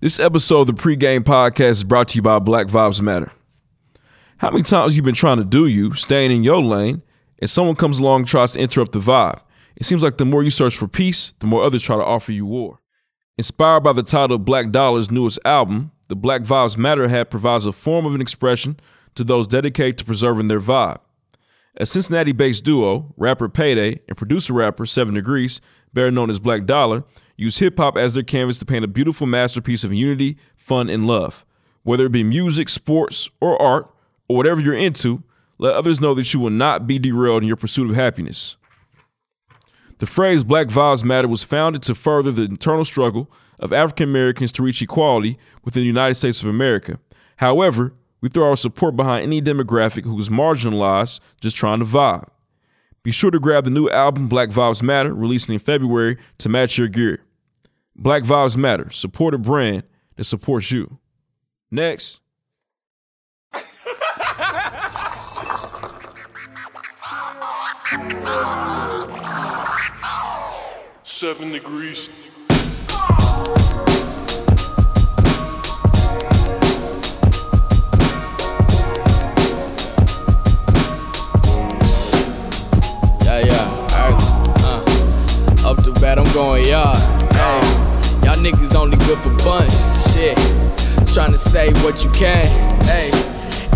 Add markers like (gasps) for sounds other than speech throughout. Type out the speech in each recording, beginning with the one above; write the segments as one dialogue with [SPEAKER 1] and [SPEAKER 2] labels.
[SPEAKER 1] This episode of the pregame podcast is brought to you by Black Vibes Matter. How many times you been trying to do you, staying in your lane, and someone comes along and tries to interrupt the vibe? It seems like the more you search for peace, the more others try to offer you war. Inspired by the title of Black Dollar's newest album, the Black Vibes Matter hat provides a form of an expression to those dedicated to preserving their vibe. A Cincinnati based duo, rapper Payday and producer rapper Seven Degrees, better known as Black Dollar, use hip hop as their canvas to paint a beautiful masterpiece of unity, fun, and love. Whether it be music, sports, or art, or whatever you're into, let others know that you will not be derailed in your pursuit of happiness. The phrase Black Lives Matter was founded to further the internal struggle of African Americans to reach equality within the United States of America. However, we throw our support behind any demographic who is marginalized just trying to vibe. Be sure to grab the new album Black Vibes Matter, releasing in February, to match your gear. Black Vibes Matter, support a brand that supports you. Next.
[SPEAKER 2] Seven degrees.
[SPEAKER 3] Yeah, yeah, alright. Uh, up to bat, I'm going yard. Hey, y'all niggas only good for bunch. Shit, trying to say what you can. Hey,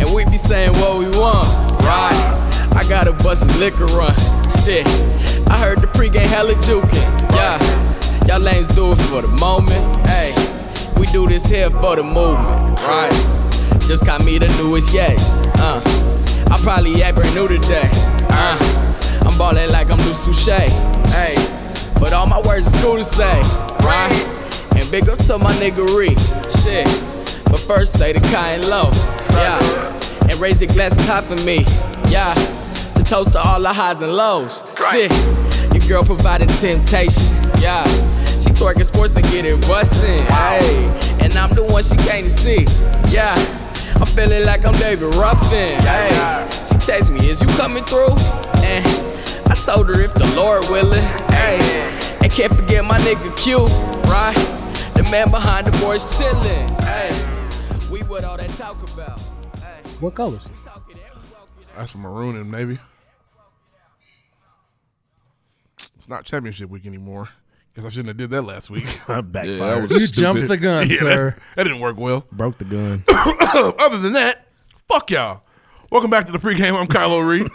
[SPEAKER 3] and we be saying what we want. Right, I got a bus's liquor run. Shit, I heard the pregame hella jukin'. Yeah, y'all lanes do it for the moment. Hey, we do this here for the movement. Right, just got me the newest yes. Uh, I probably act brand new today. Uh, I'm ballin' like I'm loose touche. Hey, but all my words is cool to say, right? And big up to my niggery, shit. But first say the kind low, yeah. And raise your glasses high for me, yeah. To toast to all the highs and lows, shit. Your girl provided temptation, yeah. She twerking sports and get it bustin', hey. And I'm the one she came to see, yeah. I'm feeling like I'm David Ruffin, hey. She text me, is you coming through? And I told her if the Lord willing, hey. And can't forget my nigga Q, right? The man behind the boys chillin', hey. We what all that talk about, hey.
[SPEAKER 4] What colors?
[SPEAKER 3] Talk it and we walk it out.
[SPEAKER 5] That's maroon and navy. It's not championship week anymore. Guess I shouldn't have did that last week.
[SPEAKER 1] Yeah,
[SPEAKER 4] Backfire.
[SPEAKER 1] that was
[SPEAKER 4] you
[SPEAKER 1] stupid.
[SPEAKER 4] jumped the
[SPEAKER 5] (laughs)
[SPEAKER 4] gun,
[SPEAKER 5] Yeah,
[SPEAKER 4] sir.
[SPEAKER 5] that, that didn't work well. (coughs)
[SPEAKER 4] Broke the gun.
[SPEAKER 5] Other than that, fuck y'all. Welcome back to the pregame. I'm Kylo
[SPEAKER 6] (laughs)
[SPEAKER 5] Reed.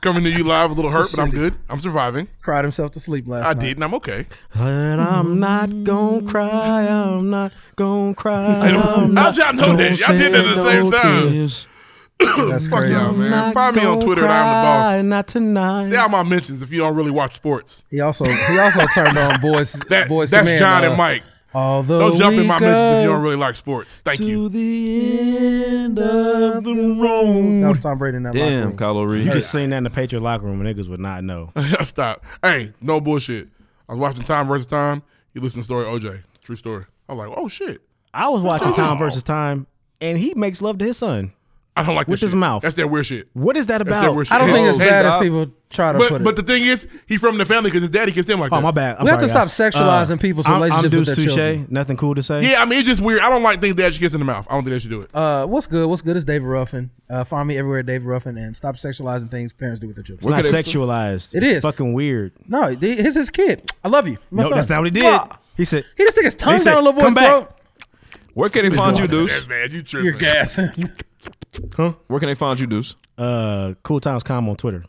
[SPEAKER 5] Coming to you live, a little hurt, but I'm good. I'm surviving.
[SPEAKER 4] Cried himself to sleep last
[SPEAKER 5] I
[SPEAKER 4] night.
[SPEAKER 5] did, and I'm okay.
[SPEAKER 6] But I'm not gonna cry. I'm not gonna cry.
[SPEAKER 5] (laughs) I don't, how'd y'all know that? Y'all did that at the same time.
[SPEAKER 4] That's
[SPEAKER 5] Fuck
[SPEAKER 4] crazy.
[SPEAKER 5] y'all, man. Find me on Twitter at I'm the boss.
[SPEAKER 6] Not tonight.
[SPEAKER 5] See all my mentions if you don't really watch sports.
[SPEAKER 4] He also he also turned on boys.
[SPEAKER 5] (laughs) That,
[SPEAKER 4] boys
[SPEAKER 5] that's
[SPEAKER 4] to men,
[SPEAKER 5] John
[SPEAKER 4] uh,
[SPEAKER 5] and Mike.
[SPEAKER 4] Although
[SPEAKER 5] Don't jump in my
[SPEAKER 6] we
[SPEAKER 5] mentions if you
[SPEAKER 6] go
[SPEAKER 5] don't really like sports. Thank you.
[SPEAKER 6] To the end of the road.
[SPEAKER 4] that was Tom Brady in that
[SPEAKER 1] Damn,
[SPEAKER 4] locker room.
[SPEAKER 1] Kylo Reed.
[SPEAKER 7] You could sing that in the Patriot locker room, and niggas would not know.
[SPEAKER 5] (laughs) Stop. Hey, no bullshit. I was watching Time versus Time. You listen to Story OJ. True story. I was like, oh shit.
[SPEAKER 7] I was watching Time
[SPEAKER 5] Wow.
[SPEAKER 7] versus Time, and he makes love to his son.
[SPEAKER 5] I don't like
[SPEAKER 7] With
[SPEAKER 5] this
[SPEAKER 7] his
[SPEAKER 5] shit.
[SPEAKER 7] mouth.
[SPEAKER 5] That's that weird shit.
[SPEAKER 7] What is that
[SPEAKER 5] That's
[SPEAKER 7] about?
[SPEAKER 5] that weird shit.
[SPEAKER 4] I don't think it's
[SPEAKER 5] Hey,
[SPEAKER 4] bad as
[SPEAKER 5] dog.
[SPEAKER 4] people try to put
[SPEAKER 5] But
[SPEAKER 4] it.
[SPEAKER 5] but the thing is, he from the family because his daddy kissed him like
[SPEAKER 7] oh
[SPEAKER 5] that.
[SPEAKER 7] my bad. I'm
[SPEAKER 4] We have
[SPEAKER 7] sorry,
[SPEAKER 4] to stop
[SPEAKER 7] guys.
[SPEAKER 4] sexualizing people's
[SPEAKER 7] I'm-
[SPEAKER 4] relationships
[SPEAKER 7] I'm
[SPEAKER 4] with
[SPEAKER 7] Deuce
[SPEAKER 4] their
[SPEAKER 7] Touche.
[SPEAKER 4] children.
[SPEAKER 7] Nothing cool to say.
[SPEAKER 5] Yeah, I mean it's just weird. I don't like things that she gets in the mouth. I don't think they should do it.
[SPEAKER 4] uh, what's good? What's good is David Ruffin. Uh, find me everywhere, at David Ruffin, and stop sexualizing things parents do with their children.
[SPEAKER 7] It's
[SPEAKER 1] could
[SPEAKER 7] not
[SPEAKER 1] they-
[SPEAKER 7] sexualized.
[SPEAKER 4] It
[SPEAKER 7] it's
[SPEAKER 4] is.
[SPEAKER 7] fucking weird.
[SPEAKER 4] No, they, here's his kid. I love you. My
[SPEAKER 7] no,
[SPEAKER 4] son.
[SPEAKER 7] that's not what he did.
[SPEAKER 4] Ah.
[SPEAKER 7] He said
[SPEAKER 4] He just took his tongue
[SPEAKER 7] He said,
[SPEAKER 4] down a little boy's
[SPEAKER 7] "Come back."
[SPEAKER 4] throat.
[SPEAKER 1] Where can they find you,
[SPEAKER 5] Yes,
[SPEAKER 1] Deuce?
[SPEAKER 5] man, you
[SPEAKER 4] You're
[SPEAKER 5] tripping.
[SPEAKER 4] gassing.
[SPEAKER 1] Where can they find you, Deuce?
[SPEAKER 7] uh, "Cool Times Calm" on Twitter.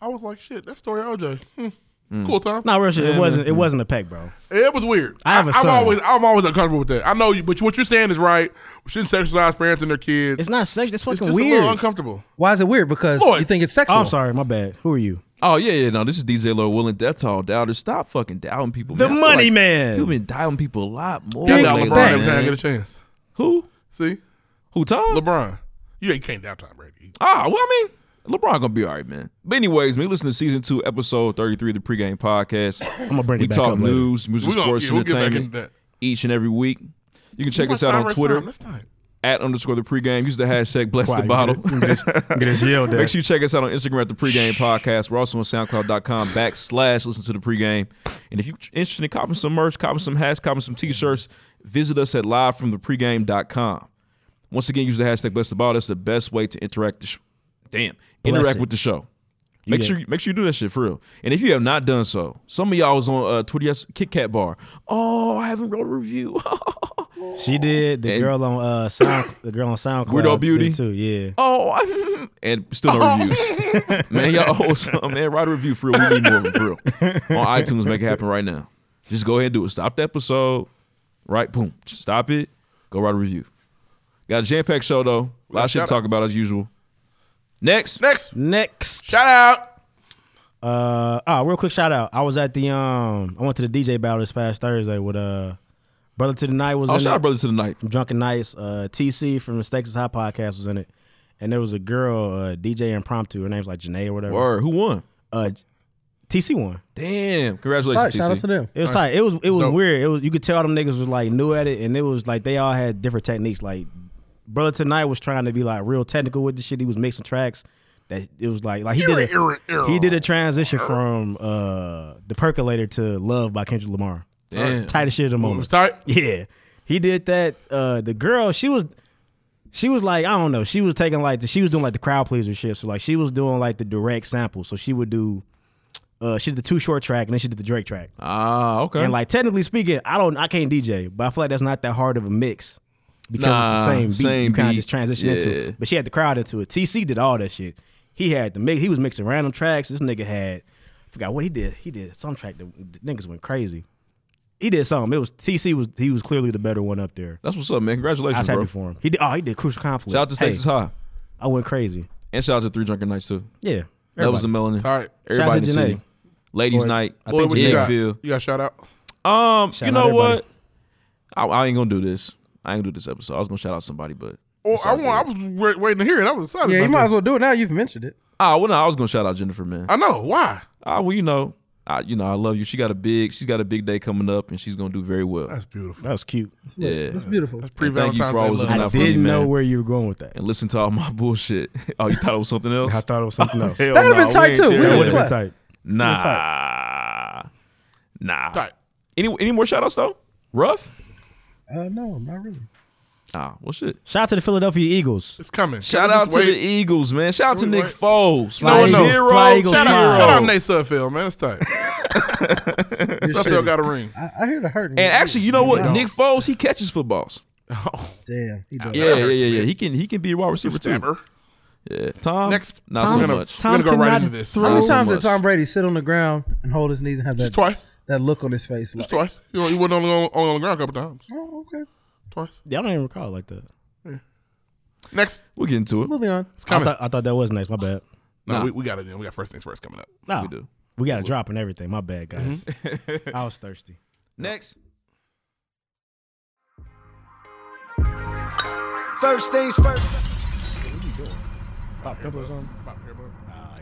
[SPEAKER 5] I was like, shit, that's story OJ. Hmm. Cool time.
[SPEAKER 7] No, real shit. It wasn't. It wasn't a peck, bro.
[SPEAKER 5] It was weird.
[SPEAKER 7] I have a
[SPEAKER 5] I'm
[SPEAKER 7] son.
[SPEAKER 5] always I'm always uncomfortable with that. I know you, but what you're saying is right. We shouldn't sexualize parents and their kids.
[SPEAKER 7] It's not sexual. It's
[SPEAKER 5] It's
[SPEAKER 7] fucking
[SPEAKER 5] just a
[SPEAKER 7] weird.
[SPEAKER 5] little uncomfortable.
[SPEAKER 4] (laughs) Why is it weird? Because
[SPEAKER 5] Lord.
[SPEAKER 4] you think it's sexual.
[SPEAKER 7] oh, I'm sorry. My bad. Who are you?
[SPEAKER 1] Oh yeah, yeah. No, this is DJ Low Willing. That's all doubter. Stop fucking doubting people.
[SPEAKER 7] The
[SPEAKER 1] man. I feel
[SPEAKER 7] money man.
[SPEAKER 1] You've been doubting people a lot more.
[SPEAKER 5] Y'all
[SPEAKER 4] Big
[SPEAKER 5] doubt
[SPEAKER 1] lately,
[SPEAKER 5] LeBron
[SPEAKER 4] bang.
[SPEAKER 5] every time I
[SPEAKER 1] man.
[SPEAKER 5] get a chance.
[SPEAKER 1] Who?
[SPEAKER 5] See,
[SPEAKER 1] Who? Tom?
[SPEAKER 5] LeBron, you ain't can't doubt Tom Brady.
[SPEAKER 1] Ah, well, I mean, LeBron gonna be all right, man. But anyways, man, listen to season two, episode thirty-three of the pregame
[SPEAKER 7] (clears throat)
[SPEAKER 1] podcast. I'm
[SPEAKER 7] gonna bring it
[SPEAKER 1] We
[SPEAKER 7] back
[SPEAKER 1] talk
[SPEAKER 7] up later.
[SPEAKER 1] news, music,
[SPEAKER 5] We gonna-
[SPEAKER 1] sports,
[SPEAKER 5] yeah, we'll get back
[SPEAKER 1] entertainment
[SPEAKER 5] into that.
[SPEAKER 1] each and every week. You can check us out on Twitter
[SPEAKER 5] This time.
[SPEAKER 1] at at underscore the pregame. Use the hashtag bless the
[SPEAKER 7] Wow,
[SPEAKER 1] bottle.
[SPEAKER 7] you get it-
[SPEAKER 1] (laughs)
[SPEAKER 7] you Get it- get it yelled at.
[SPEAKER 1] Make sure you check us out on Instagram at the pregame podcast. We're also on soundcloud.com backslash listen to the pregame. And if you're interested in copying some merch, copying some hats, copying some t shirts, visit us at livefromthepregame.com. Once again, use the hashtag bless the bottle. That's the best way to interact the sh- damn.
[SPEAKER 7] Bless
[SPEAKER 1] interact
[SPEAKER 7] it.
[SPEAKER 1] with the show. Make
[SPEAKER 7] did.
[SPEAKER 1] sure you make sure you do that shit for real. And if you have not done so, some of y'all was on uh, Twitter yes, Kit Kat bar. Oh, I haven't wrote a review. (laughs)
[SPEAKER 7] She did. The
[SPEAKER 1] And-
[SPEAKER 7] girl on uh, Sound, the girl on SoundCloud.
[SPEAKER 1] Weirdo Beauty?
[SPEAKER 7] did too. Yeah.
[SPEAKER 1] oh, (laughs) I- and still no reviews. man, y'all owe us something, man. Write a review for real. We need more of them, for real. On iTunes, make it happen right now. Just go ahead and do it. Stop the episode. Right, boom. Just Stop it. Go write a review. Got a jam packed show though. A lot of shit to talk about as usual. Next,
[SPEAKER 5] Next,
[SPEAKER 7] Next.
[SPEAKER 5] shout out.
[SPEAKER 7] Uh, oh, real quick shout out. I was at the um, I went to the DJ battle this past Thursday with uh, brother to the night was.
[SPEAKER 1] oh,
[SPEAKER 7] in
[SPEAKER 1] shout
[SPEAKER 7] it.
[SPEAKER 1] out brothers to the night.
[SPEAKER 7] Drunken Nights, uh, TC from the Stakes is High podcast was in it, and there was a girl uh, DJ impromptu. Her name's like Janae or whatever.
[SPEAKER 1] Word. Who won?
[SPEAKER 7] Uh, TC won.
[SPEAKER 1] Damn.
[SPEAKER 4] Tight.
[SPEAKER 1] Congratulations,
[SPEAKER 4] Shout out
[SPEAKER 1] TC.
[SPEAKER 4] to them.
[SPEAKER 7] It was tight. It was it was
[SPEAKER 5] dope.
[SPEAKER 7] weird. It was you could tell them niggas was like new at it, and it was like they all had different techniques. Like brother tonight was trying to be like real technical with the shit. He was mixing tracks. That it was like like he did
[SPEAKER 5] Irra,
[SPEAKER 7] a,
[SPEAKER 5] irra, irra.
[SPEAKER 7] he did a transition from uh the percolator to love by Kendrick Lamar.
[SPEAKER 1] Damn.
[SPEAKER 7] Tightest shit of the
[SPEAKER 5] It
[SPEAKER 7] moment.
[SPEAKER 5] was tight.
[SPEAKER 7] Yeah. He did that. Uh the girl, she was she was like, I don't know, she was taking like the, she was doing like the crowd pleaser shit. So like she was doing like the direct sample. So she would do uh she did the two short track and then she did the Drake track.
[SPEAKER 1] Ah, okay.
[SPEAKER 7] And like technically speaking, I don't I can't DJ, but I feel like that's not that hard of a mix. Because
[SPEAKER 1] Nah,
[SPEAKER 7] it's the same beat
[SPEAKER 1] same
[SPEAKER 7] you kind
[SPEAKER 1] beat.
[SPEAKER 7] of just transition
[SPEAKER 1] Yeah.
[SPEAKER 7] into. But she had the crowd into it. TC did all that shit. He had the mix he was mixing random tracks. This nigga had I forgot what he did. He did some track that the niggas went crazy. He did something. It was TC was he was clearly the better one up there.
[SPEAKER 1] That's what's up, man.
[SPEAKER 7] I was
[SPEAKER 1] Congratulations,
[SPEAKER 7] happy
[SPEAKER 1] bro.
[SPEAKER 7] for him. He did oh he did Crucial Conflict.
[SPEAKER 1] Shout out to
[SPEAKER 7] Hey,
[SPEAKER 1] Stakes is High.
[SPEAKER 7] I went crazy.
[SPEAKER 1] And shout out to Three Drunken Nights, too.
[SPEAKER 7] Yeah.
[SPEAKER 1] That was the
[SPEAKER 7] everybody.
[SPEAKER 1] melanin.
[SPEAKER 5] All right.
[SPEAKER 1] Everybody in the
[SPEAKER 7] Shout out to
[SPEAKER 1] city.
[SPEAKER 7] Janae.
[SPEAKER 1] Ladies'
[SPEAKER 7] Or-
[SPEAKER 1] night.
[SPEAKER 7] I
[SPEAKER 5] Boy,
[SPEAKER 7] think
[SPEAKER 5] what you
[SPEAKER 1] Big
[SPEAKER 5] got?
[SPEAKER 1] Phil.
[SPEAKER 5] You got shout out.
[SPEAKER 1] Um, you
[SPEAKER 7] out
[SPEAKER 1] know
[SPEAKER 7] everybody.
[SPEAKER 1] what? I, I ain't gonna do this. I ain't gonna do this episode. I was gonna shout out somebody, but
[SPEAKER 5] Oh,
[SPEAKER 1] it's
[SPEAKER 5] I
[SPEAKER 1] all
[SPEAKER 5] want. I
[SPEAKER 1] good.
[SPEAKER 5] was wa- waiting to hear it. I was excited.
[SPEAKER 4] Yeah,
[SPEAKER 5] about
[SPEAKER 4] you might
[SPEAKER 5] this.
[SPEAKER 4] as well do it now. You've mentioned it.
[SPEAKER 1] Ah, well, no, I was gonna shout out Jennifer, man.
[SPEAKER 5] I know why.
[SPEAKER 1] Ah, well, you know, I, you know, I love you. She got a big, she's got a big day coming up, and she's gonna do very well.
[SPEAKER 5] That's beautiful.
[SPEAKER 7] that was cute.
[SPEAKER 4] It's
[SPEAKER 1] Yeah.
[SPEAKER 4] lit. It's beautiful.
[SPEAKER 5] That's pre
[SPEAKER 1] Thank you for always
[SPEAKER 5] Valentine's Day
[SPEAKER 1] looking
[SPEAKER 5] love.
[SPEAKER 1] out
[SPEAKER 7] I
[SPEAKER 1] for me,
[SPEAKER 7] didn't know
[SPEAKER 1] man.
[SPEAKER 7] where you were going with that.
[SPEAKER 1] and listen to all my (laughs) bullshit. oh, you thought it was something else?
[SPEAKER 7] I thought it was (laughs) something else.
[SPEAKER 1] Hell
[SPEAKER 7] That
[SPEAKER 4] That'd
[SPEAKER 1] nah,
[SPEAKER 4] have been tight,
[SPEAKER 1] we ain't there
[SPEAKER 4] too. We
[SPEAKER 1] yet.
[SPEAKER 4] would've
[SPEAKER 7] would have
[SPEAKER 4] clapped.
[SPEAKER 7] been tight.
[SPEAKER 1] Nah, nah.
[SPEAKER 5] Tight.
[SPEAKER 1] Any any more shout outs though? Rough?
[SPEAKER 4] Uh, no, not really.
[SPEAKER 1] Ah, well shit.
[SPEAKER 7] Shout out to the Philadelphia Eagles.
[SPEAKER 5] It's coming.
[SPEAKER 1] Shout out to the Eagles, man. Shout out to
[SPEAKER 5] Can we
[SPEAKER 1] Nick
[SPEAKER 5] wait?
[SPEAKER 1] Foles.
[SPEAKER 7] Fly
[SPEAKER 1] From
[SPEAKER 7] Eagles,
[SPEAKER 1] zero
[SPEAKER 7] fly
[SPEAKER 1] to
[SPEAKER 7] Eagles,
[SPEAKER 5] Shout
[SPEAKER 1] hero.
[SPEAKER 5] out, shout out Nate Sudfeld, man. It's tight. Sudfeld got a ring.
[SPEAKER 4] I, I hear the hurt.
[SPEAKER 1] And actually, you know what? Nick Foles, he catches footballs.
[SPEAKER 5] Oh,
[SPEAKER 4] damn, he does.
[SPEAKER 1] Yeah, yeah, yeah, yeah. He can he can be a wide receiver too.
[SPEAKER 5] Stabber.
[SPEAKER 1] Yeah. Tom,
[SPEAKER 5] Next.
[SPEAKER 1] Um, not
[SPEAKER 5] We're
[SPEAKER 1] so
[SPEAKER 5] gonna-
[SPEAKER 1] much.
[SPEAKER 5] We're gonna go
[SPEAKER 7] Tom
[SPEAKER 5] right
[SPEAKER 7] cannot
[SPEAKER 5] into this.
[SPEAKER 4] How
[SPEAKER 1] Not
[SPEAKER 4] many
[SPEAKER 1] so
[SPEAKER 4] times did
[SPEAKER 1] much.
[SPEAKER 4] Tom Brady sit on the ground and hold his knees and have that
[SPEAKER 5] Just twice.
[SPEAKER 4] that look on his face? Like,
[SPEAKER 5] Just twice. You know, he wasn't on, on, on the ground a couple times.
[SPEAKER 4] oh, okay.
[SPEAKER 5] Twice.
[SPEAKER 7] Yeah, I don't even recall it like that.
[SPEAKER 5] Next.
[SPEAKER 1] We'll get into it.
[SPEAKER 4] Moving on.
[SPEAKER 5] It's
[SPEAKER 7] I
[SPEAKER 5] coming.
[SPEAKER 7] thought, I thought that was nice. My bad.
[SPEAKER 5] no,
[SPEAKER 1] Nah.
[SPEAKER 5] we, we got it. in. We got first things first coming up.
[SPEAKER 7] Nah,
[SPEAKER 1] We
[SPEAKER 7] we,
[SPEAKER 1] do.
[SPEAKER 7] got a drop and everything. My bad, guys. I was thirsty.
[SPEAKER 1] Next.
[SPEAKER 6] First things first.
[SPEAKER 7] Pop couple or something.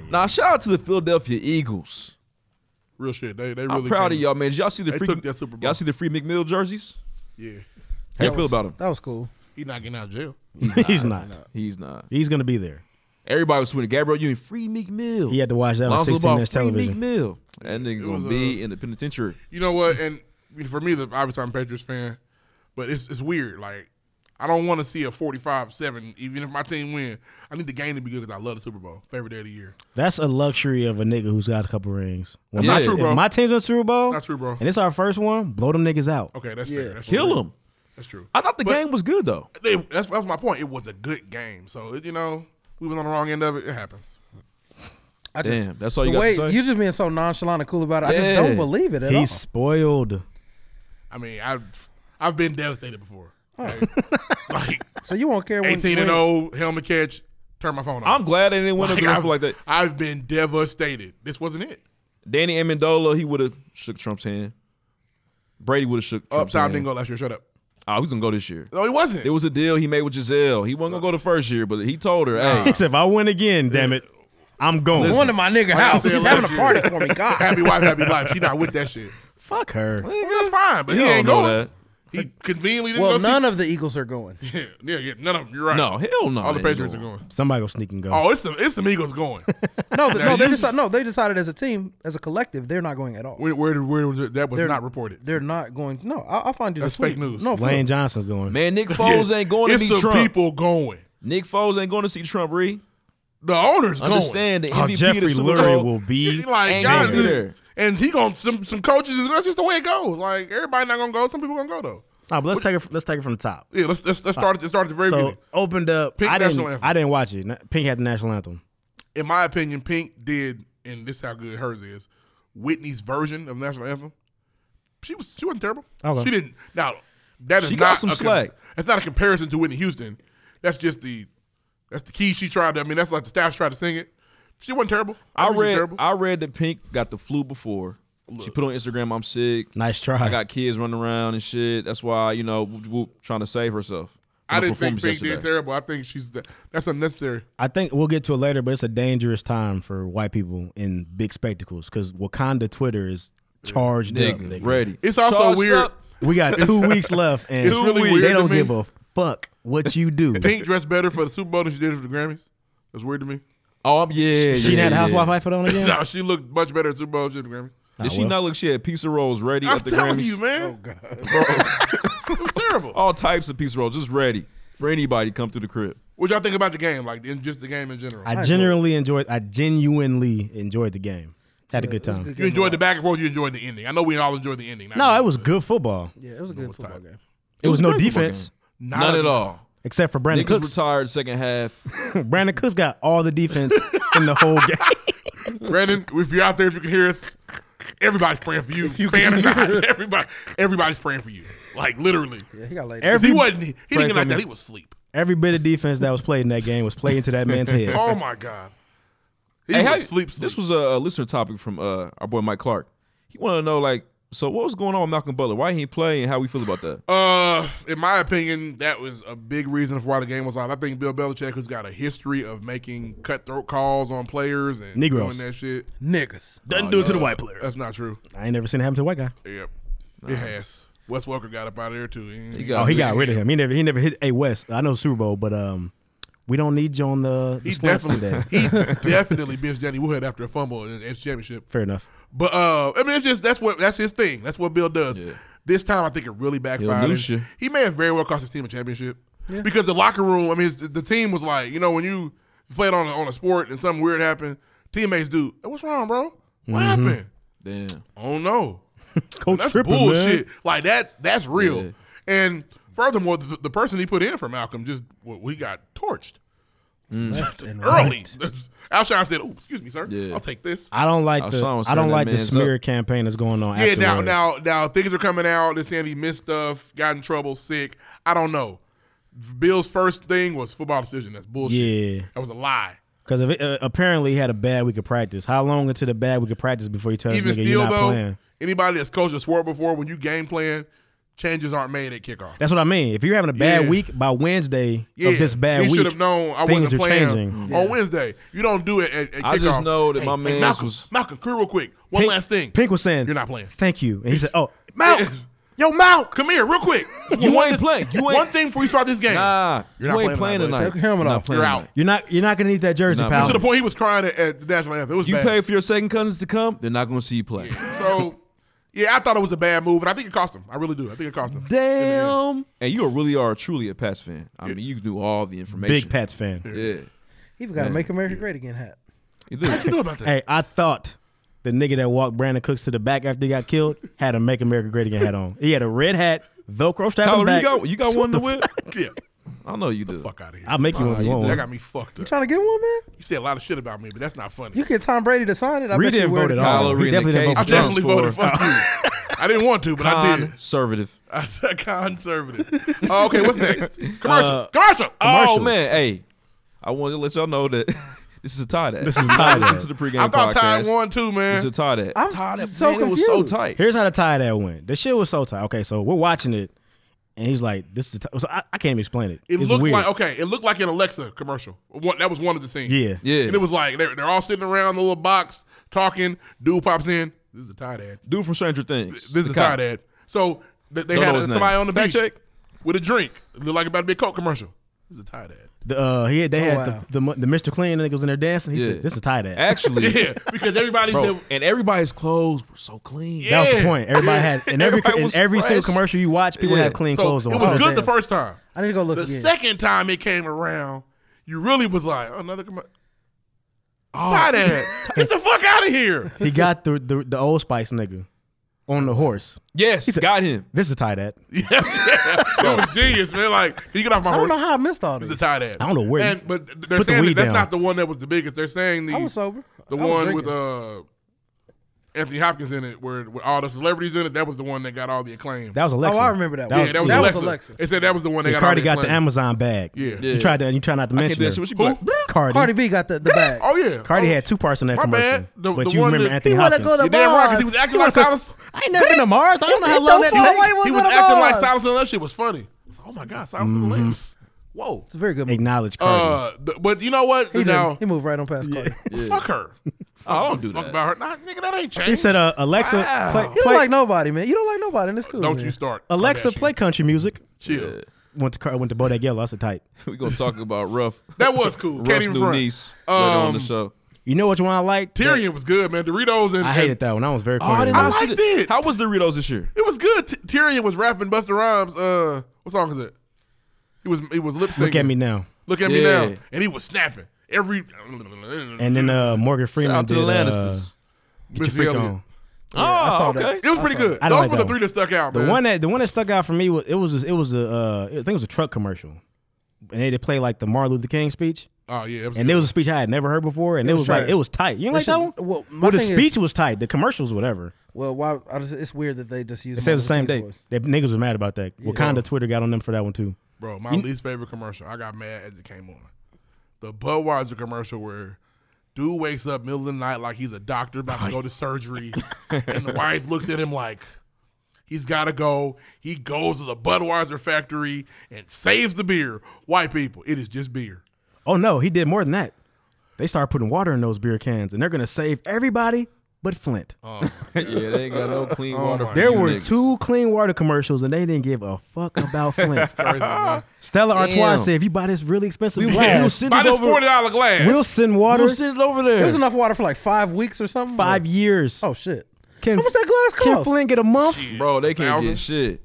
[SPEAKER 1] Now shout out to the Philadelphia Eagles.
[SPEAKER 5] Real shit. They they
[SPEAKER 1] I'm
[SPEAKER 5] really.
[SPEAKER 1] proud of
[SPEAKER 5] came-
[SPEAKER 1] y'all, man. Did y'all see the
[SPEAKER 5] They
[SPEAKER 1] free
[SPEAKER 5] took that Super Bowl.
[SPEAKER 1] Y'all see the free McMill jerseys?
[SPEAKER 5] Yeah.
[SPEAKER 1] How you feel about him?
[SPEAKER 4] That was cool.
[SPEAKER 5] He not getting out of jail.
[SPEAKER 7] He's not.
[SPEAKER 1] He's not.
[SPEAKER 7] He's gonna be there.
[SPEAKER 1] Everybody was tweeting Gabriel Union, free McMill.
[SPEAKER 7] He had to watch that on
[SPEAKER 1] Lonzo
[SPEAKER 7] 16
[SPEAKER 1] Ball,
[SPEAKER 7] inch
[SPEAKER 1] free
[SPEAKER 7] television.
[SPEAKER 1] McMill. That nigga
[SPEAKER 5] was, uh,
[SPEAKER 1] gonna be in the penitentiary.
[SPEAKER 5] You know what? And I mean, for me, the obviously I'm a Patriots fan, but it's it's weird. Like I don't want to see a 45-7, even if my team win. I need the game to be good because I love the Super Bowl, favorite day of the year.
[SPEAKER 7] That's a luxury of a nigga who's got a couple rings.
[SPEAKER 1] That's
[SPEAKER 7] When my,
[SPEAKER 1] not true,
[SPEAKER 7] if
[SPEAKER 5] bro.
[SPEAKER 7] my team's on Super Bowl,
[SPEAKER 5] Not true, bro.
[SPEAKER 7] and it's our first one, blow them niggas out.
[SPEAKER 5] Okay, that's fair. That's
[SPEAKER 1] Kill
[SPEAKER 5] true.
[SPEAKER 1] him.
[SPEAKER 5] That's true.
[SPEAKER 1] I thought the
[SPEAKER 5] But-
[SPEAKER 1] game was good though.
[SPEAKER 5] They- that's that's my point. It was a good game, so you know we was on the wrong end of it. It happens.
[SPEAKER 4] I just
[SPEAKER 1] Damn, that's all you
[SPEAKER 4] the
[SPEAKER 1] got
[SPEAKER 4] way
[SPEAKER 1] to say.
[SPEAKER 4] you just being so nonchalant and cool about it. I just
[SPEAKER 1] Yeah.
[SPEAKER 4] don't believe it at
[SPEAKER 7] He's spoiled.
[SPEAKER 5] I mean, I've I've been devastated before. Like, (laughs) like
[SPEAKER 4] all. So you won't care when
[SPEAKER 5] eighteen
[SPEAKER 4] when,
[SPEAKER 5] and old helmet catch. Turn my phone off.
[SPEAKER 1] I'm glad they didn't win a
[SPEAKER 5] I've,
[SPEAKER 1] girl like that.
[SPEAKER 5] I've been devastated. This wasn't it.
[SPEAKER 1] Danny Amendola, he would have shook Trump's hand. Brady would have shook Trump's
[SPEAKER 5] Uptime
[SPEAKER 1] hand.
[SPEAKER 5] didn't go last year. Shut up.
[SPEAKER 1] Oh, he's gonna go this year.
[SPEAKER 5] No, he wasn't. (laughs)
[SPEAKER 1] It was a deal he made with Giselle. He wasn't gonna go the first year, but he told her, "Hey,
[SPEAKER 7] He said, if I win again, damn it, I'm going.
[SPEAKER 1] Listen.
[SPEAKER 4] Going to my nigga
[SPEAKER 5] I
[SPEAKER 4] house.
[SPEAKER 5] said
[SPEAKER 4] He's
[SPEAKER 5] last
[SPEAKER 4] having a
[SPEAKER 5] year.
[SPEAKER 4] party
[SPEAKER 1] (laughs)
[SPEAKER 4] for me. God.
[SPEAKER 5] happy wife, happy life. She not with that shit.
[SPEAKER 7] Fuck her.
[SPEAKER 5] Well, that's fine, but
[SPEAKER 1] You
[SPEAKER 5] he
[SPEAKER 1] don't
[SPEAKER 5] ain't
[SPEAKER 1] know
[SPEAKER 5] going.
[SPEAKER 1] that.
[SPEAKER 5] He He conveniently didn't go
[SPEAKER 4] Well, none of the Eagles
[SPEAKER 1] (laughs)
[SPEAKER 4] are going.
[SPEAKER 5] see. yeah, yeah, none of them. You're right.
[SPEAKER 1] No, hell no.
[SPEAKER 5] all the
[SPEAKER 1] they ain't
[SPEAKER 5] Patriots are
[SPEAKER 1] going.
[SPEAKER 5] going.
[SPEAKER 7] Somebody go sneak and go.
[SPEAKER 5] Oh, it's the it's the Migos going.
[SPEAKER 4] No, th- no, they
[SPEAKER 5] you-
[SPEAKER 4] decided. No, they decided as a team, as a collective, they're not going at
[SPEAKER 5] (laughs)
[SPEAKER 4] all.
[SPEAKER 5] where where, where was it? that was
[SPEAKER 4] They're-
[SPEAKER 5] not reported.
[SPEAKER 4] They're not going. No, I- I'll find you.
[SPEAKER 5] That's
[SPEAKER 4] the tweet.
[SPEAKER 5] fake news.
[SPEAKER 4] No, for
[SPEAKER 7] Lane
[SPEAKER 4] real.
[SPEAKER 7] Johnson's going.
[SPEAKER 1] Man,
[SPEAKER 5] (laughs)
[SPEAKER 1] Nick Foles ain't going
[SPEAKER 5] it's
[SPEAKER 1] to meet
[SPEAKER 5] some
[SPEAKER 1] Trump.
[SPEAKER 5] people going.
[SPEAKER 1] Nick Foles ain't going to see Trump, Reed.
[SPEAKER 5] The owner's
[SPEAKER 1] Understand the
[SPEAKER 7] How
[SPEAKER 1] MVP
[SPEAKER 7] Oh, Jeffrey
[SPEAKER 1] of the Super
[SPEAKER 7] Lurie
[SPEAKER 1] Bowl.
[SPEAKER 7] will
[SPEAKER 5] going.
[SPEAKER 7] be.
[SPEAKER 5] Yeah, (laughs) Like
[SPEAKER 1] ain't
[SPEAKER 5] y'all
[SPEAKER 1] gonna be
[SPEAKER 5] do-
[SPEAKER 1] there.
[SPEAKER 5] And he going some some coaches. That's just the way it goes. Like everybody not gonna go. Some people gonna go though.
[SPEAKER 7] Nah, but let's take it. From, let's take it from the top.
[SPEAKER 5] Yeah, let's let's, let's start. Let's start at the very
[SPEAKER 7] So
[SPEAKER 5] beginning.
[SPEAKER 7] opened up.
[SPEAKER 5] Pink
[SPEAKER 7] I didn't.
[SPEAKER 5] national anthem.
[SPEAKER 7] I didn't watch it. Na- Pink had the national anthem.
[SPEAKER 5] In my opinion, Pink did, and this is how good hers is. Whitney's version of national anthem. She was she wasn't terrible.
[SPEAKER 7] Okay.
[SPEAKER 5] She didn't. Now that is
[SPEAKER 1] She got
[SPEAKER 5] not
[SPEAKER 1] some
[SPEAKER 5] a com-
[SPEAKER 1] slack.
[SPEAKER 5] that's not a comparison to Whitney Houston. That's just the that's the key she tried. to I mean, that's like the staff tried to sing it. She wasn't terrible.
[SPEAKER 1] I
[SPEAKER 5] think she's
[SPEAKER 1] read.
[SPEAKER 5] terrible.
[SPEAKER 1] I read that Pink got the flu before. She put on Instagram, "I'm sick.
[SPEAKER 7] Nice try.
[SPEAKER 1] I got kids running around and shit. That's why you know, whoop, whoop, trying to save herself." from
[SPEAKER 5] I
[SPEAKER 1] her
[SPEAKER 5] didn't think
[SPEAKER 1] performance
[SPEAKER 5] Pink did
[SPEAKER 1] yesterday.
[SPEAKER 5] terrible. I think she's the, that's unnecessary.
[SPEAKER 7] I think we'll get to it later, but it's a dangerous time for white people in big spectacles because Wakanda Twitter is charged up.
[SPEAKER 1] Nigga,
[SPEAKER 7] nigga.
[SPEAKER 1] ready.
[SPEAKER 5] It's also
[SPEAKER 1] Charged
[SPEAKER 5] weird.
[SPEAKER 1] up.
[SPEAKER 7] We got two weeks left, and
[SPEAKER 5] It's really
[SPEAKER 7] they
[SPEAKER 5] weird to
[SPEAKER 7] don't
[SPEAKER 5] me.
[SPEAKER 7] give a fuck what you do.
[SPEAKER 5] Pink dressed better for the Super Bowl than she did for the Grammys. That's weird to me.
[SPEAKER 1] Oh I'm- yeah,
[SPEAKER 7] she
[SPEAKER 1] yeah,
[SPEAKER 7] had
[SPEAKER 1] yeah.
[SPEAKER 7] house Wi-Fi for
[SPEAKER 1] (laughs)
[SPEAKER 7] on again.
[SPEAKER 5] no, she looked much better at Super Bowl than she did the Grammys.
[SPEAKER 1] Did she
[SPEAKER 7] well.
[SPEAKER 1] not look? She had pizza rolls ready
[SPEAKER 5] I'm
[SPEAKER 1] at the
[SPEAKER 5] telling
[SPEAKER 1] Grammys.
[SPEAKER 5] you, man. Oh (laughs) god, it was terrible.
[SPEAKER 1] All types of pizza rolls, just ready for anybody to come through the crib.
[SPEAKER 5] What y'all think about the game? Like, in just the game in general.
[SPEAKER 7] I genuinely enjoyed. I genuinely enjoyed the game. Had a good
[SPEAKER 4] It was a
[SPEAKER 7] time.
[SPEAKER 4] good
[SPEAKER 5] you
[SPEAKER 4] game.
[SPEAKER 5] enjoyed the back and forth. You enjoyed the ending. I know we all enjoyed the ending.
[SPEAKER 7] No, it was good football.
[SPEAKER 4] Yeah, it was a good football game.
[SPEAKER 7] It was
[SPEAKER 1] was a
[SPEAKER 7] no
[SPEAKER 1] great football
[SPEAKER 7] defense
[SPEAKER 5] Not
[SPEAKER 1] None
[SPEAKER 5] a-
[SPEAKER 1] at all.
[SPEAKER 7] except for Brandon
[SPEAKER 1] Niggas
[SPEAKER 7] Cooks.
[SPEAKER 1] retired second
[SPEAKER 5] (laughs)
[SPEAKER 1] half.
[SPEAKER 7] Brandon Cooks got all the defense in the whole game.
[SPEAKER 5] Brandon, if you're out there, if you can hear us, everybody's praying for you. fan or not, everybody, everybody's praying for you. Like literally,
[SPEAKER 4] Yeah, he got laid.
[SPEAKER 5] if
[SPEAKER 7] Every
[SPEAKER 5] he wasn't, he didn't
[SPEAKER 7] Praying
[SPEAKER 5] get
[SPEAKER 7] for
[SPEAKER 5] like that.
[SPEAKER 7] me.
[SPEAKER 5] He was asleep.
[SPEAKER 7] every bit of defense that was played in that game was played into that man's
[SPEAKER 5] (laughs)
[SPEAKER 7] head.
[SPEAKER 5] Oh my god, he
[SPEAKER 1] Hey,
[SPEAKER 5] was
[SPEAKER 1] how-
[SPEAKER 5] asleep,
[SPEAKER 1] This
[SPEAKER 5] asleep.
[SPEAKER 1] was a, a listener topic from uh, our boy Mike Clark. He wanted to know like, so what was going on with Malcolm Butler? Why he ain't play and how we feel about that?
[SPEAKER 5] Uh, in my opinion, that was a big reason for why the game was out. I think Bill Belichick, who's got a history of making cutthroat calls on players and
[SPEAKER 7] Negroes.
[SPEAKER 5] doing that shit,
[SPEAKER 4] Niggas.
[SPEAKER 7] Doesn't do it to the white players.
[SPEAKER 5] that's not true.
[SPEAKER 7] I ain't never seen it happen to a white guy.
[SPEAKER 5] Yep, it has. Wes Welker got up out of there too. He
[SPEAKER 1] got-
[SPEAKER 7] Oh, he
[SPEAKER 1] Yeah.
[SPEAKER 7] got rid of him. He never he never hit a West. I know Super Bowl, but um, we don't need you on the, the
[SPEAKER 5] He
[SPEAKER 7] slants
[SPEAKER 5] definitely, (laughs)
[SPEAKER 7] today.
[SPEAKER 5] he definitely benched Danny Wood after a fumble in the championship.
[SPEAKER 7] Fair enough.
[SPEAKER 5] But uh, I mean, it's just that's what that's his thing. That's what Bill does. This time, I think it really backfired.
[SPEAKER 1] lose you.
[SPEAKER 5] He may have very well cost his team a championship because the locker room. I mean, it's- the team was like, you know, when you played on a, on a sport and something weird happened, teammates do, "Hey, what's wrong, bro? What happened?
[SPEAKER 1] Damn.
[SPEAKER 5] I don't know.
[SPEAKER 7] Coach
[SPEAKER 5] That's
[SPEAKER 7] tripping, man.
[SPEAKER 5] bullshit. Like that's that's real.
[SPEAKER 1] Yeah.
[SPEAKER 5] And furthermore, the, the person he put in for Malcolm just well, we got torched
[SPEAKER 4] Left Mm. and
[SPEAKER 5] early.
[SPEAKER 4] right.
[SPEAKER 5] (laughs) Alshon said, "Oh, excuse me, sir.
[SPEAKER 1] Yeah.
[SPEAKER 5] I'll take this."
[SPEAKER 7] I don't like
[SPEAKER 1] Oh,
[SPEAKER 7] the
[SPEAKER 1] Sean was
[SPEAKER 7] I don't
[SPEAKER 1] turning
[SPEAKER 7] like
[SPEAKER 1] that
[SPEAKER 7] the
[SPEAKER 1] man's
[SPEAKER 7] smear
[SPEAKER 1] up.
[SPEAKER 7] campaign that's going on.
[SPEAKER 5] Yeah, now,
[SPEAKER 7] afterwards.
[SPEAKER 5] now, now things are coming out. They're saying he missed stuff, got in trouble, sick. I don't know. Bill's first thing was football decision. That's bullshit.
[SPEAKER 7] Yeah,
[SPEAKER 5] That was a lie.
[SPEAKER 7] because uh, apparently he had a bad week of practice. How long into the bad week of practice before you tell this
[SPEAKER 5] Even
[SPEAKER 7] nigga you're
[SPEAKER 5] still,
[SPEAKER 7] not
[SPEAKER 5] though,
[SPEAKER 7] playing?
[SPEAKER 5] anybody that's coached a sport before, when you game plan, changes aren't made at kickoff.
[SPEAKER 7] That's what I mean. If you're having a bad
[SPEAKER 5] Yeah.
[SPEAKER 7] week by Wednesday
[SPEAKER 5] Yeah,
[SPEAKER 7] of this bad
[SPEAKER 5] he
[SPEAKER 7] week,
[SPEAKER 5] should have known I
[SPEAKER 7] things
[SPEAKER 5] wasn't
[SPEAKER 7] are
[SPEAKER 5] playing
[SPEAKER 7] changing.
[SPEAKER 5] on Wednesday. You don't do it at, at kickoff.
[SPEAKER 1] I just know that my mans
[SPEAKER 5] Malcolm,
[SPEAKER 1] was-
[SPEAKER 5] Malcolm. Career real quick. One
[SPEAKER 7] Pink-
[SPEAKER 5] last thing. (laughs)
[SPEAKER 7] Pink was saying,
[SPEAKER 5] You're not playing.
[SPEAKER 7] Thank you. And he said, "Oh,
[SPEAKER 5] (laughs)
[SPEAKER 7] Mount, yo, Mount."
[SPEAKER 5] Come here, real quick.
[SPEAKER 1] You
[SPEAKER 5] One-
[SPEAKER 1] ain't playing.
[SPEAKER 5] (laughs)
[SPEAKER 1] You ain't-
[SPEAKER 5] One thing before you start this game.
[SPEAKER 1] Nah,
[SPEAKER 5] You're
[SPEAKER 1] you
[SPEAKER 5] not
[SPEAKER 1] ain't
[SPEAKER 5] playing
[SPEAKER 1] playing
[SPEAKER 5] tonight, bud.
[SPEAKER 1] tonight.
[SPEAKER 4] Take your helmet
[SPEAKER 1] Not
[SPEAKER 4] off.
[SPEAKER 1] playing
[SPEAKER 5] You're
[SPEAKER 1] tonight.
[SPEAKER 5] out.
[SPEAKER 7] You're not. You're not gonna need that jersey,
[SPEAKER 1] Nah,
[SPEAKER 7] pal.
[SPEAKER 5] To the point he was crying at, at the national anthem. It was
[SPEAKER 1] You
[SPEAKER 5] bad.
[SPEAKER 1] pay for your second cousins to come, they're not going to see you play.
[SPEAKER 5] So, yeah, I thought it was a bad move, and I think it cost him. I really do. I think it cost him.
[SPEAKER 1] Damn. And you really are truly a Pats fan. I mean, you knew all the information.
[SPEAKER 7] Big Pats fan.
[SPEAKER 1] Yeah.
[SPEAKER 4] He even got a Make America Great Again hat.
[SPEAKER 1] You do.
[SPEAKER 5] What you know about that?
[SPEAKER 7] Hey, I thought the nigga that walked Brandon Cooks to the back after he got killed had a Make America Great Again hat on. He had a red hat, Velcro strap
[SPEAKER 1] Tyler,
[SPEAKER 7] on the back.
[SPEAKER 1] you got, you got one to win?
[SPEAKER 5] Yeah,
[SPEAKER 1] I know you do.
[SPEAKER 5] fuck out of here.
[SPEAKER 7] I'll make you one if you
[SPEAKER 1] you
[SPEAKER 7] want
[SPEAKER 5] that
[SPEAKER 7] one.
[SPEAKER 5] got me fucked up.
[SPEAKER 4] Trying to get one, man?
[SPEAKER 5] You said a lot of shit about me, but that's not funny.
[SPEAKER 4] You get Tom Brady to sign it. I
[SPEAKER 7] Reed
[SPEAKER 4] bet you
[SPEAKER 7] didn't
[SPEAKER 4] wear
[SPEAKER 7] vote
[SPEAKER 4] it
[SPEAKER 7] at
[SPEAKER 4] again.
[SPEAKER 7] all.
[SPEAKER 1] Kyler
[SPEAKER 7] He
[SPEAKER 1] Reed and
[SPEAKER 7] definitely didn't
[SPEAKER 1] Case
[SPEAKER 5] I
[SPEAKER 7] vote for Trump.
[SPEAKER 5] definitely voted
[SPEAKER 1] for
[SPEAKER 5] fuck you. I didn't want to, but I did.
[SPEAKER 1] conservative.
[SPEAKER 5] (laughs) I said conservative. Oh, okay,
[SPEAKER 1] (laughs)
[SPEAKER 5] what's next? Commercial. commercial.
[SPEAKER 1] Uh, Oh
[SPEAKER 7] Commercials.
[SPEAKER 1] man, hey, I wanted to let y'all know that (laughs) this is a tie. That
[SPEAKER 7] This is a
[SPEAKER 1] (laughs)
[SPEAKER 7] tie
[SPEAKER 1] Listen
[SPEAKER 7] that.
[SPEAKER 1] to the pregame
[SPEAKER 5] I thought
[SPEAKER 1] podcast.
[SPEAKER 5] Tide won too,
[SPEAKER 1] This is
[SPEAKER 5] man.
[SPEAKER 1] a tie. That
[SPEAKER 4] I'm
[SPEAKER 1] tie. That
[SPEAKER 4] so
[SPEAKER 1] man, it was so
[SPEAKER 4] confused.
[SPEAKER 1] tight.
[SPEAKER 7] Here's how the tie that went. The shit was so tight. Okay, so we're watching it, and he's like, "This is." The tie. So I, I can't even explain it.
[SPEAKER 5] It
[SPEAKER 7] it's
[SPEAKER 5] looked
[SPEAKER 7] weird.
[SPEAKER 5] like okay. It looked like an Alexa commercial. One- that was one of the scenes.
[SPEAKER 7] Yeah.
[SPEAKER 1] Yeah.
[SPEAKER 5] And it was like they're, they're all sitting around the little box talking. Dude pops in. This is a tie dad.
[SPEAKER 1] Dude from Stranger Things.
[SPEAKER 5] This is
[SPEAKER 1] The
[SPEAKER 5] a
[SPEAKER 1] cop.
[SPEAKER 5] tie dad. So They, they
[SPEAKER 1] Don't know
[SPEAKER 5] had
[SPEAKER 1] his
[SPEAKER 5] somebody
[SPEAKER 1] name.
[SPEAKER 5] on the
[SPEAKER 1] Fact
[SPEAKER 5] beach
[SPEAKER 1] check.
[SPEAKER 5] with a drink. It looked like about to be a Coke commercial. This is a tie dad.
[SPEAKER 7] The, uh, he had, they had
[SPEAKER 4] wow.
[SPEAKER 7] the, the the Mr. Clean nigga was in there dancing. He
[SPEAKER 1] Yeah.
[SPEAKER 7] said, "This is tie dad."
[SPEAKER 1] Actually,
[SPEAKER 5] (laughs) Yeah, because everybody's
[SPEAKER 1] bro,
[SPEAKER 5] there.
[SPEAKER 1] and everybody's clothes were so clean.
[SPEAKER 5] Yeah.
[SPEAKER 7] that was the point. Everybody had in every
[SPEAKER 1] Everybody
[SPEAKER 7] in
[SPEAKER 1] was
[SPEAKER 7] every single
[SPEAKER 1] fresh.
[SPEAKER 7] commercial you watch, people
[SPEAKER 1] Yeah.
[SPEAKER 7] have clean
[SPEAKER 5] So
[SPEAKER 7] clothes
[SPEAKER 5] it
[SPEAKER 7] on.
[SPEAKER 5] was
[SPEAKER 4] Oh,
[SPEAKER 5] good the
[SPEAKER 4] damn.
[SPEAKER 5] first time.
[SPEAKER 4] I need to go look
[SPEAKER 5] The
[SPEAKER 4] again.
[SPEAKER 5] second time it came around, you really was like, another commercial.
[SPEAKER 1] Oh.
[SPEAKER 5] Tie dad. Get the fuck out of here. (laughs)
[SPEAKER 7] he got the, the the Old Spice nigga on the horse.
[SPEAKER 1] Yes, got him.
[SPEAKER 7] This is tie dad.
[SPEAKER 5] That was genius, man. Like, he get off my
[SPEAKER 4] I don't
[SPEAKER 5] horse.
[SPEAKER 4] know how I missed all
[SPEAKER 5] It's a
[SPEAKER 4] this.
[SPEAKER 5] tie dad.
[SPEAKER 7] I don't know where you-
[SPEAKER 5] And, but they're
[SPEAKER 7] Put the
[SPEAKER 5] saying that
[SPEAKER 7] weed
[SPEAKER 5] that's
[SPEAKER 7] down.
[SPEAKER 5] not the one that was the biggest. They're saying the
[SPEAKER 4] I was sober.
[SPEAKER 5] the
[SPEAKER 4] I was
[SPEAKER 5] one
[SPEAKER 4] drinking.
[SPEAKER 5] with uh Anthony Hopkins in it, where with all the celebrities in it. That was the one that got all the acclaim.
[SPEAKER 7] That was Alexa.
[SPEAKER 4] Oh, I remember that one.
[SPEAKER 5] yeah, that was,
[SPEAKER 4] that was
[SPEAKER 5] Alexa.
[SPEAKER 4] Alexa.
[SPEAKER 5] They said that was the one that
[SPEAKER 7] Yeah,
[SPEAKER 5] got
[SPEAKER 7] Cardi
[SPEAKER 5] all
[SPEAKER 7] got the
[SPEAKER 5] acclaim.
[SPEAKER 7] Amazon bag.
[SPEAKER 5] Yeah.
[SPEAKER 7] You tried to you try not to
[SPEAKER 1] I can't
[SPEAKER 7] mention
[SPEAKER 1] do
[SPEAKER 7] her.
[SPEAKER 1] that shit. What you
[SPEAKER 5] Who?
[SPEAKER 1] black?
[SPEAKER 4] Cardi
[SPEAKER 7] Cardi. Cardi,
[SPEAKER 4] B got the, the bag.
[SPEAKER 5] Oh yeah, oh,
[SPEAKER 7] had two parts in that
[SPEAKER 5] My
[SPEAKER 7] commercial.
[SPEAKER 5] bad. The-
[SPEAKER 7] but
[SPEAKER 5] the
[SPEAKER 7] you
[SPEAKER 5] one
[SPEAKER 7] remember
[SPEAKER 5] that-
[SPEAKER 7] Anthony
[SPEAKER 4] He wanna
[SPEAKER 7] Hopkins.
[SPEAKER 4] go to
[SPEAKER 5] You damn right, 'cause he
[SPEAKER 4] bars.
[SPEAKER 5] was acting like Silas.
[SPEAKER 7] I ain't never been to Mars. I don't know how long that Mm-hmm.
[SPEAKER 4] far away
[SPEAKER 7] takes.
[SPEAKER 5] He was
[SPEAKER 4] we'll go to
[SPEAKER 5] acting like
[SPEAKER 4] Mars.
[SPEAKER 5] Silas, and that shit was funny. It's like, oh my god, Silas and the Lips. Whoa.
[SPEAKER 4] It's a very good movie.
[SPEAKER 7] Acknowledge Cardi.
[SPEAKER 5] Uh, th- but you know what?
[SPEAKER 4] He,
[SPEAKER 5] now,
[SPEAKER 4] didn't. he moved right on past
[SPEAKER 5] (laughs)
[SPEAKER 4] Cardi.
[SPEAKER 5] fuck
[SPEAKER 7] (laughs)
[SPEAKER 5] her.
[SPEAKER 1] I don't do
[SPEAKER 5] fuck
[SPEAKER 1] that.
[SPEAKER 5] about her. Nah, nigga, that ain't changed.
[SPEAKER 7] he said, uh, "Alexa, play,
[SPEAKER 4] You don't
[SPEAKER 7] play
[SPEAKER 4] like nobody, man. You don't like nobody, and it's cool.
[SPEAKER 5] "Don't
[SPEAKER 4] man.
[SPEAKER 5] you start."
[SPEAKER 7] uh, Alexa,
[SPEAKER 5] Kardashian.
[SPEAKER 7] play country music."
[SPEAKER 5] Chill.
[SPEAKER 7] Went to Car- went to Bodak Yellow. That's a tight.
[SPEAKER 1] (laughs) We gonna talk about rough.
[SPEAKER 5] That was
[SPEAKER 1] (laughs)
[SPEAKER 5] cool. Can't
[SPEAKER 1] Ruff's
[SPEAKER 5] even
[SPEAKER 1] new
[SPEAKER 5] front.
[SPEAKER 1] niece later on the
[SPEAKER 5] Um,
[SPEAKER 1] show.
[SPEAKER 7] You know which one I liked?
[SPEAKER 5] Tyrion was good, man. Doritos and
[SPEAKER 7] I
[SPEAKER 5] and-
[SPEAKER 7] hated that one. I was very.
[SPEAKER 1] I
[SPEAKER 7] corny.
[SPEAKER 1] did
[SPEAKER 5] Oh, I
[SPEAKER 1] not see
[SPEAKER 5] liked
[SPEAKER 1] that.
[SPEAKER 5] it.
[SPEAKER 1] How was Doritos this year?
[SPEAKER 5] It was good. T- Tyrion was rapping Buster Rhymes. Uh, what song is it? He was he was lip syncing.
[SPEAKER 7] Look at me now.
[SPEAKER 5] Look at me
[SPEAKER 1] Yeah.
[SPEAKER 5] now. And he was snapping every.
[SPEAKER 7] And then uh, Morgan
[SPEAKER 1] Shout
[SPEAKER 7] Freeman
[SPEAKER 1] out to the
[SPEAKER 7] did. uh,
[SPEAKER 1] Lannisters.
[SPEAKER 7] Get your freak on.
[SPEAKER 1] Oh, okay.
[SPEAKER 5] It was pretty good.
[SPEAKER 7] I
[SPEAKER 5] Those were
[SPEAKER 7] didn't like
[SPEAKER 5] the
[SPEAKER 7] that
[SPEAKER 5] three
[SPEAKER 7] one.
[SPEAKER 5] that stuck out,
[SPEAKER 7] The
[SPEAKER 5] man.
[SPEAKER 7] one that the one that stuck out for me was it was it was a uh, I think it was a truck commercial, and they, they played like the Martin Luther King speech,
[SPEAKER 5] oh yeah, it was
[SPEAKER 7] and it was a speech I had never heard before, and it, was, like
[SPEAKER 4] trash.
[SPEAKER 7] it was tight. You didn't like
[SPEAKER 4] shit-
[SPEAKER 7] that one?
[SPEAKER 4] well, my
[SPEAKER 7] the
[SPEAKER 4] thing is-
[SPEAKER 7] speech was tight. The commercials, whatever.
[SPEAKER 4] Well, why? I just, it's weird that they just use.
[SPEAKER 7] It said the
[SPEAKER 4] Martin
[SPEAKER 7] same
[SPEAKER 4] Luther
[SPEAKER 7] day.
[SPEAKER 4] King's voice.
[SPEAKER 7] That niggas was mad about that. Wakanda Twitter got on them for that one too.
[SPEAKER 5] bro. My least favorite commercial. I got mad as it came on. The Budweiser commercial where. Dude wakes up middle of the night like he's a doctor about
[SPEAKER 7] Oh,
[SPEAKER 5] to go to
[SPEAKER 7] (laughs)
[SPEAKER 5] surgery, and the wife looks at him like he's got to go. He goes to the Budweiser factory and saves the beer. White people, it is just beer.
[SPEAKER 7] Oh no, he did more than that. They started putting water in those beer cans, and they're gonna save everybody but Flint.
[SPEAKER 1] yeah, they ain't got no clean
[SPEAKER 5] Oh
[SPEAKER 1] water. for
[SPEAKER 7] there
[SPEAKER 1] you
[SPEAKER 7] were
[SPEAKER 1] niggas.
[SPEAKER 7] two clean water commercials, and they didn't give a fuck
[SPEAKER 1] (laughs)
[SPEAKER 7] about Flint.
[SPEAKER 5] Crazy, man.
[SPEAKER 7] Stella Artois
[SPEAKER 1] Damn.
[SPEAKER 7] said, "If you buy this really expensive
[SPEAKER 1] We-
[SPEAKER 7] glass,
[SPEAKER 1] we'll send
[SPEAKER 5] Uh-huh. Buy
[SPEAKER 1] it
[SPEAKER 5] this
[SPEAKER 1] over.
[SPEAKER 5] forty dollar glass.
[SPEAKER 7] We'll send water
[SPEAKER 1] We'll send it over there.
[SPEAKER 4] There was enough water for like five weeks or something.
[SPEAKER 7] five
[SPEAKER 4] Or-
[SPEAKER 7] years.
[SPEAKER 4] Oh
[SPEAKER 7] (laughs)
[SPEAKER 4] shit.
[SPEAKER 7] can,
[SPEAKER 4] How much that glass
[SPEAKER 7] Can
[SPEAKER 4] cost?
[SPEAKER 7] Flynn get a month?
[SPEAKER 1] Bro, they can't
[SPEAKER 5] Thousand.
[SPEAKER 1] get shit.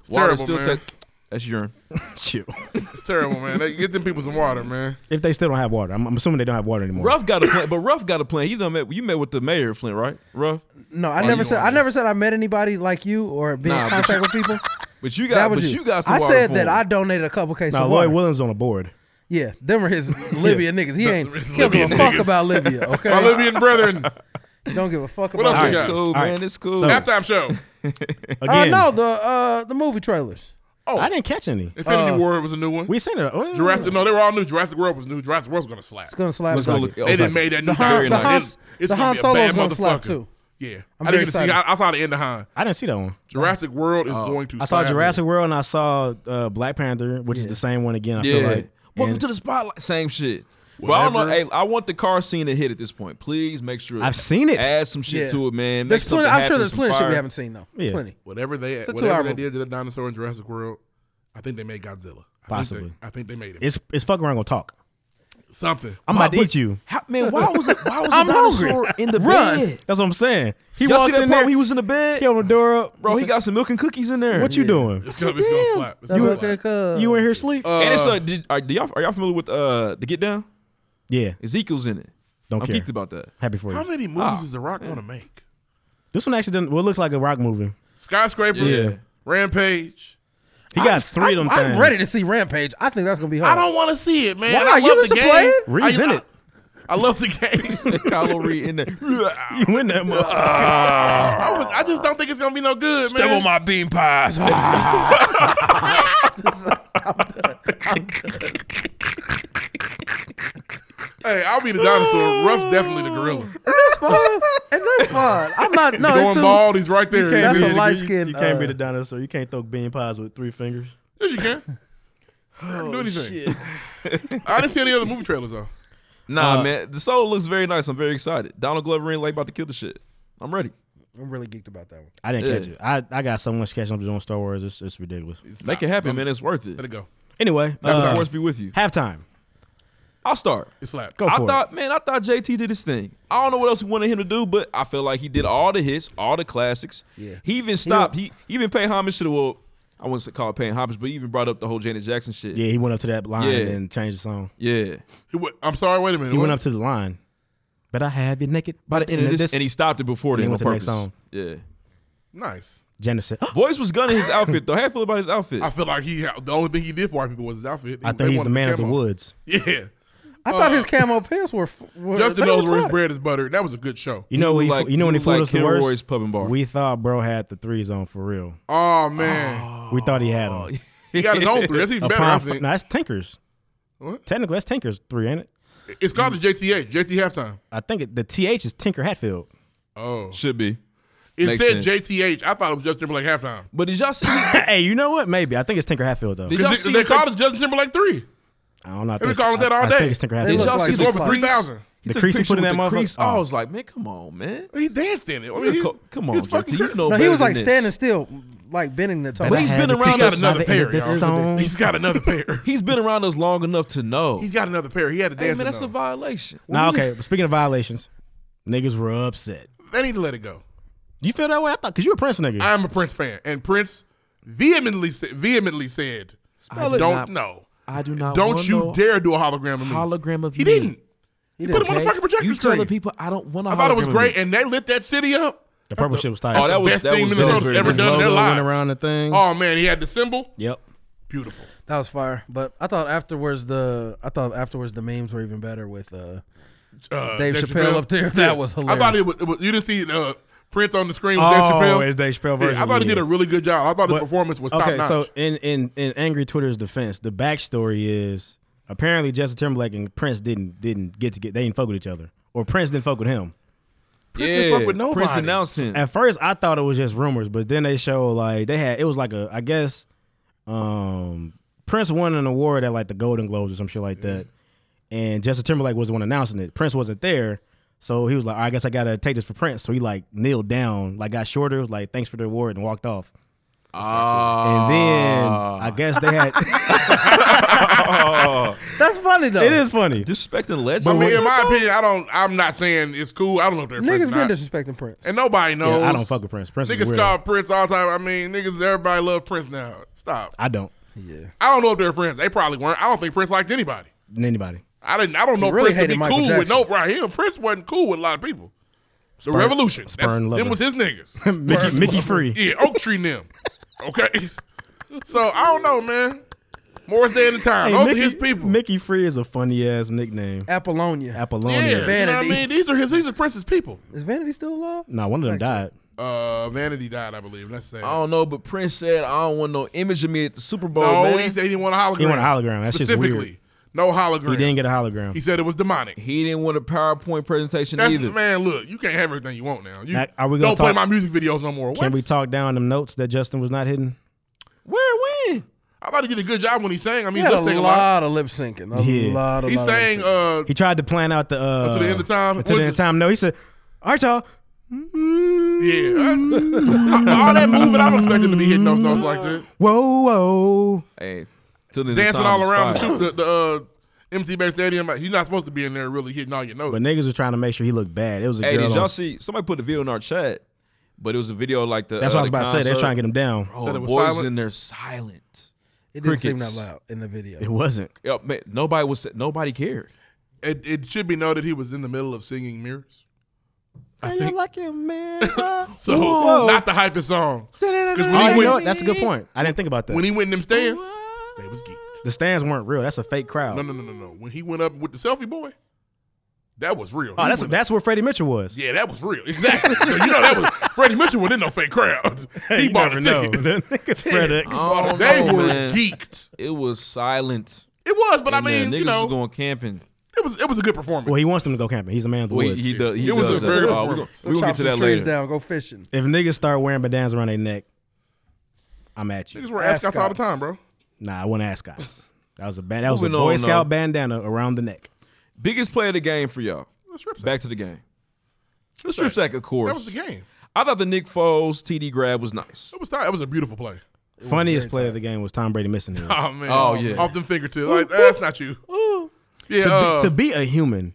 [SPEAKER 5] it's
[SPEAKER 1] Water
[SPEAKER 5] terrible,
[SPEAKER 1] still
[SPEAKER 5] man.
[SPEAKER 1] take. That's urine.
[SPEAKER 7] Chill.
[SPEAKER 5] it's terrible, man. They- get them people some water,
[SPEAKER 4] (laughs)
[SPEAKER 5] man.
[SPEAKER 7] if they still don't have water, I'm, I'm assuming they don't have water anymore.
[SPEAKER 1] Ruff got a plan, but Ruff got a plan. You done met. You met with the mayor of Flint, right? Ruff.
[SPEAKER 4] No, I
[SPEAKER 5] Oh,
[SPEAKER 4] never
[SPEAKER 5] you
[SPEAKER 4] said.
[SPEAKER 5] on
[SPEAKER 4] I
[SPEAKER 5] this.
[SPEAKER 4] never said I met anybody like you or been
[SPEAKER 1] Nah,
[SPEAKER 4] in
[SPEAKER 1] but
[SPEAKER 4] contact with people.
[SPEAKER 5] (laughs)
[SPEAKER 1] But you
[SPEAKER 4] That
[SPEAKER 1] got.
[SPEAKER 4] was
[SPEAKER 1] But you got some.
[SPEAKER 4] I
[SPEAKER 1] water
[SPEAKER 4] said
[SPEAKER 1] for
[SPEAKER 4] that
[SPEAKER 1] him.
[SPEAKER 4] I donated a couple cases.
[SPEAKER 7] Now
[SPEAKER 4] of
[SPEAKER 7] Lloyd
[SPEAKER 4] water.
[SPEAKER 7] Willens on the board.
[SPEAKER 4] Yeah, them are his Libya niggas. He ain't he don't give
[SPEAKER 5] Libyan
[SPEAKER 4] a fuck
[SPEAKER 5] niggas.
[SPEAKER 4] about Libya. Okay,
[SPEAKER 5] My Libyan brethren,
[SPEAKER 4] (laughs) don't give a fuck
[SPEAKER 5] What
[SPEAKER 4] about.
[SPEAKER 5] else we
[SPEAKER 1] It's
[SPEAKER 5] got?
[SPEAKER 4] Libya.
[SPEAKER 1] cool,
[SPEAKER 7] All right.
[SPEAKER 1] man. It's cool.
[SPEAKER 7] So-
[SPEAKER 5] halftime show.
[SPEAKER 4] Uh,
[SPEAKER 7] Again,
[SPEAKER 4] no, the uh the movie trailers.
[SPEAKER 5] Oh,
[SPEAKER 7] I didn't catch any.
[SPEAKER 5] Infinity
[SPEAKER 4] uh,
[SPEAKER 5] War was a new one.
[SPEAKER 7] We seen it. Oh, yeah.
[SPEAKER 5] Jurassic, no, they were all new. Jurassic World was new. Jurassic World's gonna slap.
[SPEAKER 4] It's gonna slap.
[SPEAKER 1] Let's go
[SPEAKER 4] Zaki.
[SPEAKER 1] look-
[SPEAKER 5] they
[SPEAKER 1] oh, Zaki.
[SPEAKER 5] didn't make that new.
[SPEAKER 4] The Han-
[SPEAKER 5] Very
[SPEAKER 4] the
[SPEAKER 5] nice.
[SPEAKER 4] Han-
[SPEAKER 5] It's- it's
[SPEAKER 4] the
[SPEAKER 5] gonna
[SPEAKER 4] Han
[SPEAKER 5] be a
[SPEAKER 4] Solo's
[SPEAKER 5] bad
[SPEAKER 4] gonna slap
[SPEAKER 5] motherfucker.
[SPEAKER 4] too.
[SPEAKER 5] Yeah,
[SPEAKER 4] I'm
[SPEAKER 5] I
[SPEAKER 4] very
[SPEAKER 5] didn't see.
[SPEAKER 4] excited. Uh,
[SPEAKER 5] I, I saw the end of Han.
[SPEAKER 7] I didn't see that one.
[SPEAKER 5] Jurassic World is going to.
[SPEAKER 7] I saw
[SPEAKER 5] slap.
[SPEAKER 7] Jurassic World and I saw uh, Black Panther, which is the same one again. I feel
[SPEAKER 1] Yeah.
[SPEAKER 7] like.
[SPEAKER 1] Welcome
[SPEAKER 7] And
[SPEAKER 1] to the spotlight. Same shit. But I don't know. Hey,
[SPEAKER 5] Whatever.
[SPEAKER 1] I want the car scene to hit at this point. Please make sure
[SPEAKER 7] I've seen it.
[SPEAKER 1] Add some shit
[SPEAKER 4] Yeah.
[SPEAKER 1] to it, man. Make
[SPEAKER 4] There's plenty.
[SPEAKER 1] something
[SPEAKER 4] I'm sure
[SPEAKER 1] happen,
[SPEAKER 4] there's
[SPEAKER 1] some
[SPEAKER 4] plenty of shit
[SPEAKER 1] fire.
[SPEAKER 4] we haven't seen though.
[SPEAKER 7] Yeah.
[SPEAKER 4] Plenty.
[SPEAKER 5] Whatever they
[SPEAKER 4] a
[SPEAKER 5] whatever
[SPEAKER 4] two-hour
[SPEAKER 5] they
[SPEAKER 4] movie.
[SPEAKER 5] did to the dinosaur in Jurassic World, I think they made Godzilla. I
[SPEAKER 7] Possibly.
[SPEAKER 5] think they, I think they made it.
[SPEAKER 7] It's it's fuck around gonna talk.
[SPEAKER 4] (laughs)
[SPEAKER 5] something.
[SPEAKER 7] I'm about to
[SPEAKER 1] But-
[SPEAKER 7] eat you.
[SPEAKER 1] How, man, why was it? Why was a
[SPEAKER 7] I'm
[SPEAKER 1] dinosaur
[SPEAKER 7] hungry.
[SPEAKER 1] in the
[SPEAKER 7] Run.
[SPEAKER 1] bed?
[SPEAKER 7] That's what I'm saying. He
[SPEAKER 1] Y'all
[SPEAKER 7] walked
[SPEAKER 1] see that
[SPEAKER 7] in
[SPEAKER 1] part
[SPEAKER 7] there.
[SPEAKER 1] where he was in the bed?
[SPEAKER 7] he opened the door up,
[SPEAKER 1] Bro, he got some milk and cookies in there.
[SPEAKER 7] What you doing?
[SPEAKER 5] It's gonna, it's gonna slap. It's
[SPEAKER 4] That
[SPEAKER 5] gonna
[SPEAKER 4] look
[SPEAKER 5] slap.
[SPEAKER 4] like, uh,
[SPEAKER 7] You in here sleep?
[SPEAKER 1] and it's uh, did, are, do y'all, are y'all familiar with uh, the Get Down?
[SPEAKER 7] yeah.
[SPEAKER 1] Ezekiel's in it.
[SPEAKER 7] Don't
[SPEAKER 1] I'm
[SPEAKER 7] care.
[SPEAKER 1] geeked about that. (laughs)
[SPEAKER 7] Happy for
[SPEAKER 5] How
[SPEAKER 7] you.
[SPEAKER 5] many
[SPEAKER 1] Ah,
[SPEAKER 5] movies is The Rock gonna make?
[SPEAKER 7] This one actually doesn't. Well, it looks like a rock movie.
[SPEAKER 5] Skyscraper,
[SPEAKER 1] Yeah.
[SPEAKER 5] Rampage.
[SPEAKER 7] He got three of them
[SPEAKER 4] I'm,
[SPEAKER 7] things.
[SPEAKER 4] I'm ready to see Rampage. I think that's gonna be
[SPEAKER 5] I
[SPEAKER 4] hard.
[SPEAKER 5] don't want to see it, man.
[SPEAKER 4] Why
[SPEAKER 5] I
[SPEAKER 4] not?
[SPEAKER 5] love
[SPEAKER 4] You
[SPEAKER 5] the
[SPEAKER 4] used to
[SPEAKER 5] game.
[SPEAKER 4] play it.
[SPEAKER 7] Reeves
[SPEAKER 5] I,
[SPEAKER 7] in
[SPEAKER 5] I-
[SPEAKER 7] it.
[SPEAKER 5] I love the game. (laughs)
[SPEAKER 1] Kylo Reed in there.
[SPEAKER 7] (laughs)
[SPEAKER 1] (laughs)
[SPEAKER 7] You win that motherfucker.
[SPEAKER 5] I, was, I just don't think it's gonna be no good, man.
[SPEAKER 1] my bean
[SPEAKER 5] (laughs)
[SPEAKER 1] pies.
[SPEAKER 5] Hey, I'll be the dinosaur. Ruff's definitely the
[SPEAKER 4] (laughs)
[SPEAKER 5] gorilla.
[SPEAKER 4] That's fun. and that's fun. I'm not. No, it's
[SPEAKER 5] Going
[SPEAKER 4] too,
[SPEAKER 5] bald, he's right there.
[SPEAKER 4] That's
[SPEAKER 5] Yes,
[SPEAKER 4] a light skin.
[SPEAKER 7] You can't be
[SPEAKER 4] uh,
[SPEAKER 7] the dinosaur. You can't throw bean pies with three fingers.
[SPEAKER 5] you can. I
[SPEAKER 4] Oh,
[SPEAKER 5] can do anything. I didn't see any other movie trailers though.
[SPEAKER 1] Uh, nah, man. The soul looks very nice. I'm very excited. Donald Glover ain't like about to kill the shit. I'm ready.
[SPEAKER 4] I'm really geeked about that one.
[SPEAKER 7] I didn't catch
[SPEAKER 1] Yeah.
[SPEAKER 7] it. I, I got so much catching up to doing Star Wars. It's, it's ridiculous.
[SPEAKER 1] Make it happen, man. It's worth it.
[SPEAKER 5] Let it go.
[SPEAKER 7] Anyway,
[SPEAKER 1] Have the
[SPEAKER 7] uh,
[SPEAKER 1] force be with you.
[SPEAKER 7] halftime.
[SPEAKER 1] I'll start.
[SPEAKER 5] It slapped.
[SPEAKER 7] Go
[SPEAKER 1] I
[SPEAKER 7] for it.
[SPEAKER 1] thought, man, I thought JT did his thing. I don't know what else we wanted him to do, but I feel like he did all the hits, all the classics. Yeah. He even stopped. He, he even paid homage to the well. I wouldn't call it paying homage, but he even brought up the whole Janet Jackson shit.
[SPEAKER 7] Yeah, he went up to that line
[SPEAKER 1] Yeah.
[SPEAKER 7] and changed the song.
[SPEAKER 1] Yeah.
[SPEAKER 5] He went, I'm sorry. Wait a minute.
[SPEAKER 7] He went
[SPEAKER 5] what?
[SPEAKER 7] up to the line. But I have you naked.
[SPEAKER 1] By the end of this, and he stopped it before
[SPEAKER 7] And he
[SPEAKER 1] then on
[SPEAKER 7] went to the
[SPEAKER 1] purpose.
[SPEAKER 7] next song.
[SPEAKER 1] Yeah.
[SPEAKER 5] nice.
[SPEAKER 1] (gasps)
[SPEAKER 7] Janice said,
[SPEAKER 1] Voice was gunning his outfit though. How you feel about his outfit?
[SPEAKER 5] I feel like he the only thing he did for white people was his outfit.
[SPEAKER 7] I
[SPEAKER 5] They
[SPEAKER 7] think he's the
[SPEAKER 5] wanted
[SPEAKER 7] man of the
[SPEAKER 5] camo.
[SPEAKER 7] woods.
[SPEAKER 5] (laughs)
[SPEAKER 7] (laughs)
[SPEAKER 5] Yeah.
[SPEAKER 4] I thought his camo pants were. f- were
[SPEAKER 5] Justin
[SPEAKER 4] they were
[SPEAKER 5] knows where his
[SPEAKER 4] tight.
[SPEAKER 5] bread is buttered. That was a good show.
[SPEAKER 7] You know,
[SPEAKER 1] look
[SPEAKER 7] what he,
[SPEAKER 1] like-
[SPEAKER 7] you know when
[SPEAKER 1] you
[SPEAKER 7] he
[SPEAKER 1] look
[SPEAKER 7] fooled
[SPEAKER 1] like
[SPEAKER 7] us the
[SPEAKER 1] Kilroy's
[SPEAKER 7] worst?
[SPEAKER 1] Pub and Bar.
[SPEAKER 7] We thought bro had the threes on for real.
[SPEAKER 5] Oh man,
[SPEAKER 7] We thought he had
[SPEAKER 5] (laughs)
[SPEAKER 7] them.
[SPEAKER 5] he got his own three. That's even
[SPEAKER 7] (laughs) A
[SPEAKER 5] Oh, better. I
[SPEAKER 7] prime,
[SPEAKER 5] think
[SPEAKER 7] no, that's Tinker's.
[SPEAKER 5] What?
[SPEAKER 7] Technically, that's Tinker's three, ain't it?
[SPEAKER 5] it's called the JTA. JT halftime.
[SPEAKER 7] I think it, the TH is Tinker Hatfield. (laughs)
[SPEAKER 5] Oh,
[SPEAKER 1] Should be.
[SPEAKER 5] it
[SPEAKER 1] Makes
[SPEAKER 5] said
[SPEAKER 1] sense.
[SPEAKER 5] JTH. I thought it was Justin Timberlake halftime.
[SPEAKER 1] But did y'all see?
[SPEAKER 7] hey, you know what? Maybe I think it's Tinker Hatfield though.
[SPEAKER 1] Did y'all
[SPEAKER 5] Is
[SPEAKER 1] see
[SPEAKER 5] it- They
[SPEAKER 1] him take-
[SPEAKER 5] called it Justin Timberlake three.
[SPEAKER 7] I don't know. I
[SPEAKER 5] They
[SPEAKER 7] think
[SPEAKER 5] been calling
[SPEAKER 7] it's-
[SPEAKER 5] that
[SPEAKER 7] I-
[SPEAKER 5] all
[SPEAKER 7] I
[SPEAKER 5] day.
[SPEAKER 7] think it's Tinker
[SPEAKER 5] They
[SPEAKER 7] Hatfield.
[SPEAKER 1] Did y'all
[SPEAKER 4] look
[SPEAKER 1] see
[SPEAKER 4] like
[SPEAKER 1] the
[SPEAKER 5] Going for
[SPEAKER 1] crease?
[SPEAKER 5] three thousand.
[SPEAKER 1] He
[SPEAKER 7] The
[SPEAKER 1] took
[SPEAKER 7] crease he
[SPEAKER 1] picture
[SPEAKER 7] put in
[SPEAKER 1] with
[SPEAKER 7] that
[SPEAKER 1] the crease.
[SPEAKER 7] motherfucker?
[SPEAKER 1] I
[SPEAKER 7] Oh.
[SPEAKER 1] was like, man, come on, man.
[SPEAKER 5] He danced in it. I mean,
[SPEAKER 1] You're
[SPEAKER 5] he's-
[SPEAKER 1] co- come on,
[SPEAKER 5] he's
[SPEAKER 1] JT.
[SPEAKER 5] fucking
[SPEAKER 1] You
[SPEAKER 5] crazy.
[SPEAKER 1] know
[SPEAKER 4] No, he
[SPEAKER 1] better
[SPEAKER 4] was
[SPEAKER 1] than
[SPEAKER 4] like
[SPEAKER 1] this.
[SPEAKER 4] standing still, like bending the top.
[SPEAKER 1] But he's been around
[SPEAKER 5] got
[SPEAKER 1] us.
[SPEAKER 5] another pair, y'all.
[SPEAKER 7] This song.
[SPEAKER 5] He's got another
[SPEAKER 7] (laughs)
[SPEAKER 5] pair.
[SPEAKER 1] He's been around us long enough to know.
[SPEAKER 5] He's got another pair. He had a
[SPEAKER 1] Hey,
[SPEAKER 5] dance.
[SPEAKER 1] man, that's a
[SPEAKER 5] vibe.
[SPEAKER 1] violation.
[SPEAKER 7] Nah, okay. But speaking of violations, niggas were upset.
[SPEAKER 5] They need to let it go.
[SPEAKER 7] You feel that way? I thought because you a Prince nigga.
[SPEAKER 5] I'm a Prince fan, and Prince vehemently sa- vehemently said,
[SPEAKER 1] Spell it.
[SPEAKER 5] "Don't
[SPEAKER 1] Not-
[SPEAKER 5] know.
[SPEAKER 1] I do not.
[SPEAKER 5] Don't
[SPEAKER 1] want
[SPEAKER 5] you
[SPEAKER 1] no
[SPEAKER 5] dare do a hologram of me."
[SPEAKER 1] hologram of
[SPEAKER 5] he
[SPEAKER 1] me.
[SPEAKER 5] didn't. He put him on the
[SPEAKER 1] okay?
[SPEAKER 5] fucking projector
[SPEAKER 1] You tell
[SPEAKER 5] screen.
[SPEAKER 1] the people I don't want to.
[SPEAKER 5] I thought it was great, and they lit that city up.
[SPEAKER 7] the purple shit was tight.
[SPEAKER 1] Oh, that
[SPEAKER 5] the
[SPEAKER 1] was
[SPEAKER 5] best
[SPEAKER 1] that
[SPEAKER 5] thing
[SPEAKER 1] was
[SPEAKER 5] Minnesota's
[SPEAKER 1] dope.
[SPEAKER 5] ever
[SPEAKER 7] His
[SPEAKER 5] done in their
[SPEAKER 7] logo
[SPEAKER 5] lives.
[SPEAKER 7] went around the thing.
[SPEAKER 5] Oh man, he had the symbol.
[SPEAKER 7] Yep.
[SPEAKER 5] Beautiful.
[SPEAKER 4] That was fire. But I thought afterwards the I thought afterwards the memes were even better with uh
[SPEAKER 5] Uh,
[SPEAKER 4] Dave Chappelle up there, that was
[SPEAKER 5] I thought
[SPEAKER 4] hilarious.
[SPEAKER 5] it was, it was- You didn't see uh, Prince on the screen with Dave
[SPEAKER 7] Oh,
[SPEAKER 5] Chappelle.
[SPEAKER 7] it's Dave Chappelle
[SPEAKER 5] Yeah,
[SPEAKER 7] version.
[SPEAKER 5] I thought he
[SPEAKER 7] yeah.
[SPEAKER 5] did a really good job. I thought his
[SPEAKER 7] But-
[SPEAKER 5] performance was top
[SPEAKER 7] Okay,
[SPEAKER 5] notch.
[SPEAKER 7] so in, in in angry Twitter's defense, the backstory is apparently Justin Timberlake and Prince didn't didn't get to get they didn't fuck with each other, or Prince didn't fuck with him.
[SPEAKER 1] Prince
[SPEAKER 5] didn't fuck with
[SPEAKER 1] Prince
[SPEAKER 5] nobody.
[SPEAKER 1] announced him.
[SPEAKER 7] At first, I thought it was just rumors, but then they show like they had it was like a I guess um Prince won an award at like the Golden Globes or some shit like that, and Justin Timberlake was the one announcing it. Prince wasn't there. So he was like, I guess I gotta take this for Prince. So he like kneeled down, like got shorter, was like, thanks for the award, and walked off. and then
[SPEAKER 5] Ah.
[SPEAKER 7] I guess they had (laughs)
[SPEAKER 4] That's funny though.
[SPEAKER 7] It is funny.
[SPEAKER 1] disrespecting legends.
[SPEAKER 5] I mean, in my opinion, I don't. I'm not saying it's cool. I don't know if they're Prince
[SPEAKER 4] Niggas
[SPEAKER 5] or
[SPEAKER 4] been
[SPEAKER 5] not.
[SPEAKER 4] disrespecting Prince.
[SPEAKER 5] and nobody knows.
[SPEAKER 7] Yeah, I don't fuck with Prince. Prince is
[SPEAKER 5] niggas
[SPEAKER 7] weird.
[SPEAKER 5] call Prince all the time. I mean, niggas, everybody love Prince now. Stop.
[SPEAKER 7] I don't.
[SPEAKER 5] I don't know if they're friends. They probably weren't. I don't think Prince liked anybody.
[SPEAKER 7] Anybody.
[SPEAKER 5] I didn't. I don't know
[SPEAKER 4] He really
[SPEAKER 5] Prince to be
[SPEAKER 4] hated Michael
[SPEAKER 5] cool with
[SPEAKER 4] Jackson.
[SPEAKER 5] no right here. Prince wasn't cool with a lot of people. The Revolution. That's,
[SPEAKER 7] Spurn
[SPEAKER 5] them
[SPEAKER 7] lovers.
[SPEAKER 5] was his niggas.
[SPEAKER 7] Mickey, Mickey Free.
[SPEAKER 5] yeah, Oak Tree and them. Okay. So I don't know, man. Morris Day and the Time. Those
[SPEAKER 7] Mickey,
[SPEAKER 5] are his people.
[SPEAKER 7] Mickey Free is a funny ass nickname.
[SPEAKER 4] Apollonia.
[SPEAKER 5] yeah,
[SPEAKER 7] Apollonia.
[SPEAKER 5] you know what I
[SPEAKER 4] Vanity.
[SPEAKER 5] mean. These are his. These are Prince's people.
[SPEAKER 4] is Vanity still alive?
[SPEAKER 7] Nah, one of them died.
[SPEAKER 5] Uh, Vanity died, I believe. Let's say.
[SPEAKER 1] I don't know, but Prince said I don't want no image of me at the Super Bowl.
[SPEAKER 5] no,
[SPEAKER 1] man.
[SPEAKER 5] Oh, he said he didn't want a hologram.
[SPEAKER 7] He want a hologram. That shit's weird.
[SPEAKER 5] Specifically, no hologram.
[SPEAKER 7] He didn't get a hologram.
[SPEAKER 5] He said it was demonic.
[SPEAKER 1] He didn't want a PowerPoint presentation
[SPEAKER 5] That's,
[SPEAKER 1] either.
[SPEAKER 5] man, look, you can't have everything you want now. You
[SPEAKER 7] Now, are we gonna
[SPEAKER 5] don't play
[SPEAKER 7] talk-
[SPEAKER 5] my music videos no more. What?
[SPEAKER 7] Can we talk down them notes that Justin was not hitting?
[SPEAKER 1] Where when?
[SPEAKER 5] I thought he did a good job when he sang. I
[SPEAKER 4] He
[SPEAKER 5] mean,
[SPEAKER 4] had a
[SPEAKER 5] just saying a lot.
[SPEAKER 4] lot of lip syncing. A
[SPEAKER 7] Yeah.
[SPEAKER 4] lot of
[SPEAKER 5] He sang uh,
[SPEAKER 7] He tried to plan out the uh
[SPEAKER 5] Until the end of time?
[SPEAKER 7] Until the end of time. No, he said, All right, y'all.
[SPEAKER 5] (laughs) yeah. all that moving, I'm expecting to be hitting those notes like that.
[SPEAKER 7] Whoa, whoa.
[SPEAKER 1] Hey, till the end of
[SPEAKER 5] Dancing
[SPEAKER 1] time
[SPEAKER 5] all
[SPEAKER 1] is
[SPEAKER 5] around the,
[SPEAKER 1] fire.
[SPEAKER 5] suit- the, the uh, MT Bay Stadium. He's not supposed to be in there really hitting all your notes.
[SPEAKER 7] But niggas was trying to make sure he looked bad. It was
[SPEAKER 1] (laughs)
[SPEAKER 7] a
[SPEAKER 1] Hey,
[SPEAKER 7] girl.
[SPEAKER 1] did y'all
[SPEAKER 7] on-
[SPEAKER 1] see? Somebody put a video in our chat, but it was a video like the.
[SPEAKER 7] That's
[SPEAKER 1] uh,
[SPEAKER 7] what I was
[SPEAKER 1] the
[SPEAKER 7] about to say. They're
[SPEAKER 1] concert.
[SPEAKER 7] trying to get him down.
[SPEAKER 1] Oh,
[SPEAKER 5] Said
[SPEAKER 1] the
[SPEAKER 5] it was
[SPEAKER 1] boys
[SPEAKER 5] silent?
[SPEAKER 1] in there silent.
[SPEAKER 4] It didn't seem that
[SPEAKER 1] crickets.
[SPEAKER 4] loud in the video.
[SPEAKER 7] It wasn't.
[SPEAKER 1] Yo, man, nobody was. Nobody cared.
[SPEAKER 5] it, it should be noted he was in the middle of singing Mirrors.
[SPEAKER 7] I think. like your
[SPEAKER 1] uh,
[SPEAKER 5] (laughs)
[SPEAKER 7] man.
[SPEAKER 5] So, not the hypest song.
[SPEAKER 7] Because
[SPEAKER 5] when he went-
[SPEAKER 7] that's a good point. I didn't think about that.
[SPEAKER 5] When he went in them stands, they was geeked.
[SPEAKER 7] the stands weren't real. That's a fake crowd.
[SPEAKER 5] No, no, no, no, no. When he went up with the selfie boy, that was real.
[SPEAKER 7] Oh,
[SPEAKER 5] He
[SPEAKER 7] that's
[SPEAKER 5] went up-
[SPEAKER 7] that's where Freddie Mitchell was.
[SPEAKER 5] yeah, that was real. (laughs) Exactly. so you know that was Freddie Mitchell wasn't in no fake
[SPEAKER 7] (laughs)
[SPEAKER 5] crowd. He bought Um, a (laughs) ticket.
[SPEAKER 7] FedEx.
[SPEAKER 1] I don't
[SPEAKER 5] They
[SPEAKER 1] know,
[SPEAKER 5] were
[SPEAKER 1] Oh, man.
[SPEAKER 5] geeked.
[SPEAKER 1] It was silent.
[SPEAKER 5] It was, but I
[SPEAKER 1] And then
[SPEAKER 5] mean,
[SPEAKER 1] niggas
[SPEAKER 5] you know,
[SPEAKER 1] was going camping.
[SPEAKER 5] it was it was a good performance.
[SPEAKER 7] Well, he wants them to go camping. He's a man of the
[SPEAKER 1] Well,
[SPEAKER 7] woods.
[SPEAKER 1] he, he, does, he
[SPEAKER 5] It was
[SPEAKER 1] does
[SPEAKER 5] a
[SPEAKER 1] that.
[SPEAKER 5] very-
[SPEAKER 1] Oh, we gon-
[SPEAKER 5] Go
[SPEAKER 1] we gonna get to
[SPEAKER 4] Chop some
[SPEAKER 1] that
[SPEAKER 4] trees
[SPEAKER 1] later.
[SPEAKER 4] down, go fishing.
[SPEAKER 7] if niggas start wearing bandanas around their neck, I'm at
[SPEAKER 5] Niggas
[SPEAKER 7] you.
[SPEAKER 5] wear ascots all the
[SPEAKER 4] Ascots.
[SPEAKER 5] time, bro.
[SPEAKER 7] Nah, I wouldn't ask
[SPEAKER 5] (laughs)
[SPEAKER 7] God. That was a band. That was a
[SPEAKER 1] Moving
[SPEAKER 7] Boy
[SPEAKER 1] on,
[SPEAKER 7] Scout
[SPEAKER 1] though.
[SPEAKER 7] bandana around the neck.
[SPEAKER 1] Biggest play of the game for y'all.
[SPEAKER 5] The strip sack.
[SPEAKER 1] Back to the game. The strip sack, of course.
[SPEAKER 5] That was the game.
[SPEAKER 1] I thought the Nick Foles TD grab was nice.
[SPEAKER 5] It was, tight. it was a beautiful play. (laughs)
[SPEAKER 7] Funniest play of the game was Tom Brady missing his.
[SPEAKER 5] Oh man.
[SPEAKER 1] Oh, yeah.
[SPEAKER 5] Off them fingertips. Like that's not you. Yeah.
[SPEAKER 7] to,
[SPEAKER 5] uh,
[SPEAKER 7] be, to be a human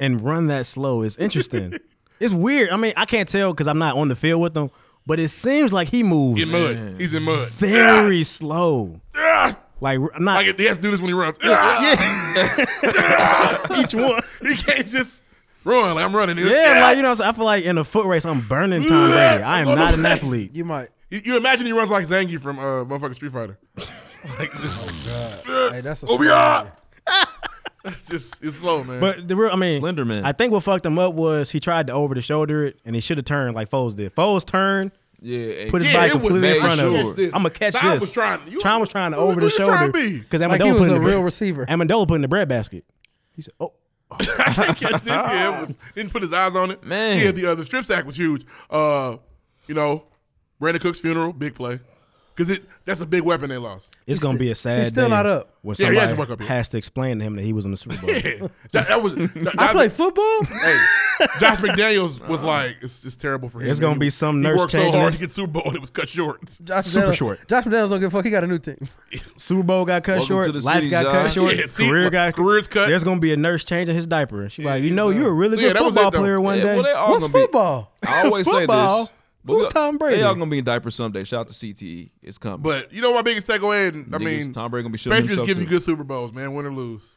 [SPEAKER 7] and run that slow
[SPEAKER 5] (laughs)
[SPEAKER 7] is interesting. it's weird. I mean, I can't tell because I'm not on the field with him, but it seems like he moves
[SPEAKER 5] in mud. He's in mud.
[SPEAKER 7] very slow.
[SPEAKER 5] Ah!
[SPEAKER 7] Like I'm not
[SPEAKER 5] Like he has to do this when he runs. Ah! (laughs)
[SPEAKER 7] each one.
[SPEAKER 5] He can't just run. Like I'm running. dude.
[SPEAKER 7] Yeah,
[SPEAKER 5] Ah!
[SPEAKER 7] like you know, what I'm saying? I feel like in a foot race, I'm burning
[SPEAKER 5] (laughs)
[SPEAKER 7] Tom Brady. I am not an athlete.
[SPEAKER 4] You might.
[SPEAKER 5] You, you imagine he runs like Zangief from uh, motherfucking Street Fighter. (laughs) like just, (laughs)
[SPEAKER 4] Hey, that's a.
[SPEAKER 5] oh
[SPEAKER 4] slow
[SPEAKER 5] yeah.
[SPEAKER 4] one.
[SPEAKER 5] That's just it's slow, man.
[SPEAKER 7] But the real, I mean,
[SPEAKER 1] Slender Man.
[SPEAKER 7] I think what fucked him up was he tried to over the shoulder it, and he should have turned like Foles did. Foles turned,
[SPEAKER 1] Yeah, and
[SPEAKER 7] put his
[SPEAKER 5] Yeah,
[SPEAKER 7] body
[SPEAKER 5] it was
[SPEAKER 7] completely in
[SPEAKER 1] made
[SPEAKER 7] front
[SPEAKER 1] sure.
[SPEAKER 7] of him. I'm gonna catch
[SPEAKER 5] Tom
[SPEAKER 7] this.
[SPEAKER 5] was trying- you-
[SPEAKER 7] Tom was trying to
[SPEAKER 5] who-
[SPEAKER 7] over
[SPEAKER 5] who
[SPEAKER 7] the
[SPEAKER 5] you trying to
[SPEAKER 7] shoulder
[SPEAKER 5] be?
[SPEAKER 7] because
[SPEAKER 4] Like he
[SPEAKER 7] Amendola
[SPEAKER 4] was
[SPEAKER 7] put in
[SPEAKER 4] a
[SPEAKER 7] the
[SPEAKER 4] real
[SPEAKER 7] bread-
[SPEAKER 4] receiver.
[SPEAKER 7] Amendola put in the bread basket. He said, "Oh,
[SPEAKER 5] I can't (laughs) catch it. Yeah, it was, didn't put his eyes on it.
[SPEAKER 1] Man.
[SPEAKER 5] yeah, the uh, the strip sack was huge. Uh, you know, Brandon Cook's funeral, big play, because it that's a big weapon they
[SPEAKER 7] (laughs)
[SPEAKER 5] lost.
[SPEAKER 7] it's gonna be a sad
[SPEAKER 4] he's still
[SPEAKER 7] day
[SPEAKER 4] not up.
[SPEAKER 7] when
[SPEAKER 5] Yeah, he
[SPEAKER 7] somebody
[SPEAKER 5] had to work up here.
[SPEAKER 7] has to explain to him that he was in the Super Bowl."
[SPEAKER 5] Yeah, (laughs) that, that was. That,
[SPEAKER 4] I play football.
[SPEAKER 5] Hey, Josh McDaniels was like, it's just terrible for him.
[SPEAKER 7] It's gonna
[SPEAKER 5] He-
[SPEAKER 7] be some
[SPEAKER 5] he
[SPEAKER 7] nurse
[SPEAKER 5] worked so
[SPEAKER 7] changing
[SPEAKER 5] hard
[SPEAKER 7] his-
[SPEAKER 5] to get Super Bowl and it was cut short.
[SPEAKER 4] Josh
[SPEAKER 7] Super
[SPEAKER 4] McDaniels-
[SPEAKER 7] short.
[SPEAKER 4] Josh McDaniels don't give a fuck. He got a new team.
[SPEAKER 7] Super Bowl got cut
[SPEAKER 1] Welcome
[SPEAKER 7] short.
[SPEAKER 1] to the
[SPEAKER 7] Life
[SPEAKER 1] city,
[SPEAKER 7] got cut
[SPEAKER 1] Josh.
[SPEAKER 7] short.
[SPEAKER 5] (laughs) Yeah, see,
[SPEAKER 7] career
[SPEAKER 5] my
[SPEAKER 7] got
[SPEAKER 5] career's cut.
[SPEAKER 7] There's gonna be a nurse changing his diaper. She like, you know, you're a really
[SPEAKER 5] So,
[SPEAKER 7] good
[SPEAKER 5] yeah, that was it,
[SPEAKER 7] football
[SPEAKER 5] though.
[SPEAKER 7] player one
[SPEAKER 1] Yeah,
[SPEAKER 7] day.
[SPEAKER 1] well, they all
[SPEAKER 4] What's
[SPEAKER 1] gonna be-
[SPEAKER 4] football?
[SPEAKER 1] I always say
[SPEAKER 7] Football?
[SPEAKER 1] this. but
[SPEAKER 7] Who's
[SPEAKER 1] we-
[SPEAKER 7] Tom Brady?
[SPEAKER 1] They all gonna be in diapers someday. Shout out to CTE. It's coming.
[SPEAKER 5] But you know my biggest takeaway, and I
[SPEAKER 1] Niggas,
[SPEAKER 5] mean,
[SPEAKER 1] Tom Brady gonna be showing
[SPEAKER 5] Patriots
[SPEAKER 1] himself
[SPEAKER 5] give you
[SPEAKER 1] too.
[SPEAKER 5] good Super Bowls, man, win or lose.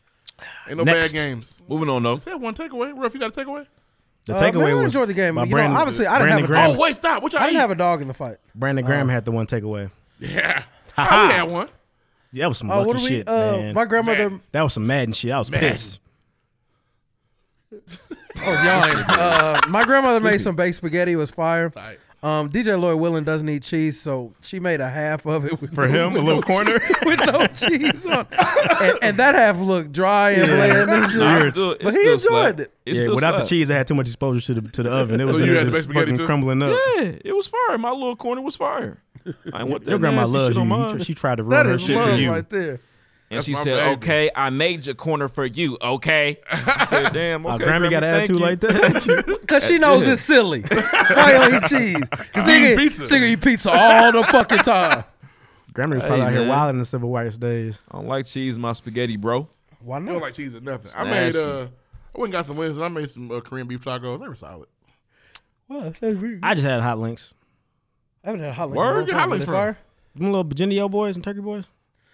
[SPEAKER 5] Ain't no
[SPEAKER 7] Next.
[SPEAKER 5] bad games.
[SPEAKER 1] Moving on though.
[SPEAKER 5] Is that one takeaway? Ruff, you got a takeaway?
[SPEAKER 7] The
[SPEAKER 4] Uh,
[SPEAKER 7] takeaway
[SPEAKER 4] man, I
[SPEAKER 7] was
[SPEAKER 4] enjoyed the game.
[SPEAKER 7] by
[SPEAKER 4] You know,
[SPEAKER 7] Brandon,
[SPEAKER 4] obviously, I didn't
[SPEAKER 7] Brandon
[SPEAKER 4] have a-
[SPEAKER 7] Graham.
[SPEAKER 5] Oh wait, stop! What y'all
[SPEAKER 4] I didn't
[SPEAKER 5] eat?
[SPEAKER 4] have a dog in the fight.
[SPEAKER 7] Brandon Graham had the one takeaway.
[SPEAKER 5] (laughs)
[SPEAKER 4] (laughs)
[SPEAKER 5] yeah, I would have one.
[SPEAKER 7] Yeah, that was some
[SPEAKER 4] Oh, what
[SPEAKER 7] lucky
[SPEAKER 4] are we?
[SPEAKER 7] shit,
[SPEAKER 4] uh,
[SPEAKER 7] man.
[SPEAKER 4] My grandmother. (laughs)
[SPEAKER 5] Man.
[SPEAKER 7] that was some Madden shit. I was pissed.
[SPEAKER 4] I was Oh, yawning. uh, my grandmother made some baked spaghetti. It was fire.
[SPEAKER 5] Tight.
[SPEAKER 4] Um, DJ Lloyd Willen doesn't eat cheese, so she made a half of it with
[SPEAKER 7] For him, a little
[SPEAKER 4] no
[SPEAKER 7] corner?
[SPEAKER 4] cheese- (laughs) with no cheese on, and, and that half looked dry and bland. It was
[SPEAKER 1] Nah, it's
[SPEAKER 4] just-
[SPEAKER 1] still- it's
[SPEAKER 4] but he
[SPEAKER 1] still
[SPEAKER 4] enjoyed
[SPEAKER 1] slap.
[SPEAKER 4] it.
[SPEAKER 1] It's
[SPEAKER 7] yeah,
[SPEAKER 1] still
[SPEAKER 7] without the
[SPEAKER 1] slap.
[SPEAKER 7] cheese, I had too much exposure to the to the oven. It
[SPEAKER 5] So
[SPEAKER 7] was
[SPEAKER 5] you
[SPEAKER 7] in there
[SPEAKER 5] had the
[SPEAKER 7] just
[SPEAKER 5] baked spaghetti
[SPEAKER 7] fucking
[SPEAKER 5] too?
[SPEAKER 7] crumbling up.
[SPEAKER 1] Yeah, it was fire. My little corner was fire. I want
[SPEAKER 7] Your
[SPEAKER 1] that
[SPEAKER 7] grandma
[SPEAKER 1] nasty
[SPEAKER 7] loves
[SPEAKER 1] shit on
[SPEAKER 7] you. You
[SPEAKER 1] mine.
[SPEAKER 7] tr- She tried to
[SPEAKER 4] That
[SPEAKER 7] ruin her
[SPEAKER 4] is
[SPEAKER 7] shit for
[SPEAKER 4] love
[SPEAKER 7] you.
[SPEAKER 4] right there.
[SPEAKER 1] And she
[SPEAKER 5] my
[SPEAKER 1] said,
[SPEAKER 5] baby.
[SPEAKER 1] "Okay, I made your corner for you. Okay." I said, "Damn,
[SPEAKER 7] My
[SPEAKER 1] okay."
[SPEAKER 7] Grammy got an
[SPEAKER 1] thank
[SPEAKER 7] attitude
[SPEAKER 1] you.
[SPEAKER 7] like that.
[SPEAKER 4] Cause she knows it's (laughs) silly. Why you don't eat cheese? Stinger,
[SPEAKER 5] pizza.
[SPEAKER 4] Stinger eat pizza all the fucking time.
[SPEAKER 7] Grammy was probably
[SPEAKER 1] Hey,
[SPEAKER 7] out here
[SPEAKER 1] man.
[SPEAKER 7] wilding in the civil rights days.
[SPEAKER 1] I don't like cheese, in my spaghetti, bro.
[SPEAKER 4] Why
[SPEAKER 5] I don't
[SPEAKER 4] not?
[SPEAKER 5] like cheese or nothing. I made
[SPEAKER 1] nasty.
[SPEAKER 5] uh, I went and got some wings and I made some uh, Korean beef tacos. They were solid.
[SPEAKER 4] Well, that's weird. I
[SPEAKER 7] I just had hot links.
[SPEAKER 4] haven't had a hot link. in a
[SPEAKER 5] Where
[SPEAKER 4] long
[SPEAKER 5] you get
[SPEAKER 4] time,
[SPEAKER 5] hot
[SPEAKER 4] but
[SPEAKER 5] links
[SPEAKER 4] it's
[SPEAKER 5] from?
[SPEAKER 4] fire.
[SPEAKER 7] Them little Virginia boys and turkey boys.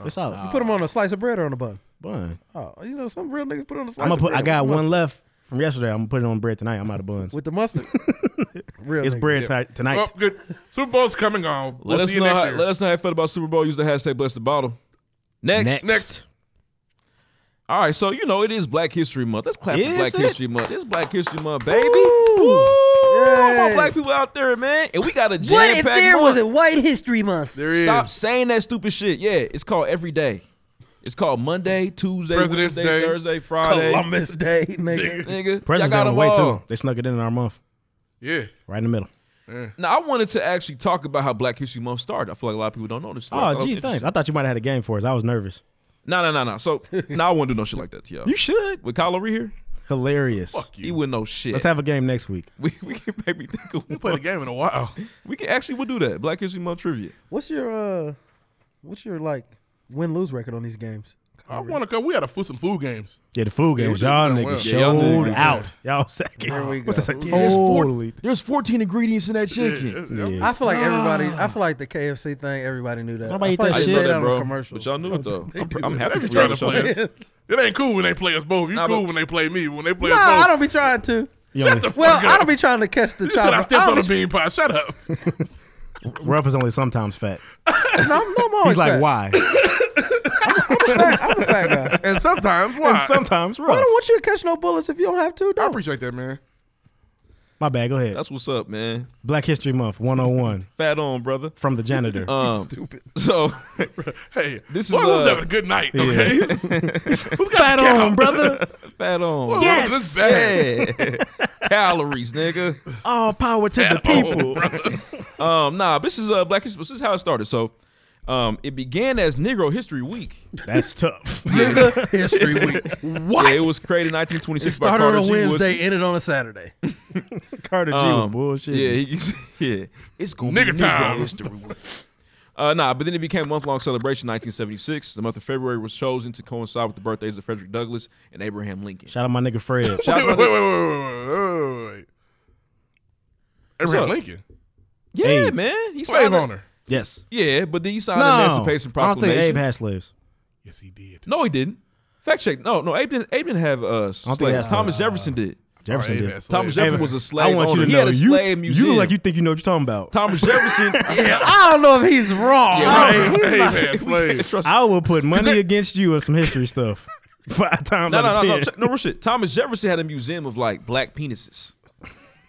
[SPEAKER 7] It's solid.
[SPEAKER 4] Put them on a slice of bread or on a bun.
[SPEAKER 7] Bun.
[SPEAKER 4] Oh, you know some real niggas put on a slice.
[SPEAKER 7] I'm gonna
[SPEAKER 4] of
[SPEAKER 7] put.
[SPEAKER 4] bread
[SPEAKER 7] I got
[SPEAKER 4] with
[SPEAKER 7] one
[SPEAKER 4] mustard.
[SPEAKER 7] left from yesterday. I'm gonna put it on bread tonight. I'm out of buns.
[SPEAKER 4] with the mustard.
[SPEAKER 7] (laughs)
[SPEAKER 4] real.
[SPEAKER 7] It's
[SPEAKER 4] nigga.
[SPEAKER 7] bread ti- tonight.
[SPEAKER 5] Oh, good. Super Bowl's coming on.
[SPEAKER 1] Let
[SPEAKER 5] we'll
[SPEAKER 1] us
[SPEAKER 5] see you
[SPEAKER 1] know.
[SPEAKER 5] next
[SPEAKER 1] How,
[SPEAKER 5] year.
[SPEAKER 1] let us know how you felt about Super Bowl. Use the hashtag Bless the Bottle. Next.
[SPEAKER 7] Next.
[SPEAKER 5] Next.
[SPEAKER 1] All right, so you know it is Black History Month. Let's clap
[SPEAKER 7] Is
[SPEAKER 1] for Black
[SPEAKER 7] it?
[SPEAKER 1] History Month. It's Black History Month, baby.
[SPEAKER 4] Ooh.
[SPEAKER 1] Come on,
[SPEAKER 4] Yay.
[SPEAKER 1] black people out there, man, and we got a jam packed month.
[SPEAKER 4] White History Month?
[SPEAKER 5] there is
[SPEAKER 4] (laughs)
[SPEAKER 1] Stop saying that stupid shit. Yeah, it's called every day. It's called Monday, Tuesday,
[SPEAKER 5] President's
[SPEAKER 1] Wednesday,
[SPEAKER 5] Day.
[SPEAKER 1] Thursday, Friday.
[SPEAKER 4] Columbus Day, nigga.
[SPEAKER 1] Nigga,
[SPEAKER 7] President's
[SPEAKER 1] y'all
[SPEAKER 7] down
[SPEAKER 1] got
[SPEAKER 7] the
[SPEAKER 1] a
[SPEAKER 7] way too.
[SPEAKER 1] wall.
[SPEAKER 7] They snuck it in our month,
[SPEAKER 5] Yeah,
[SPEAKER 7] right in the middle.
[SPEAKER 1] Now I wanted to actually talk about how Black History Month started. I feel like a lot of people don't know this story. I
[SPEAKER 7] Oh,
[SPEAKER 1] thought it was
[SPEAKER 7] gee, thanks.
[SPEAKER 1] interesting.
[SPEAKER 7] I thought you might have had a game for us. I was nervous.
[SPEAKER 1] No, no, no, no. (laughs) So now I won't do no shit like that to y'all.
[SPEAKER 7] should.
[SPEAKER 1] With Kyle over here,
[SPEAKER 7] Hilarious.
[SPEAKER 1] he wouldn't know shit.
[SPEAKER 7] Let's have a game next week.
[SPEAKER 1] (laughs) we, we can maybe think of
[SPEAKER 5] played a
[SPEAKER 1] one.
[SPEAKER 5] game in a while.
[SPEAKER 1] We can actually we'll do that. Black History Month trivia.
[SPEAKER 4] What's your uh, what's your like win lose record on these games?
[SPEAKER 5] I want to come. We had a food, some food games.
[SPEAKER 7] Yeah, the food games.
[SPEAKER 5] we
[SPEAKER 7] y'all
[SPEAKER 5] did
[SPEAKER 7] niggas
[SPEAKER 5] well.
[SPEAKER 1] Yeah, y'all did
[SPEAKER 7] showed
[SPEAKER 1] good.
[SPEAKER 7] out. Y'all second. Here
[SPEAKER 4] we
[SPEAKER 7] What's
[SPEAKER 4] go.
[SPEAKER 7] that? Like,
[SPEAKER 1] There's four-
[SPEAKER 7] totally.
[SPEAKER 1] There's 14 ingredients in that chicken.
[SPEAKER 4] I feel like everybody. I feel like the KFC thing. Everybody knew that.
[SPEAKER 7] Nobody
[SPEAKER 4] I feel
[SPEAKER 7] eat
[SPEAKER 4] like
[SPEAKER 7] that
[SPEAKER 1] I
[SPEAKER 4] they
[SPEAKER 1] didn't
[SPEAKER 7] shit.
[SPEAKER 1] know
[SPEAKER 4] say
[SPEAKER 1] that,
[SPEAKER 4] on
[SPEAKER 1] bro.
[SPEAKER 4] the commercials.
[SPEAKER 1] But y'all
[SPEAKER 4] (laughs)
[SPEAKER 1] knew it though. I'm,
[SPEAKER 5] do
[SPEAKER 1] I'm
[SPEAKER 5] that.
[SPEAKER 1] happy
[SPEAKER 5] They be
[SPEAKER 1] for
[SPEAKER 5] trying
[SPEAKER 1] y'all.
[SPEAKER 5] to
[SPEAKER 1] to show
[SPEAKER 5] play
[SPEAKER 1] that.
[SPEAKER 5] us. It ain't cool when they play us both. You
[SPEAKER 1] Nah,
[SPEAKER 5] cool
[SPEAKER 1] but-
[SPEAKER 5] when they play me. When they play
[SPEAKER 4] Nah,
[SPEAKER 5] us
[SPEAKER 4] I
[SPEAKER 5] both,
[SPEAKER 4] don't be trying to.
[SPEAKER 7] You only,
[SPEAKER 5] shut the
[SPEAKER 4] Well,
[SPEAKER 5] fuck
[SPEAKER 4] I
[SPEAKER 5] up.
[SPEAKER 4] don't be trying to catch the
[SPEAKER 5] You said I
[SPEAKER 4] chopper.
[SPEAKER 5] stepped
[SPEAKER 4] I
[SPEAKER 5] on
[SPEAKER 4] don't
[SPEAKER 5] a
[SPEAKER 4] be-
[SPEAKER 5] bean pie. Shut up.
[SPEAKER 7] Ruff is only sometimes fat.
[SPEAKER 4] No, I'm- no, I'm always
[SPEAKER 7] He's like,
[SPEAKER 4] Oh, fat.
[SPEAKER 7] why?
[SPEAKER 4] I'm a fat guy.
[SPEAKER 5] (laughs) And sometimes why?
[SPEAKER 7] (laughs) sometimes
[SPEAKER 4] I
[SPEAKER 7] Ruff.
[SPEAKER 4] don't want you to catch no bullets if you don't have to.
[SPEAKER 5] I
[SPEAKER 4] Don't.
[SPEAKER 5] appreciate that, man.
[SPEAKER 7] My bad. Go ahead.
[SPEAKER 1] That's what's up, man.
[SPEAKER 7] Black History Month 101
[SPEAKER 1] Fat on, brother.
[SPEAKER 7] from the janitor.
[SPEAKER 1] Um, (laughs) so
[SPEAKER 5] Hey,
[SPEAKER 1] This
[SPEAKER 5] this
[SPEAKER 1] is,
[SPEAKER 5] is boy,
[SPEAKER 1] uh,
[SPEAKER 5] was having a good night. Okay, who's got
[SPEAKER 7] Fat
[SPEAKER 5] a
[SPEAKER 7] on, brother.
[SPEAKER 1] fat on.
[SPEAKER 5] Yes. This bad.
[SPEAKER 1] Yeah. (laughs) Calories, nigga.
[SPEAKER 7] (laughs) All power to the
[SPEAKER 5] Fat on,
[SPEAKER 1] (laughs)
[SPEAKER 7] people.
[SPEAKER 5] brother.
[SPEAKER 1] Um, nah, this is uh Black History. This is how it started. So Um, it began as Negro History Week.
[SPEAKER 7] That's tough.
[SPEAKER 4] Nigga History Week.
[SPEAKER 1] What? Yeah, it was created in 1926
[SPEAKER 4] It
[SPEAKER 1] by
[SPEAKER 4] started on
[SPEAKER 1] Carter
[SPEAKER 4] a
[SPEAKER 1] G. Woodson.
[SPEAKER 4] Wednesday, ended on a Saturday.
[SPEAKER 7] Carter G was
[SPEAKER 1] Um,
[SPEAKER 7] bullshit.
[SPEAKER 1] Yeah, he, (laughs) yeah. It's gonna
[SPEAKER 5] Nigga
[SPEAKER 1] be
[SPEAKER 5] time.
[SPEAKER 1] Negro history. Week. Uh, nah, but then it became a month-long celebration. in 1976, the month of February was chosen to coincide with the birthdays of Frederick Douglass and Abraham Lincoln.
[SPEAKER 7] Shout out my nigga Fred.
[SPEAKER 1] Shout out my
[SPEAKER 5] wait, wait, wait,
[SPEAKER 1] nigga-
[SPEAKER 5] wait, wait, wait, wait, wait. Abraham
[SPEAKER 1] up?
[SPEAKER 5] Lincoln,
[SPEAKER 1] yeah,
[SPEAKER 7] Abe.
[SPEAKER 1] man, he
[SPEAKER 5] slave
[SPEAKER 1] signed. a-
[SPEAKER 5] owner.
[SPEAKER 7] yes.
[SPEAKER 1] Yeah, but then he signed
[SPEAKER 7] No,
[SPEAKER 1] the Emancipation
[SPEAKER 7] I don't
[SPEAKER 1] Proclamation.
[SPEAKER 7] think Abe had slaves.
[SPEAKER 5] Yes, he did.
[SPEAKER 1] no, he didn't. Fact check. No, no, Abe didn't. Abe didn't have uh,
[SPEAKER 7] think
[SPEAKER 1] slaves.
[SPEAKER 7] that's-
[SPEAKER 1] Thomas Jefferson did.
[SPEAKER 7] Jefferson
[SPEAKER 5] Abe
[SPEAKER 7] did.
[SPEAKER 5] had slaves.
[SPEAKER 1] Thomas Jefferson
[SPEAKER 7] Abe-
[SPEAKER 1] was a slave
[SPEAKER 7] I want
[SPEAKER 1] owner.
[SPEAKER 7] you to
[SPEAKER 1] he
[SPEAKER 7] know
[SPEAKER 1] had a
[SPEAKER 7] you,
[SPEAKER 1] slave
[SPEAKER 7] you
[SPEAKER 1] museum.
[SPEAKER 7] look like you think you know what you're talking about.
[SPEAKER 1] Thomas Jefferson. (laughs) yeah,
[SPEAKER 4] I don't know if he's wrong.
[SPEAKER 1] yeah,
[SPEAKER 5] Abe
[SPEAKER 1] right.
[SPEAKER 5] had (laughs) slaves.
[SPEAKER 1] Trust
[SPEAKER 7] I will put money against you on some history stuff. (laughs) Five times
[SPEAKER 1] No, no,
[SPEAKER 7] out
[SPEAKER 1] no,
[SPEAKER 7] of
[SPEAKER 1] no,
[SPEAKER 7] ten.
[SPEAKER 1] check- no, real shit. Thomas Jefferson had a museum of like black penises.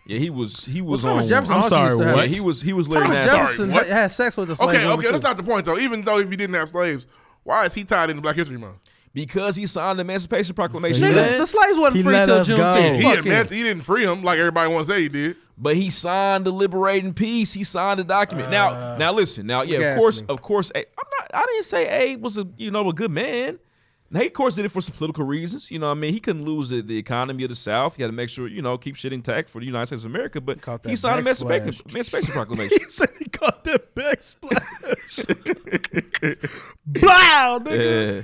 [SPEAKER 1] Yeah, he was he was
[SPEAKER 4] Thomas
[SPEAKER 1] on.
[SPEAKER 4] Jefferson
[SPEAKER 1] I'm
[SPEAKER 4] also
[SPEAKER 1] sorry,
[SPEAKER 4] used to have-
[SPEAKER 1] what? He was he was Larry
[SPEAKER 4] Thomas
[SPEAKER 1] Nassar.
[SPEAKER 4] Jefferson
[SPEAKER 5] what?
[SPEAKER 4] ha- had sex with a slave
[SPEAKER 5] Okay,
[SPEAKER 4] woman,
[SPEAKER 5] okay, that's
[SPEAKER 4] too.
[SPEAKER 5] not the point though. Even though if he didn't have slaves, why is he tied into Black History Month?
[SPEAKER 1] because he signed the Emancipation Proclamation.
[SPEAKER 7] Niggas,
[SPEAKER 1] man.
[SPEAKER 4] Niggas, the slaves wasn't
[SPEAKER 7] He
[SPEAKER 4] free
[SPEAKER 7] let
[SPEAKER 4] till
[SPEAKER 7] us go.
[SPEAKER 5] He,
[SPEAKER 4] Juneteenth. Fuck
[SPEAKER 5] (laughs)
[SPEAKER 4] yeah.
[SPEAKER 5] admits, he didn't free him like everybody wants to say he did.
[SPEAKER 1] but he signed the liberating peace. He signed the document.
[SPEAKER 4] Uh,
[SPEAKER 1] now, now listen. Now, yeah, of
[SPEAKER 4] gas
[SPEAKER 1] course,
[SPEAKER 4] me.
[SPEAKER 1] of course. A- I'm not. I didn't say Abe was a you know a good man. Now, he of course did it for some political reasons. You know, what I mean, he couldn't lose the, the economy of the South. He had to make sure you know keep shit intact for the United States of America. But
[SPEAKER 4] Caught
[SPEAKER 1] he
[SPEAKER 4] that
[SPEAKER 1] signed the Emancipation,
[SPEAKER 4] backsplash.
[SPEAKER 1] Emancipation
[SPEAKER 4] (laughs)
[SPEAKER 1] Proclamation.
[SPEAKER 7] He said he caught that backsplash. Blow, nigga.
[SPEAKER 1] yeah.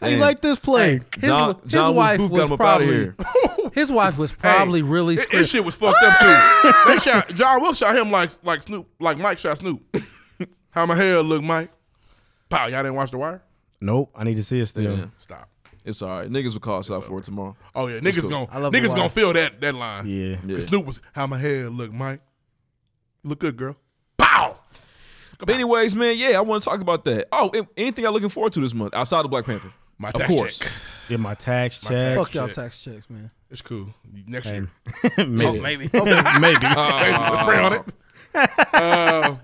[SPEAKER 7] How you
[SPEAKER 1] Man.
[SPEAKER 7] like this play?
[SPEAKER 4] His,
[SPEAKER 1] John,
[SPEAKER 4] his
[SPEAKER 1] John
[SPEAKER 4] wife
[SPEAKER 1] Booth
[SPEAKER 4] was
[SPEAKER 1] got him
[SPEAKER 4] probably
[SPEAKER 1] up out of here.
[SPEAKER 4] his wife was probably
[SPEAKER 5] Hey,
[SPEAKER 4] really
[SPEAKER 5] This his
[SPEAKER 4] scripted.
[SPEAKER 5] shit was fucked up too. They shot John Wilkes shot him like like Snoop, like Mike shot Snoop. How my hair look, Mike? Pow, y'all didn't watch The Wire?
[SPEAKER 7] Nope, I need to see it still. Yeah,
[SPEAKER 5] Stop.
[SPEAKER 1] It's all right. Niggas will call us out for it tomorrow.
[SPEAKER 5] Oh yeah, niggas gonna
[SPEAKER 4] I love The
[SPEAKER 5] niggas
[SPEAKER 4] Wire.
[SPEAKER 5] gonna feel that that line.
[SPEAKER 1] Yeah.
[SPEAKER 5] Snoop was how my hair look, Mike. Look good, girl. Pow.
[SPEAKER 1] But anyways, man, yeah, I want to talk about that. Oh, and anything I'm looking forward to this month outside of Black Panther?
[SPEAKER 5] My
[SPEAKER 1] of
[SPEAKER 5] tax
[SPEAKER 1] course.
[SPEAKER 5] check.
[SPEAKER 7] Get my tax check.
[SPEAKER 4] Fuck y'all
[SPEAKER 5] Shit.
[SPEAKER 4] tax checks, man.
[SPEAKER 5] It's cool. Next year,
[SPEAKER 1] Oh,
[SPEAKER 7] Oh,
[SPEAKER 4] Maybe.
[SPEAKER 7] maybe. (laughs)
[SPEAKER 1] (laughs)
[SPEAKER 7] maybe.
[SPEAKER 5] let's pray on it. Uh,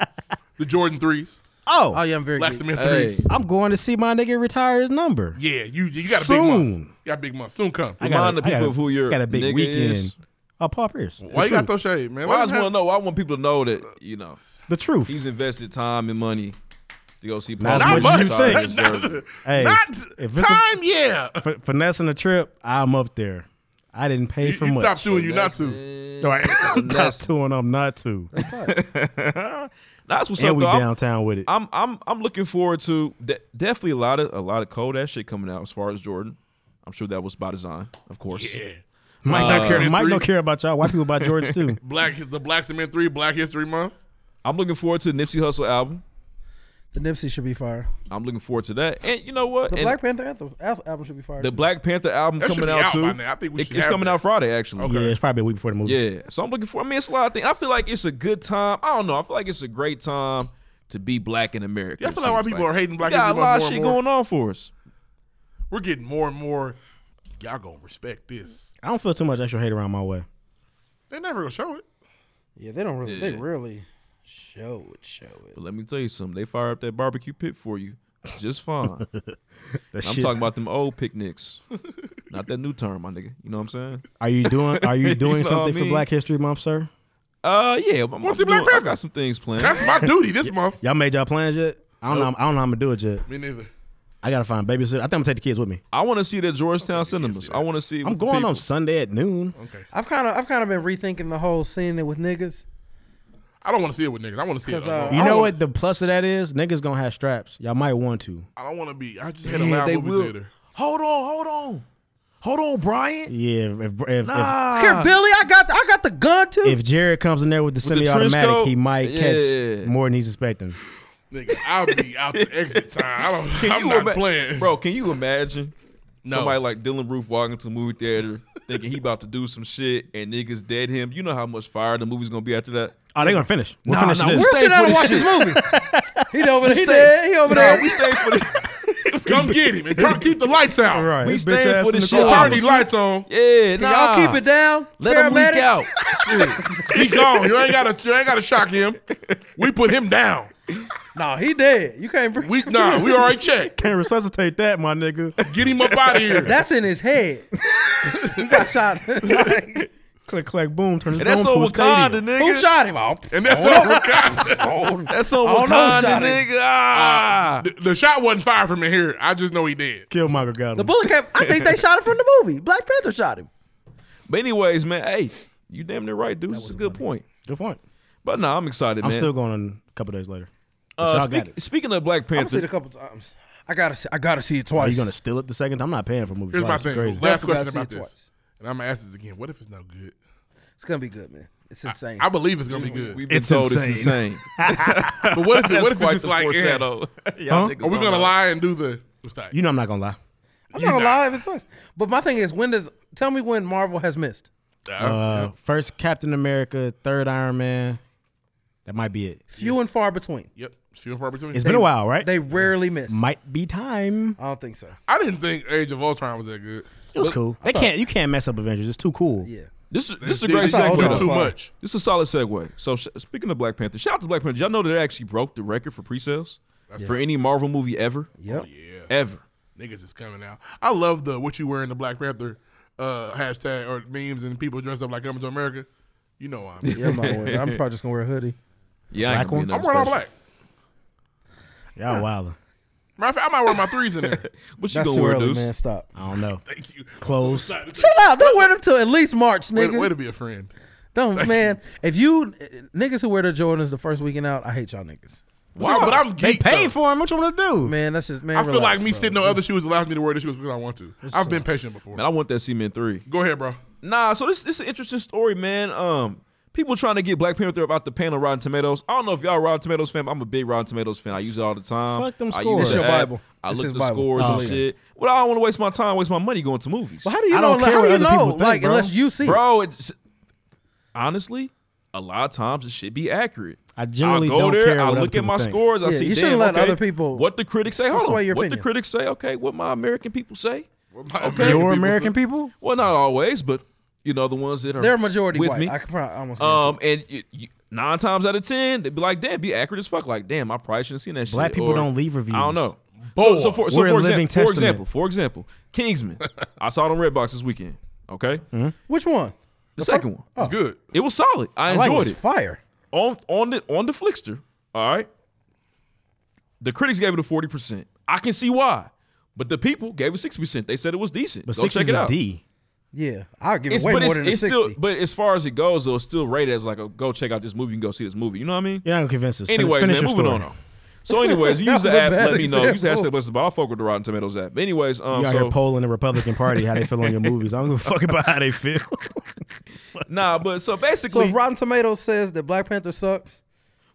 [SPEAKER 5] the Jordan threes,
[SPEAKER 7] oh,
[SPEAKER 4] Oh yeah, I'm very
[SPEAKER 5] last
[SPEAKER 4] good.
[SPEAKER 5] semester
[SPEAKER 1] Hey.
[SPEAKER 5] threes.
[SPEAKER 7] I'm going to see my nigga retire his number.
[SPEAKER 5] Yeah, you you got a big month.
[SPEAKER 7] Soon.
[SPEAKER 5] You got a big month. Soon come.
[SPEAKER 7] I gotta-
[SPEAKER 1] Remind the
[SPEAKER 7] I gotta-
[SPEAKER 1] people of who your
[SPEAKER 7] I got a big
[SPEAKER 1] nigga
[SPEAKER 7] weekend.
[SPEAKER 1] is.
[SPEAKER 7] Oh, Paul Pierce.
[SPEAKER 5] Why you
[SPEAKER 7] the,
[SPEAKER 5] got
[SPEAKER 7] truth.
[SPEAKER 5] those shades, man?
[SPEAKER 1] Well, I
[SPEAKER 5] Let
[SPEAKER 1] just
[SPEAKER 5] him
[SPEAKER 1] want to
[SPEAKER 5] have-
[SPEAKER 1] know. I want people to know that you know
[SPEAKER 7] the truth.
[SPEAKER 1] he's invested time and money to go see Paul.
[SPEAKER 7] Not
[SPEAKER 1] Pierce
[SPEAKER 5] Not much.
[SPEAKER 1] retire his
[SPEAKER 5] Not,
[SPEAKER 1] jersey.
[SPEAKER 7] Hey,
[SPEAKER 5] not
[SPEAKER 7] if it's a-
[SPEAKER 5] time, yeah.
[SPEAKER 7] F- finessing a trip, I'm up there. I didn't pay
[SPEAKER 5] You,
[SPEAKER 7] for
[SPEAKER 5] you
[SPEAKER 7] much.
[SPEAKER 5] top two and (laughs) you not two.
[SPEAKER 7] Right. (laughs) I'm top
[SPEAKER 1] Finesse.
[SPEAKER 7] two and I'm not two.
[SPEAKER 1] (laughs) That's what's
[SPEAKER 7] and
[SPEAKER 1] up.
[SPEAKER 7] we
[SPEAKER 1] though. I'm-
[SPEAKER 7] downtown with it.
[SPEAKER 1] I'm I'm I'm looking forward to de- definitely a lot of a lot of cold ass shit coming out as far as Jordan. I'm sure that was by design, of course.
[SPEAKER 5] Yeah.
[SPEAKER 7] Mike
[SPEAKER 1] Uh,
[SPEAKER 7] don't care. Mike
[SPEAKER 5] three.
[SPEAKER 7] don't care about y'all. White people about Jordans
[SPEAKER 1] (laughs)
[SPEAKER 7] too.
[SPEAKER 5] Black is the Black Cement Three Black History Month.
[SPEAKER 1] I'm looking forward to the Nipsey Hussle album.
[SPEAKER 4] The Nipsey should be fire.
[SPEAKER 1] I'm looking forward to that. And you know what?
[SPEAKER 4] The
[SPEAKER 1] And
[SPEAKER 4] Black Panther anthem, al- album should be fire.
[SPEAKER 1] the
[SPEAKER 4] too.
[SPEAKER 1] Black Panther album
[SPEAKER 5] That should
[SPEAKER 1] coming
[SPEAKER 5] be
[SPEAKER 1] out,
[SPEAKER 5] out
[SPEAKER 1] too.
[SPEAKER 5] by now. I think we
[SPEAKER 1] It-
[SPEAKER 5] should
[SPEAKER 1] it's
[SPEAKER 5] have
[SPEAKER 1] coming
[SPEAKER 5] that.
[SPEAKER 1] out Friday actually.
[SPEAKER 5] Okay.
[SPEAKER 7] Yeah, it's probably a week before the movie.
[SPEAKER 1] Yeah. So I'm looking for. I mean, it's a lot of things. I feel like it's a good time. I don't know. I feel like it's a great time to be black in America.
[SPEAKER 5] Yeah, I feel
[SPEAKER 1] It
[SPEAKER 5] like why
[SPEAKER 1] seems
[SPEAKER 5] people are hating Black
[SPEAKER 1] We got
[SPEAKER 5] History
[SPEAKER 1] a lot
[SPEAKER 5] Month
[SPEAKER 1] of
[SPEAKER 5] more
[SPEAKER 1] shit
[SPEAKER 5] and more.
[SPEAKER 1] going on for us.
[SPEAKER 5] We're getting more and more. Y'all gonna respect this?
[SPEAKER 7] I don't feel too much extra hate around my way.
[SPEAKER 5] They never gonna show it.
[SPEAKER 4] yeah, they don't really, they
[SPEAKER 1] Yeah.
[SPEAKER 4] really show it, show it.
[SPEAKER 1] But let me tell you something. They fire up that barbecue pit for you, just
[SPEAKER 5] (laughs)
[SPEAKER 1] fine.
[SPEAKER 7] That
[SPEAKER 1] I'm
[SPEAKER 7] shit-
[SPEAKER 1] talking about them old picnics, not that new term, my nigga. You know what I'm saying?
[SPEAKER 7] Are you doing?
[SPEAKER 1] (laughs)
[SPEAKER 7] Are you doing
[SPEAKER 1] know what
[SPEAKER 7] something
[SPEAKER 1] I mean?
[SPEAKER 7] for Black History Month, sir?
[SPEAKER 1] Uh, yeah. I'm,
[SPEAKER 5] What's
[SPEAKER 1] I'm
[SPEAKER 5] the Black
[SPEAKER 1] doing- I
[SPEAKER 5] Panther?
[SPEAKER 1] got some things planned.
[SPEAKER 5] That's
[SPEAKER 1] (laughs)
[SPEAKER 5] my duty this month.
[SPEAKER 7] Y'all made y'all plans yet? I don't know. I don't know how I'm gonna do it yet.
[SPEAKER 5] Me neither.
[SPEAKER 7] I gotta find a babysitter. I think I'm gonna take the kids with me.
[SPEAKER 1] I want to see the Georgetown cinemas. I want to see.
[SPEAKER 7] I'm going on Sunday at noon.
[SPEAKER 4] I've kind of, I've kind of been rethinking the whole scene it with niggas.
[SPEAKER 5] I don't want to see it with niggas. I want to see it.
[SPEAKER 4] 'Cause, uh,
[SPEAKER 5] alone.
[SPEAKER 7] You
[SPEAKER 5] I
[SPEAKER 7] know
[SPEAKER 5] don't
[SPEAKER 7] what the plus of that is? Niggas gonna have straps. Y'all might want to.
[SPEAKER 5] I don't want to be. I just had a loud
[SPEAKER 1] they
[SPEAKER 5] movie
[SPEAKER 1] will.
[SPEAKER 5] theater.
[SPEAKER 1] Hold on, hold on, hold on, Brian.
[SPEAKER 7] Yeah. If if, if,
[SPEAKER 1] Ah.
[SPEAKER 4] Here, Billy, I got, the, I got the gun too.
[SPEAKER 7] if, if Jared comes in there with the
[SPEAKER 1] the trench
[SPEAKER 7] semi-automatic,
[SPEAKER 1] coat?
[SPEAKER 7] he might
[SPEAKER 1] Yeah.
[SPEAKER 7] catch more than he's expecting.
[SPEAKER 5] Nigga, I'll be out the exit time.
[SPEAKER 1] (laughs)
[SPEAKER 5] I don't. I'm
[SPEAKER 1] you
[SPEAKER 5] not
[SPEAKER 1] ima-
[SPEAKER 5] playing,
[SPEAKER 1] Bro, can you imagine somebody like Dylan Roof walking to the movie theater thinking he about to do some shit and niggas dead him? You know how much fire the movie's gonna be after that?
[SPEAKER 7] Oh, they gonna finish. We're
[SPEAKER 1] Nah,
[SPEAKER 7] finishing
[SPEAKER 1] nah,
[SPEAKER 7] this.
[SPEAKER 1] we're-
[SPEAKER 4] We'll
[SPEAKER 1] stay
[SPEAKER 4] sit down
[SPEAKER 1] for
[SPEAKER 4] and
[SPEAKER 1] this
[SPEAKER 4] watch
[SPEAKER 1] shit.
[SPEAKER 4] this movie. (laughs) he over there, he there, he over
[SPEAKER 1] No,
[SPEAKER 4] there.
[SPEAKER 1] we staying for the
[SPEAKER 5] Come get him and try, keep the lights out.
[SPEAKER 7] Right.
[SPEAKER 1] we
[SPEAKER 7] Bitch
[SPEAKER 1] staying
[SPEAKER 7] ass
[SPEAKER 1] for the
[SPEAKER 7] in the
[SPEAKER 1] shit.
[SPEAKER 7] car.
[SPEAKER 5] Turn these lights on.
[SPEAKER 1] Yeah,
[SPEAKER 4] Can
[SPEAKER 1] nah.
[SPEAKER 4] Y'all keep it down.
[SPEAKER 1] Let him leak
[SPEAKER 4] Paramedics?
[SPEAKER 1] out.
[SPEAKER 5] He gone. You ain't gotta. You ain't gotta shock him. We put him down.
[SPEAKER 4] No, he dead. You can't bring.
[SPEAKER 5] We
[SPEAKER 4] (laughs)
[SPEAKER 5] nah. We already checked.
[SPEAKER 7] Can't resuscitate that,
[SPEAKER 1] (laughs)
[SPEAKER 7] my nigga.
[SPEAKER 4] (laughs)
[SPEAKER 5] Get him up out of here.
[SPEAKER 4] That's in his head. he got shot.
[SPEAKER 7] click, click, boom, turn his
[SPEAKER 1] And that's
[SPEAKER 7] dome
[SPEAKER 1] on
[SPEAKER 7] to a
[SPEAKER 1] Wakanda,
[SPEAKER 7] stadium.
[SPEAKER 1] nigga.
[SPEAKER 4] Who shot him? Oh,
[SPEAKER 5] And that's all Wakanda.
[SPEAKER 1] That's on
[SPEAKER 4] don't know who
[SPEAKER 1] Wakanda,
[SPEAKER 4] shot it.
[SPEAKER 1] nigga. Ah.
[SPEAKER 5] the, the shot wasn't fired from in here. I just know he did.
[SPEAKER 7] Killmonger got him.
[SPEAKER 4] the bullet came. I think they shot him from the movie. Black Panther shot him.
[SPEAKER 1] But anyways, man, hey, you damn near right, dude. This is a good point.
[SPEAKER 7] Good point.
[SPEAKER 1] But no, I'm excited,
[SPEAKER 7] I'm
[SPEAKER 1] man.
[SPEAKER 7] still going on a couple days later. But
[SPEAKER 1] Uh,
[SPEAKER 7] y'all
[SPEAKER 1] speak-
[SPEAKER 7] got it.
[SPEAKER 1] Speaking of Black
[SPEAKER 4] I've seen it
[SPEAKER 1] Panther,
[SPEAKER 4] a couple times. I gotta. See, I gotta see it
[SPEAKER 7] Are
[SPEAKER 4] twice.
[SPEAKER 7] you gonna steal it the second time? I'm not paying for movies.
[SPEAKER 5] Here's my
[SPEAKER 7] twice. It's
[SPEAKER 5] thing.
[SPEAKER 7] Crazy.
[SPEAKER 5] Last
[SPEAKER 4] That's what I
[SPEAKER 5] question
[SPEAKER 4] said
[SPEAKER 5] about this,
[SPEAKER 4] twice.
[SPEAKER 5] and I'm gonna ask this again. What if it's no good?
[SPEAKER 4] It's gonna be good, man. It's insane.
[SPEAKER 5] I believe it's gonna be good.
[SPEAKER 1] we've been
[SPEAKER 7] It's
[SPEAKER 1] told it's
[SPEAKER 7] insane.
[SPEAKER 1] insane.
[SPEAKER 5] but
[SPEAKER 1] (laughs)
[SPEAKER 5] what if, it- what if it's
[SPEAKER 1] quite
[SPEAKER 5] just
[SPEAKER 1] the
[SPEAKER 5] like, eh, are
[SPEAKER 1] foreshadow. Y'all niggas
[SPEAKER 7] Huh?
[SPEAKER 5] we
[SPEAKER 1] don't
[SPEAKER 5] gonna
[SPEAKER 1] know.
[SPEAKER 5] lie and do the? What's that?
[SPEAKER 7] You know I'm not gonna lie.
[SPEAKER 4] I'm not gonna
[SPEAKER 5] not.
[SPEAKER 4] lie if it sucks. But my thing is, when does tell me when Marvel has missed?
[SPEAKER 7] Uh, First Captain America, third Iron Man. That might be it.
[SPEAKER 4] Few and far between.
[SPEAKER 5] yep. Few and far between.
[SPEAKER 7] It's been a while, right?
[SPEAKER 4] They rarely miss.
[SPEAKER 7] might be time.
[SPEAKER 4] I don't think so.
[SPEAKER 5] I didn't think Age of Ultron was that good.
[SPEAKER 7] It was cool. They can't. You can't mess up Avengers. It's too cool.
[SPEAKER 4] Yeah.
[SPEAKER 1] This is this is a
[SPEAKER 5] They
[SPEAKER 1] great
[SPEAKER 5] did
[SPEAKER 1] segue.
[SPEAKER 5] do
[SPEAKER 1] though.
[SPEAKER 5] Too much.
[SPEAKER 1] This is a solid segue. So sh- speaking of Black Panther, shout out to Black Panther. Y'all know that it actually broke the record for pre-sales for any Marvel movie ever,
[SPEAKER 4] Yep.
[SPEAKER 5] Yeah.
[SPEAKER 1] ever.
[SPEAKER 5] Niggas is coming out. I love the what you wear in the Black Panther uh, hashtag or memes and people dressed up like coming to America. You know why I'm.
[SPEAKER 4] Yeah, I'm, not wearing, I'm probably just gonna wear a hoodie.
[SPEAKER 1] Yeah, I ain't gonna
[SPEAKER 7] Black
[SPEAKER 1] be
[SPEAKER 7] one?
[SPEAKER 5] I'm
[SPEAKER 1] nothing
[SPEAKER 5] wearing all
[SPEAKER 1] special.
[SPEAKER 5] black.
[SPEAKER 7] Y'all wildin'.
[SPEAKER 5] Matter of fact, I might wear my threes in there.
[SPEAKER 1] What you
[SPEAKER 4] That's
[SPEAKER 1] gonna
[SPEAKER 4] too
[SPEAKER 1] wear,
[SPEAKER 4] early,
[SPEAKER 1] dudes?
[SPEAKER 4] man. Stop.
[SPEAKER 7] I don't know.
[SPEAKER 5] Thank you.
[SPEAKER 7] Clothes.
[SPEAKER 4] Chill out. Don't wear them till at least March,
[SPEAKER 5] Way,
[SPEAKER 4] nigga.
[SPEAKER 5] way to be a friend.
[SPEAKER 1] (laughs)
[SPEAKER 4] Don't, man. If you niggas who wear their Jordans the first weekend out, I hate y'all niggas.
[SPEAKER 5] Why? But I'm
[SPEAKER 7] They
[SPEAKER 5] geek.
[SPEAKER 7] paid
[SPEAKER 5] though.
[SPEAKER 7] for him. What you want to do?
[SPEAKER 4] Man, that's just man.
[SPEAKER 5] I feel
[SPEAKER 4] relax,
[SPEAKER 5] like me
[SPEAKER 4] bro.
[SPEAKER 5] sitting on other shoes allows me to wear the shoes because I want to. I've been patient before.
[SPEAKER 1] Man, I want that C-Man three.
[SPEAKER 5] Go ahead, bro.
[SPEAKER 1] Nah, so this this is an interesting story, man. Um, people trying to get Black Panther about the panel Rotten Tomatoes. I don't know if y'all Rotten Tomatoes fan. But I'm a big Rotten Tomatoes fan. I use it all the time.
[SPEAKER 7] Fuck them
[SPEAKER 1] I use
[SPEAKER 7] scores.
[SPEAKER 1] the
[SPEAKER 4] It's your
[SPEAKER 1] app.
[SPEAKER 4] Bible.
[SPEAKER 1] I
[SPEAKER 4] It's
[SPEAKER 1] look
[SPEAKER 4] his
[SPEAKER 1] at the
[SPEAKER 4] Bible.
[SPEAKER 1] scores
[SPEAKER 7] Oh,
[SPEAKER 1] and
[SPEAKER 7] yeah.
[SPEAKER 1] shit. Well, I don't want to waste my time, waste my money going to movies.
[SPEAKER 4] But how do you
[SPEAKER 7] I
[SPEAKER 4] know?
[SPEAKER 7] don't
[SPEAKER 4] Like,
[SPEAKER 7] care
[SPEAKER 4] how
[SPEAKER 7] what
[SPEAKER 4] do you
[SPEAKER 7] other
[SPEAKER 4] know?
[SPEAKER 7] people think,
[SPEAKER 4] like
[SPEAKER 7] bro.
[SPEAKER 4] unless you see, it.
[SPEAKER 1] bro. It's honestly a lot of times it should be accurate.
[SPEAKER 7] I generally
[SPEAKER 1] I'll go
[SPEAKER 7] don't
[SPEAKER 1] there.
[SPEAKER 7] care
[SPEAKER 1] I
[SPEAKER 7] what other
[SPEAKER 1] look at
[SPEAKER 7] people
[SPEAKER 1] my
[SPEAKER 7] think.
[SPEAKER 1] scores. I
[SPEAKER 4] Yeah,
[SPEAKER 1] see.
[SPEAKER 4] you shouldn't
[SPEAKER 1] damn,
[SPEAKER 4] let
[SPEAKER 1] okay,
[SPEAKER 4] other people
[SPEAKER 1] What the critics say? Hold on.
[SPEAKER 4] sway your
[SPEAKER 1] what
[SPEAKER 4] opinion.
[SPEAKER 1] the critics say? Okay. What my American people
[SPEAKER 7] (laughs)
[SPEAKER 1] say?
[SPEAKER 5] Okay.
[SPEAKER 7] Your American people?
[SPEAKER 1] Well, not always, but you know the ones that are
[SPEAKER 4] they're majority
[SPEAKER 1] with
[SPEAKER 4] white.
[SPEAKER 1] me.
[SPEAKER 4] I could probably almost. guarantee
[SPEAKER 1] Um, and you, you, nine times out of ten, they'd be like, "Damn, be accurate as fuck." Like, damn, I probably shouldn't have seen that shit.
[SPEAKER 7] Black people
[SPEAKER 1] or,
[SPEAKER 7] don't leave reviews.
[SPEAKER 1] I don't know. So, so for, so
[SPEAKER 7] We're a
[SPEAKER 1] for,
[SPEAKER 7] living
[SPEAKER 1] example, for
[SPEAKER 7] testament.
[SPEAKER 1] example, for example,
[SPEAKER 7] (laughs)
[SPEAKER 1] Kingsman. I saw it on Redbox this weekend. Okay,
[SPEAKER 7] Mm-hmm.
[SPEAKER 1] the,
[SPEAKER 4] it. Which one?
[SPEAKER 1] second
[SPEAKER 4] Oh,
[SPEAKER 1] one.
[SPEAKER 5] It's good.
[SPEAKER 1] It was solid. I,
[SPEAKER 4] Like,
[SPEAKER 1] enjoyed
[SPEAKER 4] it's
[SPEAKER 1] it
[SPEAKER 4] Fire.
[SPEAKER 1] on on the on the Flickster. All right, the critics gave it a forty percent. I can see why, but the people gave it six percent. They said it was decent.
[SPEAKER 7] But
[SPEAKER 1] Go
[SPEAKER 7] six
[SPEAKER 1] check
[SPEAKER 7] is
[SPEAKER 1] it
[SPEAKER 7] a
[SPEAKER 1] out.
[SPEAKER 7] D.
[SPEAKER 4] Yeah, I'll give
[SPEAKER 1] It's,
[SPEAKER 4] it way
[SPEAKER 1] but
[SPEAKER 4] more
[SPEAKER 1] it's,
[SPEAKER 4] than a
[SPEAKER 1] it's
[SPEAKER 4] sixty.
[SPEAKER 1] still, but as far as it goes, though, it's still rated as like, a, go check out this movie. You can go see this movie. You know what I mean?
[SPEAKER 7] You're not gonna convince us. Fin-
[SPEAKER 1] Anyways, man,
[SPEAKER 7] finish your
[SPEAKER 1] moving
[SPEAKER 7] story.
[SPEAKER 1] on. though.
[SPEAKER 4] (laughs)
[SPEAKER 1] So, anyways, you use
[SPEAKER 4] was
[SPEAKER 1] the
[SPEAKER 4] a
[SPEAKER 1] app.
[SPEAKER 4] bad
[SPEAKER 1] Let me know. Use the
[SPEAKER 4] example.
[SPEAKER 1] hashtag blessed, but I fuck with the Rotten Tomatoes app. But anyways, um,
[SPEAKER 7] You out
[SPEAKER 1] so
[SPEAKER 7] here polling the Republican Party how they
[SPEAKER 1] (laughs)
[SPEAKER 7] feel on your movies. I don't give a fuck about how they feel.
[SPEAKER 1] nah, but so
[SPEAKER 4] So
[SPEAKER 1] basically,
[SPEAKER 4] if Rotten Tomatoes says that Black Panther sucks,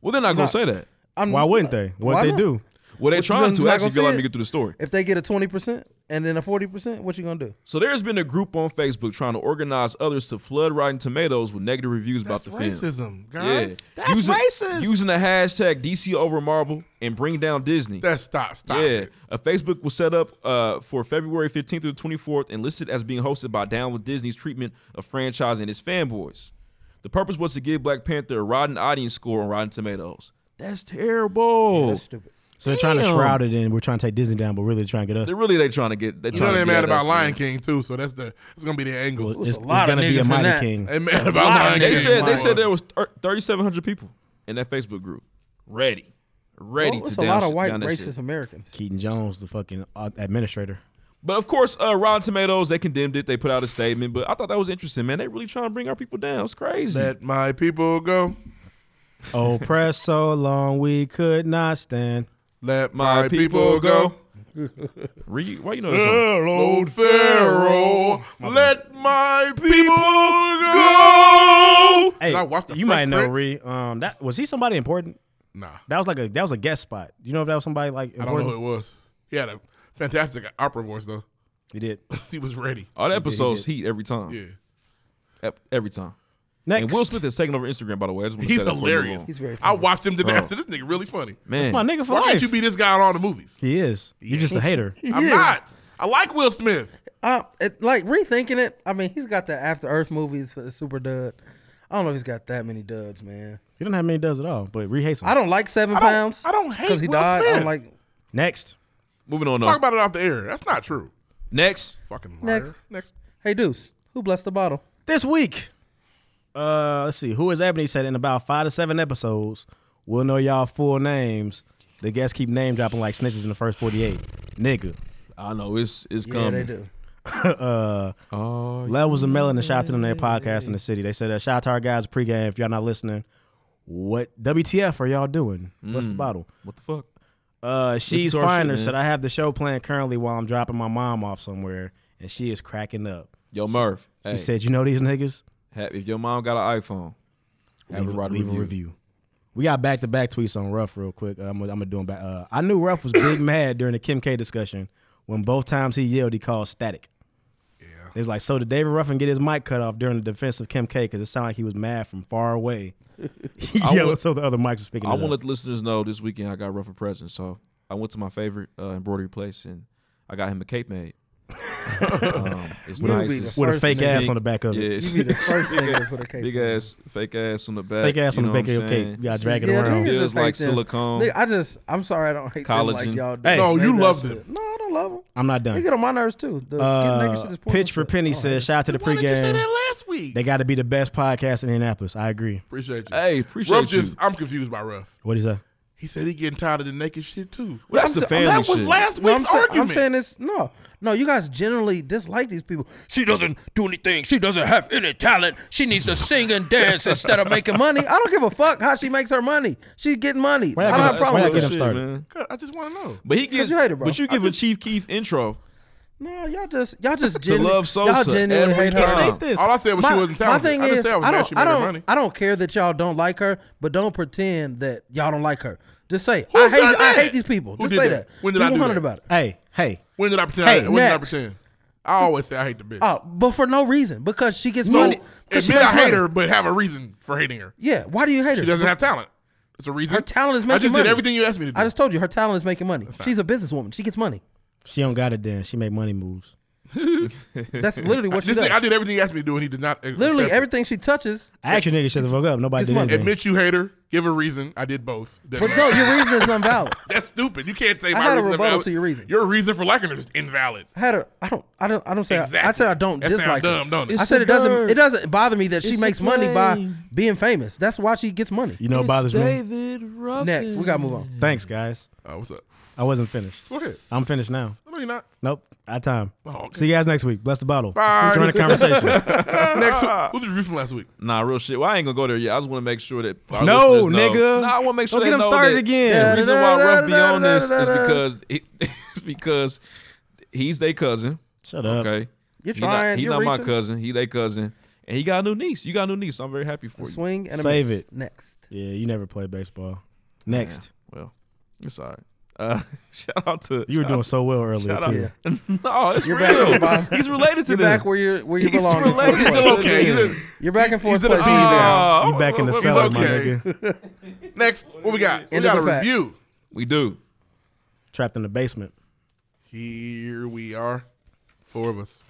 [SPEAKER 1] well, they're not gonna
[SPEAKER 4] Not-
[SPEAKER 1] say that.
[SPEAKER 4] I'm,
[SPEAKER 7] Why wouldn't they?
[SPEAKER 4] Why
[SPEAKER 7] What they
[SPEAKER 4] not?
[SPEAKER 7] do?
[SPEAKER 1] Well, they're
[SPEAKER 4] What, you
[SPEAKER 1] trying
[SPEAKER 4] gonna-
[SPEAKER 1] to
[SPEAKER 4] not
[SPEAKER 1] actually
[SPEAKER 4] gonna
[SPEAKER 1] let
[SPEAKER 4] see
[SPEAKER 1] me
[SPEAKER 4] it?
[SPEAKER 1] get through the story.
[SPEAKER 4] If they get a twenty percent and then a forty percent, what you gonna do?
[SPEAKER 1] So there's been a group on Facebook trying to organize others to flood Rotten Tomatoes with negative reviews
[SPEAKER 5] That's
[SPEAKER 1] about the film.
[SPEAKER 5] racism,
[SPEAKER 1] Yeah,
[SPEAKER 5] guys.
[SPEAKER 7] That's
[SPEAKER 1] using,
[SPEAKER 7] racist.
[SPEAKER 1] Using the hashtag DC over Marvel and bring down Disney.
[SPEAKER 5] That stop, stop.
[SPEAKER 1] yeah,
[SPEAKER 5] it.
[SPEAKER 1] a Facebook was set up uh, for February 15th through the 24th and listed as being hosted by Down with Disney's treatment of franchise and its fanboys. The purpose was to give Black Panther a rotten audience score on Rotten Tomatoes. That's terrible.
[SPEAKER 4] That's stupid.
[SPEAKER 7] So they're trying to
[SPEAKER 1] Damn.
[SPEAKER 7] shroud it in. We're trying to take Disney down, but really they're trying to get us.
[SPEAKER 1] They're really they trying to get. They
[SPEAKER 5] You know
[SPEAKER 1] trying to
[SPEAKER 5] they
[SPEAKER 1] get
[SPEAKER 5] mad
[SPEAKER 1] at us,
[SPEAKER 5] about Lion
[SPEAKER 1] man.
[SPEAKER 5] King too, so that's the it's gonna be the angle.
[SPEAKER 7] It's, it's
[SPEAKER 4] lot of
[SPEAKER 7] gonna be
[SPEAKER 4] niggas
[SPEAKER 7] a
[SPEAKER 4] in
[SPEAKER 7] mighty
[SPEAKER 4] that.
[SPEAKER 7] king.
[SPEAKER 5] They mad about Lion King.
[SPEAKER 1] They said they
[SPEAKER 5] Lion
[SPEAKER 1] said
[SPEAKER 5] King.
[SPEAKER 1] there was thir- 3,700 people in that Facebook group, ready, ready
[SPEAKER 4] Well, Oh, it's
[SPEAKER 1] to
[SPEAKER 4] a
[SPEAKER 1] down,
[SPEAKER 4] lot of white
[SPEAKER 1] down that shit.
[SPEAKER 4] racist Americans.
[SPEAKER 7] Keaton Jones, the fucking uh, administrator.
[SPEAKER 1] But of course, uh, Rotten Tomatoes they condemned it. They put out a statement, but I thought that was interesting, man. They really trying to bring our people down. It's crazy.
[SPEAKER 5] let my people go.
[SPEAKER 7] (laughs) Oppressed so long we could not stand.
[SPEAKER 5] Let my, people, go.
[SPEAKER 1] Re- why you know that song?
[SPEAKER 5] Lord Pharaoh, let my people go.
[SPEAKER 7] Hey,
[SPEAKER 5] I watched the
[SPEAKER 7] you
[SPEAKER 5] Fresh
[SPEAKER 7] might know
[SPEAKER 5] Prince.
[SPEAKER 7] Ree. Um, that was he somebody important?
[SPEAKER 5] Nah,
[SPEAKER 7] That was like a that was a guest spot. You know if that was somebody like
[SPEAKER 5] I don't know
[SPEAKER 7] important?
[SPEAKER 5] who it was. He had a fantastic opera voice though.
[SPEAKER 7] He did.
[SPEAKER 5] He was ready.
[SPEAKER 1] All the episodes heat every time.
[SPEAKER 5] Yeah,
[SPEAKER 1] Ep- every time.
[SPEAKER 7] Next,
[SPEAKER 1] And Will Smith is taking over Instagram, by the way. I just wanna
[SPEAKER 5] he's
[SPEAKER 1] say that before we move
[SPEAKER 5] hilarious.
[SPEAKER 1] on.
[SPEAKER 4] He's very
[SPEAKER 5] I
[SPEAKER 4] funny.
[SPEAKER 5] watched him today. I said, "This nigga really funny."
[SPEAKER 1] Man,
[SPEAKER 7] my nigga for
[SPEAKER 5] Why
[SPEAKER 7] life.
[SPEAKER 5] can't you be this guy in all the movies?
[SPEAKER 7] he is.
[SPEAKER 5] (laughs)
[SPEAKER 7] You're just a hater.
[SPEAKER 5] I'm
[SPEAKER 4] is.
[SPEAKER 5] not. I like Will Smith.
[SPEAKER 4] Uh, it, like rethinking it, I mean, he's got the After Earth movies for the super dud. I don't know if he's got that many duds, man.
[SPEAKER 7] He do not have many does at all. But Ree hates him.
[SPEAKER 4] I don't like seven
[SPEAKER 5] don't-
[SPEAKER 4] pounds.
[SPEAKER 5] I don't hate
[SPEAKER 4] he
[SPEAKER 5] Will
[SPEAKER 4] died.
[SPEAKER 5] Smith.
[SPEAKER 4] I'm like,
[SPEAKER 7] Next,
[SPEAKER 1] moving on.
[SPEAKER 5] Talk
[SPEAKER 1] Though.
[SPEAKER 5] about it off the air. That's not true.
[SPEAKER 1] Next,
[SPEAKER 5] Fucking liar.
[SPEAKER 4] Next.
[SPEAKER 5] Next.
[SPEAKER 4] hey Deuce, who blessed the bottle?
[SPEAKER 7] this week uh let's see who is Ebony said in about five to seven episodes we'll know y'all full names. The guests keep name dropping like snitches in the first forty eight. Nigga,
[SPEAKER 1] I know it's it's
[SPEAKER 4] Yeah,
[SPEAKER 1] coming.
[SPEAKER 4] they do.
[SPEAKER 7] uh, levels of melon and shout out to them their podcast in the city. They said that shout out to our guys pregame. If y'all not listening, what WTF are y'all doing? What's the bottle?
[SPEAKER 1] What the fuck?
[SPEAKER 7] Uh, she's
[SPEAKER 1] to our Mm. shit,
[SPEAKER 7] finer.
[SPEAKER 1] man.
[SPEAKER 7] Said I have the show playing currently while I'm dropping my mom off somewhere, and she is cracking up.
[SPEAKER 1] Yo, Murph.
[SPEAKER 7] She
[SPEAKER 1] hey,
[SPEAKER 7] said, "You know these niggas."
[SPEAKER 1] ha- if your mom got an iPhone, have
[SPEAKER 7] leave,
[SPEAKER 1] her write a
[SPEAKER 7] leave
[SPEAKER 1] review.
[SPEAKER 7] a review. We got back to back tweets on Ruff real quick. Uh, I'm, gonna- I'm gonna do them back. Uh, I knew Ruff was big (coughs) mad during the Kim K discussion when both times he yelled, he called static. Yeah. It was like, so did David Ruffin get his mic cut off during the defense of Kim K because it sounded like he was mad from far away. he
[SPEAKER 1] I
[SPEAKER 7] yelled
[SPEAKER 1] would-
[SPEAKER 7] so the other mics were speaking.
[SPEAKER 1] I
[SPEAKER 7] it
[SPEAKER 1] want to
[SPEAKER 7] up.
[SPEAKER 1] let the listeners know this weekend I got rough for presents. So I went to my favorite uh, embroidery place and I got him a cape
[SPEAKER 7] (laughs)
[SPEAKER 1] made. um, it's
[SPEAKER 4] You
[SPEAKER 1] nice.
[SPEAKER 4] be the
[SPEAKER 1] It's-
[SPEAKER 7] with a
[SPEAKER 4] first
[SPEAKER 7] fake
[SPEAKER 4] nigga-
[SPEAKER 7] ass on the back of
[SPEAKER 1] yeah,
[SPEAKER 7] it.
[SPEAKER 1] it's-
[SPEAKER 4] You be
[SPEAKER 1] (laughs)
[SPEAKER 4] the first
[SPEAKER 1] big
[SPEAKER 4] nigga
[SPEAKER 1] ass-
[SPEAKER 4] to put a cape
[SPEAKER 1] Big
[SPEAKER 4] on.
[SPEAKER 1] ass, fake ass on the back.
[SPEAKER 7] Fake ass
[SPEAKER 1] you
[SPEAKER 7] on the
[SPEAKER 1] know what
[SPEAKER 7] back of
[SPEAKER 1] I'm
[SPEAKER 7] your
[SPEAKER 1] saying?
[SPEAKER 7] cape. You gotta drag it
[SPEAKER 4] Yeah,
[SPEAKER 7] around.
[SPEAKER 4] niggas
[SPEAKER 1] Feels
[SPEAKER 4] just
[SPEAKER 1] like
[SPEAKER 4] hate them.
[SPEAKER 1] silicone.
[SPEAKER 4] Nigga, I just, I'm sorry, I don't hate them like
[SPEAKER 1] Collagen.
[SPEAKER 4] y'all. do.
[SPEAKER 7] Hey.
[SPEAKER 5] No,
[SPEAKER 4] They
[SPEAKER 5] you
[SPEAKER 4] that
[SPEAKER 5] love
[SPEAKER 4] shit.
[SPEAKER 5] them.
[SPEAKER 4] No, I don't love them.
[SPEAKER 7] I'm not
[SPEAKER 4] They
[SPEAKER 7] done.
[SPEAKER 4] get on my nerves too. The nigga shit
[SPEAKER 7] Uh,
[SPEAKER 4] is pointing
[SPEAKER 7] Pitch for
[SPEAKER 4] shit.
[SPEAKER 7] Penny
[SPEAKER 4] Oh,
[SPEAKER 7] says, shout out to the
[SPEAKER 5] Why did you say
[SPEAKER 7] pregame.
[SPEAKER 5] that last week?
[SPEAKER 7] They got to be the best podcast in Indianapolis. I agree.
[SPEAKER 5] appreciate you.
[SPEAKER 1] Hey, appreciate
[SPEAKER 5] Ruff
[SPEAKER 1] you.
[SPEAKER 5] just, I'm confused by Ruff.
[SPEAKER 7] What is that?
[SPEAKER 5] He said he getting tired of the naked shit too.
[SPEAKER 1] Well, that's
[SPEAKER 4] I'm
[SPEAKER 1] the
[SPEAKER 4] sa-
[SPEAKER 1] family
[SPEAKER 5] that was
[SPEAKER 1] shit.
[SPEAKER 5] last
[SPEAKER 4] No, I'm,
[SPEAKER 5] week's
[SPEAKER 4] sa-
[SPEAKER 5] argument.
[SPEAKER 4] I'm saying this. No, no, you guys generally dislike these people. She doesn't do anything. She doesn't have any talent. She needs to sing and dance instead of making money. I don't give a fuck how she makes her money. She's getting money.
[SPEAKER 7] Why y'all
[SPEAKER 4] I don't
[SPEAKER 7] get-
[SPEAKER 4] have a problem
[SPEAKER 7] why y'all
[SPEAKER 4] with
[SPEAKER 7] get
[SPEAKER 4] that.
[SPEAKER 7] him started?
[SPEAKER 1] man.
[SPEAKER 5] God, I just want to know.
[SPEAKER 1] But he gives,
[SPEAKER 4] you hate it, bro.
[SPEAKER 1] but you
[SPEAKER 4] I
[SPEAKER 1] give a Chief Keef intro.
[SPEAKER 4] No, y'all just y'all
[SPEAKER 7] (laughs)
[SPEAKER 4] just genu-
[SPEAKER 1] love
[SPEAKER 4] Y'all
[SPEAKER 1] Sosa
[SPEAKER 4] genuinely
[SPEAKER 1] every
[SPEAKER 4] hate her.
[SPEAKER 1] time.
[SPEAKER 4] No.
[SPEAKER 1] Ain't this-
[SPEAKER 5] All I said was she wasn't talented.
[SPEAKER 4] My thing
[SPEAKER 5] I just
[SPEAKER 4] is,
[SPEAKER 5] said I was
[SPEAKER 4] I
[SPEAKER 5] mad
[SPEAKER 4] don't,
[SPEAKER 5] she made
[SPEAKER 4] I
[SPEAKER 5] her money.
[SPEAKER 4] don't, I don't care that y'all don't like her, but don't pretend that y'all don't like her. Just say,
[SPEAKER 5] Who's
[SPEAKER 4] I hate,
[SPEAKER 5] done
[SPEAKER 4] I
[SPEAKER 5] that?
[SPEAKER 4] hate these people.
[SPEAKER 5] Who
[SPEAKER 4] Just
[SPEAKER 5] did
[SPEAKER 4] say
[SPEAKER 5] that?
[SPEAKER 4] that.
[SPEAKER 5] When did I
[SPEAKER 4] Be
[SPEAKER 5] do
[SPEAKER 4] 100
[SPEAKER 5] that?
[SPEAKER 4] about it.
[SPEAKER 7] Hey, hey.
[SPEAKER 5] When did I pretend?
[SPEAKER 7] Hey,
[SPEAKER 5] I, when
[SPEAKER 4] next.
[SPEAKER 5] did I pretend? I always say I hate the bitch.
[SPEAKER 4] Oh, but for no reason because she gets money. 'cause she
[SPEAKER 5] admit I
[SPEAKER 4] makes
[SPEAKER 5] hate
[SPEAKER 4] money.
[SPEAKER 5] her, but have a reason for hating her.
[SPEAKER 4] Yeah, why do you hate her?
[SPEAKER 5] She doesn't have talent. It's a reason.
[SPEAKER 4] Her talent is
[SPEAKER 5] I
[SPEAKER 4] making
[SPEAKER 5] just did
[SPEAKER 4] money.
[SPEAKER 5] everything you asked me to do.
[SPEAKER 4] I just told you her talent is making money. She's a businesswoman. She gets
[SPEAKER 5] (laughs)
[SPEAKER 4] money.
[SPEAKER 7] She don't got it then. She make money moves.
[SPEAKER 4] That's literally what she
[SPEAKER 5] This thing- I
[SPEAKER 4] does.
[SPEAKER 5] did everything you asked me to do, and he did not. accept
[SPEAKER 4] Literally
[SPEAKER 5] it.
[SPEAKER 4] everything she touches.
[SPEAKER 7] I asked you nigga shut the fuck up. Nobody
[SPEAKER 4] It's
[SPEAKER 7] did
[SPEAKER 4] money.
[SPEAKER 7] anything.
[SPEAKER 5] Admit you hate her. Give a reason. I did both.
[SPEAKER 4] But no, your reason is invalid.
[SPEAKER 5] (laughs) That's stupid. You can't say
[SPEAKER 4] I
[SPEAKER 5] my
[SPEAKER 4] had a
[SPEAKER 5] reason's
[SPEAKER 4] rebuttal
[SPEAKER 5] invalid.
[SPEAKER 4] to your reason.
[SPEAKER 5] Your reason for liking her is invalid.
[SPEAKER 4] I had her. I don't. I don't. I don't say. I, I
[SPEAKER 5] Exactly.
[SPEAKER 4] said I don't
[SPEAKER 5] That sound
[SPEAKER 4] dislike her.
[SPEAKER 5] dumb, don't it?
[SPEAKER 4] I
[SPEAKER 6] It's
[SPEAKER 4] said
[SPEAKER 6] a
[SPEAKER 4] it doesn't.
[SPEAKER 6] bird.
[SPEAKER 4] It doesn't bother me that she
[SPEAKER 6] It's a
[SPEAKER 4] makes money by
[SPEAKER 6] plane.
[SPEAKER 4] being famous. That's why she gets money.
[SPEAKER 7] You know what bothers me?
[SPEAKER 6] David Ruffin.
[SPEAKER 4] Next, we gotta move on.
[SPEAKER 7] Thanks, guys.
[SPEAKER 5] Oh, what's up?
[SPEAKER 7] I wasn't finished.
[SPEAKER 5] Go ahead.
[SPEAKER 7] I'm finished now.
[SPEAKER 5] No, you're
[SPEAKER 4] (laughs)
[SPEAKER 5] not.
[SPEAKER 7] Nope. Out of time.
[SPEAKER 5] okay.
[SPEAKER 7] See you guys next week. Bless the bottle.
[SPEAKER 5] Bye.
[SPEAKER 7] Join the conversation.
[SPEAKER 5] Next, who, who's the review from last week?
[SPEAKER 1] Nah, real shit. Well, I ain't gonna go there yet. I just want to make sure that our
[SPEAKER 7] No,
[SPEAKER 1] listeners know-
[SPEAKER 7] nigga.
[SPEAKER 1] Nah, I want to make sure
[SPEAKER 7] Don't
[SPEAKER 1] they
[SPEAKER 7] get 'em
[SPEAKER 1] know
[SPEAKER 7] started
[SPEAKER 1] that
[SPEAKER 7] again.
[SPEAKER 1] The reason why Ruff be on this
[SPEAKER 4] (laughs)
[SPEAKER 1] is because he, (laughs) it's because he's their cousin.
[SPEAKER 7] Shut up.
[SPEAKER 1] Okay,
[SPEAKER 4] You're
[SPEAKER 1] He not-
[SPEAKER 4] trying.
[SPEAKER 1] He
[SPEAKER 4] you're
[SPEAKER 1] not, my
[SPEAKER 4] reaching.
[SPEAKER 1] cousin. He their cousin, and he got a new niece. You got a new niece. I'm very happy for
[SPEAKER 4] A
[SPEAKER 1] you.
[SPEAKER 4] swing and a
[SPEAKER 7] Save
[SPEAKER 4] miss.
[SPEAKER 7] it.
[SPEAKER 4] Next.
[SPEAKER 7] Yeah, you never played baseball. Next.
[SPEAKER 1] Well, it's all right. Uh, (laughs) shout out to
[SPEAKER 7] You were doing so well earlier,
[SPEAKER 1] Shout
[SPEAKER 7] too.
[SPEAKER 1] out. (laughs) no, it's
[SPEAKER 4] You're back
[SPEAKER 1] real.
[SPEAKER 4] on the bottom.
[SPEAKER 1] he's related to
[SPEAKER 4] You're
[SPEAKER 1] them.
[SPEAKER 4] back where you're where you
[SPEAKER 1] He's
[SPEAKER 4] belong. in fourth
[SPEAKER 1] related.
[SPEAKER 4] place.
[SPEAKER 1] He's
[SPEAKER 5] He's okay. He's in,
[SPEAKER 4] You're back in fourth
[SPEAKER 5] he's in a
[SPEAKER 4] place.
[SPEAKER 5] P now.
[SPEAKER 1] Oh,
[SPEAKER 7] You back in the
[SPEAKER 1] what- what-
[SPEAKER 7] cellar, my
[SPEAKER 5] okay.
[SPEAKER 7] nigga.
[SPEAKER 5] Next, what we got? We
[SPEAKER 4] End of
[SPEAKER 5] got a
[SPEAKER 4] the pack.
[SPEAKER 5] review.
[SPEAKER 1] We
[SPEAKER 4] (laughs)
[SPEAKER 1] do.
[SPEAKER 7] Trapped in the basement.
[SPEAKER 5] Here we are, four of us.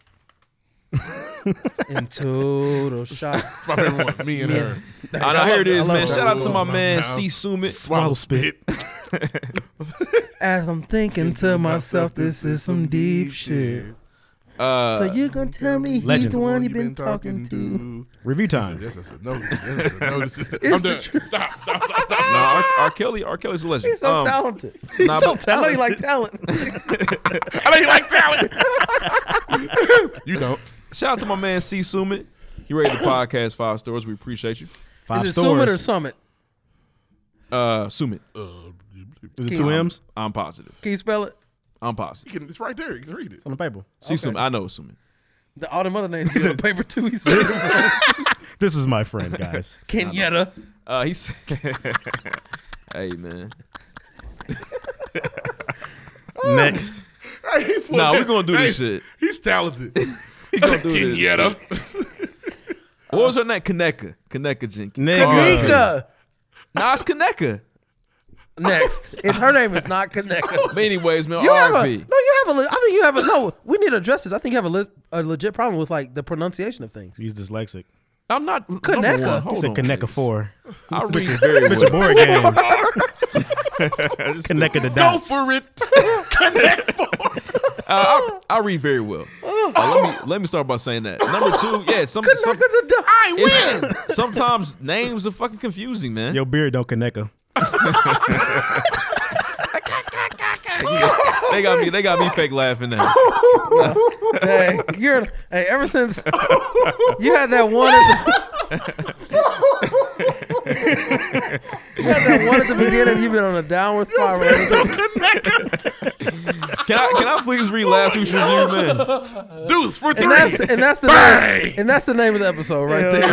[SPEAKER 4] In total shock.
[SPEAKER 5] It's my favorite one. Me and her.
[SPEAKER 1] And I hear it
[SPEAKER 4] it. I
[SPEAKER 1] is,
[SPEAKER 4] love
[SPEAKER 1] man.
[SPEAKER 4] it.
[SPEAKER 1] Shout out to my
[SPEAKER 5] That
[SPEAKER 1] man
[SPEAKER 5] was my
[SPEAKER 1] C.
[SPEAKER 5] mouth.
[SPEAKER 1] Sumit.
[SPEAKER 7] Swallow spit.
[SPEAKER 4] As I'm thinking to myself, this is some deep shit.
[SPEAKER 1] Uh,
[SPEAKER 4] So you're gonna tell me he's
[SPEAKER 7] Legend.
[SPEAKER 4] the one you've been talking to?
[SPEAKER 7] Review time.
[SPEAKER 5] Yes, that's a no. That's a no. This is- I'm done. Stop. Stop. Stop. Stop.
[SPEAKER 1] Nah, R. R. Kelly, R. Kelly's a legend.
[SPEAKER 4] (laughs) He's so
[SPEAKER 1] Um,
[SPEAKER 4] talented.
[SPEAKER 1] nah, but-
[SPEAKER 4] I know you like talent.
[SPEAKER 5] I know you like talent. you don't.
[SPEAKER 1] Shout out to my man C. Sumit. He rated the podcast five stars. We appreciate you.
[SPEAKER 7] Five
[SPEAKER 4] Is it Summit or
[SPEAKER 7] stores.
[SPEAKER 4] Summit?
[SPEAKER 1] Uh, Sumit,
[SPEAKER 7] Is it two M's?
[SPEAKER 1] I'm positive.
[SPEAKER 4] Can you spell it?
[SPEAKER 1] I'm positive.
[SPEAKER 5] You can, it's right there. You can read it.
[SPEAKER 7] On the paper.
[SPEAKER 1] C. Sumit, I know it's Sumit.
[SPEAKER 4] The, all them
[SPEAKER 1] (laughs)
[SPEAKER 4] other names. He's on paper too. He said
[SPEAKER 7] This is my friend, guys.
[SPEAKER 4] Kenyetta.
[SPEAKER 1] Uh, he said, "Hey man,
[SPEAKER 7] Next.
[SPEAKER 1] Nah, we gonna do this
[SPEAKER 5] Nice.
[SPEAKER 1] shit.
[SPEAKER 5] He's talented.
[SPEAKER 1] we gonna do this."
[SPEAKER 5] Kenyatta.
[SPEAKER 1] What was her name? Kaneka. Kaneka Jenkins.
[SPEAKER 7] Nigga.
[SPEAKER 4] Nika.
[SPEAKER 1] Nah, it's Kaneka.
[SPEAKER 4] Next. If her name is not Kaneka.
[SPEAKER 1] (laughs) But anyways, man,
[SPEAKER 4] You have a, no,
[SPEAKER 1] RP.
[SPEAKER 4] you have a, le- I think you have a, no, we need to address this. I think you have a, le- a legit problem with like the pronunciation of things.
[SPEAKER 7] He's dyslexic.
[SPEAKER 1] I'm not number
[SPEAKER 4] Kaneka.
[SPEAKER 1] One.
[SPEAKER 4] He
[SPEAKER 1] Hold
[SPEAKER 7] It's a
[SPEAKER 1] on,
[SPEAKER 7] Kaneka
[SPEAKER 1] please.
[SPEAKER 7] 4.
[SPEAKER 1] I read very
[SPEAKER 7] It's a
[SPEAKER 1] well.
[SPEAKER 7] board game. (laughs) Connected the dots.
[SPEAKER 5] For it.
[SPEAKER 1] Uh, I, I read very well. Uh, let me let me start by saying that. Number two, yeah, some, some
[SPEAKER 5] I win.
[SPEAKER 1] it's- (laughs) sometimes names are fucking confusing, man.
[SPEAKER 7] Your beard don't connect. her.
[SPEAKER 1] They got me they got me fake laughing
[SPEAKER 5] (laughs)
[SPEAKER 1] now.
[SPEAKER 5] Oh
[SPEAKER 4] Hey, you're hey. Ever since you had that one, at the, (laughs) you had that one at the beginning. You've been on a downward spiral. ever since.
[SPEAKER 1] Can I can I please read last week's review,
[SPEAKER 5] Oh
[SPEAKER 1] man?
[SPEAKER 5] Deuce for
[SPEAKER 4] And that's
[SPEAKER 5] three.
[SPEAKER 4] and that's the
[SPEAKER 5] Bang! Oh,
[SPEAKER 4] name, and that's the name of the episode right there.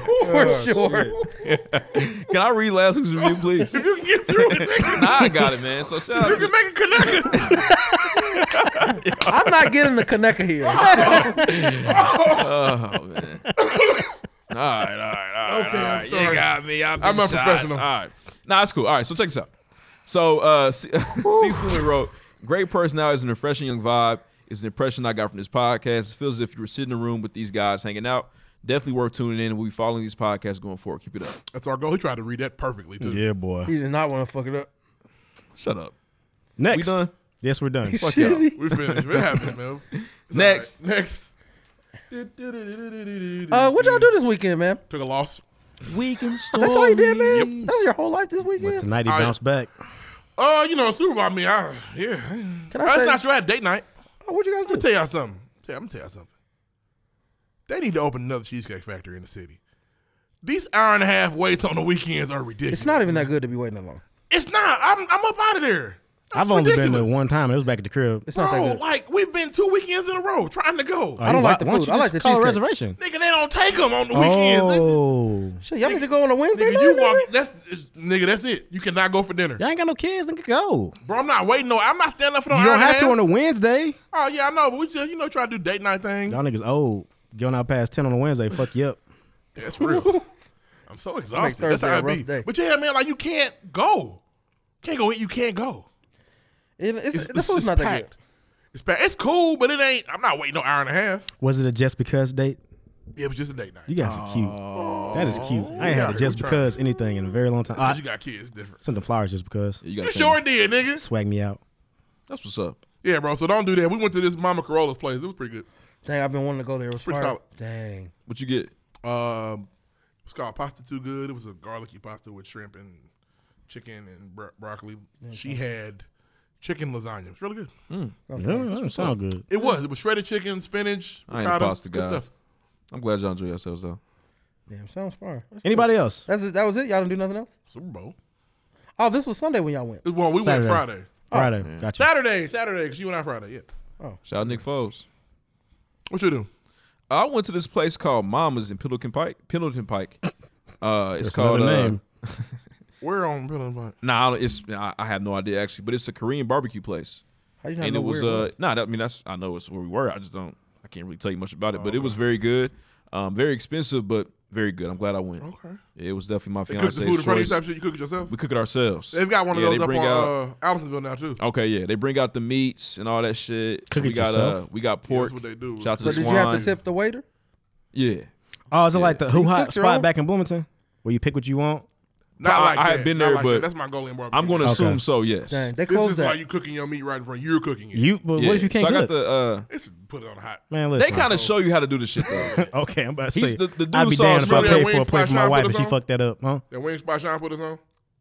[SPEAKER 4] (laughs) For sure.
[SPEAKER 1] Can I read last week's review, please?
[SPEAKER 5] You can get through it. nigga.
[SPEAKER 1] Nah, I got it, man. So shout out
[SPEAKER 5] You (laughs)
[SPEAKER 1] to
[SPEAKER 5] can make a connection.
[SPEAKER 4] I'm not getting the connector here.
[SPEAKER 1] Oh man. all right, all right, all right.
[SPEAKER 5] Okay,
[SPEAKER 1] all
[SPEAKER 5] I'm
[SPEAKER 1] right. You
[SPEAKER 5] sorry.
[SPEAKER 1] got me. I'm,
[SPEAKER 5] I'm a
[SPEAKER 1] shot.
[SPEAKER 5] professional.
[SPEAKER 1] All right. Nah, it's cool. All right, so check this out. So uh (laughs) C- Cecil Lee wrote, Great personality is an refreshing young vibe. It's an impression I got from this podcast. It feels as if you were sitting in a room with these guys hanging out. Definitely worth tuning in. We'll be following these podcasts going forward. Keep it up.
[SPEAKER 5] That's our goal. He tried to read that perfectly too.
[SPEAKER 7] Yeah, boy.
[SPEAKER 4] You did not want to fuck it
[SPEAKER 5] (laughs)
[SPEAKER 4] up.
[SPEAKER 1] Shut up.
[SPEAKER 7] Next.
[SPEAKER 1] We done?
[SPEAKER 7] Yes, we're done.
[SPEAKER 1] Fuck y'all.
[SPEAKER 5] We finished. It happened, man. It's
[SPEAKER 1] Next.
[SPEAKER 5] all right. Next.
[SPEAKER 4] Uh, what y'all do this weekend, man?
[SPEAKER 5] Took a loss.
[SPEAKER 7] Weekend story.
[SPEAKER 4] That's all you did, man. That was your whole life this
[SPEAKER 7] But
[SPEAKER 4] weekend.
[SPEAKER 7] tonight he
[SPEAKER 5] I-
[SPEAKER 7] bounced back.
[SPEAKER 5] Oh, you know, Super Bowl. I mean, I, yeah.
[SPEAKER 4] Can I
[SPEAKER 5] That's
[SPEAKER 4] say
[SPEAKER 5] not true. I had date night.
[SPEAKER 4] what Oh, you guys do?
[SPEAKER 5] Let me tell y'all something. Tell- I'm gonna tell y'all something. They need to open another cheesecake factory in the city. These hour and a half waits on the weekends are ridiculous.
[SPEAKER 4] It's not even that good to be waiting that long.
[SPEAKER 5] It's not. I'm, I'm up out of there. That's
[SPEAKER 7] I've only
[SPEAKER 5] ridiculous.
[SPEAKER 7] been there one time. It was back at the crib.
[SPEAKER 4] It's not that
[SPEAKER 5] Bro,
[SPEAKER 4] good.
[SPEAKER 5] like we've been two weekends in a row trying to go.
[SPEAKER 7] Oh,
[SPEAKER 4] I don't
[SPEAKER 7] why-
[SPEAKER 4] like the
[SPEAKER 7] why don't
[SPEAKER 4] food.
[SPEAKER 7] you
[SPEAKER 4] I
[SPEAKER 7] just
[SPEAKER 4] like the
[SPEAKER 7] call a
[SPEAKER 4] cheesecake.
[SPEAKER 7] reservation.
[SPEAKER 5] Nigga, they don't take them on the weekends. They just-
[SPEAKER 7] Oh,
[SPEAKER 4] Shit, y'all need to go on a Wednesday
[SPEAKER 5] Nigga,
[SPEAKER 4] night.
[SPEAKER 5] you
[SPEAKER 4] nigga?
[SPEAKER 5] walk. That's it's- nigga. That's it. You cannot go for dinner,
[SPEAKER 7] y'all ain't got no kids. Nigga, go.
[SPEAKER 5] bro. I'm not waiting. No, I'm not standing up for no.
[SPEAKER 7] You
[SPEAKER 5] hour
[SPEAKER 7] don't
[SPEAKER 5] and
[SPEAKER 7] have to
[SPEAKER 5] half.
[SPEAKER 7] on a Wednesday.
[SPEAKER 5] Oh yeah, I know, but we just you know try to do date night thing.
[SPEAKER 7] Y'all niggas old. Going out past ten on a Wednesday. Fuck you up.
[SPEAKER 5] That's
[SPEAKER 4] (laughs)
[SPEAKER 5] real. I'm so exhausted. That's
[SPEAKER 4] Thursday
[SPEAKER 5] how
[SPEAKER 4] a
[SPEAKER 5] it
[SPEAKER 4] rough
[SPEAKER 5] be.
[SPEAKER 4] day.
[SPEAKER 5] But yeah, man, like you can't go. Can't go. in, You can't go.
[SPEAKER 4] It-
[SPEAKER 5] It's,
[SPEAKER 4] it's, the
[SPEAKER 5] it's,
[SPEAKER 4] food's
[SPEAKER 5] it's
[SPEAKER 4] not that
[SPEAKER 5] packed.
[SPEAKER 4] good.
[SPEAKER 5] It's packed. It's cool, but it ain't. I'm not waiting no hour and a half.
[SPEAKER 7] Was it a just because date?
[SPEAKER 5] It was just a date night.
[SPEAKER 7] You guys are cute. That is cute. I ain't had
[SPEAKER 5] Yeah,
[SPEAKER 7] a just
[SPEAKER 5] we trying.
[SPEAKER 7] because anything in a very long time.
[SPEAKER 5] Since
[SPEAKER 7] I
[SPEAKER 5] you got kids, it's different.
[SPEAKER 7] sent them flowers just because.
[SPEAKER 1] You, gotta
[SPEAKER 5] You
[SPEAKER 1] tell
[SPEAKER 5] sure
[SPEAKER 1] me.
[SPEAKER 5] did, nigga.
[SPEAKER 7] Swag me out.
[SPEAKER 1] That's what's up.
[SPEAKER 5] Yeah, bro. So don't do that. We went to this Mama Corolla's place. It was pretty good.
[SPEAKER 4] Dang, I've been wanting to go there. It was
[SPEAKER 5] Pretty
[SPEAKER 4] fire.
[SPEAKER 5] solid.
[SPEAKER 4] Dang.
[SPEAKER 1] What you get?
[SPEAKER 5] Um, it's called pasta too good. It was a garlicky pasta with shrimp and chicken and bro- broccoli. She had chicken lasagna. It was really good.
[SPEAKER 7] Yeah, that don't sound good.
[SPEAKER 5] It was. It was shredded chicken, spinach,
[SPEAKER 1] I ain't a
[SPEAKER 5] ricotta,
[SPEAKER 1] pasta
[SPEAKER 5] good
[SPEAKER 1] guy.
[SPEAKER 5] stuff.
[SPEAKER 1] I'm glad y'all enjoy yourselves though.
[SPEAKER 4] Damn, sounds fire.
[SPEAKER 7] Anybody else?
[SPEAKER 4] That's it. That was it. Y'all didn't do nothing else.
[SPEAKER 5] Super Bowl.
[SPEAKER 4] Oh, this was Sunday when y'all went.
[SPEAKER 5] It- Well, we
[SPEAKER 7] Saturday.
[SPEAKER 5] went Friday.
[SPEAKER 7] Friday. Gotcha.
[SPEAKER 5] Saturday, Saturday, because you and I Friday, yeah.
[SPEAKER 1] Shout out Nick Foles.
[SPEAKER 5] What you do?
[SPEAKER 1] I went to this place called Mama's in Pendleton Pike. Pendleton Pike. Uh, it's
[SPEAKER 7] That's
[SPEAKER 1] called
[SPEAKER 7] another
[SPEAKER 1] uh,
[SPEAKER 7] name.
[SPEAKER 5] We're on Pillow Bike.
[SPEAKER 1] Nah, I don't- it's I, I have no idea actually, but it's a Korean barbecue place,
[SPEAKER 4] How you not
[SPEAKER 1] and
[SPEAKER 4] know
[SPEAKER 1] it was
[SPEAKER 4] where
[SPEAKER 1] uh, nah. That, I mean, that's I know it's where we were. I just don't. I can't really tell you much about it, but it was very good, um, very expensive, but very good. I'm glad I went.
[SPEAKER 5] Okay.
[SPEAKER 1] It was definitely my
[SPEAKER 5] Cook the
[SPEAKER 1] fiance's
[SPEAKER 5] food in front of you
[SPEAKER 1] choice.
[SPEAKER 5] type shit. You cook it yourself.
[SPEAKER 1] We cook it ourselves.
[SPEAKER 5] They've got one of
[SPEAKER 1] Yeah,
[SPEAKER 5] those
[SPEAKER 1] they
[SPEAKER 5] up on
[SPEAKER 1] bring out-
[SPEAKER 5] uh, Allisonville now too.
[SPEAKER 1] Okay, yeah, they bring out the meats and all that shit. So
[SPEAKER 7] Cook
[SPEAKER 1] we
[SPEAKER 7] it
[SPEAKER 1] got uh,
[SPEAKER 7] yourself?
[SPEAKER 1] we got
[SPEAKER 5] Yeah,
[SPEAKER 1] pork.
[SPEAKER 5] That's what they do.
[SPEAKER 1] Shout out to
[SPEAKER 4] So
[SPEAKER 1] the
[SPEAKER 4] did
[SPEAKER 1] swine.
[SPEAKER 4] you have to tip the waiter?
[SPEAKER 1] Yeah,
[SPEAKER 7] Oh, is it like the
[SPEAKER 4] you
[SPEAKER 7] hoo hot
[SPEAKER 4] cooked your own?
[SPEAKER 7] spot back in Bloomington where you pick what you want?
[SPEAKER 5] Not
[SPEAKER 1] I-
[SPEAKER 5] like
[SPEAKER 1] I
[SPEAKER 5] that.
[SPEAKER 1] have been
[SPEAKER 5] Not
[SPEAKER 1] there,
[SPEAKER 5] like
[SPEAKER 1] but
[SPEAKER 5] that. that's my goal in barbecue.
[SPEAKER 1] I'm going to
[SPEAKER 7] Okay.
[SPEAKER 1] assume so. Yes.
[SPEAKER 4] Dang, they
[SPEAKER 5] This
[SPEAKER 4] closed
[SPEAKER 5] is
[SPEAKER 4] that.
[SPEAKER 5] like you cooking your meat right in front. You're cooking it.
[SPEAKER 7] You. But
[SPEAKER 1] Yeah.
[SPEAKER 7] what if you can't
[SPEAKER 1] so I got
[SPEAKER 7] cook?
[SPEAKER 1] the. Uh,
[SPEAKER 5] It's put it on hot.
[SPEAKER 7] Man,
[SPEAKER 1] they
[SPEAKER 7] listen.
[SPEAKER 1] kind of show you how to do the shit though.
[SPEAKER 7] (laughs) Okay, I'm about to
[SPEAKER 1] He's
[SPEAKER 7] say.
[SPEAKER 1] the- the dude
[SPEAKER 7] I'd be
[SPEAKER 1] saw
[SPEAKER 7] damned
[SPEAKER 1] us
[SPEAKER 7] if I
[SPEAKER 1] really at
[SPEAKER 7] paid for a
[SPEAKER 5] Wings
[SPEAKER 7] plate for
[SPEAKER 5] Splash
[SPEAKER 7] my
[SPEAKER 5] Mountain
[SPEAKER 7] wife
[SPEAKER 5] or
[SPEAKER 7] and she
[SPEAKER 5] something?
[SPEAKER 7] fucked that up, huh?
[SPEAKER 5] That wing spot Sean put us on.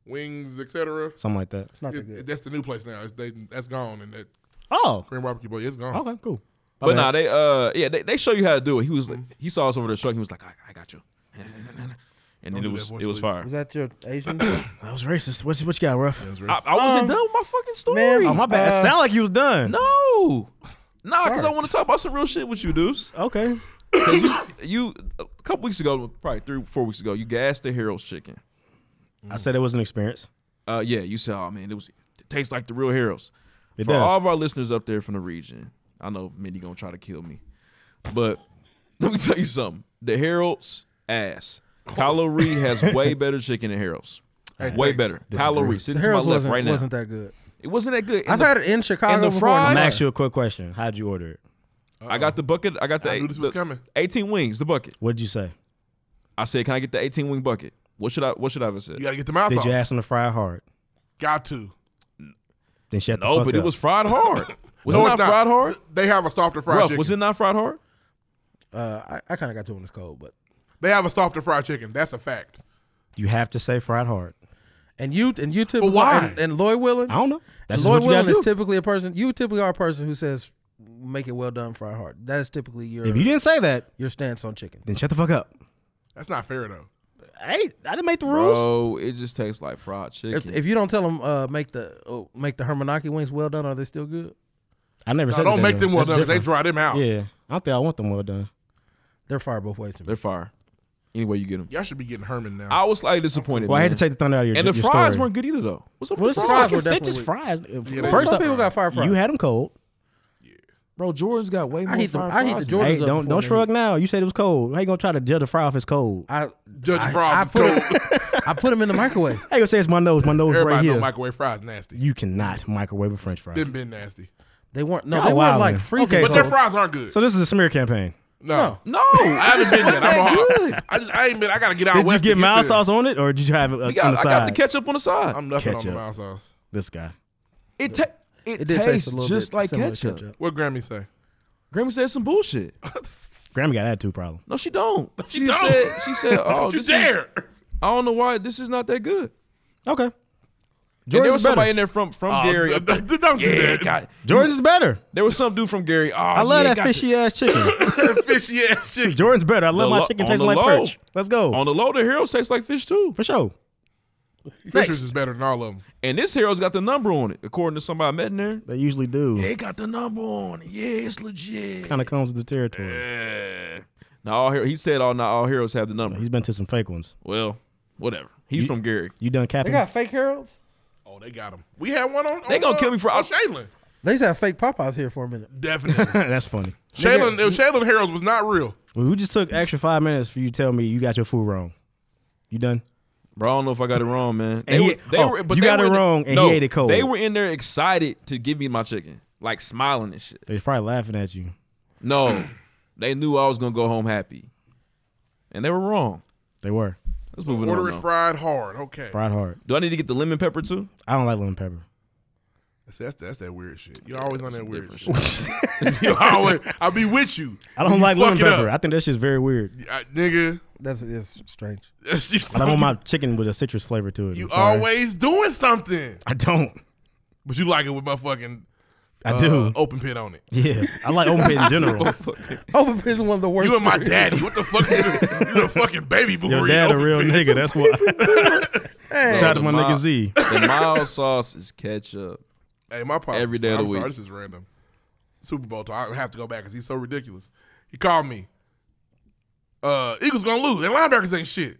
[SPEAKER 5] Wings, etc.
[SPEAKER 7] Something like that.
[SPEAKER 4] It's not that
[SPEAKER 5] It-
[SPEAKER 4] good.
[SPEAKER 5] That's the new place now. It's, they, that's gone, and that
[SPEAKER 7] Oh,
[SPEAKER 5] Korean barbecue boy, it's gone.
[SPEAKER 7] okay, cool. My
[SPEAKER 1] But
[SPEAKER 7] bad.
[SPEAKER 1] nah, they uh yeah, they, they show you how to do it. He was like, he saw us over the truck, he was like, I, I got you. (laughs) And then
[SPEAKER 5] do
[SPEAKER 1] it
[SPEAKER 5] that
[SPEAKER 1] was
[SPEAKER 5] voice,
[SPEAKER 1] it was
[SPEAKER 5] please.
[SPEAKER 1] fire.
[SPEAKER 4] Was that your Asian?
[SPEAKER 7] that was racist. What, what you got, rough?
[SPEAKER 5] That's
[SPEAKER 1] I,
[SPEAKER 5] racist.
[SPEAKER 1] I wasn't
[SPEAKER 4] Um,
[SPEAKER 1] done with my fucking story.
[SPEAKER 4] man,
[SPEAKER 7] Oh, my bad.
[SPEAKER 4] Uh,
[SPEAKER 7] it sounded like you was done.
[SPEAKER 1] No. Nah, because I
[SPEAKER 4] Sorry.
[SPEAKER 1] want to talk about some real shit with you,
[SPEAKER 7] (coughs)
[SPEAKER 1] Deuce.
[SPEAKER 7] Okay.
[SPEAKER 1] Because you, you, a couple weeks ago, probably three, four weeks ago, you gassed the Harold's chicken.
[SPEAKER 7] I said it was an experience.
[SPEAKER 1] Uh, yeah, you said, oh man, it was it tastes like the real Harold's.
[SPEAKER 7] It
[SPEAKER 1] For
[SPEAKER 7] does.
[SPEAKER 1] all of our listeners up there from the region, I know many gonna try to kill me, but (laughs) let me tell you something. The Harold's ass. Kylo Ree
[SPEAKER 5] (laughs)
[SPEAKER 1] has way better chicken than Harold's.
[SPEAKER 5] Hey,
[SPEAKER 1] Way
[SPEAKER 5] thanks.
[SPEAKER 1] better. Kylo Ree, sitting to my
[SPEAKER 4] Harris
[SPEAKER 1] left
[SPEAKER 4] wasn't,
[SPEAKER 1] right now.
[SPEAKER 4] wasn't that good.
[SPEAKER 1] it wasn't that good. And
[SPEAKER 4] I've
[SPEAKER 1] the-
[SPEAKER 4] had it in Chicago before.
[SPEAKER 1] fries-
[SPEAKER 7] I'm
[SPEAKER 4] and
[SPEAKER 7] gonna
[SPEAKER 4] I'm
[SPEAKER 7] ask you a quick question. How'd you order it?
[SPEAKER 1] I got the bucket. I got the,
[SPEAKER 5] I knew this was
[SPEAKER 1] the-
[SPEAKER 5] coming.
[SPEAKER 1] 18 wings, the bucket.
[SPEAKER 7] What did you say?
[SPEAKER 1] I said, can I get the 18 wing bucket? What should I what should I have said?
[SPEAKER 5] You gotta get the mouth
[SPEAKER 7] Did
[SPEAKER 5] sauce.
[SPEAKER 7] you ask him to fry it hard?
[SPEAKER 5] Got to.
[SPEAKER 7] Then shut the
[SPEAKER 1] no,
[SPEAKER 7] fuck
[SPEAKER 1] but
[SPEAKER 7] up.
[SPEAKER 5] (laughs)
[SPEAKER 1] it was fried hard. Was it
[SPEAKER 5] No,
[SPEAKER 1] not
[SPEAKER 5] it's not.
[SPEAKER 1] fried hard?
[SPEAKER 5] They have a softer fried
[SPEAKER 1] Rough.
[SPEAKER 5] chicken.
[SPEAKER 1] Was it not fried hard?
[SPEAKER 4] Uh, I, I kind of got to when it's cold, but
[SPEAKER 5] They have a softer fried chicken. That's a fact.
[SPEAKER 7] You have to say fried hard.
[SPEAKER 4] and you and you typically
[SPEAKER 5] But why?
[SPEAKER 4] and, and Lloyd Willing.
[SPEAKER 7] I don't know. That's just
[SPEAKER 4] Lloyd
[SPEAKER 7] what you
[SPEAKER 4] Willing
[SPEAKER 7] gotta
[SPEAKER 4] is
[SPEAKER 7] do.
[SPEAKER 4] typically a person. You typically are a person who says, "Make it well done, fry hard." That is typically your
[SPEAKER 7] if you didn't say that,
[SPEAKER 4] your stance on chicken.
[SPEAKER 7] then shut the fuck up.
[SPEAKER 5] That's not fair though.
[SPEAKER 7] Hey, I didn't make the rules.
[SPEAKER 1] Bro, it just tastes like fried chicken.
[SPEAKER 4] If, if you don't tell them uh, make the oh, make the hermanaki wings well done, are they still good?
[SPEAKER 7] I never
[SPEAKER 5] No,
[SPEAKER 7] said
[SPEAKER 5] don't
[SPEAKER 7] that,
[SPEAKER 5] make
[SPEAKER 7] though.
[SPEAKER 5] them well
[SPEAKER 7] That's
[SPEAKER 5] done 'cause they
[SPEAKER 7] different.
[SPEAKER 5] dry them out.
[SPEAKER 7] Yeah, I don't think I want them well done.
[SPEAKER 4] They're fire both ways to me.
[SPEAKER 1] They're fire. Any way you get them.
[SPEAKER 5] Y'all should be getting Herman now.
[SPEAKER 1] I was slightly disappointed.
[SPEAKER 7] Well, I had
[SPEAKER 1] man.
[SPEAKER 7] to take the thunder out of your
[SPEAKER 1] And the
[SPEAKER 7] your
[SPEAKER 1] fries
[SPEAKER 7] story.
[SPEAKER 1] weren't good either, though. What's up
[SPEAKER 7] Well,
[SPEAKER 1] with
[SPEAKER 7] it's
[SPEAKER 1] the
[SPEAKER 7] the
[SPEAKER 1] fries?
[SPEAKER 7] fries.
[SPEAKER 4] were
[SPEAKER 7] It's- They're
[SPEAKER 4] definitely
[SPEAKER 7] just fries.
[SPEAKER 5] they
[SPEAKER 7] First
[SPEAKER 5] were.
[SPEAKER 4] Some
[SPEAKER 7] off,
[SPEAKER 4] people got fire fries.
[SPEAKER 7] you had them cold.
[SPEAKER 1] Bro, Jordan's got way more
[SPEAKER 4] hate the-
[SPEAKER 1] fried
[SPEAKER 4] I hate
[SPEAKER 1] fries
[SPEAKER 4] the
[SPEAKER 1] than-
[SPEAKER 4] Jordans
[SPEAKER 7] Hey,
[SPEAKER 4] up
[SPEAKER 7] don't
[SPEAKER 4] before
[SPEAKER 7] don't
[SPEAKER 4] they-
[SPEAKER 7] shrug now. You said it was cold. How you gonna try to judge a fry if it's cold? I
[SPEAKER 4] I
[SPEAKER 5] Judge
[SPEAKER 4] I,
[SPEAKER 5] Frost
[SPEAKER 4] I
[SPEAKER 5] is
[SPEAKER 4] put
[SPEAKER 5] cold.
[SPEAKER 4] it- (laughs) I put them in the microwave.
[SPEAKER 7] ain't gonna say it's my nose. My nose right
[SPEAKER 5] Everybody
[SPEAKER 7] here.
[SPEAKER 5] know microwave fries nasty.
[SPEAKER 7] you cannot microwave a French fry.
[SPEAKER 5] Them been nasty.
[SPEAKER 4] They weren't no,
[SPEAKER 7] Y'all
[SPEAKER 4] they weren't
[SPEAKER 7] wildin'.
[SPEAKER 4] like freezing.
[SPEAKER 7] Okay,
[SPEAKER 5] But
[SPEAKER 7] so-
[SPEAKER 5] their fries aren't good.
[SPEAKER 7] So this is a smear campaign.
[SPEAKER 5] no.
[SPEAKER 1] No,
[SPEAKER 4] (laughs)
[SPEAKER 1] I
[SPEAKER 5] I haven't been yet. I'm
[SPEAKER 1] good.
[SPEAKER 5] hard. I, just, I ain't been. I gotta get out
[SPEAKER 7] Did
[SPEAKER 5] west.
[SPEAKER 7] you
[SPEAKER 5] to
[SPEAKER 7] get mild
[SPEAKER 5] there.
[SPEAKER 7] sauce on it, or did you have it uh,
[SPEAKER 1] We got,
[SPEAKER 7] on the
[SPEAKER 1] I
[SPEAKER 7] side?
[SPEAKER 1] got the ketchup on the side.
[SPEAKER 5] I'm nothing on
[SPEAKER 7] Ketchup.
[SPEAKER 5] the mild sauce.
[SPEAKER 7] this guy.
[SPEAKER 1] it ta- it,
[SPEAKER 4] It did
[SPEAKER 1] tastes
[SPEAKER 4] taste a little
[SPEAKER 1] just
[SPEAKER 4] bit
[SPEAKER 1] like
[SPEAKER 4] similar
[SPEAKER 1] ketchup.
[SPEAKER 4] to ketchup.
[SPEAKER 5] What Grammy say?
[SPEAKER 1] Grammy said some bullshit.
[SPEAKER 7] Grammy got attitude problem.
[SPEAKER 1] No, she don't. She,
[SPEAKER 5] don't.
[SPEAKER 1] said she
[SPEAKER 4] (laughs)
[SPEAKER 1] said, "Oh,
[SPEAKER 5] Don't you
[SPEAKER 1] this is-
[SPEAKER 5] dare!
[SPEAKER 1] I don't know why this is not that good."
[SPEAKER 7] Okay.
[SPEAKER 1] and there
[SPEAKER 7] Jordan's
[SPEAKER 1] was somebody
[SPEAKER 7] better.
[SPEAKER 1] in there from from
[SPEAKER 5] Oh,
[SPEAKER 4] (laughs)
[SPEAKER 1] Gary.
[SPEAKER 5] d- d- d- don't do
[SPEAKER 1] yeah, (laughs)
[SPEAKER 5] that.
[SPEAKER 1] God.
[SPEAKER 7] Jordan's is better.
[SPEAKER 1] There was some dude from Gary. Oh,
[SPEAKER 7] I love
[SPEAKER 1] yeah,
[SPEAKER 7] that
[SPEAKER 1] got
[SPEAKER 7] fishy ass chicken. (laughs)
[SPEAKER 5] (laughs) fishy ass chicken.
[SPEAKER 7] Jordan's better. I love
[SPEAKER 1] The
[SPEAKER 7] my
[SPEAKER 1] lo-
[SPEAKER 7] chicken
[SPEAKER 1] on
[SPEAKER 7] tasting
[SPEAKER 1] the
[SPEAKER 7] like
[SPEAKER 1] low.
[SPEAKER 7] perch. Let's go.
[SPEAKER 1] The, on the low, the hero tastes like fish too.
[SPEAKER 7] For sure.
[SPEAKER 5] Fisher's is better than all of them.
[SPEAKER 1] And this hero's got the number on it, according to somebody I met in there.
[SPEAKER 7] They usually do.
[SPEAKER 1] They got the number on it. Yeah, it's legit.
[SPEAKER 7] Kind of comes with the territory.
[SPEAKER 1] Now all hero, he said all not all heroes have the number.
[SPEAKER 7] He's been to some fake ones.
[SPEAKER 1] Well, whatever. He's from Gary.
[SPEAKER 7] You done
[SPEAKER 4] They
[SPEAKER 7] capping?
[SPEAKER 4] got fake Harold's.
[SPEAKER 5] Oh, they got them. We had one on.
[SPEAKER 1] They
[SPEAKER 5] on,
[SPEAKER 1] gonna
[SPEAKER 5] uh,
[SPEAKER 1] kill me for-
[SPEAKER 5] on Shaylin.
[SPEAKER 4] They used to have fake Popeyes here for a minute.
[SPEAKER 7] (laughs)
[SPEAKER 5] Definitely.
[SPEAKER 7] (laughs) That's funny.
[SPEAKER 5] Shaylin. if Shaylin Harold's was not real.
[SPEAKER 7] Well, we just took extra five minutes for you to tell me you got your food wrong. You done?
[SPEAKER 1] Bro, I don't know if I got it wrong, man. They
[SPEAKER 7] And he-
[SPEAKER 1] were, they
[SPEAKER 7] oh,
[SPEAKER 1] were, but
[SPEAKER 7] you
[SPEAKER 1] they
[SPEAKER 7] got
[SPEAKER 1] were
[SPEAKER 7] it
[SPEAKER 1] in the-
[SPEAKER 7] wrong and he
[SPEAKER 1] no,
[SPEAKER 7] ate it cold.
[SPEAKER 1] They were in there excited to give me my chicken, like smiling and shit.
[SPEAKER 7] They was probably laughing at you. (clears throat)
[SPEAKER 1] No, they knew I was gonna go home happy, and they were wrong.
[SPEAKER 7] They were
[SPEAKER 1] Let's move it
[SPEAKER 5] Order
[SPEAKER 1] on.
[SPEAKER 5] it
[SPEAKER 1] though.
[SPEAKER 5] fried hard. Okay.
[SPEAKER 7] fried hard.
[SPEAKER 1] Do I need to get the lemon pepper too?
[SPEAKER 7] I don't like lemon pepper.
[SPEAKER 5] That's, that's that's that weird shit. You're always on that weird
[SPEAKER 1] different
[SPEAKER 5] shit. (laughs) you
[SPEAKER 7] (laughs)
[SPEAKER 5] always. I'll be with you.
[SPEAKER 7] I don't
[SPEAKER 5] You
[SPEAKER 7] like lemon
[SPEAKER 5] fuck it
[SPEAKER 7] pepper. I
[SPEAKER 5] up.
[SPEAKER 7] think that shit's very weird.
[SPEAKER 5] I, nigga. (laughs)
[SPEAKER 4] That's it's (laughs) strange.
[SPEAKER 5] That's just (laughs)
[SPEAKER 7] I want my chicken with a citrus flavor to it.
[SPEAKER 5] You
[SPEAKER 7] I'm sorry.
[SPEAKER 5] always doing something,
[SPEAKER 7] I don't.
[SPEAKER 5] but you like it with my fucking
[SPEAKER 7] I
[SPEAKER 5] uh,
[SPEAKER 7] do.
[SPEAKER 5] open pit on it.
[SPEAKER 7] Yeah, I like open pit
[SPEAKER 5] (laughs)
[SPEAKER 7] in general.
[SPEAKER 4] Open pit is one of the worst.
[SPEAKER 5] You and
[SPEAKER 7] (laughs)
[SPEAKER 5] my
[SPEAKER 4] foods.
[SPEAKER 5] daddy. What the fuck? You do? You're a fucking baby boomer.
[SPEAKER 7] Your dad a real nigga. That's why. (laughs)
[SPEAKER 4] Hey,
[SPEAKER 7] Shout out to my
[SPEAKER 1] Bro,
[SPEAKER 7] nigga
[SPEAKER 1] the
[SPEAKER 7] Z.
[SPEAKER 1] The mild sauce is ketchup.
[SPEAKER 5] Hey, my pops.
[SPEAKER 1] Every day of
[SPEAKER 5] I'm
[SPEAKER 1] the
[SPEAKER 5] sorry,
[SPEAKER 1] week.
[SPEAKER 5] this is random. Super Bowl talk. I have to go back because he's so ridiculous. He called me. Uh, Eagles gonna lose. Their linebackers ain't shit.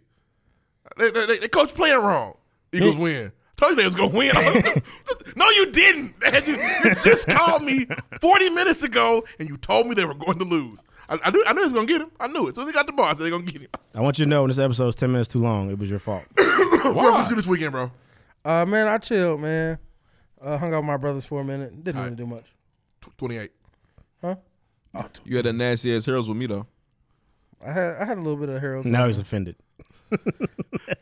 [SPEAKER 5] They, they, they, they coach playing wrong. Eagles win. Told you they was gonna win. (laughs) no, you didn't. (laughs) man. You, you just called me 40 minutes ago and you told me they were going to lose. I, I knew I knew he was gonna get him. I knew it. So they got the ball. I said they gonna get him. (laughs)
[SPEAKER 7] I want you to know when this episode is ten minutes too long, it was your fault.
[SPEAKER 5] What else you this weekend, bro?
[SPEAKER 4] uh, man, I chilled, man. Uh, hung out with my brothers for a minute. Didn't really do much.
[SPEAKER 5] Tw- 28. Oh.
[SPEAKER 1] You had a nasty ass heroes with me though.
[SPEAKER 4] I had I had a little bit of Harold's.
[SPEAKER 7] Now he's offended.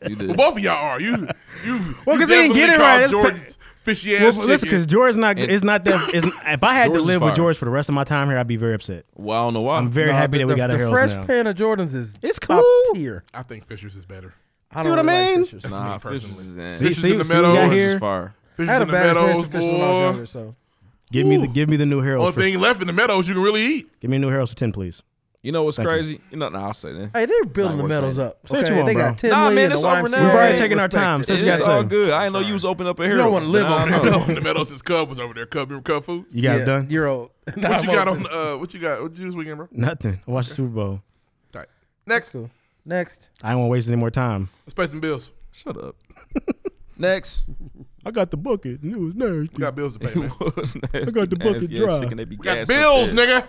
[SPEAKER 1] You did.
[SPEAKER 5] Both of y'all are. You you.
[SPEAKER 7] Well,
[SPEAKER 5] you
[SPEAKER 7] 'cause he
[SPEAKER 5] definitely
[SPEAKER 7] didn't get it
[SPEAKER 5] called
[SPEAKER 7] right. That's
[SPEAKER 5] Jordan's fishy ass.
[SPEAKER 7] Well, listen,
[SPEAKER 5] chicken.
[SPEAKER 7] because George's not.
[SPEAKER 1] And-
[SPEAKER 7] it's not that. It's, if I had to
[SPEAKER 1] George is
[SPEAKER 7] live with
[SPEAKER 1] fire.
[SPEAKER 7] George for the rest of my time here, I'd be very upset.
[SPEAKER 1] Well, I don't know why.
[SPEAKER 7] I'm very
[SPEAKER 4] Nah, the-
[SPEAKER 7] happy that we
[SPEAKER 4] the-
[SPEAKER 7] got a
[SPEAKER 4] the
[SPEAKER 7] Harold's
[SPEAKER 4] fresh
[SPEAKER 7] now.
[SPEAKER 4] pan of Jordans is
[SPEAKER 7] It's
[SPEAKER 4] top
[SPEAKER 7] cool.
[SPEAKER 4] tier.
[SPEAKER 5] I think Fisher's is better.
[SPEAKER 4] I
[SPEAKER 7] See
[SPEAKER 4] don't
[SPEAKER 7] what I
[SPEAKER 4] really like
[SPEAKER 7] mean?
[SPEAKER 4] Fisher's.
[SPEAKER 5] me
[SPEAKER 1] nah, fish
[SPEAKER 5] personally.
[SPEAKER 1] is in.
[SPEAKER 7] See,
[SPEAKER 5] Fishes
[SPEAKER 7] see,
[SPEAKER 5] in the
[SPEAKER 7] see what we
[SPEAKER 5] meadows.
[SPEAKER 7] got
[SPEAKER 1] George is
[SPEAKER 7] here.
[SPEAKER 1] fire.
[SPEAKER 5] Fisher's
[SPEAKER 4] I had a
[SPEAKER 5] in the
[SPEAKER 4] bad experience
[SPEAKER 5] meadows,
[SPEAKER 4] with Fisher's when I was
[SPEAKER 5] boy.
[SPEAKER 4] younger. So
[SPEAKER 7] Give me the
[SPEAKER 5] Ooh.
[SPEAKER 7] give me the new
[SPEAKER 5] Only
[SPEAKER 7] Harold's. For,
[SPEAKER 5] thing left in the meadows you can really
[SPEAKER 4] (laughs)
[SPEAKER 5] eat.
[SPEAKER 7] give me a new Harold's for ten, please.
[SPEAKER 1] You know what's
[SPEAKER 7] Thank you.
[SPEAKER 1] crazy? You. know, nah, I'll say that.
[SPEAKER 4] hey, they're building
[SPEAKER 1] Nah,
[SPEAKER 4] the
[SPEAKER 1] we're
[SPEAKER 4] medals
[SPEAKER 1] saying-
[SPEAKER 4] up.
[SPEAKER 7] Say
[SPEAKER 4] Okay,
[SPEAKER 7] what you want,
[SPEAKER 4] they
[SPEAKER 7] bro.
[SPEAKER 4] got ten
[SPEAKER 1] Nah,
[SPEAKER 4] million.
[SPEAKER 1] man, it's
[SPEAKER 4] the
[SPEAKER 1] over
[SPEAKER 4] YMCA.
[SPEAKER 1] now.
[SPEAKER 7] We've already
[SPEAKER 1] Hey,
[SPEAKER 7] taken our
[SPEAKER 4] Respect
[SPEAKER 7] time.
[SPEAKER 4] it.
[SPEAKER 7] Say what you
[SPEAKER 1] it's
[SPEAKER 7] got
[SPEAKER 1] all
[SPEAKER 7] to say.
[SPEAKER 1] good. I didn't know you was open up a
[SPEAKER 4] don't
[SPEAKER 1] hero.
[SPEAKER 4] wanna live on
[SPEAKER 5] I've
[SPEAKER 1] nah,
[SPEAKER 5] been
[SPEAKER 1] no.
[SPEAKER 7] (laughs)
[SPEAKER 5] on the meadows since Cub was over there. Cub, remember Cub
[SPEAKER 4] (laughs)
[SPEAKER 5] Foods?
[SPEAKER 7] You guys
[SPEAKER 4] Yeah,
[SPEAKER 7] done?
[SPEAKER 4] You're old.
[SPEAKER 5] (laughs)
[SPEAKER 4] Nah,
[SPEAKER 5] What
[SPEAKER 4] I'm
[SPEAKER 5] you got
[SPEAKER 4] old
[SPEAKER 5] on?
[SPEAKER 4] (laughs) too.
[SPEAKER 5] Uh, what you got? What you do this weekend, bro?
[SPEAKER 7] Nothing. I watched the Super Bowl.
[SPEAKER 5] All right. Next,
[SPEAKER 4] Cool. Next,
[SPEAKER 7] I don't want to waste any more time.
[SPEAKER 5] let's pay some bills.
[SPEAKER 1] Shut up.
[SPEAKER 7] (laughs)
[SPEAKER 1] Next.
[SPEAKER 7] I got the bucket. It was nasty.
[SPEAKER 5] We got bills to
[SPEAKER 4] (laughs)
[SPEAKER 5] pay.
[SPEAKER 1] (laughs)
[SPEAKER 5] Man.
[SPEAKER 1] It was nasty,
[SPEAKER 7] I got the bucket
[SPEAKER 1] nasty ass
[SPEAKER 7] dry.
[SPEAKER 1] chicken. They be
[SPEAKER 5] We got
[SPEAKER 1] gassed up
[SPEAKER 5] bills,
[SPEAKER 1] there.
[SPEAKER 5] nigga.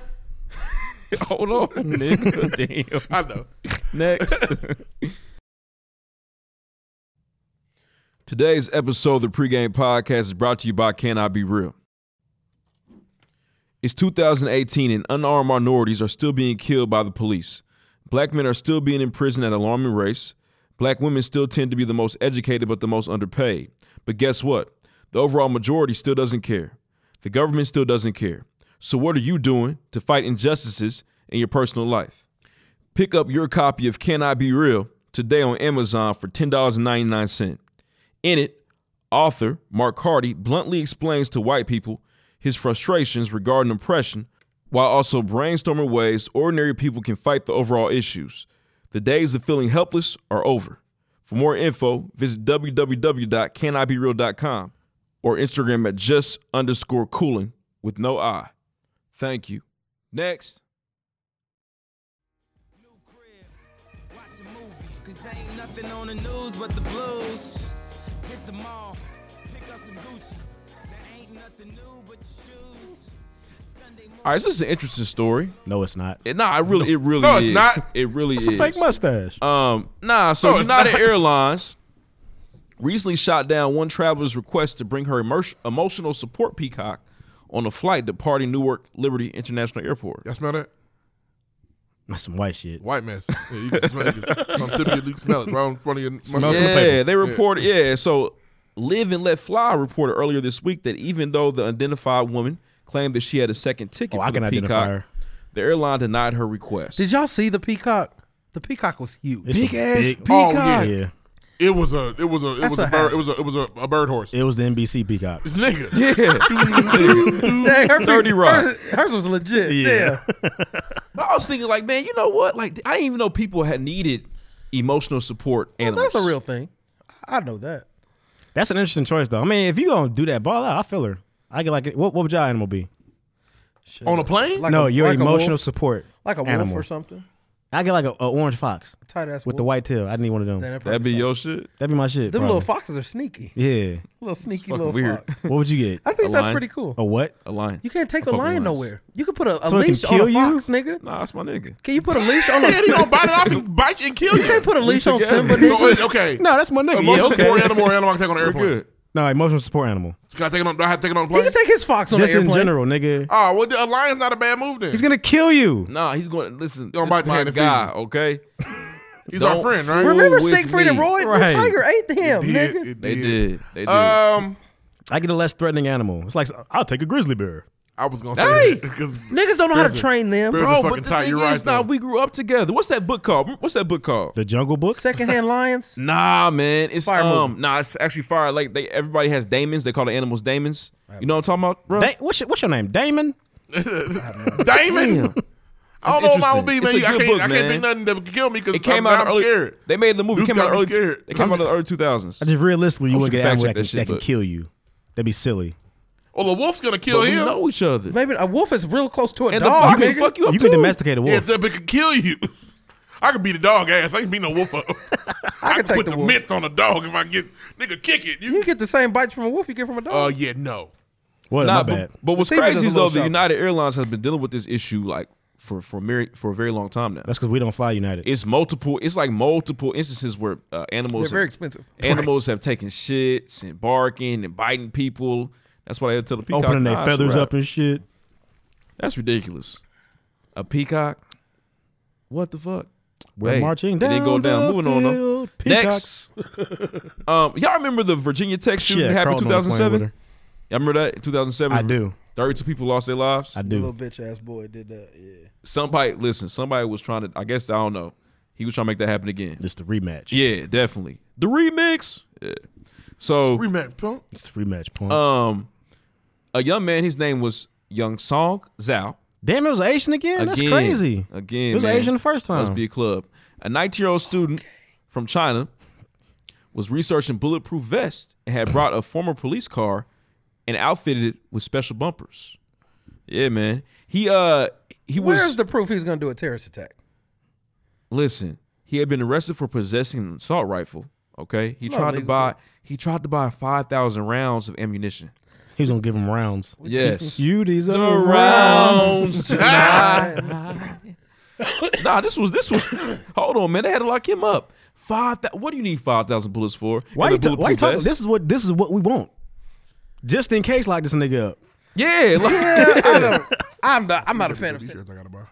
[SPEAKER 1] Hold
[SPEAKER 7] (laughs)
[SPEAKER 1] on, nigga. Damn.
[SPEAKER 5] I know.
[SPEAKER 1] Next. Today's episode of the pregame podcast is brought to you by Can I Be Real? It's 2018 and unarmed minorities are still being killed by the police. Black men are still being imprisoned at alarming rates. Black women still tend to be the most educated but the most underpaid. But guess what? The overall majority still doesn't care. The government still doesn't care. So what are you doing to fight injustices in your personal life? Pick up your copy of Can I Be Real today on Amazon for $10.99. In it, author Mark Hardy bluntly explains to white people his frustrations regarding oppression while also brainstorming ways ordinary people can fight the overall issues. The days of feeling helpless are over. For more info, visit www.canibereal.com or Instagram at just underscore cooling with no I. Thank you. Next.
[SPEAKER 8] Watch a movie, cause ain't nothing on the news but the blues. Hit the mall, pick up some Gucci. There ain't nothing new but the shoes. Sunday morning.
[SPEAKER 1] All right, so this is an interesting story.
[SPEAKER 7] No, it's not.
[SPEAKER 1] It, nah, I really, it really
[SPEAKER 5] No,
[SPEAKER 1] is.
[SPEAKER 5] it's not.
[SPEAKER 1] It really is.
[SPEAKER 7] mustache.
[SPEAKER 1] Um, nah, so
[SPEAKER 5] No, it's
[SPEAKER 1] United
[SPEAKER 5] not.
[SPEAKER 1] Airlines recently shot down one traveler's request to bring her immer- emotional support peacock on a flight departing Newark Liberty International Airport.
[SPEAKER 5] Y'all smell that?
[SPEAKER 7] That's some white shit.
[SPEAKER 5] White mess. Yeah, you can smell
[SPEAKER 4] (laughs)
[SPEAKER 5] it. I'm tipping you, you can smell it. It's right in front of your mouth.
[SPEAKER 1] yeah, they reported. Yeah. so Live and Let Fly reported earlier this week that even though the identified woman claimed that she had a second ticket
[SPEAKER 7] Oh,
[SPEAKER 1] for
[SPEAKER 7] I
[SPEAKER 1] the
[SPEAKER 7] can identify
[SPEAKER 1] peacock,
[SPEAKER 7] her.
[SPEAKER 1] the airline denied her request.
[SPEAKER 4] Did y'all see the peacock? The peacock was huge.
[SPEAKER 7] It's a big-
[SPEAKER 5] Oh, yeah.
[SPEAKER 7] Yeah,
[SPEAKER 5] It was a it was a it
[SPEAKER 4] That's
[SPEAKER 5] was
[SPEAKER 4] a
[SPEAKER 5] a, bird
[SPEAKER 4] hazard.
[SPEAKER 5] it was a it was a, a bird horse.
[SPEAKER 7] it was the NBC peacock.
[SPEAKER 5] It's
[SPEAKER 4] (laughs)
[SPEAKER 5] nigga.
[SPEAKER 4] Dang, her
[SPEAKER 1] 30
[SPEAKER 4] pe-
[SPEAKER 1] Rock.
[SPEAKER 4] Hers, hers was legit. Yeah.
[SPEAKER 7] (laughs)
[SPEAKER 1] But I was thinking, like, man, you know what? Like, I didn't even know people had needed emotional support. animals.
[SPEAKER 4] That's a real thing. I know that.
[SPEAKER 7] That's an interesting choice, though. I mean, if you gonna do that, ball out. I feel her. I get like, what, what would your animal be?
[SPEAKER 5] On a plane?
[SPEAKER 4] Like
[SPEAKER 7] no,
[SPEAKER 4] a-
[SPEAKER 7] your
[SPEAKER 4] like a
[SPEAKER 7] emotional
[SPEAKER 4] wolf.
[SPEAKER 7] support.
[SPEAKER 4] Like a wolf
[SPEAKER 7] animal.
[SPEAKER 4] or something.
[SPEAKER 7] I get like a, a orange fox
[SPEAKER 4] Tight ass
[SPEAKER 7] with the white tail. I need one of them.
[SPEAKER 1] That'd be your shit.
[SPEAKER 7] That'd be my shit.
[SPEAKER 4] Them
[SPEAKER 7] probably.
[SPEAKER 4] little foxes are sneaky.
[SPEAKER 7] yeah.
[SPEAKER 4] Little sneaky
[SPEAKER 1] fucking
[SPEAKER 4] little
[SPEAKER 1] weird.
[SPEAKER 4] fox.
[SPEAKER 7] What would you get?
[SPEAKER 4] (laughs) I think
[SPEAKER 1] A
[SPEAKER 4] that's
[SPEAKER 1] lion?
[SPEAKER 4] pretty cool.
[SPEAKER 7] A what?
[SPEAKER 1] A lion.
[SPEAKER 4] You can't take a
[SPEAKER 1] fuck with lions.
[SPEAKER 4] lion nowhere. You can put a, a
[SPEAKER 7] So it can
[SPEAKER 4] leash on
[SPEAKER 7] kill
[SPEAKER 4] a
[SPEAKER 7] you?
[SPEAKER 4] fox, nigga.
[SPEAKER 1] Nah, that's my nigga.
[SPEAKER 4] Can you put a leash on a?
[SPEAKER 5] Yeah, you gonna bite it off and bite you and kill you.
[SPEAKER 4] (laughs) you can't (laughs) put a leash on
[SPEAKER 1] together.
[SPEAKER 4] Simba.
[SPEAKER 5] No, (laughs)
[SPEAKER 4] nigga.
[SPEAKER 5] wait, okay.
[SPEAKER 7] No, that's my nigga. Yeah,
[SPEAKER 5] Emotional support
[SPEAKER 7] okay.
[SPEAKER 5] animal or animal I can take on an
[SPEAKER 1] We're
[SPEAKER 5] airplane.
[SPEAKER 1] good.
[SPEAKER 7] No, emotional support animal.
[SPEAKER 5] Can I take it on do I have to take it on a
[SPEAKER 4] He
[SPEAKER 5] plane?
[SPEAKER 4] can take his fox on
[SPEAKER 7] Just
[SPEAKER 4] the
[SPEAKER 7] in
[SPEAKER 4] airplane.
[SPEAKER 7] general, nigga.
[SPEAKER 5] oh well the- a lion's not a bad move then.
[SPEAKER 7] He's gonna kill you.
[SPEAKER 1] Nah, he's going to listen. this
[SPEAKER 5] Don't bite
[SPEAKER 1] is
[SPEAKER 5] the
[SPEAKER 1] my
[SPEAKER 5] hand that
[SPEAKER 1] guy,
[SPEAKER 5] feeds
[SPEAKER 1] okay?
[SPEAKER 5] He's our
[SPEAKER 1] Don't
[SPEAKER 5] friend, right?
[SPEAKER 1] fool
[SPEAKER 4] Remember
[SPEAKER 1] with
[SPEAKER 4] Siegfried
[SPEAKER 1] me.
[SPEAKER 4] and Roy?
[SPEAKER 7] Right.
[SPEAKER 4] The tiger ate him,
[SPEAKER 5] Yeah,
[SPEAKER 4] nigga.
[SPEAKER 5] it
[SPEAKER 1] They did. Uh, They did.
[SPEAKER 5] Um
[SPEAKER 7] I get a less threatening animal. It's like I'll take a grizzly bear.
[SPEAKER 5] I was gonna say
[SPEAKER 1] Hey!
[SPEAKER 5] that (laughs) 'cause
[SPEAKER 4] Niggas don't know how to
[SPEAKER 5] Grizzly.
[SPEAKER 4] train them.
[SPEAKER 5] bears are
[SPEAKER 1] Bro,
[SPEAKER 5] fucking
[SPEAKER 1] but the
[SPEAKER 5] tight.
[SPEAKER 1] thing
[SPEAKER 5] You're
[SPEAKER 1] is,
[SPEAKER 5] right
[SPEAKER 1] nah,
[SPEAKER 5] though.
[SPEAKER 1] we grew up together. What's that book called? What's that book called?
[SPEAKER 7] The Jungle Book.
[SPEAKER 4] Secondhand lions.
[SPEAKER 1] Nah, man, it's
[SPEAKER 4] Fire
[SPEAKER 1] um, nah, it's actually fire. Like they, everybody has daemons. They call the animals daemons. You know what I'm talking about, bro?
[SPEAKER 7] Da- what's your, what's your name? Damon.
[SPEAKER 5] (laughs) Damon. I don't know what mine would be, man.
[SPEAKER 1] It's a
[SPEAKER 5] I
[SPEAKER 1] good
[SPEAKER 5] can't,
[SPEAKER 1] book,
[SPEAKER 5] I
[SPEAKER 1] man.
[SPEAKER 5] can't pick nothing that would kill me because
[SPEAKER 1] It came
[SPEAKER 5] I'm,
[SPEAKER 1] out
[SPEAKER 5] I'm
[SPEAKER 1] early.
[SPEAKER 5] scared.
[SPEAKER 1] They made the movie.
[SPEAKER 5] Dude's
[SPEAKER 1] came out
[SPEAKER 5] got me
[SPEAKER 1] early.
[SPEAKER 5] scared.
[SPEAKER 1] It came
[SPEAKER 5] I'm
[SPEAKER 1] out in the early 2000s.
[SPEAKER 7] I just realistically, you
[SPEAKER 1] I'm just
[SPEAKER 7] wouldn't get
[SPEAKER 1] gonna
[SPEAKER 7] an animal
[SPEAKER 1] fact check
[SPEAKER 7] that can,
[SPEAKER 1] that shit,
[SPEAKER 7] that can
[SPEAKER 1] but-
[SPEAKER 7] kill you. That'd be silly.
[SPEAKER 5] Well, the wolf's gonna
[SPEAKER 1] But
[SPEAKER 5] kill
[SPEAKER 1] we
[SPEAKER 5] him.
[SPEAKER 1] know each other.
[SPEAKER 4] Maybe a wolf is real close to a
[SPEAKER 1] And the
[SPEAKER 4] dog.
[SPEAKER 1] fox will
[SPEAKER 4] nigga.
[SPEAKER 1] fuck you up
[SPEAKER 7] you
[SPEAKER 1] too.
[SPEAKER 7] can domesticate a
[SPEAKER 5] Yeah,
[SPEAKER 7] wolf.
[SPEAKER 5] that bitch could kill you. (laughs) I could beat a dog ass. I can beat no wolf up. I, could
[SPEAKER 4] could take
[SPEAKER 5] put
[SPEAKER 4] the
[SPEAKER 5] the,
[SPEAKER 4] wolf.
[SPEAKER 5] mitts on a dog if I get nigga kick it. You,
[SPEAKER 4] You get the same bites from a wolf you get from a dog.
[SPEAKER 5] uh yeah no.
[SPEAKER 7] What?
[SPEAKER 1] Nah,
[SPEAKER 7] My bad.
[SPEAKER 1] but, but what's
[SPEAKER 4] Sabre does
[SPEAKER 1] crazy
[SPEAKER 4] a
[SPEAKER 1] is though,
[SPEAKER 4] little
[SPEAKER 1] the
[SPEAKER 4] shopping.
[SPEAKER 1] United Airlines has been dealing with this issue like for for very, for a very long time now.
[SPEAKER 7] That's because we don't fly United.
[SPEAKER 1] It's multiple. It's like multiple instances where uh, animals
[SPEAKER 4] They're very
[SPEAKER 1] have-
[SPEAKER 4] expensive.
[SPEAKER 1] Animals have taken shits and barking and biting people. That's why they tell the peacock
[SPEAKER 7] Opening their
[SPEAKER 1] "Nah, it's a
[SPEAKER 7] feathers
[SPEAKER 1] wrap."
[SPEAKER 7] up and shit.
[SPEAKER 1] That's ridiculous. A peacock? What the fuck?
[SPEAKER 7] We're
[SPEAKER 1] Hey,
[SPEAKER 7] marching
[SPEAKER 1] it
[SPEAKER 7] down.
[SPEAKER 1] didn't go down.
[SPEAKER 7] the
[SPEAKER 1] Moving on, though.
[SPEAKER 7] field.
[SPEAKER 1] Next.
[SPEAKER 7] Peacocks.
[SPEAKER 1] Um, y'all remember the Virginia Tech shooting that
[SPEAKER 7] Shit,
[SPEAKER 1] happened in
[SPEAKER 7] crawled on the plane
[SPEAKER 1] 2007?
[SPEAKER 7] with
[SPEAKER 1] Y'all
[SPEAKER 7] her.
[SPEAKER 1] remember that in 2007?
[SPEAKER 7] I do.
[SPEAKER 1] 32 people lost their lives.
[SPEAKER 7] I
[SPEAKER 4] Little
[SPEAKER 7] do.
[SPEAKER 4] bitch ass boy did that. Yeah.
[SPEAKER 1] Somebody, listen, somebody was trying to, I guess, I don't know. He was trying to make that happen again.
[SPEAKER 7] It's the rematch.
[SPEAKER 1] Yeah, definitely. The remix. Yeah. So,
[SPEAKER 5] Rematch punk.
[SPEAKER 7] It's the rematch point.
[SPEAKER 1] um, a young man, his name was Young Song Zhao.
[SPEAKER 7] Damn, it was Asian again. Oh, That's
[SPEAKER 1] Again.
[SPEAKER 7] crazy.
[SPEAKER 1] Again,
[SPEAKER 7] It was
[SPEAKER 1] man.
[SPEAKER 7] Asian the first time.
[SPEAKER 1] Must be a club. A 19 year old student from China was researching bulletproof vests and had brought a former police car and outfitted it with special bumpers. Yeah, man. He uh he
[SPEAKER 4] Where's
[SPEAKER 1] was
[SPEAKER 4] the proof he's gonna do a terrorist attack?
[SPEAKER 1] listen. He had been arrested for possessing an assault rifle. Okay, he
[SPEAKER 4] It's not
[SPEAKER 1] tried to
[SPEAKER 4] legal,
[SPEAKER 1] buy he tried to buy five thousand rounds of ammunition.
[SPEAKER 7] He was gonna give him rounds.
[SPEAKER 1] (laughs) Yes,
[SPEAKER 7] (laughs) You these
[SPEAKER 1] The
[SPEAKER 7] are rounds. (laughs)
[SPEAKER 1] nah, this was this was. hold on, man. They had to lock him up. Five. thou- What do you need five thousand bullets for?
[SPEAKER 7] Why
[SPEAKER 1] And
[SPEAKER 7] you,
[SPEAKER 1] a
[SPEAKER 7] ta- why you
[SPEAKER 1] bulletproof
[SPEAKER 7] talking?
[SPEAKER 1] vest?
[SPEAKER 7] This is what this is what we want. Just in case, lock this nigga up.
[SPEAKER 1] Yeah, like,
[SPEAKER 4] I'm not, I'm not a fan of. sen-
[SPEAKER 5] T-shirts I gotta buy.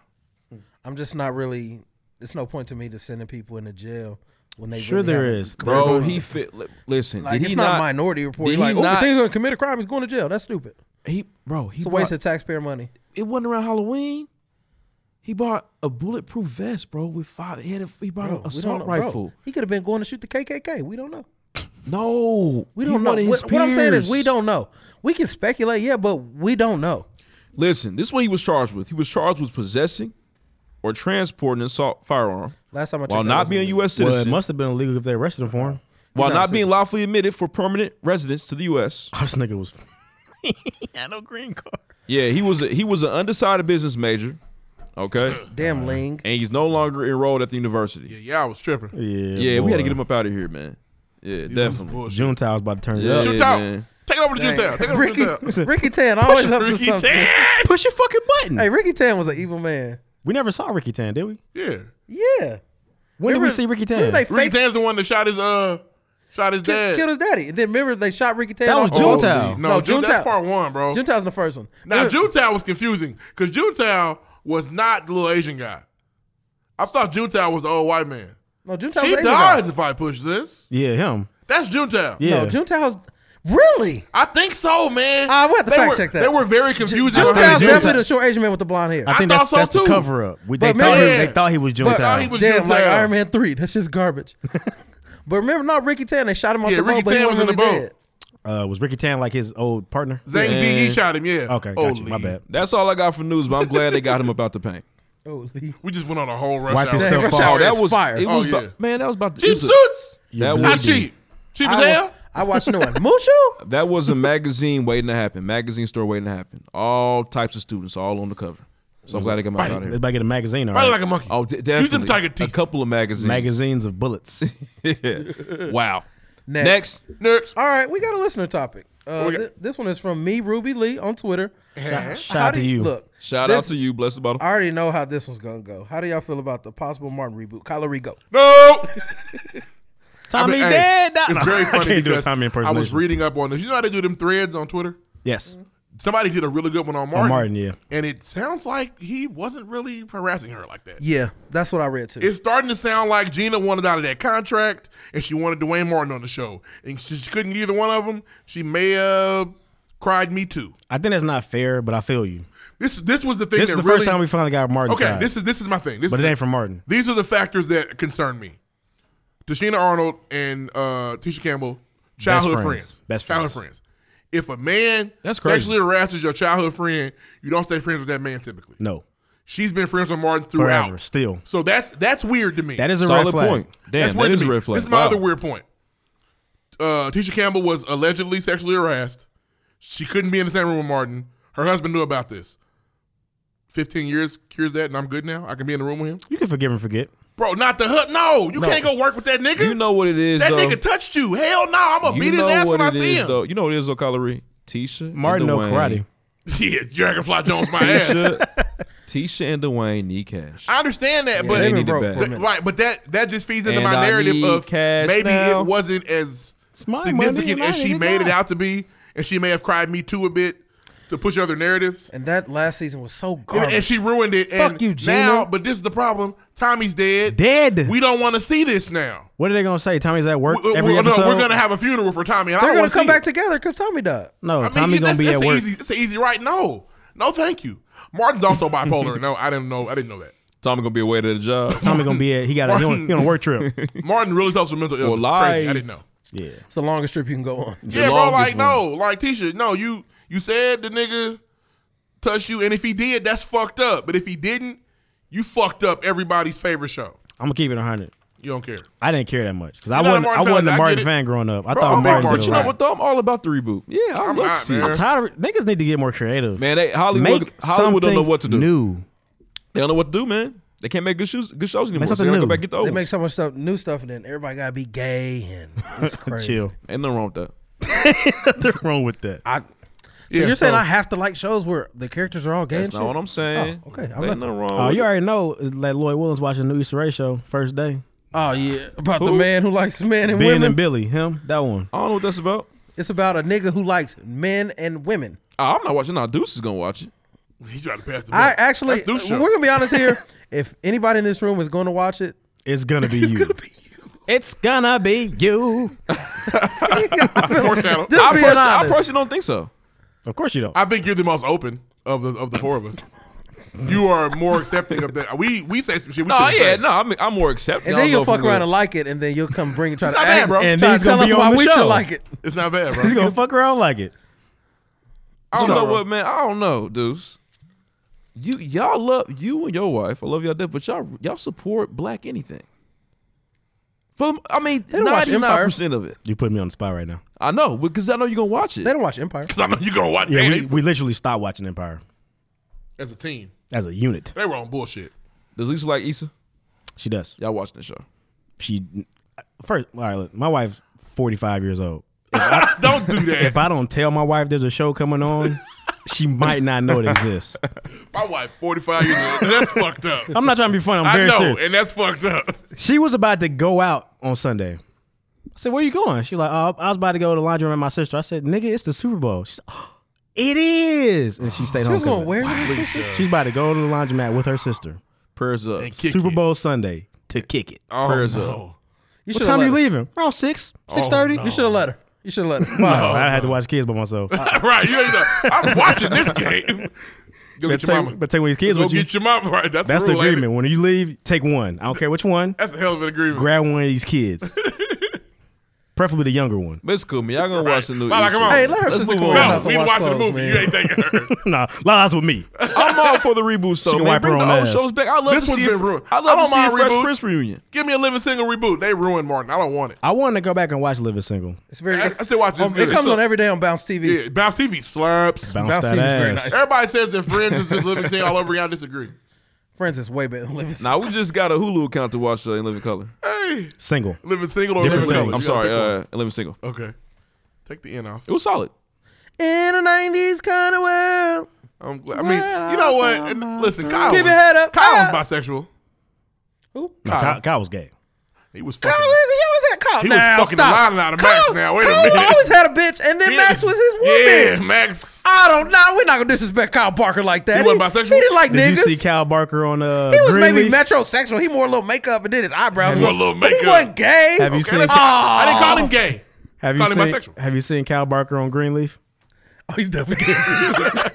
[SPEAKER 4] I'm just not really. It's no point to me to sending people into jail when they
[SPEAKER 7] Sure
[SPEAKER 4] really
[SPEAKER 7] there
[SPEAKER 4] haven't
[SPEAKER 7] is.
[SPEAKER 4] committed a
[SPEAKER 1] bro.
[SPEAKER 4] crime.
[SPEAKER 1] He fit. li- Listen,
[SPEAKER 4] like,
[SPEAKER 1] did
[SPEAKER 4] it's
[SPEAKER 1] he
[SPEAKER 4] not,
[SPEAKER 1] not?
[SPEAKER 4] minority report.
[SPEAKER 1] did
[SPEAKER 4] Like,
[SPEAKER 1] he
[SPEAKER 4] oh,
[SPEAKER 1] not-
[SPEAKER 4] the thing's gonna commit a crime. He's going to jail. That's stupid.
[SPEAKER 1] He bro, he
[SPEAKER 4] It's a
[SPEAKER 1] bought,
[SPEAKER 4] waste of taxpayer money.
[SPEAKER 1] it wasn't around Halloween. He bought a bulletproof vest, bro, with five he had a, he bought an
[SPEAKER 4] Bro, we don't
[SPEAKER 1] assault
[SPEAKER 4] know, bro.
[SPEAKER 1] rifle.
[SPEAKER 4] He could have been going to shoot the KKK. We don't know.
[SPEAKER 1] No.
[SPEAKER 4] We
[SPEAKER 1] he
[SPEAKER 4] don't know.
[SPEAKER 1] wanted his
[SPEAKER 4] What, what I'm saying is
[SPEAKER 1] peers.
[SPEAKER 4] we don't know. We can speculate, yeah, but we don't know.
[SPEAKER 1] Listen, this is what he was charged with. He was charged with possessing or transporting an assault firearm
[SPEAKER 4] Last time I checked,
[SPEAKER 1] while
[SPEAKER 4] that
[SPEAKER 1] not
[SPEAKER 4] wasn't
[SPEAKER 1] being a
[SPEAKER 4] legal.
[SPEAKER 1] U.S.
[SPEAKER 7] Well, it
[SPEAKER 1] citizen,
[SPEAKER 7] must have been illegal if they arrested him for him. (laughs)
[SPEAKER 1] while
[SPEAKER 4] He's not a
[SPEAKER 1] not being
[SPEAKER 4] citizen.
[SPEAKER 1] lawfully admitted for permanent residence to the U.S.
[SPEAKER 7] Oh, this nigga was. he had no green card.
[SPEAKER 1] Yeah, he was a, he was an undecided business major, okay,
[SPEAKER 4] Damn Ling.
[SPEAKER 1] and he's no longer enrolled at the university.
[SPEAKER 5] Yeah, yeah, I was tripping.
[SPEAKER 7] Yeah,
[SPEAKER 1] Yeah, we had to
[SPEAKER 7] boy.
[SPEAKER 1] get him up out of here, man. Yeah,
[SPEAKER 5] This is
[SPEAKER 1] definitely.
[SPEAKER 5] bullshit.
[SPEAKER 7] Juntao's about to turn it
[SPEAKER 1] Yeah.
[SPEAKER 7] up.
[SPEAKER 5] Shoot out.
[SPEAKER 1] man.
[SPEAKER 5] Take it over to Juntel. Take it over to
[SPEAKER 4] Ricky, (laughs)
[SPEAKER 5] Juntel.
[SPEAKER 4] Ricky Tan always up to
[SPEAKER 5] Ricky
[SPEAKER 4] something. (laughs)
[SPEAKER 7] Push your fucking button.
[SPEAKER 4] Hey, Ricky Tan was an evil man.
[SPEAKER 7] we never saw Ricky Tan, did we?
[SPEAKER 5] Yeah.
[SPEAKER 4] Yeah.
[SPEAKER 7] When did we
[SPEAKER 4] Remember-
[SPEAKER 7] see Ricky Tan?
[SPEAKER 4] Remember they
[SPEAKER 5] Ricky
[SPEAKER 4] fake
[SPEAKER 5] Tan's the one that shot his uh shot his
[SPEAKER 4] killed,
[SPEAKER 5] dad.
[SPEAKER 4] killed his daddy. And then remember they shot Ricky Tan.
[SPEAKER 7] That was
[SPEAKER 4] off-
[SPEAKER 7] Junta.
[SPEAKER 5] Oh, No,
[SPEAKER 4] No,
[SPEAKER 5] Jun-
[SPEAKER 4] Junta.
[SPEAKER 5] that's part one, bro.
[SPEAKER 4] Juntao's in the first one.
[SPEAKER 5] Now
[SPEAKER 4] Remember-
[SPEAKER 5] Juntown was confusing because Juntown was not the little Asian guy. I thought Juntown was the old white man.
[SPEAKER 4] no, Juntao was
[SPEAKER 5] She
[SPEAKER 4] an evil guy.
[SPEAKER 5] dies if I push this.
[SPEAKER 7] yeah, him.
[SPEAKER 5] That's Juntown.
[SPEAKER 7] Yeah.
[SPEAKER 4] No, Juntao's really.
[SPEAKER 5] I think so, man.
[SPEAKER 4] Uh, we'll have to
[SPEAKER 5] They
[SPEAKER 4] fact
[SPEAKER 5] were-
[SPEAKER 4] check that.
[SPEAKER 5] They were very confusing.
[SPEAKER 7] Juntown
[SPEAKER 5] about
[SPEAKER 4] Juntao's
[SPEAKER 5] his-
[SPEAKER 7] Junta.
[SPEAKER 4] definitely the short Asian man with the blonde hair.
[SPEAKER 7] I think
[SPEAKER 5] I thought
[SPEAKER 7] that's,
[SPEAKER 5] so
[SPEAKER 7] that's the
[SPEAKER 5] too.
[SPEAKER 7] cover up. We, they,
[SPEAKER 4] But
[SPEAKER 7] thought he,
[SPEAKER 5] man-
[SPEAKER 7] they thought he was
[SPEAKER 4] But- uh,
[SPEAKER 5] thought he
[SPEAKER 7] Juntao.
[SPEAKER 5] was
[SPEAKER 4] Damn, like
[SPEAKER 5] Junta.
[SPEAKER 4] Iron Man three. That's
[SPEAKER 5] (laughs)
[SPEAKER 4] just garbage. but remember, not Ricky Tan. They shot him off
[SPEAKER 5] Yeah,
[SPEAKER 4] the boat,
[SPEAKER 5] Ricky
[SPEAKER 4] but he
[SPEAKER 5] Tan
[SPEAKER 4] wasn't
[SPEAKER 5] was in
[SPEAKER 4] really
[SPEAKER 5] the boat.
[SPEAKER 4] dead.
[SPEAKER 7] Uh, was Ricky Tan like his old partner?
[SPEAKER 5] Zang
[SPEAKER 1] Man.
[SPEAKER 5] Ziggy shot him. Yeah.
[SPEAKER 7] Okay, gotcha. My
[SPEAKER 5] Holy.
[SPEAKER 7] bad.
[SPEAKER 1] That's all I got for news, but I'm glad they got him up out the paint.
[SPEAKER 4] Oh, (laughs) Lee.
[SPEAKER 5] We just went on a whole rush
[SPEAKER 7] Wipe
[SPEAKER 5] hour.
[SPEAKER 7] yourself
[SPEAKER 5] Rush
[SPEAKER 7] off.
[SPEAKER 5] hour.
[SPEAKER 1] Oh, that
[SPEAKER 4] it's
[SPEAKER 1] was
[SPEAKER 4] fire.
[SPEAKER 1] It was
[SPEAKER 5] Oh, yeah.
[SPEAKER 1] about, man. That was about the, it
[SPEAKER 5] Cheap
[SPEAKER 1] was a-
[SPEAKER 5] suits.
[SPEAKER 1] that
[SPEAKER 5] Not
[SPEAKER 1] was
[SPEAKER 5] cheap. Cheap as
[SPEAKER 4] I,
[SPEAKER 5] hell.
[SPEAKER 4] wa- I watched no one. Mushu?
[SPEAKER 1] that was a magazine waiting to happen. Magazine store waiting to happen. All types of students, all on the cover. So I'm glad they got my out of
[SPEAKER 7] They
[SPEAKER 1] here.
[SPEAKER 7] about to get a magazine. All
[SPEAKER 5] Fighting
[SPEAKER 7] right.
[SPEAKER 5] like a monkey.
[SPEAKER 1] Oh, d-
[SPEAKER 5] Use them
[SPEAKER 1] definitely.
[SPEAKER 5] tiger
[SPEAKER 1] a
[SPEAKER 5] teeth.
[SPEAKER 1] couple of magazines.
[SPEAKER 7] Magazines of bullets.
[SPEAKER 1] (laughs) Yeah. wow.
[SPEAKER 4] Next.
[SPEAKER 1] Next.
[SPEAKER 5] Nerds.
[SPEAKER 4] All right, we got a listener topic. Uh,
[SPEAKER 5] we got?
[SPEAKER 4] thi- this one is from me, Ruby Lee, on Twitter.
[SPEAKER 7] Shout, shout
[SPEAKER 4] How
[SPEAKER 7] out
[SPEAKER 4] do
[SPEAKER 7] to you.
[SPEAKER 4] Look,
[SPEAKER 1] Shout
[SPEAKER 4] this-
[SPEAKER 1] out to you, blessed bottle.
[SPEAKER 4] I already know how this one's gonna go. How do y'all feel about the possible Martin reboot? Kyler Rigo.
[SPEAKER 5] No.
[SPEAKER 7] Tommy
[SPEAKER 5] hey,
[SPEAKER 7] dead. No,
[SPEAKER 5] It's very
[SPEAKER 7] I
[SPEAKER 5] funny
[SPEAKER 7] can't do a
[SPEAKER 5] because
[SPEAKER 7] Tommy
[SPEAKER 5] I
[SPEAKER 7] impersonation.
[SPEAKER 5] was reading up on this. You know how they do them threads on Twitter?
[SPEAKER 7] yes.
[SPEAKER 5] Somebody did a really good one on Martin.
[SPEAKER 7] Martin. Martin, yeah.
[SPEAKER 5] And it sounds like he wasn't really harassing her like that.
[SPEAKER 4] Yeah, that's what I read too.
[SPEAKER 5] It's starting to sound like Gina wanted out of that contract and she wanted Dwayne Martin on the show. And she, she couldn't get either one of them. She may have cried me too.
[SPEAKER 7] I think that's not fair, but I feel you.
[SPEAKER 5] This this was the thing
[SPEAKER 7] This is
[SPEAKER 5] that
[SPEAKER 7] the
[SPEAKER 5] really,
[SPEAKER 7] first time we finally got Martin.
[SPEAKER 5] Okay,
[SPEAKER 7] side,
[SPEAKER 5] this is this is my thing. This
[SPEAKER 7] but
[SPEAKER 5] is
[SPEAKER 7] it ain't from Martin.
[SPEAKER 5] These are the factors that concern me. Tashina Arnold and uh, Tisha Campbell, childhood
[SPEAKER 7] friends.
[SPEAKER 5] friends.
[SPEAKER 7] Best
[SPEAKER 5] Childhood
[SPEAKER 7] friends.
[SPEAKER 5] friends. If a man
[SPEAKER 1] That's crazy.
[SPEAKER 5] sexually harasses your childhood friend, you don't stay friends with that man typically.
[SPEAKER 7] No,
[SPEAKER 5] She's been friends with Martin throughout.
[SPEAKER 7] forever. Still,
[SPEAKER 5] So that's that's weird to me.
[SPEAKER 7] that is a
[SPEAKER 1] Solid
[SPEAKER 7] red flag.
[SPEAKER 1] point. Damn,
[SPEAKER 5] that's
[SPEAKER 1] that
[SPEAKER 5] weird
[SPEAKER 1] is
[SPEAKER 5] to
[SPEAKER 1] a
[SPEAKER 5] me.
[SPEAKER 1] red flag.
[SPEAKER 5] This is my
[SPEAKER 1] Wow.
[SPEAKER 5] other weird point. Uh, Tisha Campbell was allegedly sexually harassed. She couldn't be in the same room with Martin. Her husband knew about this. Fifteen years cures that, and I'm good now. I can be in the room with him,
[SPEAKER 7] You can forgive and forget.
[SPEAKER 5] bro. Not the hood. No, you can't go work with that nigga.
[SPEAKER 1] You know what it is,
[SPEAKER 5] that
[SPEAKER 1] though.
[SPEAKER 5] nigga touched you. Hell no, I'm gonna
[SPEAKER 1] you
[SPEAKER 5] beat his
[SPEAKER 1] know
[SPEAKER 5] ass
[SPEAKER 1] what
[SPEAKER 5] when I
[SPEAKER 1] it
[SPEAKER 5] see
[SPEAKER 1] is,
[SPEAKER 5] him.
[SPEAKER 1] though. You know what it is, though, Calorie. Tisha. and
[SPEAKER 7] Martin no
[SPEAKER 1] Dwayne.
[SPEAKER 7] karate.
[SPEAKER 5] (laughs) yeah, Dragonfly Jones, my ass.
[SPEAKER 1] Tisha, (laughs) Tisha and Dwayne need cash.
[SPEAKER 5] I understand that,
[SPEAKER 4] they
[SPEAKER 5] but
[SPEAKER 1] they
[SPEAKER 4] been
[SPEAKER 1] need it
[SPEAKER 4] broke
[SPEAKER 1] back.
[SPEAKER 4] for a
[SPEAKER 5] Th-
[SPEAKER 4] minute.
[SPEAKER 5] Right, but that that just feeds into
[SPEAKER 1] And
[SPEAKER 5] my
[SPEAKER 1] I
[SPEAKER 5] narrative
[SPEAKER 1] need
[SPEAKER 5] of
[SPEAKER 1] cash
[SPEAKER 5] maybe
[SPEAKER 1] now.
[SPEAKER 5] it wasn't as
[SPEAKER 7] my money
[SPEAKER 5] significant
[SPEAKER 7] and
[SPEAKER 5] as
[SPEAKER 7] I
[SPEAKER 5] she
[SPEAKER 7] need it
[SPEAKER 5] made it
[SPEAKER 7] now.
[SPEAKER 5] out to be, and she may have cried me too a bit to push other narratives,
[SPEAKER 4] and that last season was so
[SPEAKER 5] and,
[SPEAKER 4] garbage.
[SPEAKER 5] and she ruined it. And
[SPEAKER 4] Fuck you, Gina.
[SPEAKER 5] Now, but this is the problem. Tommy's dead.
[SPEAKER 7] Dead.
[SPEAKER 5] We don't want to see this now.
[SPEAKER 7] what are they gonna say? Tommy's at work
[SPEAKER 5] We,
[SPEAKER 7] every
[SPEAKER 5] are
[SPEAKER 7] episode.
[SPEAKER 5] we're gonna have a funeral for Tommy. And I
[SPEAKER 4] They're
[SPEAKER 5] don't
[SPEAKER 4] gonna
[SPEAKER 5] want to
[SPEAKER 4] come back together because Tommy died.
[SPEAKER 7] no,
[SPEAKER 5] I mean,
[SPEAKER 7] Tommy's
[SPEAKER 5] that's-
[SPEAKER 7] gonna be
[SPEAKER 5] that's
[SPEAKER 7] at
[SPEAKER 5] an
[SPEAKER 7] work.
[SPEAKER 5] Easy, it's an easy right. No, no, thank you. Martin's also bipolar. no, I didn't know. I didn't know that.
[SPEAKER 1] Tommy gonna be away to the job.
[SPEAKER 7] Tommy gonna be at. He got a, he on, he on a work trip. (laughs)
[SPEAKER 5] Martin really suffers from mental illness. Crazy. I
[SPEAKER 1] life.
[SPEAKER 5] didn't know.
[SPEAKER 7] Yeah,
[SPEAKER 4] It's the longest trip you can go on.
[SPEAKER 5] Yeah, bro.
[SPEAKER 1] longest
[SPEAKER 5] Like no, like Tisha. No, you you said the nigga touched you, and if he did, that's fucked up. But if he didn't, you fucked up everybody's favorite show.
[SPEAKER 7] I'm gonna keep it hundred.
[SPEAKER 5] You don't care.
[SPEAKER 7] I didn't care that much because I
[SPEAKER 5] not a
[SPEAKER 7] wasn't. I
[SPEAKER 5] Martin fan,
[SPEAKER 7] wasn't
[SPEAKER 5] I
[SPEAKER 7] a
[SPEAKER 5] get
[SPEAKER 7] Martin
[SPEAKER 5] it.
[SPEAKER 7] fan growing up. I
[SPEAKER 1] Bro,
[SPEAKER 7] thought
[SPEAKER 1] I'm
[SPEAKER 7] Martin.
[SPEAKER 5] big
[SPEAKER 1] but
[SPEAKER 7] did
[SPEAKER 1] you
[SPEAKER 7] it
[SPEAKER 1] know
[SPEAKER 7] right.
[SPEAKER 1] what though? I'm all about the reboot. Yeah, I love
[SPEAKER 5] I'm
[SPEAKER 1] to
[SPEAKER 5] not,
[SPEAKER 1] see
[SPEAKER 5] man.
[SPEAKER 1] it.
[SPEAKER 7] Tyler, niggas need to get more creative.
[SPEAKER 1] Man, they Hollywood
[SPEAKER 7] Make
[SPEAKER 1] Hollywood don't know
[SPEAKER 7] something
[SPEAKER 1] what to do.
[SPEAKER 7] New.
[SPEAKER 1] They don't know what to do, man. They can't make good shoes, good shows anymore. so
[SPEAKER 7] something
[SPEAKER 1] they gotta go
[SPEAKER 7] new.
[SPEAKER 1] back and get the old
[SPEAKER 4] They make
[SPEAKER 1] ones.
[SPEAKER 4] so much stuff, new stuff, and then everybody gotta be gay and it's crazy.
[SPEAKER 7] Chill. (laughs)
[SPEAKER 1] Ain't nothing wrong with that.
[SPEAKER 7] Nothing wrong with that.
[SPEAKER 4] I, so you're saying I have to like shows where the characters are all gay
[SPEAKER 1] That's
[SPEAKER 4] and
[SPEAKER 1] not what
[SPEAKER 4] shit?
[SPEAKER 1] I'm saying.
[SPEAKER 4] Oh, okay. I'm
[SPEAKER 1] Ain't
[SPEAKER 4] not-
[SPEAKER 1] nothing wrong.
[SPEAKER 7] Oh,
[SPEAKER 1] with
[SPEAKER 7] you
[SPEAKER 1] it.
[SPEAKER 7] already know that Lloyd Williams watching the new Issa Rae show first day.
[SPEAKER 4] Oh yeah, about the
[SPEAKER 1] Who?
[SPEAKER 4] man who likes men and
[SPEAKER 7] Ben
[SPEAKER 4] women.
[SPEAKER 7] and Billy, him, that one.
[SPEAKER 1] I don't know what that's about.
[SPEAKER 4] it's about a nigga who likes men and women.
[SPEAKER 1] Oh, I'm not watching. Now Deuce is gonna watch it.
[SPEAKER 5] He tried to pass the.
[SPEAKER 4] I
[SPEAKER 5] buck.
[SPEAKER 4] actually,
[SPEAKER 5] That's Duke's
[SPEAKER 4] we're
[SPEAKER 5] show.
[SPEAKER 4] gonna be honest here. (laughs) if anybody in this room is going to watch it,
[SPEAKER 7] It's gonna be you. It's gonna be you.
[SPEAKER 5] Foreshadow.
[SPEAKER 4] just
[SPEAKER 1] I,
[SPEAKER 4] being
[SPEAKER 1] pers- I
[SPEAKER 7] (laughs)
[SPEAKER 4] honest.
[SPEAKER 1] personally don't think so.
[SPEAKER 7] Of course you don't.
[SPEAKER 5] I think you're the most open of the of the four of us. You are more accepting of that. We we say some shit. We
[SPEAKER 1] No,
[SPEAKER 5] shouldn't
[SPEAKER 1] yeah,
[SPEAKER 5] say.
[SPEAKER 1] no, I'm, I'm more accepting.
[SPEAKER 4] And
[SPEAKER 1] I
[SPEAKER 4] then
[SPEAKER 1] don't
[SPEAKER 4] you'll
[SPEAKER 1] know if
[SPEAKER 4] fuck
[SPEAKER 1] I'm
[SPEAKER 4] around
[SPEAKER 1] gonna-
[SPEAKER 4] and like it, and then you'll come bring try to
[SPEAKER 5] not bad,
[SPEAKER 4] act-
[SPEAKER 5] bro.
[SPEAKER 7] And
[SPEAKER 4] try
[SPEAKER 7] he's
[SPEAKER 4] to tell
[SPEAKER 7] gonna
[SPEAKER 4] us
[SPEAKER 7] be on
[SPEAKER 4] why
[SPEAKER 7] the
[SPEAKER 4] we
[SPEAKER 7] show.
[SPEAKER 4] should like it.
[SPEAKER 5] It's not bad, bro.
[SPEAKER 7] He's gonna fuck around like it.
[SPEAKER 5] I
[SPEAKER 1] You
[SPEAKER 5] don't
[SPEAKER 1] know
[SPEAKER 5] bro.
[SPEAKER 1] what, man? I don't know, Deuce. You y'all love you and your wife. I love y'all, to death, but y'all y'all support black anything. From I mean,
[SPEAKER 4] don't watch
[SPEAKER 1] ninety nine percent of it.
[SPEAKER 7] You put me on the spot right now.
[SPEAKER 1] I know because I know you're gonna watch it.
[SPEAKER 4] They don't watch Empire.
[SPEAKER 5] I know you gonna watch.
[SPEAKER 7] Yeah,
[SPEAKER 5] man,
[SPEAKER 7] we,
[SPEAKER 5] they-
[SPEAKER 7] we literally stopped watching Empire
[SPEAKER 5] as a team,
[SPEAKER 7] as a unit.
[SPEAKER 5] they were on bullshit.
[SPEAKER 1] Does Lisa like Issa?
[SPEAKER 7] She does.
[SPEAKER 1] Y'all watching the show?
[SPEAKER 7] She first. All right, look, my wife's forty five years old.
[SPEAKER 5] Don't do that.
[SPEAKER 7] If I don't tell my wife there's a show coming on, she might not know it exists.
[SPEAKER 5] My wife, 45 years old. That's fucked up.
[SPEAKER 7] I'm not trying to be funny. I'm
[SPEAKER 5] I
[SPEAKER 7] very
[SPEAKER 5] know,
[SPEAKER 7] serious.
[SPEAKER 5] and that's fucked up. (laughs)
[SPEAKER 7] She was about to go out on Sunday. I said, "Where you going?" She like, "Oh, I was about to go to the laundry with my sister." I said, "Nigga, it's the Super Bowl." She's like, "Oh, "It is," and she stayed home.
[SPEAKER 4] Who's
[SPEAKER 7] 'cause
[SPEAKER 4] going
[SPEAKER 7] of-
[SPEAKER 4] where? Wow.
[SPEAKER 7] She's about to go to the laundromat with her sister.
[SPEAKER 1] Prayers up.
[SPEAKER 5] And kick
[SPEAKER 7] Super
[SPEAKER 5] it.
[SPEAKER 7] Bowl Sunday to kick it.
[SPEAKER 1] Prayers up.
[SPEAKER 5] No.
[SPEAKER 4] You
[SPEAKER 7] what
[SPEAKER 4] should've
[SPEAKER 7] time
[SPEAKER 4] let
[SPEAKER 7] you
[SPEAKER 4] her.
[SPEAKER 7] leaving? Around six, six thirty.
[SPEAKER 5] Oh, no.
[SPEAKER 4] You should have let her. You should have let her. Wow.
[SPEAKER 7] I had to watch kids by myself.
[SPEAKER 5] right. You ain't know, I'm watching this game. Go get
[SPEAKER 7] But
[SPEAKER 5] your
[SPEAKER 7] take,
[SPEAKER 5] mama.
[SPEAKER 7] but take when these kids
[SPEAKER 5] Go
[SPEAKER 7] with you.
[SPEAKER 5] get your mama. Right. That's,
[SPEAKER 7] That's
[SPEAKER 5] the,
[SPEAKER 7] the
[SPEAKER 5] rule, ain't it?
[SPEAKER 7] agreement. When you leave, take one. I don't care which one.
[SPEAKER 5] That's a hell of an agreement.
[SPEAKER 7] Grab one of
[SPEAKER 5] (laughs)
[SPEAKER 7] these kids, preferably the younger one. (laughs)
[SPEAKER 1] But it's cool, man. Y'all gonna watch the new
[SPEAKER 5] Mala,
[SPEAKER 1] Issa.
[SPEAKER 5] come on.
[SPEAKER 4] Hey, let her
[SPEAKER 1] Let's
[SPEAKER 4] sister
[SPEAKER 1] move
[SPEAKER 4] come
[SPEAKER 1] on.
[SPEAKER 4] around
[SPEAKER 5] no,
[SPEAKER 4] us
[SPEAKER 5] we
[SPEAKER 4] and watch
[SPEAKER 5] watching the
[SPEAKER 4] clothes,
[SPEAKER 5] movie.
[SPEAKER 4] man.
[SPEAKER 5] You ain't thinking
[SPEAKER 7] (laughs)
[SPEAKER 5] her.
[SPEAKER 7] nah, lies with
[SPEAKER 5] (laughs)
[SPEAKER 7] me.
[SPEAKER 1] I'm all for the reboot stuff,
[SPEAKER 7] can
[SPEAKER 1] man.
[SPEAKER 7] wipe her
[SPEAKER 1] Bring the
[SPEAKER 7] own
[SPEAKER 1] old
[SPEAKER 7] ass.
[SPEAKER 1] shows back. I love
[SPEAKER 5] This
[SPEAKER 1] to
[SPEAKER 5] one's
[SPEAKER 1] see it.
[SPEAKER 5] been ruined.
[SPEAKER 1] I
[SPEAKER 5] I
[SPEAKER 1] love
[SPEAKER 5] don't
[SPEAKER 1] to see a
[SPEAKER 5] mind
[SPEAKER 1] Fresh
[SPEAKER 5] reboots.
[SPEAKER 1] Prince reunion.
[SPEAKER 5] Give me a living single reboot. They ruined Martin. I don't want it.
[SPEAKER 7] I wanted to go back and watch Living Single.
[SPEAKER 4] It's
[SPEAKER 5] (laughs)
[SPEAKER 4] very.
[SPEAKER 5] I, I still watch
[SPEAKER 7] oh,
[SPEAKER 5] this.
[SPEAKER 4] Um, it
[SPEAKER 5] good.
[SPEAKER 4] comes
[SPEAKER 5] So-
[SPEAKER 4] on every day on Bounce TV.
[SPEAKER 5] Yeah, Bounce TV slaps.
[SPEAKER 7] Bounce,
[SPEAKER 4] Bounce
[SPEAKER 7] that
[SPEAKER 4] Team is very
[SPEAKER 7] ass.
[SPEAKER 4] nice.
[SPEAKER 5] Everybody says that Friends is just living thing all over. Y'all disagree.
[SPEAKER 4] Friends is way better than Living.
[SPEAKER 1] Now we just got a Hulu account to watch uh, In Living Color.
[SPEAKER 5] Hey,
[SPEAKER 7] Single.
[SPEAKER 5] living single or
[SPEAKER 7] Different
[SPEAKER 5] living
[SPEAKER 7] things.
[SPEAKER 5] color?
[SPEAKER 1] I'm sorry, uh, In Living Single.
[SPEAKER 5] Okay, take the N off.
[SPEAKER 1] It was solid.
[SPEAKER 4] In a nineties kind of world.
[SPEAKER 5] I'm glad. I mean, you know what? And listen, Kyle.
[SPEAKER 4] Keep
[SPEAKER 5] was,
[SPEAKER 4] your head up.
[SPEAKER 5] Kyle
[SPEAKER 4] Ah.
[SPEAKER 5] was bisexual.
[SPEAKER 4] Who?
[SPEAKER 7] No,
[SPEAKER 5] Kyle.
[SPEAKER 7] Kyle, Kyle was gay.
[SPEAKER 5] He was
[SPEAKER 4] Kyle
[SPEAKER 5] fucking.
[SPEAKER 4] is he always had Kyle.
[SPEAKER 5] He was
[SPEAKER 4] now,
[SPEAKER 5] fucking
[SPEAKER 4] stop.
[SPEAKER 5] lying out of Max
[SPEAKER 4] Kyle,
[SPEAKER 5] now. Wait a
[SPEAKER 4] Kyle
[SPEAKER 5] minute.
[SPEAKER 4] always had a bitch, and then
[SPEAKER 5] He-
[SPEAKER 4] Max was his
[SPEAKER 5] Yeah,
[SPEAKER 4] woman.
[SPEAKER 5] Max.
[SPEAKER 4] I don't know. We're not gonna disrespect Kyle Barker like that.
[SPEAKER 5] He wasn't bisexual?
[SPEAKER 4] He didn't like
[SPEAKER 7] Did
[SPEAKER 4] niggas.
[SPEAKER 7] you see Kyle Barker on uh?
[SPEAKER 4] he was maybe
[SPEAKER 7] Greenleaf?
[SPEAKER 4] metrosexual. He wore a little makeup and did his eyebrows.
[SPEAKER 5] He wore a little
[SPEAKER 4] But He
[SPEAKER 5] makeup.
[SPEAKER 4] wasn't gay.
[SPEAKER 7] Have you
[SPEAKER 5] Okay,
[SPEAKER 7] seen?
[SPEAKER 5] let's- I didn't call
[SPEAKER 4] Oh.
[SPEAKER 5] him gay.
[SPEAKER 7] have you
[SPEAKER 5] call him
[SPEAKER 7] seen?
[SPEAKER 5] bisexual.
[SPEAKER 7] Have you seen Kyle Barker on Greenleaf?
[SPEAKER 4] (laughs) Oh, he's definitely gay.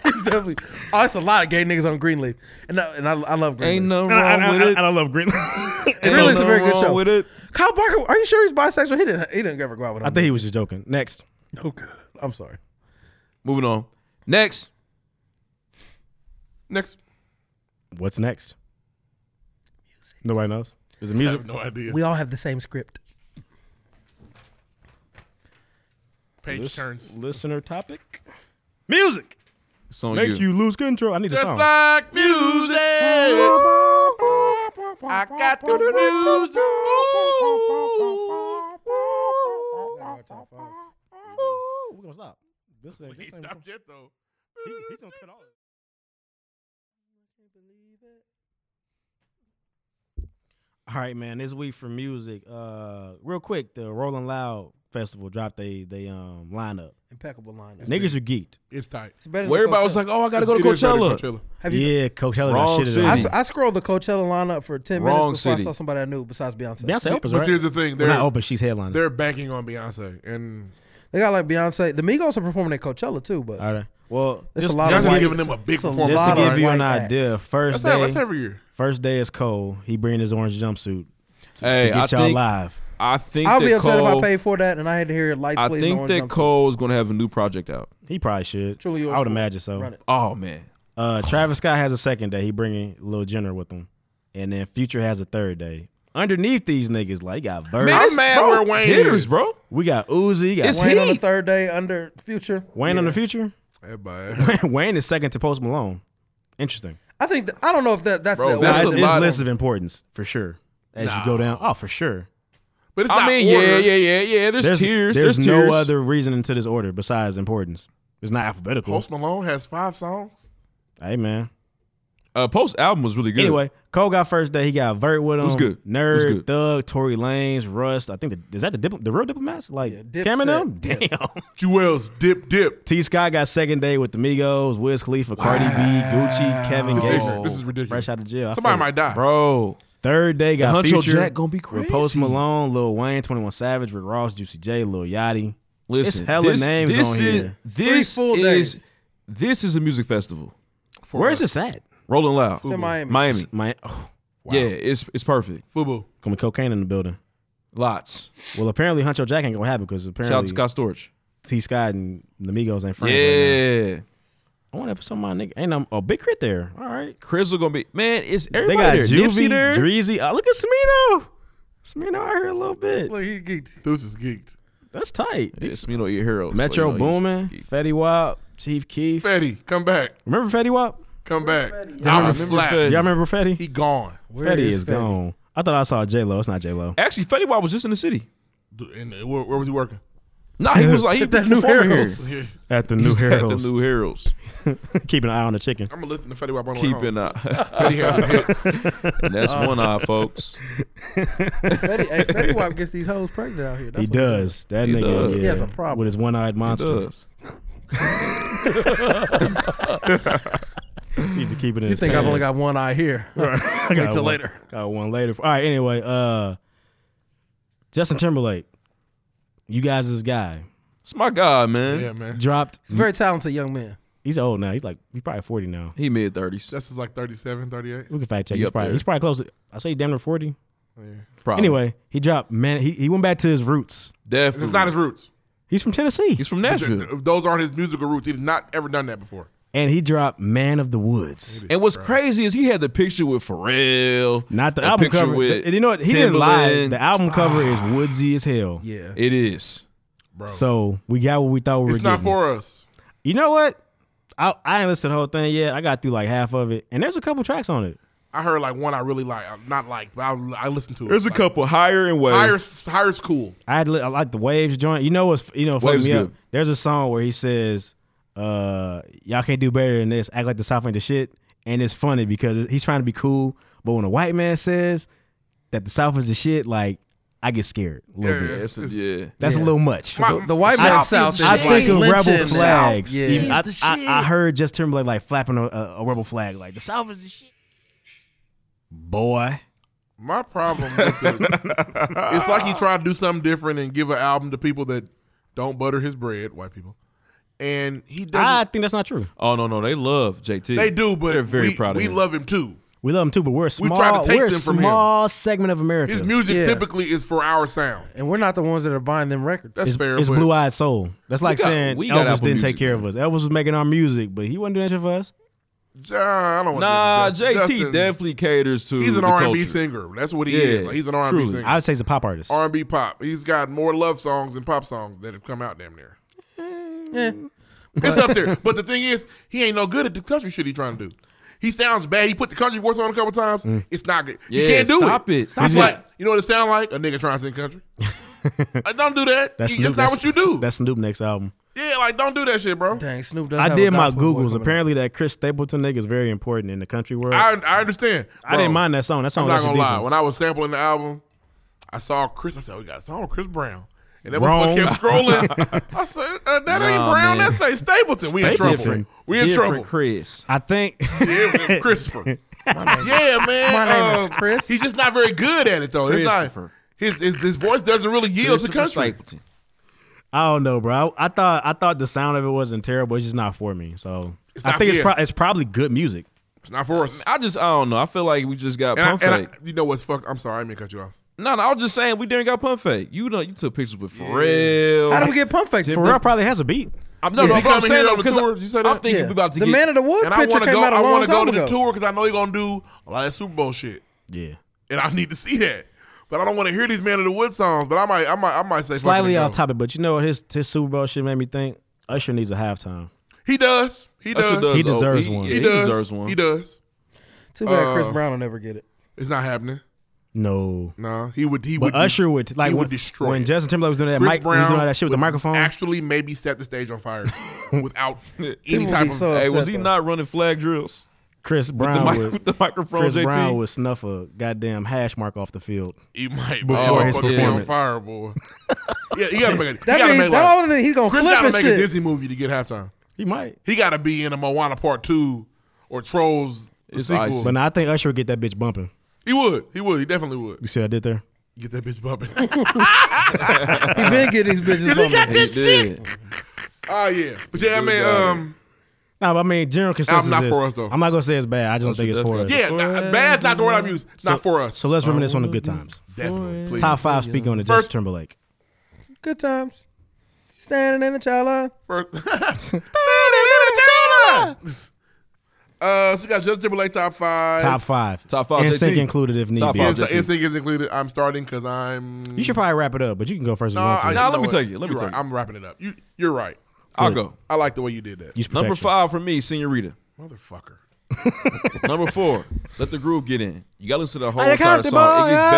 [SPEAKER 4] he's definitely. Oh, it's a lot of gay niggas on Greenleaf, and I, and I, I love Greenleaf.
[SPEAKER 1] Ain't nothing
[SPEAKER 7] And I,
[SPEAKER 1] wrong
[SPEAKER 7] I-
[SPEAKER 1] with
[SPEAKER 7] I-
[SPEAKER 1] it.
[SPEAKER 7] I don't love (laughs) Greenleaf.
[SPEAKER 4] Ain't
[SPEAKER 7] So-
[SPEAKER 4] Greenleaf's a very good
[SPEAKER 1] wrong
[SPEAKER 4] show.
[SPEAKER 1] with it.
[SPEAKER 4] Kyle Barker, are you sure he's bisexual? He didn't. He didn't ever go out with.
[SPEAKER 7] I think he was just joking. Next,
[SPEAKER 4] Oh, God. I'm sorry.
[SPEAKER 1] Moving on. Next.
[SPEAKER 5] Next.
[SPEAKER 7] what's next? Nobody knows. Is it
[SPEAKER 5] I
[SPEAKER 7] music?
[SPEAKER 5] have no idea.
[SPEAKER 4] We all have the same script.
[SPEAKER 5] Page
[SPEAKER 7] Lis-
[SPEAKER 5] turns.
[SPEAKER 7] Listener topic. Music
[SPEAKER 1] It's on
[SPEAKER 7] make
[SPEAKER 1] you.
[SPEAKER 7] you lose control. I need a
[SPEAKER 5] Just
[SPEAKER 7] song.
[SPEAKER 5] like music. I got the music. Ooh.
[SPEAKER 7] Ooh, We're gonna stop. This ain't.
[SPEAKER 5] He
[SPEAKER 7] This ain't
[SPEAKER 5] stopped yet though.
[SPEAKER 7] he, (laughs) he's gonna cut all. All right, man. This week for music, uh, real quick, the Rolling Loud Festival dropped they they um lineup.
[SPEAKER 4] Impeccable line.
[SPEAKER 7] Niggas are geeked.
[SPEAKER 5] It's tight.
[SPEAKER 4] It's better.
[SPEAKER 1] Where
[SPEAKER 4] than
[SPEAKER 1] everybody was
[SPEAKER 4] Coachella.
[SPEAKER 1] like, oh, I gotta go to
[SPEAKER 5] It is better than
[SPEAKER 1] Coachella.
[SPEAKER 4] Have you?
[SPEAKER 7] Yeah, Coachella
[SPEAKER 1] Wrong
[SPEAKER 7] got shit.
[SPEAKER 1] city.
[SPEAKER 7] out
[SPEAKER 4] I,
[SPEAKER 7] of
[SPEAKER 4] s-
[SPEAKER 7] it.
[SPEAKER 4] I scrolled the Coachella lineup for ten
[SPEAKER 1] Wrong
[SPEAKER 4] minutes before
[SPEAKER 1] city.
[SPEAKER 4] I saw somebody I knew besides Beyonce.
[SPEAKER 7] Beyonce opens,
[SPEAKER 5] But
[SPEAKER 7] right?
[SPEAKER 5] here's the thing.
[SPEAKER 7] Well,
[SPEAKER 5] They're,
[SPEAKER 7] not open. She's headlining.
[SPEAKER 5] they're banking on Beyonce. And
[SPEAKER 4] They got like Beyonce. The Migos are performing at Coachella too, but
[SPEAKER 7] All right. Well,
[SPEAKER 4] it's
[SPEAKER 7] just,
[SPEAKER 4] a lot
[SPEAKER 5] just
[SPEAKER 4] of white.
[SPEAKER 5] giving them a big
[SPEAKER 4] it's
[SPEAKER 5] performance.
[SPEAKER 7] just to
[SPEAKER 5] lot of
[SPEAKER 7] give you
[SPEAKER 4] white
[SPEAKER 7] an
[SPEAKER 4] acts.
[SPEAKER 7] idea,
[SPEAKER 5] that's,
[SPEAKER 7] first
[SPEAKER 5] not,
[SPEAKER 7] day,
[SPEAKER 5] that's every year.
[SPEAKER 7] first day is Cole. He bring his orange jumpsuit to
[SPEAKER 1] Hey,
[SPEAKER 7] get
[SPEAKER 1] I
[SPEAKER 7] y'all
[SPEAKER 1] think
[SPEAKER 7] live.
[SPEAKER 1] I think
[SPEAKER 4] I'll
[SPEAKER 1] that
[SPEAKER 4] be upset
[SPEAKER 1] Cole,
[SPEAKER 4] if I paid for that and I had to hear lights.
[SPEAKER 1] I
[SPEAKER 4] please,
[SPEAKER 1] think
[SPEAKER 4] and
[SPEAKER 1] that
[SPEAKER 4] orange jumpsuit.
[SPEAKER 1] Cole is gonna have a new project out.
[SPEAKER 7] He probably should.
[SPEAKER 4] Truly yours
[SPEAKER 7] I would
[SPEAKER 4] fool.
[SPEAKER 7] imagine so.
[SPEAKER 4] Run it.
[SPEAKER 1] Oh man,
[SPEAKER 7] Uh, Travis Scott has a second day. He bringing Lil Jenner with him, and then Future has a third day. Underneath these niggas, like you got Bird,
[SPEAKER 5] I'm
[SPEAKER 1] It's-
[SPEAKER 5] mad
[SPEAKER 1] bro,
[SPEAKER 5] where
[SPEAKER 1] it's
[SPEAKER 5] Wayne
[SPEAKER 1] hitters,
[SPEAKER 5] is.
[SPEAKER 1] bro.
[SPEAKER 7] we got Uzi, you got
[SPEAKER 1] It's
[SPEAKER 7] Wayne,
[SPEAKER 4] Wayne on the
[SPEAKER 1] He-
[SPEAKER 4] third day under Future.
[SPEAKER 7] Wayne on the Future. (laughs)
[SPEAKER 5] Everybody.
[SPEAKER 7] Wayne is second to Post Malone. Interesting.
[SPEAKER 4] I think that, I don't know if that that's
[SPEAKER 1] Bro,
[SPEAKER 4] that
[SPEAKER 1] that's
[SPEAKER 7] Now,
[SPEAKER 1] a
[SPEAKER 7] it's-
[SPEAKER 1] lot
[SPEAKER 7] it's
[SPEAKER 1] of-
[SPEAKER 7] list of importance for sure. As you go down, oh for sure.
[SPEAKER 5] But it's
[SPEAKER 1] I
[SPEAKER 5] not
[SPEAKER 1] mean,
[SPEAKER 5] order.
[SPEAKER 1] yeah, yeah, yeah, yeah. There's, tears.
[SPEAKER 7] There's,
[SPEAKER 1] There's,
[SPEAKER 7] no
[SPEAKER 1] tears.
[SPEAKER 7] other reasoning to this order besides importance. It's not alphabetical.
[SPEAKER 5] Post Malone has five songs.
[SPEAKER 7] hey man.
[SPEAKER 1] Uh, Post album was really good.
[SPEAKER 7] Anyway, Cole got first day. He got Vert with him.
[SPEAKER 1] was good. It
[SPEAKER 7] Nerd,
[SPEAKER 1] was good.
[SPEAKER 7] Thug, Tory Lanez, Rust. I think the, is that the dipl- the real diplomats like
[SPEAKER 4] Dipset.
[SPEAKER 7] Cam and them. Damn.
[SPEAKER 4] Yes.
[SPEAKER 5] Jewels, dip, dip.
[SPEAKER 7] T. Scott got second day with the Migos, Wiz Khalifa, Cardi B, Gucci, Kevin
[SPEAKER 5] This
[SPEAKER 7] Gates.
[SPEAKER 5] is, this is ridiculous.
[SPEAKER 7] Oh. Fresh out of jail. I
[SPEAKER 5] Somebody
[SPEAKER 7] feel it.
[SPEAKER 5] might die.
[SPEAKER 1] bro,
[SPEAKER 7] Third day got
[SPEAKER 1] Huncho
[SPEAKER 7] Future,
[SPEAKER 1] Jack gonna be
[SPEAKER 7] with Post
[SPEAKER 1] crazy.
[SPEAKER 7] Malone, Lil Wayne, Twenty One Savage, Rick Ross, Juicy J, Lil Yachty.
[SPEAKER 1] listen.
[SPEAKER 7] hella
[SPEAKER 1] this,
[SPEAKER 7] names
[SPEAKER 1] this
[SPEAKER 7] on
[SPEAKER 1] is,
[SPEAKER 7] here.
[SPEAKER 1] This
[SPEAKER 4] full
[SPEAKER 1] is
[SPEAKER 4] days.
[SPEAKER 1] This is a music festival.
[SPEAKER 5] For
[SPEAKER 7] Where's
[SPEAKER 5] us.
[SPEAKER 7] this at?
[SPEAKER 1] Rolling Loud.
[SPEAKER 4] It's in Miami.
[SPEAKER 1] Miami.
[SPEAKER 7] My oh,
[SPEAKER 1] Yeah, it's it's perfect.
[SPEAKER 5] Fubu.
[SPEAKER 7] coming cocaine in the building.
[SPEAKER 1] Lots.
[SPEAKER 7] Well, apparently Huncho Jack ain't gonna have it because
[SPEAKER 1] Shout out
[SPEAKER 7] apparently
[SPEAKER 1] to Scott Storch.
[SPEAKER 7] T Scott and the Migos ain't friends. right now.
[SPEAKER 1] Yeah.
[SPEAKER 7] I wonder if some of my nigga ain't no, oh big crit there. All right,
[SPEAKER 1] Chris will gonna be man, it's
[SPEAKER 7] they
[SPEAKER 1] everybody
[SPEAKER 7] got
[SPEAKER 1] there. Nipsey
[SPEAKER 7] Juvie,
[SPEAKER 1] there.
[SPEAKER 7] Dreezy. Oh, look at Smino. Smino out here a little bit.
[SPEAKER 4] (laughs) Look, he geeked.
[SPEAKER 5] Deuce is geeked.
[SPEAKER 7] That's tight.
[SPEAKER 1] It's me know your heroes.
[SPEAKER 7] Metro
[SPEAKER 1] so, you know, he's-
[SPEAKER 7] Boomin, Fetty Wap, Chief Keef.
[SPEAKER 5] Fetty, come back.
[SPEAKER 7] Remember Fetty Wap?
[SPEAKER 5] Come back. I'm
[SPEAKER 1] Fetty.
[SPEAKER 5] flat.
[SPEAKER 7] Y'all remember Fetty?
[SPEAKER 5] He gone.
[SPEAKER 7] Fetty is, gone. I thought I saw J Lo. It's not J Lo.
[SPEAKER 1] Actually, Fetty Wap was just in the city.
[SPEAKER 5] D- And uh, where, where was he working?
[SPEAKER 1] Nah, he
[SPEAKER 7] (laughs)
[SPEAKER 1] was like he
[SPEAKER 4] that
[SPEAKER 1] that
[SPEAKER 4] new
[SPEAKER 1] new heroes. (laughs)
[SPEAKER 4] heroes.
[SPEAKER 1] Here.
[SPEAKER 5] Yeah.
[SPEAKER 7] At the
[SPEAKER 1] He
[SPEAKER 7] New
[SPEAKER 1] was at the
[SPEAKER 7] Heroes. (laughs)
[SPEAKER 1] new heroes.
[SPEAKER 7] Keep an eye on the chicken.
[SPEAKER 5] I'm gonna listen to Fetty Wap on the way
[SPEAKER 1] Keep
[SPEAKER 5] home.
[SPEAKER 1] an eye.
[SPEAKER 5] Fetty had hits.
[SPEAKER 1] And (laughs) that's one eye, folks.
[SPEAKER 4] Fetty, hey, Fetty Wap gets these hoes pregnant out here. That's
[SPEAKER 7] he
[SPEAKER 4] what
[SPEAKER 7] does. That
[SPEAKER 1] He
[SPEAKER 7] nigga
[SPEAKER 1] does.
[SPEAKER 7] Yeah,
[SPEAKER 4] He has a problem.
[SPEAKER 7] with his one-eyed
[SPEAKER 1] It
[SPEAKER 7] monster.
[SPEAKER 1] does.
[SPEAKER 7] Need to keep it in.
[SPEAKER 4] You think I've only got one eye here? (laughs)
[SPEAKER 7] I got till later. Got one later. All right. Anyway, uh, Justin Timberlake, you guys, this guy
[SPEAKER 1] It's my guy, man.
[SPEAKER 5] Yeah, man.
[SPEAKER 7] dropped.
[SPEAKER 4] He's a very talented young man.
[SPEAKER 7] He's old now. He's like he's probably forty now.
[SPEAKER 1] He mid thirties.
[SPEAKER 5] Justice like 37, 38.
[SPEAKER 7] We can fact check.
[SPEAKER 1] He
[SPEAKER 7] He's
[SPEAKER 1] up
[SPEAKER 7] probably,
[SPEAKER 1] there.
[SPEAKER 7] he's probably close. To, I say he damn near forty.
[SPEAKER 1] Probably.
[SPEAKER 7] Anyway, he dropped. Man, he, he went back to his roots.
[SPEAKER 1] definitely.
[SPEAKER 5] It's not his roots.
[SPEAKER 7] He's from Tennessee,
[SPEAKER 1] He's from
[SPEAKER 5] Th-
[SPEAKER 1] Nashville.
[SPEAKER 5] th- Those aren't his musical roots. He's not ever done that before.
[SPEAKER 7] and he dropped "Man of the Woods."
[SPEAKER 1] And what's crazy is he had the picture with Pharrell.
[SPEAKER 7] Not the
[SPEAKER 1] a
[SPEAKER 7] album
[SPEAKER 1] picture
[SPEAKER 7] cover.
[SPEAKER 1] With
[SPEAKER 7] Th- you know what? He didn't lie.
[SPEAKER 1] Timbaland.
[SPEAKER 7] The album cover is
[SPEAKER 5] Ah.
[SPEAKER 7] woodsy as hell.
[SPEAKER 4] Yeah.
[SPEAKER 1] It is.
[SPEAKER 7] So we got what we thought we
[SPEAKER 5] It's
[SPEAKER 7] were
[SPEAKER 5] not
[SPEAKER 7] getting.
[SPEAKER 5] for us.
[SPEAKER 7] you know what? I I ain't listened to the whole thing yet. I got through like half of it, and there's a couple tracks on it.
[SPEAKER 5] I heard like one I really like. I'm Not like, but I, I listened to it.
[SPEAKER 1] There's a
[SPEAKER 5] Like,
[SPEAKER 1] couple higher and way.
[SPEAKER 5] Higher, higher school.
[SPEAKER 7] I had li- I like the waves joint. You know what's you know fucked
[SPEAKER 1] Waves
[SPEAKER 7] me up.
[SPEAKER 1] good.
[SPEAKER 7] There's a song where he says, uh, "Y'all can't do better than this. Act like the South ain't the shit." And it's funny because he's trying to be cool, but when a white man says that the South is the shit, like I get scared a little bit.
[SPEAKER 1] Yeah, it's a- yeah.
[SPEAKER 7] That's a little much.
[SPEAKER 5] My-
[SPEAKER 4] The white
[SPEAKER 7] I-
[SPEAKER 4] man
[SPEAKER 7] I-
[SPEAKER 4] South is
[SPEAKER 7] I
[SPEAKER 4] like
[SPEAKER 7] think of rebel
[SPEAKER 4] lynching.
[SPEAKER 7] flags.
[SPEAKER 4] Yeah.
[SPEAKER 7] Even- I, I, I heard just Timberlake like flapping a, a, a rebel flag, like the South is the shit. Boy,
[SPEAKER 5] My problem with it, it's like he tried to do something different and give an album to people that don't butter his bread, white people. And he doesn't.
[SPEAKER 7] I think that's not true.
[SPEAKER 1] Oh no, no, they love JT.
[SPEAKER 5] they do, but
[SPEAKER 1] they're very
[SPEAKER 5] we,
[SPEAKER 1] proud of
[SPEAKER 5] we
[SPEAKER 1] him.
[SPEAKER 5] love him too.
[SPEAKER 7] We love him too, but we're a
[SPEAKER 5] We
[SPEAKER 7] small,
[SPEAKER 5] tried to take
[SPEAKER 7] are a
[SPEAKER 5] them from him.
[SPEAKER 7] small segment of America.
[SPEAKER 5] His music
[SPEAKER 4] Yeah.
[SPEAKER 5] typically is for our sound.
[SPEAKER 4] And we're not the ones that are buying them records.
[SPEAKER 5] That's
[SPEAKER 7] It's,
[SPEAKER 5] fair.
[SPEAKER 7] it's
[SPEAKER 5] but
[SPEAKER 7] Blue Eyed Soul. That's like
[SPEAKER 1] got-
[SPEAKER 7] saying
[SPEAKER 1] we got
[SPEAKER 7] Elvis
[SPEAKER 1] Apple
[SPEAKER 7] didn't take
[SPEAKER 1] Music,
[SPEAKER 7] care
[SPEAKER 1] man.
[SPEAKER 7] of us. Elvis was making our music, but he wasn't doing that shit for us.
[SPEAKER 5] John, I don't wanna
[SPEAKER 1] Nah,
[SPEAKER 5] give him-
[SPEAKER 1] JT
[SPEAKER 5] Justin,
[SPEAKER 1] definitely caters to.
[SPEAKER 5] He's an
[SPEAKER 1] the
[SPEAKER 5] R and B
[SPEAKER 1] culture.
[SPEAKER 5] singer. That's what he
[SPEAKER 1] Yeah,
[SPEAKER 5] is. Like, he's an R and B
[SPEAKER 1] truly.
[SPEAKER 5] singer.
[SPEAKER 7] I would say he's a pop artist.
[SPEAKER 5] R and B pop. He's got more love songs than pop songs that have come out damn near. It's up there. But the thing is, he ain't no good at the country shit he's trying to do. He sounds bad. He put the country voice on a couple times. It's not good.
[SPEAKER 1] Yeah,
[SPEAKER 5] he can't do
[SPEAKER 1] stop
[SPEAKER 5] it.
[SPEAKER 1] it. Stop
[SPEAKER 5] it's
[SPEAKER 1] it.
[SPEAKER 5] like you know what it sounds like? A nigga trying to sing country. Like, don't do that.
[SPEAKER 7] That's
[SPEAKER 5] That's,
[SPEAKER 7] Snoop-
[SPEAKER 5] not
[SPEAKER 7] that's-
[SPEAKER 5] what you do.
[SPEAKER 7] That's Snoop next album.
[SPEAKER 5] yeah, like don't do that shit, bro.
[SPEAKER 4] Dang, Snoop does.
[SPEAKER 7] I
[SPEAKER 4] have a
[SPEAKER 7] did my
[SPEAKER 4] gospel boy
[SPEAKER 7] Googles.
[SPEAKER 4] coming up.
[SPEAKER 7] Apparently, that Chris Stapleton nigga is very important in the country world.
[SPEAKER 5] I
[SPEAKER 7] I,
[SPEAKER 5] I understand.
[SPEAKER 7] didn't
[SPEAKER 5] Bro,
[SPEAKER 7] mind that song. That
[SPEAKER 4] Oh,
[SPEAKER 7] song
[SPEAKER 5] I'm
[SPEAKER 7] was
[SPEAKER 5] not
[SPEAKER 7] actually
[SPEAKER 5] gonna lie.
[SPEAKER 7] decent.
[SPEAKER 5] When I was sampling the album, I saw Chris. I said, "We got a song with Chris Brown." And that
[SPEAKER 7] Wrong.
[SPEAKER 5] motherfucker kept
[SPEAKER 4] (laughs)
[SPEAKER 5] scrolling. I said, uh, "That ain't
[SPEAKER 1] Nah,
[SPEAKER 5] Brown.
[SPEAKER 1] man.
[SPEAKER 5] That say Stapleton. We in trouble.
[SPEAKER 1] Different,
[SPEAKER 5] We in
[SPEAKER 1] different
[SPEAKER 5] trouble."
[SPEAKER 1] Chris.
[SPEAKER 7] I think
[SPEAKER 5] (laughs) Yeah, it was
[SPEAKER 4] (laughs)
[SPEAKER 5] Christopher. (laughs) yeah, man.
[SPEAKER 4] My name
[SPEAKER 5] (laughs)
[SPEAKER 4] is
[SPEAKER 5] um,
[SPEAKER 4] Chris.
[SPEAKER 5] He's just not very good at it though. It's not,
[SPEAKER 1] Christopher.
[SPEAKER 5] his, his his voice doesn't really yield to
[SPEAKER 1] Christopher
[SPEAKER 5] country.
[SPEAKER 1] Stapleton.
[SPEAKER 7] I don't know, bro. I, I thought I thought the sound of it wasn't terrible. It's just not for me. So
[SPEAKER 5] It's
[SPEAKER 7] I
[SPEAKER 5] not
[SPEAKER 7] think it's
[SPEAKER 5] fair.
[SPEAKER 7] pro- it's probably good music.
[SPEAKER 5] It's not for us.
[SPEAKER 1] I just I don't know. I feel like we just got
[SPEAKER 5] And, I,
[SPEAKER 1] pump
[SPEAKER 5] and I-
[SPEAKER 1] fake.
[SPEAKER 5] you know what's fuck? I'm sorry, I didn't mean to cut you off.
[SPEAKER 1] No, no, I was just saying we didn't got pump fake. You know, you took pictures with Pharrell.
[SPEAKER 4] How do we get pump fakes?
[SPEAKER 7] Pharrell probably has a beat.
[SPEAKER 1] I'm no,
[SPEAKER 5] Is
[SPEAKER 1] no,
[SPEAKER 5] he
[SPEAKER 1] but I'm
[SPEAKER 5] coming
[SPEAKER 1] saying
[SPEAKER 5] here
[SPEAKER 1] though,
[SPEAKER 5] on the
[SPEAKER 1] because
[SPEAKER 5] tour? You said
[SPEAKER 1] I
[SPEAKER 5] that?
[SPEAKER 1] think
[SPEAKER 4] Yeah.
[SPEAKER 1] we about to
[SPEAKER 4] the
[SPEAKER 1] get
[SPEAKER 4] Man of the Woods
[SPEAKER 5] And I
[SPEAKER 4] picture
[SPEAKER 5] want to
[SPEAKER 4] came
[SPEAKER 5] go.
[SPEAKER 4] out a
[SPEAKER 5] I
[SPEAKER 4] long
[SPEAKER 5] want to go
[SPEAKER 4] time
[SPEAKER 5] to the
[SPEAKER 4] ago.
[SPEAKER 5] tour because I know you're gonna do a lot of Super Bowl shit.
[SPEAKER 7] Yeah,
[SPEAKER 5] and I need to see that. But I don't want to hear these Man of the Woods songs. But I might, I might, I might say
[SPEAKER 7] slightly
[SPEAKER 5] fucking
[SPEAKER 7] off
[SPEAKER 5] no.
[SPEAKER 7] topic, but you know what? His his Super Bowl shit made me think Usher needs a halftime.
[SPEAKER 5] He does. He does.
[SPEAKER 1] Usher does.
[SPEAKER 7] He deserves
[SPEAKER 1] oh,
[SPEAKER 7] one.
[SPEAKER 1] yeah,
[SPEAKER 5] He,
[SPEAKER 1] he
[SPEAKER 5] does.
[SPEAKER 1] deserves one.
[SPEAKER 5] He does.
[SPEAKER 4] Too bad Chris
[SPEAKER 5] Uh,
[SPEAKER 4] Brown will never get it.
[SPEAKER 5] It's not happening.
[SPEAKER 7] No,
[SPEAKER 5] No, he would. He
[SPEAKER 7] But
[SPEAKER 5] would.
[SPEAKER 7] Usher would like
[SPEAKER 5] he
[SPEAKER 7] when,
[SPEAKER 5] would destroy
[SPEAKER 7] when
[SPEAKER 5] it.
[SPEAKER 7] Justin Timberlake was doing that.
[SPEAKER 5] Chris
[SPEAKER 7] mic, he was
[SPEAKER 5] Brown
[SPEAKER 7] doing all that shit with the
[SPEAKER 5] would
[SPEAKER 7] microphone.
[SPEAKER 5] Actually, maybe set the stage on
[SPEAKER 7] (laughs)
[SPEAKER 5] fire without any
[SPEAKER 4] People would
[SPEAKER 5] type
[SPEAKER 4] be
[SPEAKER 5] of.
[SPEAKER 4] so
[SPEAKER 1] hey, was
[SPEAKER 4] upset,
[SPEAKER 1] he
[SPEAKER 4] though.
[SPEAKER 1] not running flag drills?
[SPEAKER 7] Chris
[SPEAKER 1] The
[SPEAKER 7] Brown
[SPEAKER 1] mic-
[SPEAKER 7] would
[SPEAKER 1] with (laughs) the microphone,
[SPEAKER 7] Chris
[SPEAKER 1] JT.
[SPEAKER 7] Brown would snuff a goddamn hash mark off the field.
[SPEAKER 5] he might
[SPEAKER 7] Before
[SPEAKER 5] oh,
[SPEAKER 7] his
[SPEAKER 5] fucking be on
[SPEAKER 1] performance.
[SPEAKER 5] fire,
[SPEAKER 7] (laughs)
[SPEAKER 5] boy. yeah, he gotta make. A, he
[SPEAKER 4] That
[SPEAKER 5] gotta
[SPEAKER 4] means
[SPEAKER 5] make. Like,
[SPEAKER 4] that all mean he's gonna
[SPEAKER 5] Chris
[SPEAKER 4] flip
[SPEAKER 5] gotta
[SPEAKER 4] and
[SPEAKER 5] make a
[SPEAKER 4] shit.
[SPEAKER 5] Disney movie to get halftime.
[SPEAKER 7] He might,
[SPEAKER 5] He gotta be in a Moana Part Two or Trolls. the
[SPEAKER 1] It's
[SPEAKER 5] sequel.
[SPEAKER 1] icy.
[SPEAKER 7] but no, I think Usher would get that bitch bumping.
[SPEAKER 5] He would. He would. He definitely would.
[SPEAKER 7] You see what I did there?
[SPEAKER 5] Get that bitch bumping.
[SPEAKER 4] He been getting these bitches. bumping.
[SPEAKER 5] Ah,
[SPEAKER 1] He did.
[SPEAKER 5] Oh yeah, but yeah, I mean,
[SPEAKER 1] got
[SPEAKER 5] um,
[SPEAKER 7] No, but I mean general consensus.
[SPEAKER 5] not
[SPEAKER 7] is-
[SPEAKER 5] for us, though.
[SPEAKER 7] I'm not gonna say it's bad. I just don't think it's for us.
[SPEAKER 5] Yeah, not, bad's not the word I'm using. not for us.
[SPEAKER 7] So let's reminisce on the good times.
[SPEAKER 5] Definitely. Please.
[SPEAKER 7] Top five speak on it, Justin
[SPEAKER 5] First-
[SPEAKER 7] Timberlake.
[SPEAKER 4] Good times. Standing in the child line.
[SPEAKER 5] First. (laughs) uh, so we got Justin Timberlake top five.
[SPEAKER 7] Top five.
[SPEAKER 1] Top five,
[SPEAKER 7] And
[SPEAKER 1] JT.
[SPEAKER 7] included if need
[SPEAKER 1] Top
[SPEAKER 7] be.
[SPEAKER 1] five.
[SPEAKER 5] Inst- Instinct is included. I'm starting because I'm.
[SPEAKER 7] You should probably wrap it up, but you can go first. if
[SPEAKER 5] Nah,
[SPEAKER 7] you want to.
[SPEAKER 5] I-
[SPEAKER 1] Nah, let
[SPEAKER 5] know
[SPEAKER 1] me
[SPEAKER 5] what?
[SPEAKER 1] tell you, let me
[SPEAKER 5] You're
[SPEAKER 1] tell
[SPEAKER 5] right.
[SPEAKER 1] you.
[SPEAKER 5] I'm wrapping it up. You, you're right.
[SPEAKER 1] I'll go.
[SPEAKER 5] I like the way you did that.
[SPEAKER 7] Use
[SPEAKER 1] Number
[SPEAKER 7] protection.
[SPEAKER 1] five for me, Senorita.
[SPEAKER 5] Motherfucker.
[SPEAKER 1] Number four, let the groove get in. You gotta listen to the whole
[SPEAKER 6] I
[SPEAKER 1] entire
[SPEAKER 6] count the
[SPEAKER 1] song. It gets
[SPEAKER 6] ball,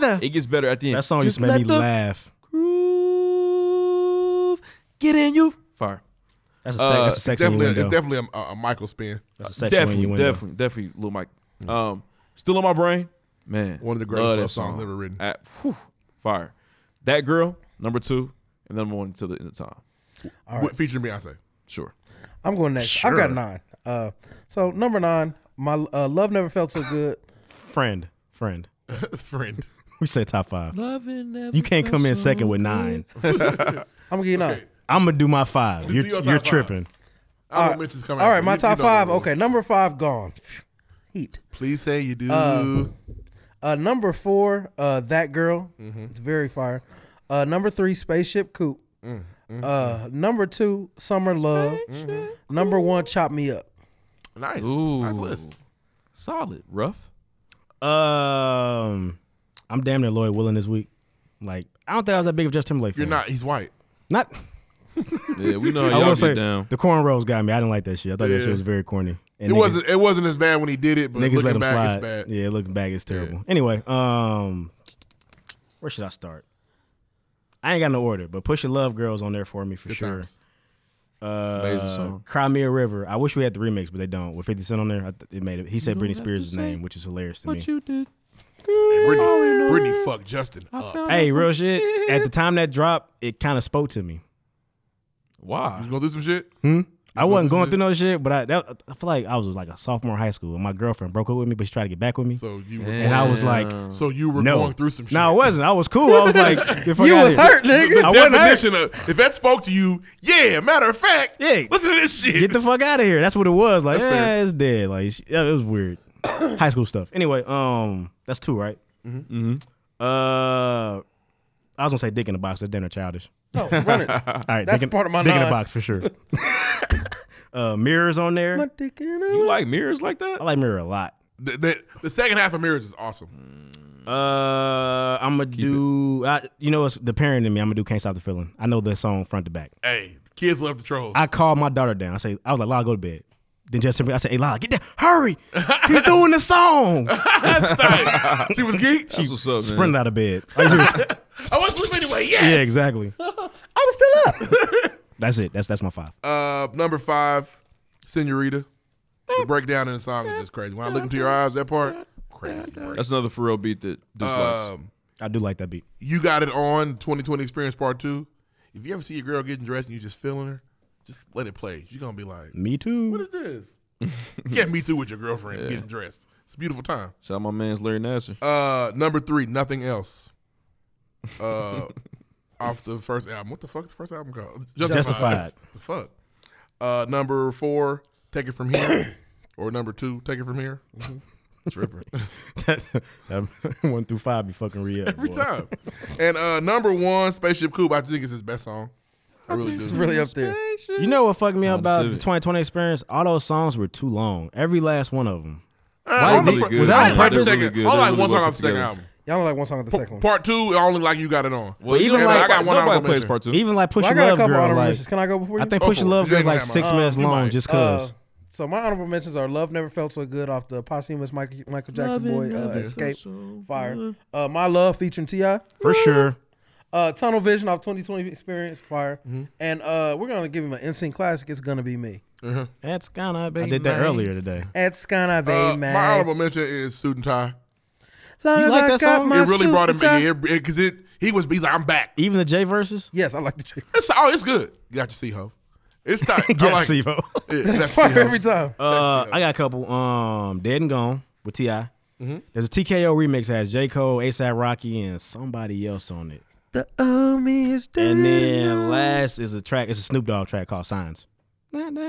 [SPEAKER 1] better.
[SPEAKER 6] yeah.
[SPEAKER 1] It gets better at the end.
[SPEAKER 7] That song
[SPEAKER 1] Just
[SPEAKER 7] just made
[SPEAKER 1] let
[SPEAKER 7] me
[SPEAKER 1] the
[SPEAKER 7] laugh.
[SPEAKER 1] Groove get in you. Fire.
[SPEAKER 7] That's a, sex,
[SPEAKER 1] Uh,
[SPEAKER 7] that's a sexy
[SPEAKER 5] Definitely,
[SPEAKER 7] innuendo.
[SPEAKER 5] it's definitely a, a Michael spin.
[SPEAKER 7] that's a sexy
[SPEAKER 1] Definitely,
[SPEAKER 7] innuendo.
[SPEAKER 1] definitely, definitely, Lil Mike. Um, still on my brain, man.
[SPEAKER 5] One of the greatest
[SPEAKER 1] love
[SPEAKER 5] love
[SPEAKER 1] that
[SPEAKER 5] songs
[SPEAKER 1] song.
[SPEAKER 5] ever written.
[SPEAKER 1] At, whew, fire. That girl, number two, and then one until the end of time.
[SPEAKER 5] With- Featuring Beyonce.
[SPEAKER 1] Sure.
[SPEAKER 4] I'm going next. I've got nine. Uh, so number nine, my uh, love never felt so good.
[SPEAKER 7] Friend, friend.
[SPEAKER 5] (laughs)
[SPEAKER 7] (laughs)
[SPEAKER 5] Friend.
[SPEAKER 7] We said top five. You can't come in second with nine.
[SPEAKER 4] I'm gonna give you nine.
[SPEAKER 7] I'm gonna do my five. You're,
[SPEAKER 5] do your
[SPEAKER 7] you're
[SPEAKER 5] top five.
[SPEAKER 7] tripping.
[SPEAKER 5] I
[SPEAKER 4] All
[SPEAKER 5] don't
[SPEAKER 4] right.
[SPEAKER 5] mention coming.
[SPEAKER 4] All
[SPEAKER 5] after.
[SPEAKER 4] right, my
[SPEAKER 5] You-
[SPEAKER 4] top
[SPEAKER 5] you know the
[SPEAKER 4] five.
[SPEAKER 5] rules.
[SPEAKER 4] Okay, number five gone. Heat.
[SPEAKER 5] Please say you do.
[SPEAKER 4] Uh, number four, uh, that girl.
[SPEAKER 5] Mm-hmm.
[SPEAKER 4] It's very fire. Uh, number three, spaceship coop.
[SPEAKER 5] Mm,
[SPEAKER 4] Uh, number two, summer love. Number one, chop me up.
[SPEAKER 5] nice.
[SPEAKER 1] Ooh.
[SPEAKER 5] Nice list.
[SPEAKER 1] Solid. Rough.
[SPEAKER 7] Um, I'm damn near Lloyd Willing this week. Like, I don't think I was that big of Justin Timberlake.
[SPEAKER 5] You're
[SPEAKER 7] fan.
[SPEAKER 5] not. He's white.
[SPEAKER 7] Not.
[SPEAKER 1] Yeah, we know
[SPEAKER 7] (laughs) I
[SPEAKER 1] how
[SPEAKER 7] will
[SPEAKER 1] y'all
[SPEAKER 7] say
[SPEAKER 1] get down.
[SPEAKER 7] the cornrows got me. I didn't like that shit. I thought
[SPEAKER 5] Yeah.
[SPEAKER 7] that shit was very corny. And
[SPEAKER 5] It
[SPEAKER 7] niggas-
[SPEAKER 5] wasn't. It wasn't as bad when he did it, but
[SPEAKER 7] Niggas let
[SPEAKER 5] looking
[SPEAKER 7] him
[SPEAKER 5] back,
[SPEAKER 7] slide.
[SPEAKER 5] it's bad.
[SPEAKER 7] Yeah, looking back, it's terrible. Anyway, um, where should I start? I ain't got no order, but Push Your Love Girls on there for me for sure.
[SPEAKER 5] times.
[SPEAKER 1] Amazing
[SPEAKER 7] Uh,
[SPEAKER 1] song.
[SPEAKER 7] Cry Me a River. I wish we had the remix, but they don't. With 50 Cent on there, I th- it made it. He said Britney Spears' name, which is hilarious to me.
[SPEAKER 5] And Britney, Britney fucked Justin up. You
[SPEAKER 7] hey, real shit. At the time that dropped, it kind of spoke to me.
[SPEAKER 1] Why?
[SPEAKER 5] gonna do some shit?
[SPEAKER 7] I wasn't
[SPEAKER 5] through
[SPEAKER 7] going
[SPEAKER 5] shit?
[SPEAKER 7] through no shit, but I, that, I feel like I was like a sophomore in high school, and my girlfriend broke up with me, but she tried to get back with me,
[SPEAKER 5] So you. Were
[SPEAKER 7] and I was like,
[SPEAKER 5] going- so you were
[SPEAKER 7] no.
[SPEAKER 5] going through some shit.
[SPEAKER 7] No,
[SPEAKER 5] (laughs)
[SPEAKER 7] I wasn't. I was cool. I was like,
[SPEAKER 4] (laughs)
[SPEAKER 7] you
[SPEAKER 4] You was hurt, nigga.
[SPEAKER 5] The
[SPEAKER 7] I wasn't
[SPEAKER 5] definition of if that spoke to you, yeah. Matter of fact,
[SPEAKER 7] Yeah.
[SPEAKER 5] Listen to this shit.
[SPEAKER 7] Get the fuck out of here. That's what it was. Like,
[SPEAKER 5] That's
[SPEAKER 7] yeah,
[SPEAKER 5] fair.
[SPEAKER 7] it's dead. Like, sh- yeah, it was weird. (coughs) High school stuff. Anyway, um, that's two, right? Mm-hmm. Uh, I was gonna say dick in the box. That's damn near childish.
[SPEAKER 4] No,
[SPEAKER 5] (laughs)
[SPEAKER 4] run it.
[SPEAKER 5] Uh,
[SPEAKER 7] All right,
[SPEAKER 4] That's
[SPEAKER 7] dick in,
[SPEAKER 4] part of my
[SPEAKER 7] dick in
[SPEAKER 4] nine.
[SPEAKER 7] the box for sure. uh, mirrors on there.
[SPEAKER 4] My dick in
[SPEAKER 1] You
[SPEAKER 4] it.
[SPEAKER 1] like mirrors like that?
[SPEAKER 7] I like mirror a lot.
[SPEAKER 5] The, the, the second half of Mirrors is awesome.
[SPEAKER 7] Uh, I'm gonna do. I, you know, it's the parent in me. I'm gonna do. Can't stop the feeling. I know the song front to back.
[SPEAKER 5] Hey, kids love the trolls.
[SPEAKER 7] I called my daughter down. I say, I was like, Lala, go to bed. Then Justin, Timberlake- I said, hey, Lala, get down, hurry. He's doing the song.
[SPEAKER 5] (laughs) she was
[SPEAKER 7] (laughs)
[SPEAKER 5] geeked.
[SPEAKER 1] That's what's up, man.
[SPEAKER 7] Sprinted out of bed. Are you-
[SPEAKER 5] I want to sleep anyway. Yeah.
[SPEAKER 7] yeah,
[SPEAKER 4] (laughs)
[SPEAKER 7] exactly. I'm still up. (laughs) that's it. That's that's my five.
[SPEAKER 5] Uh, number five, Senorita. The breakdown in the song is just crazy. When I look into your eyes, that part crazy. bro.
[SPEAKER 1] That's another Pharrell beat that
[SPEAKER 4] Uh,
[SPEAKER 1] dislikes.
[SPEAKER 5] Um,
[SPEAKER 7] I do like that beat.
[SPEAKER 5] you got it on 2020 Experience Part Two. If you ever see a girl getting dressed and you just feeling her, just let it play. You're gonna be like,
[SPEAKER 7] Me
[SPEAKER 5] "What
[SPEAKER 7] too.
[SPEAKER 5] is this?" yeah, me too with your girlfriend getting dressed. It's a beautiful time.
[SPEAKER 1] Shout out my man's Larry Nasser.
[SPEAKER 5] Uh, number three, nothing else. Uh, (laughs) off the first album. What the fuck? Is the first album called
[SPEAKER 7] Justified.
[SPEAKER 5] The fuck. Uh, number four, take it from
[SPEAKER 4] (coughs)
[SPEAKER 5] here, or number two, take it from here.
[SPEAKER 4] Mm-hmm.
[SPEAKER 5] (laughs)
[SPEAKER 4] (laughs)
[SPEAKER 5] Tripper
[SPEAKER 7] (laughs) That's- um, one through five be fucking re
[SPEAKER 5] every time. And uh, number one, Spaceship Coop. I think is his best song. I really
[SPEAKER 4] It's
[SPEAKER 5] do.
[SPEAKER 4] really up there.
[SPEAKER 7] You know what fucked me up about the
[SPEAKER 1] Civic.
[SPEAKER 7] 2020 experience? All those songs were too long. Every last one of them.
[SPEAKER 5] I only
[SPEAKER 1] really
[SPEAKER 5] like-
[SPEAKER 1] good.
[SPEAKER 7] was that
[SPEAKER 5] I
[SPEAKER 7] on
[SPEAKER 5] only like the
[SPEAKER 7] purpose?
[SPEAKER 5] second.
[SPEAKER 1] They're really
[SPEAKER 5] I only
[SPEAKER 1] good.
[SPEAKER 5] like one
[SPEAKER 1] They're
[SPEAKER 5] song
[SPEAKER 1] really
[SPEAKER 5] off the second
[SPEAKER 1] working
[SPEAKER 5] album.
[SPEAKER 4] Y'all don't like one song on the second one.
[SPEAKER 5] Part two, I only like you got it on.
[SPEAKER 1] Well, you
[SPEAKER 7] even
[SPEAKER 1] know,
[SPEAKER 7] like-
[SPEAKER 1] I got one
[SPEAKER 5] nobody
[SPEAKER 1] honorable
[SPEAKER 5] plays
[SPEAKER 1] mention.
[SPEAKER 5] part two.
[SPEAKER 7] Even like Push
[SPEAKER 4] Well, I got
[SPEAKER 7] Love
[SPEAKER 4] a couple
[SPEAKER 7] Girl.
[SPEAKER 4] honorable
[SPEAKER 7] Like,
[SPEAKER 4] mentions. Can I go before you?
[SPEAKER 7] I think
[SPEAKER 5] Go
[SPEAKER 7] Push
[SPEAKER 5] for it.
[SPEAKER 7] Love
[SPEAKER 5] You
[SPEAKER 7] Girl
[SPEAKER 5] ain't
[SPEAKER 7] like
[SPEAKER 5] gonna have
[SPEAKER 7] six
[SPEAKER 5] mine.
[SPEAKER 7] minutes
[SPEAKER 5] Uh, you
[SPEAKER 7] long
[SPEAKER 5] might.
[SPEAKER 7] just
[SPEAKER 4] Uh,
[SPEAKER 7] cause.
[SPEAKER 4] so my honorable mentions are "Love Never Felt So Good" off the Posse and Miss Michael, Michael Jackson boy uh, "Escape," fire. Uh, "My Love" featuring Ti.
[SPEAKER 7] For sure.
[SPEAKER 4] Uh, Tunnel Vision off 2020 Experience, fire. And uh, we're gonna give him an instant classic. It's gonna be me.
[SPEAKER 7] That's gonna be I did that earlier today.
[SPEAKER 4] It's gonna be
[SPEAKER 5] Uh,
[SPEAKER 4] me.
[SPEAKER 5] my honorable mention is Suit and Tie.
[SPEAKER 4] Long
[SPEAKER 7] You
[SPEAKER 4] as
[SPEAKER 7] like
[SPEAKER 4] I
[SPEAKER 7] that
[SPEAKER 4] got
[SPEAKER 7] song?
[SPEAKER 4] my
[SPEAKER 5] It really
[SPEAKER 4] suit
[SPEAKER 5] brought him
[SPEAKER 4] and tie.
[SPEAKER 5] in because it, he was he's like I'm back.
[SPEAKER 7] Even the J verses?
[SPEAKER 4] Yes, I like the trick.
[SPEAKER 5] It's oh it's good. You got your see ho.
[SPEAKER 7] (laughs)
[SPEAKER 5] It's tight. I
[SPEAKER 7] Yeah,
[SPEAKER 5] like
[SPEAKER 7] see,
[SPEAKER 5] it.
[SPEAKER 7] bro.
[SPEAKER 5] (laughs) Yeah, that's
[SPEAKER 4] Fire
[SPEAKER 5] C-Ho.
[SPEAKER 4] every time.
[SPEAKER 7] Uh, I got a couple. Um, Dead and Gone with Ti.
[SPEAKER 5] Mm-hmm.
[SPEAKER 7] There's a TKO remix that has J Cole, ASAP Rocky, and somebody else on it.
[SPEAKER 4] the oh me is dead.
[SPEAKER 7] And then last is a track. It's a Snoop Dogg track called Signs.
[SPEAKER 1] Interesting.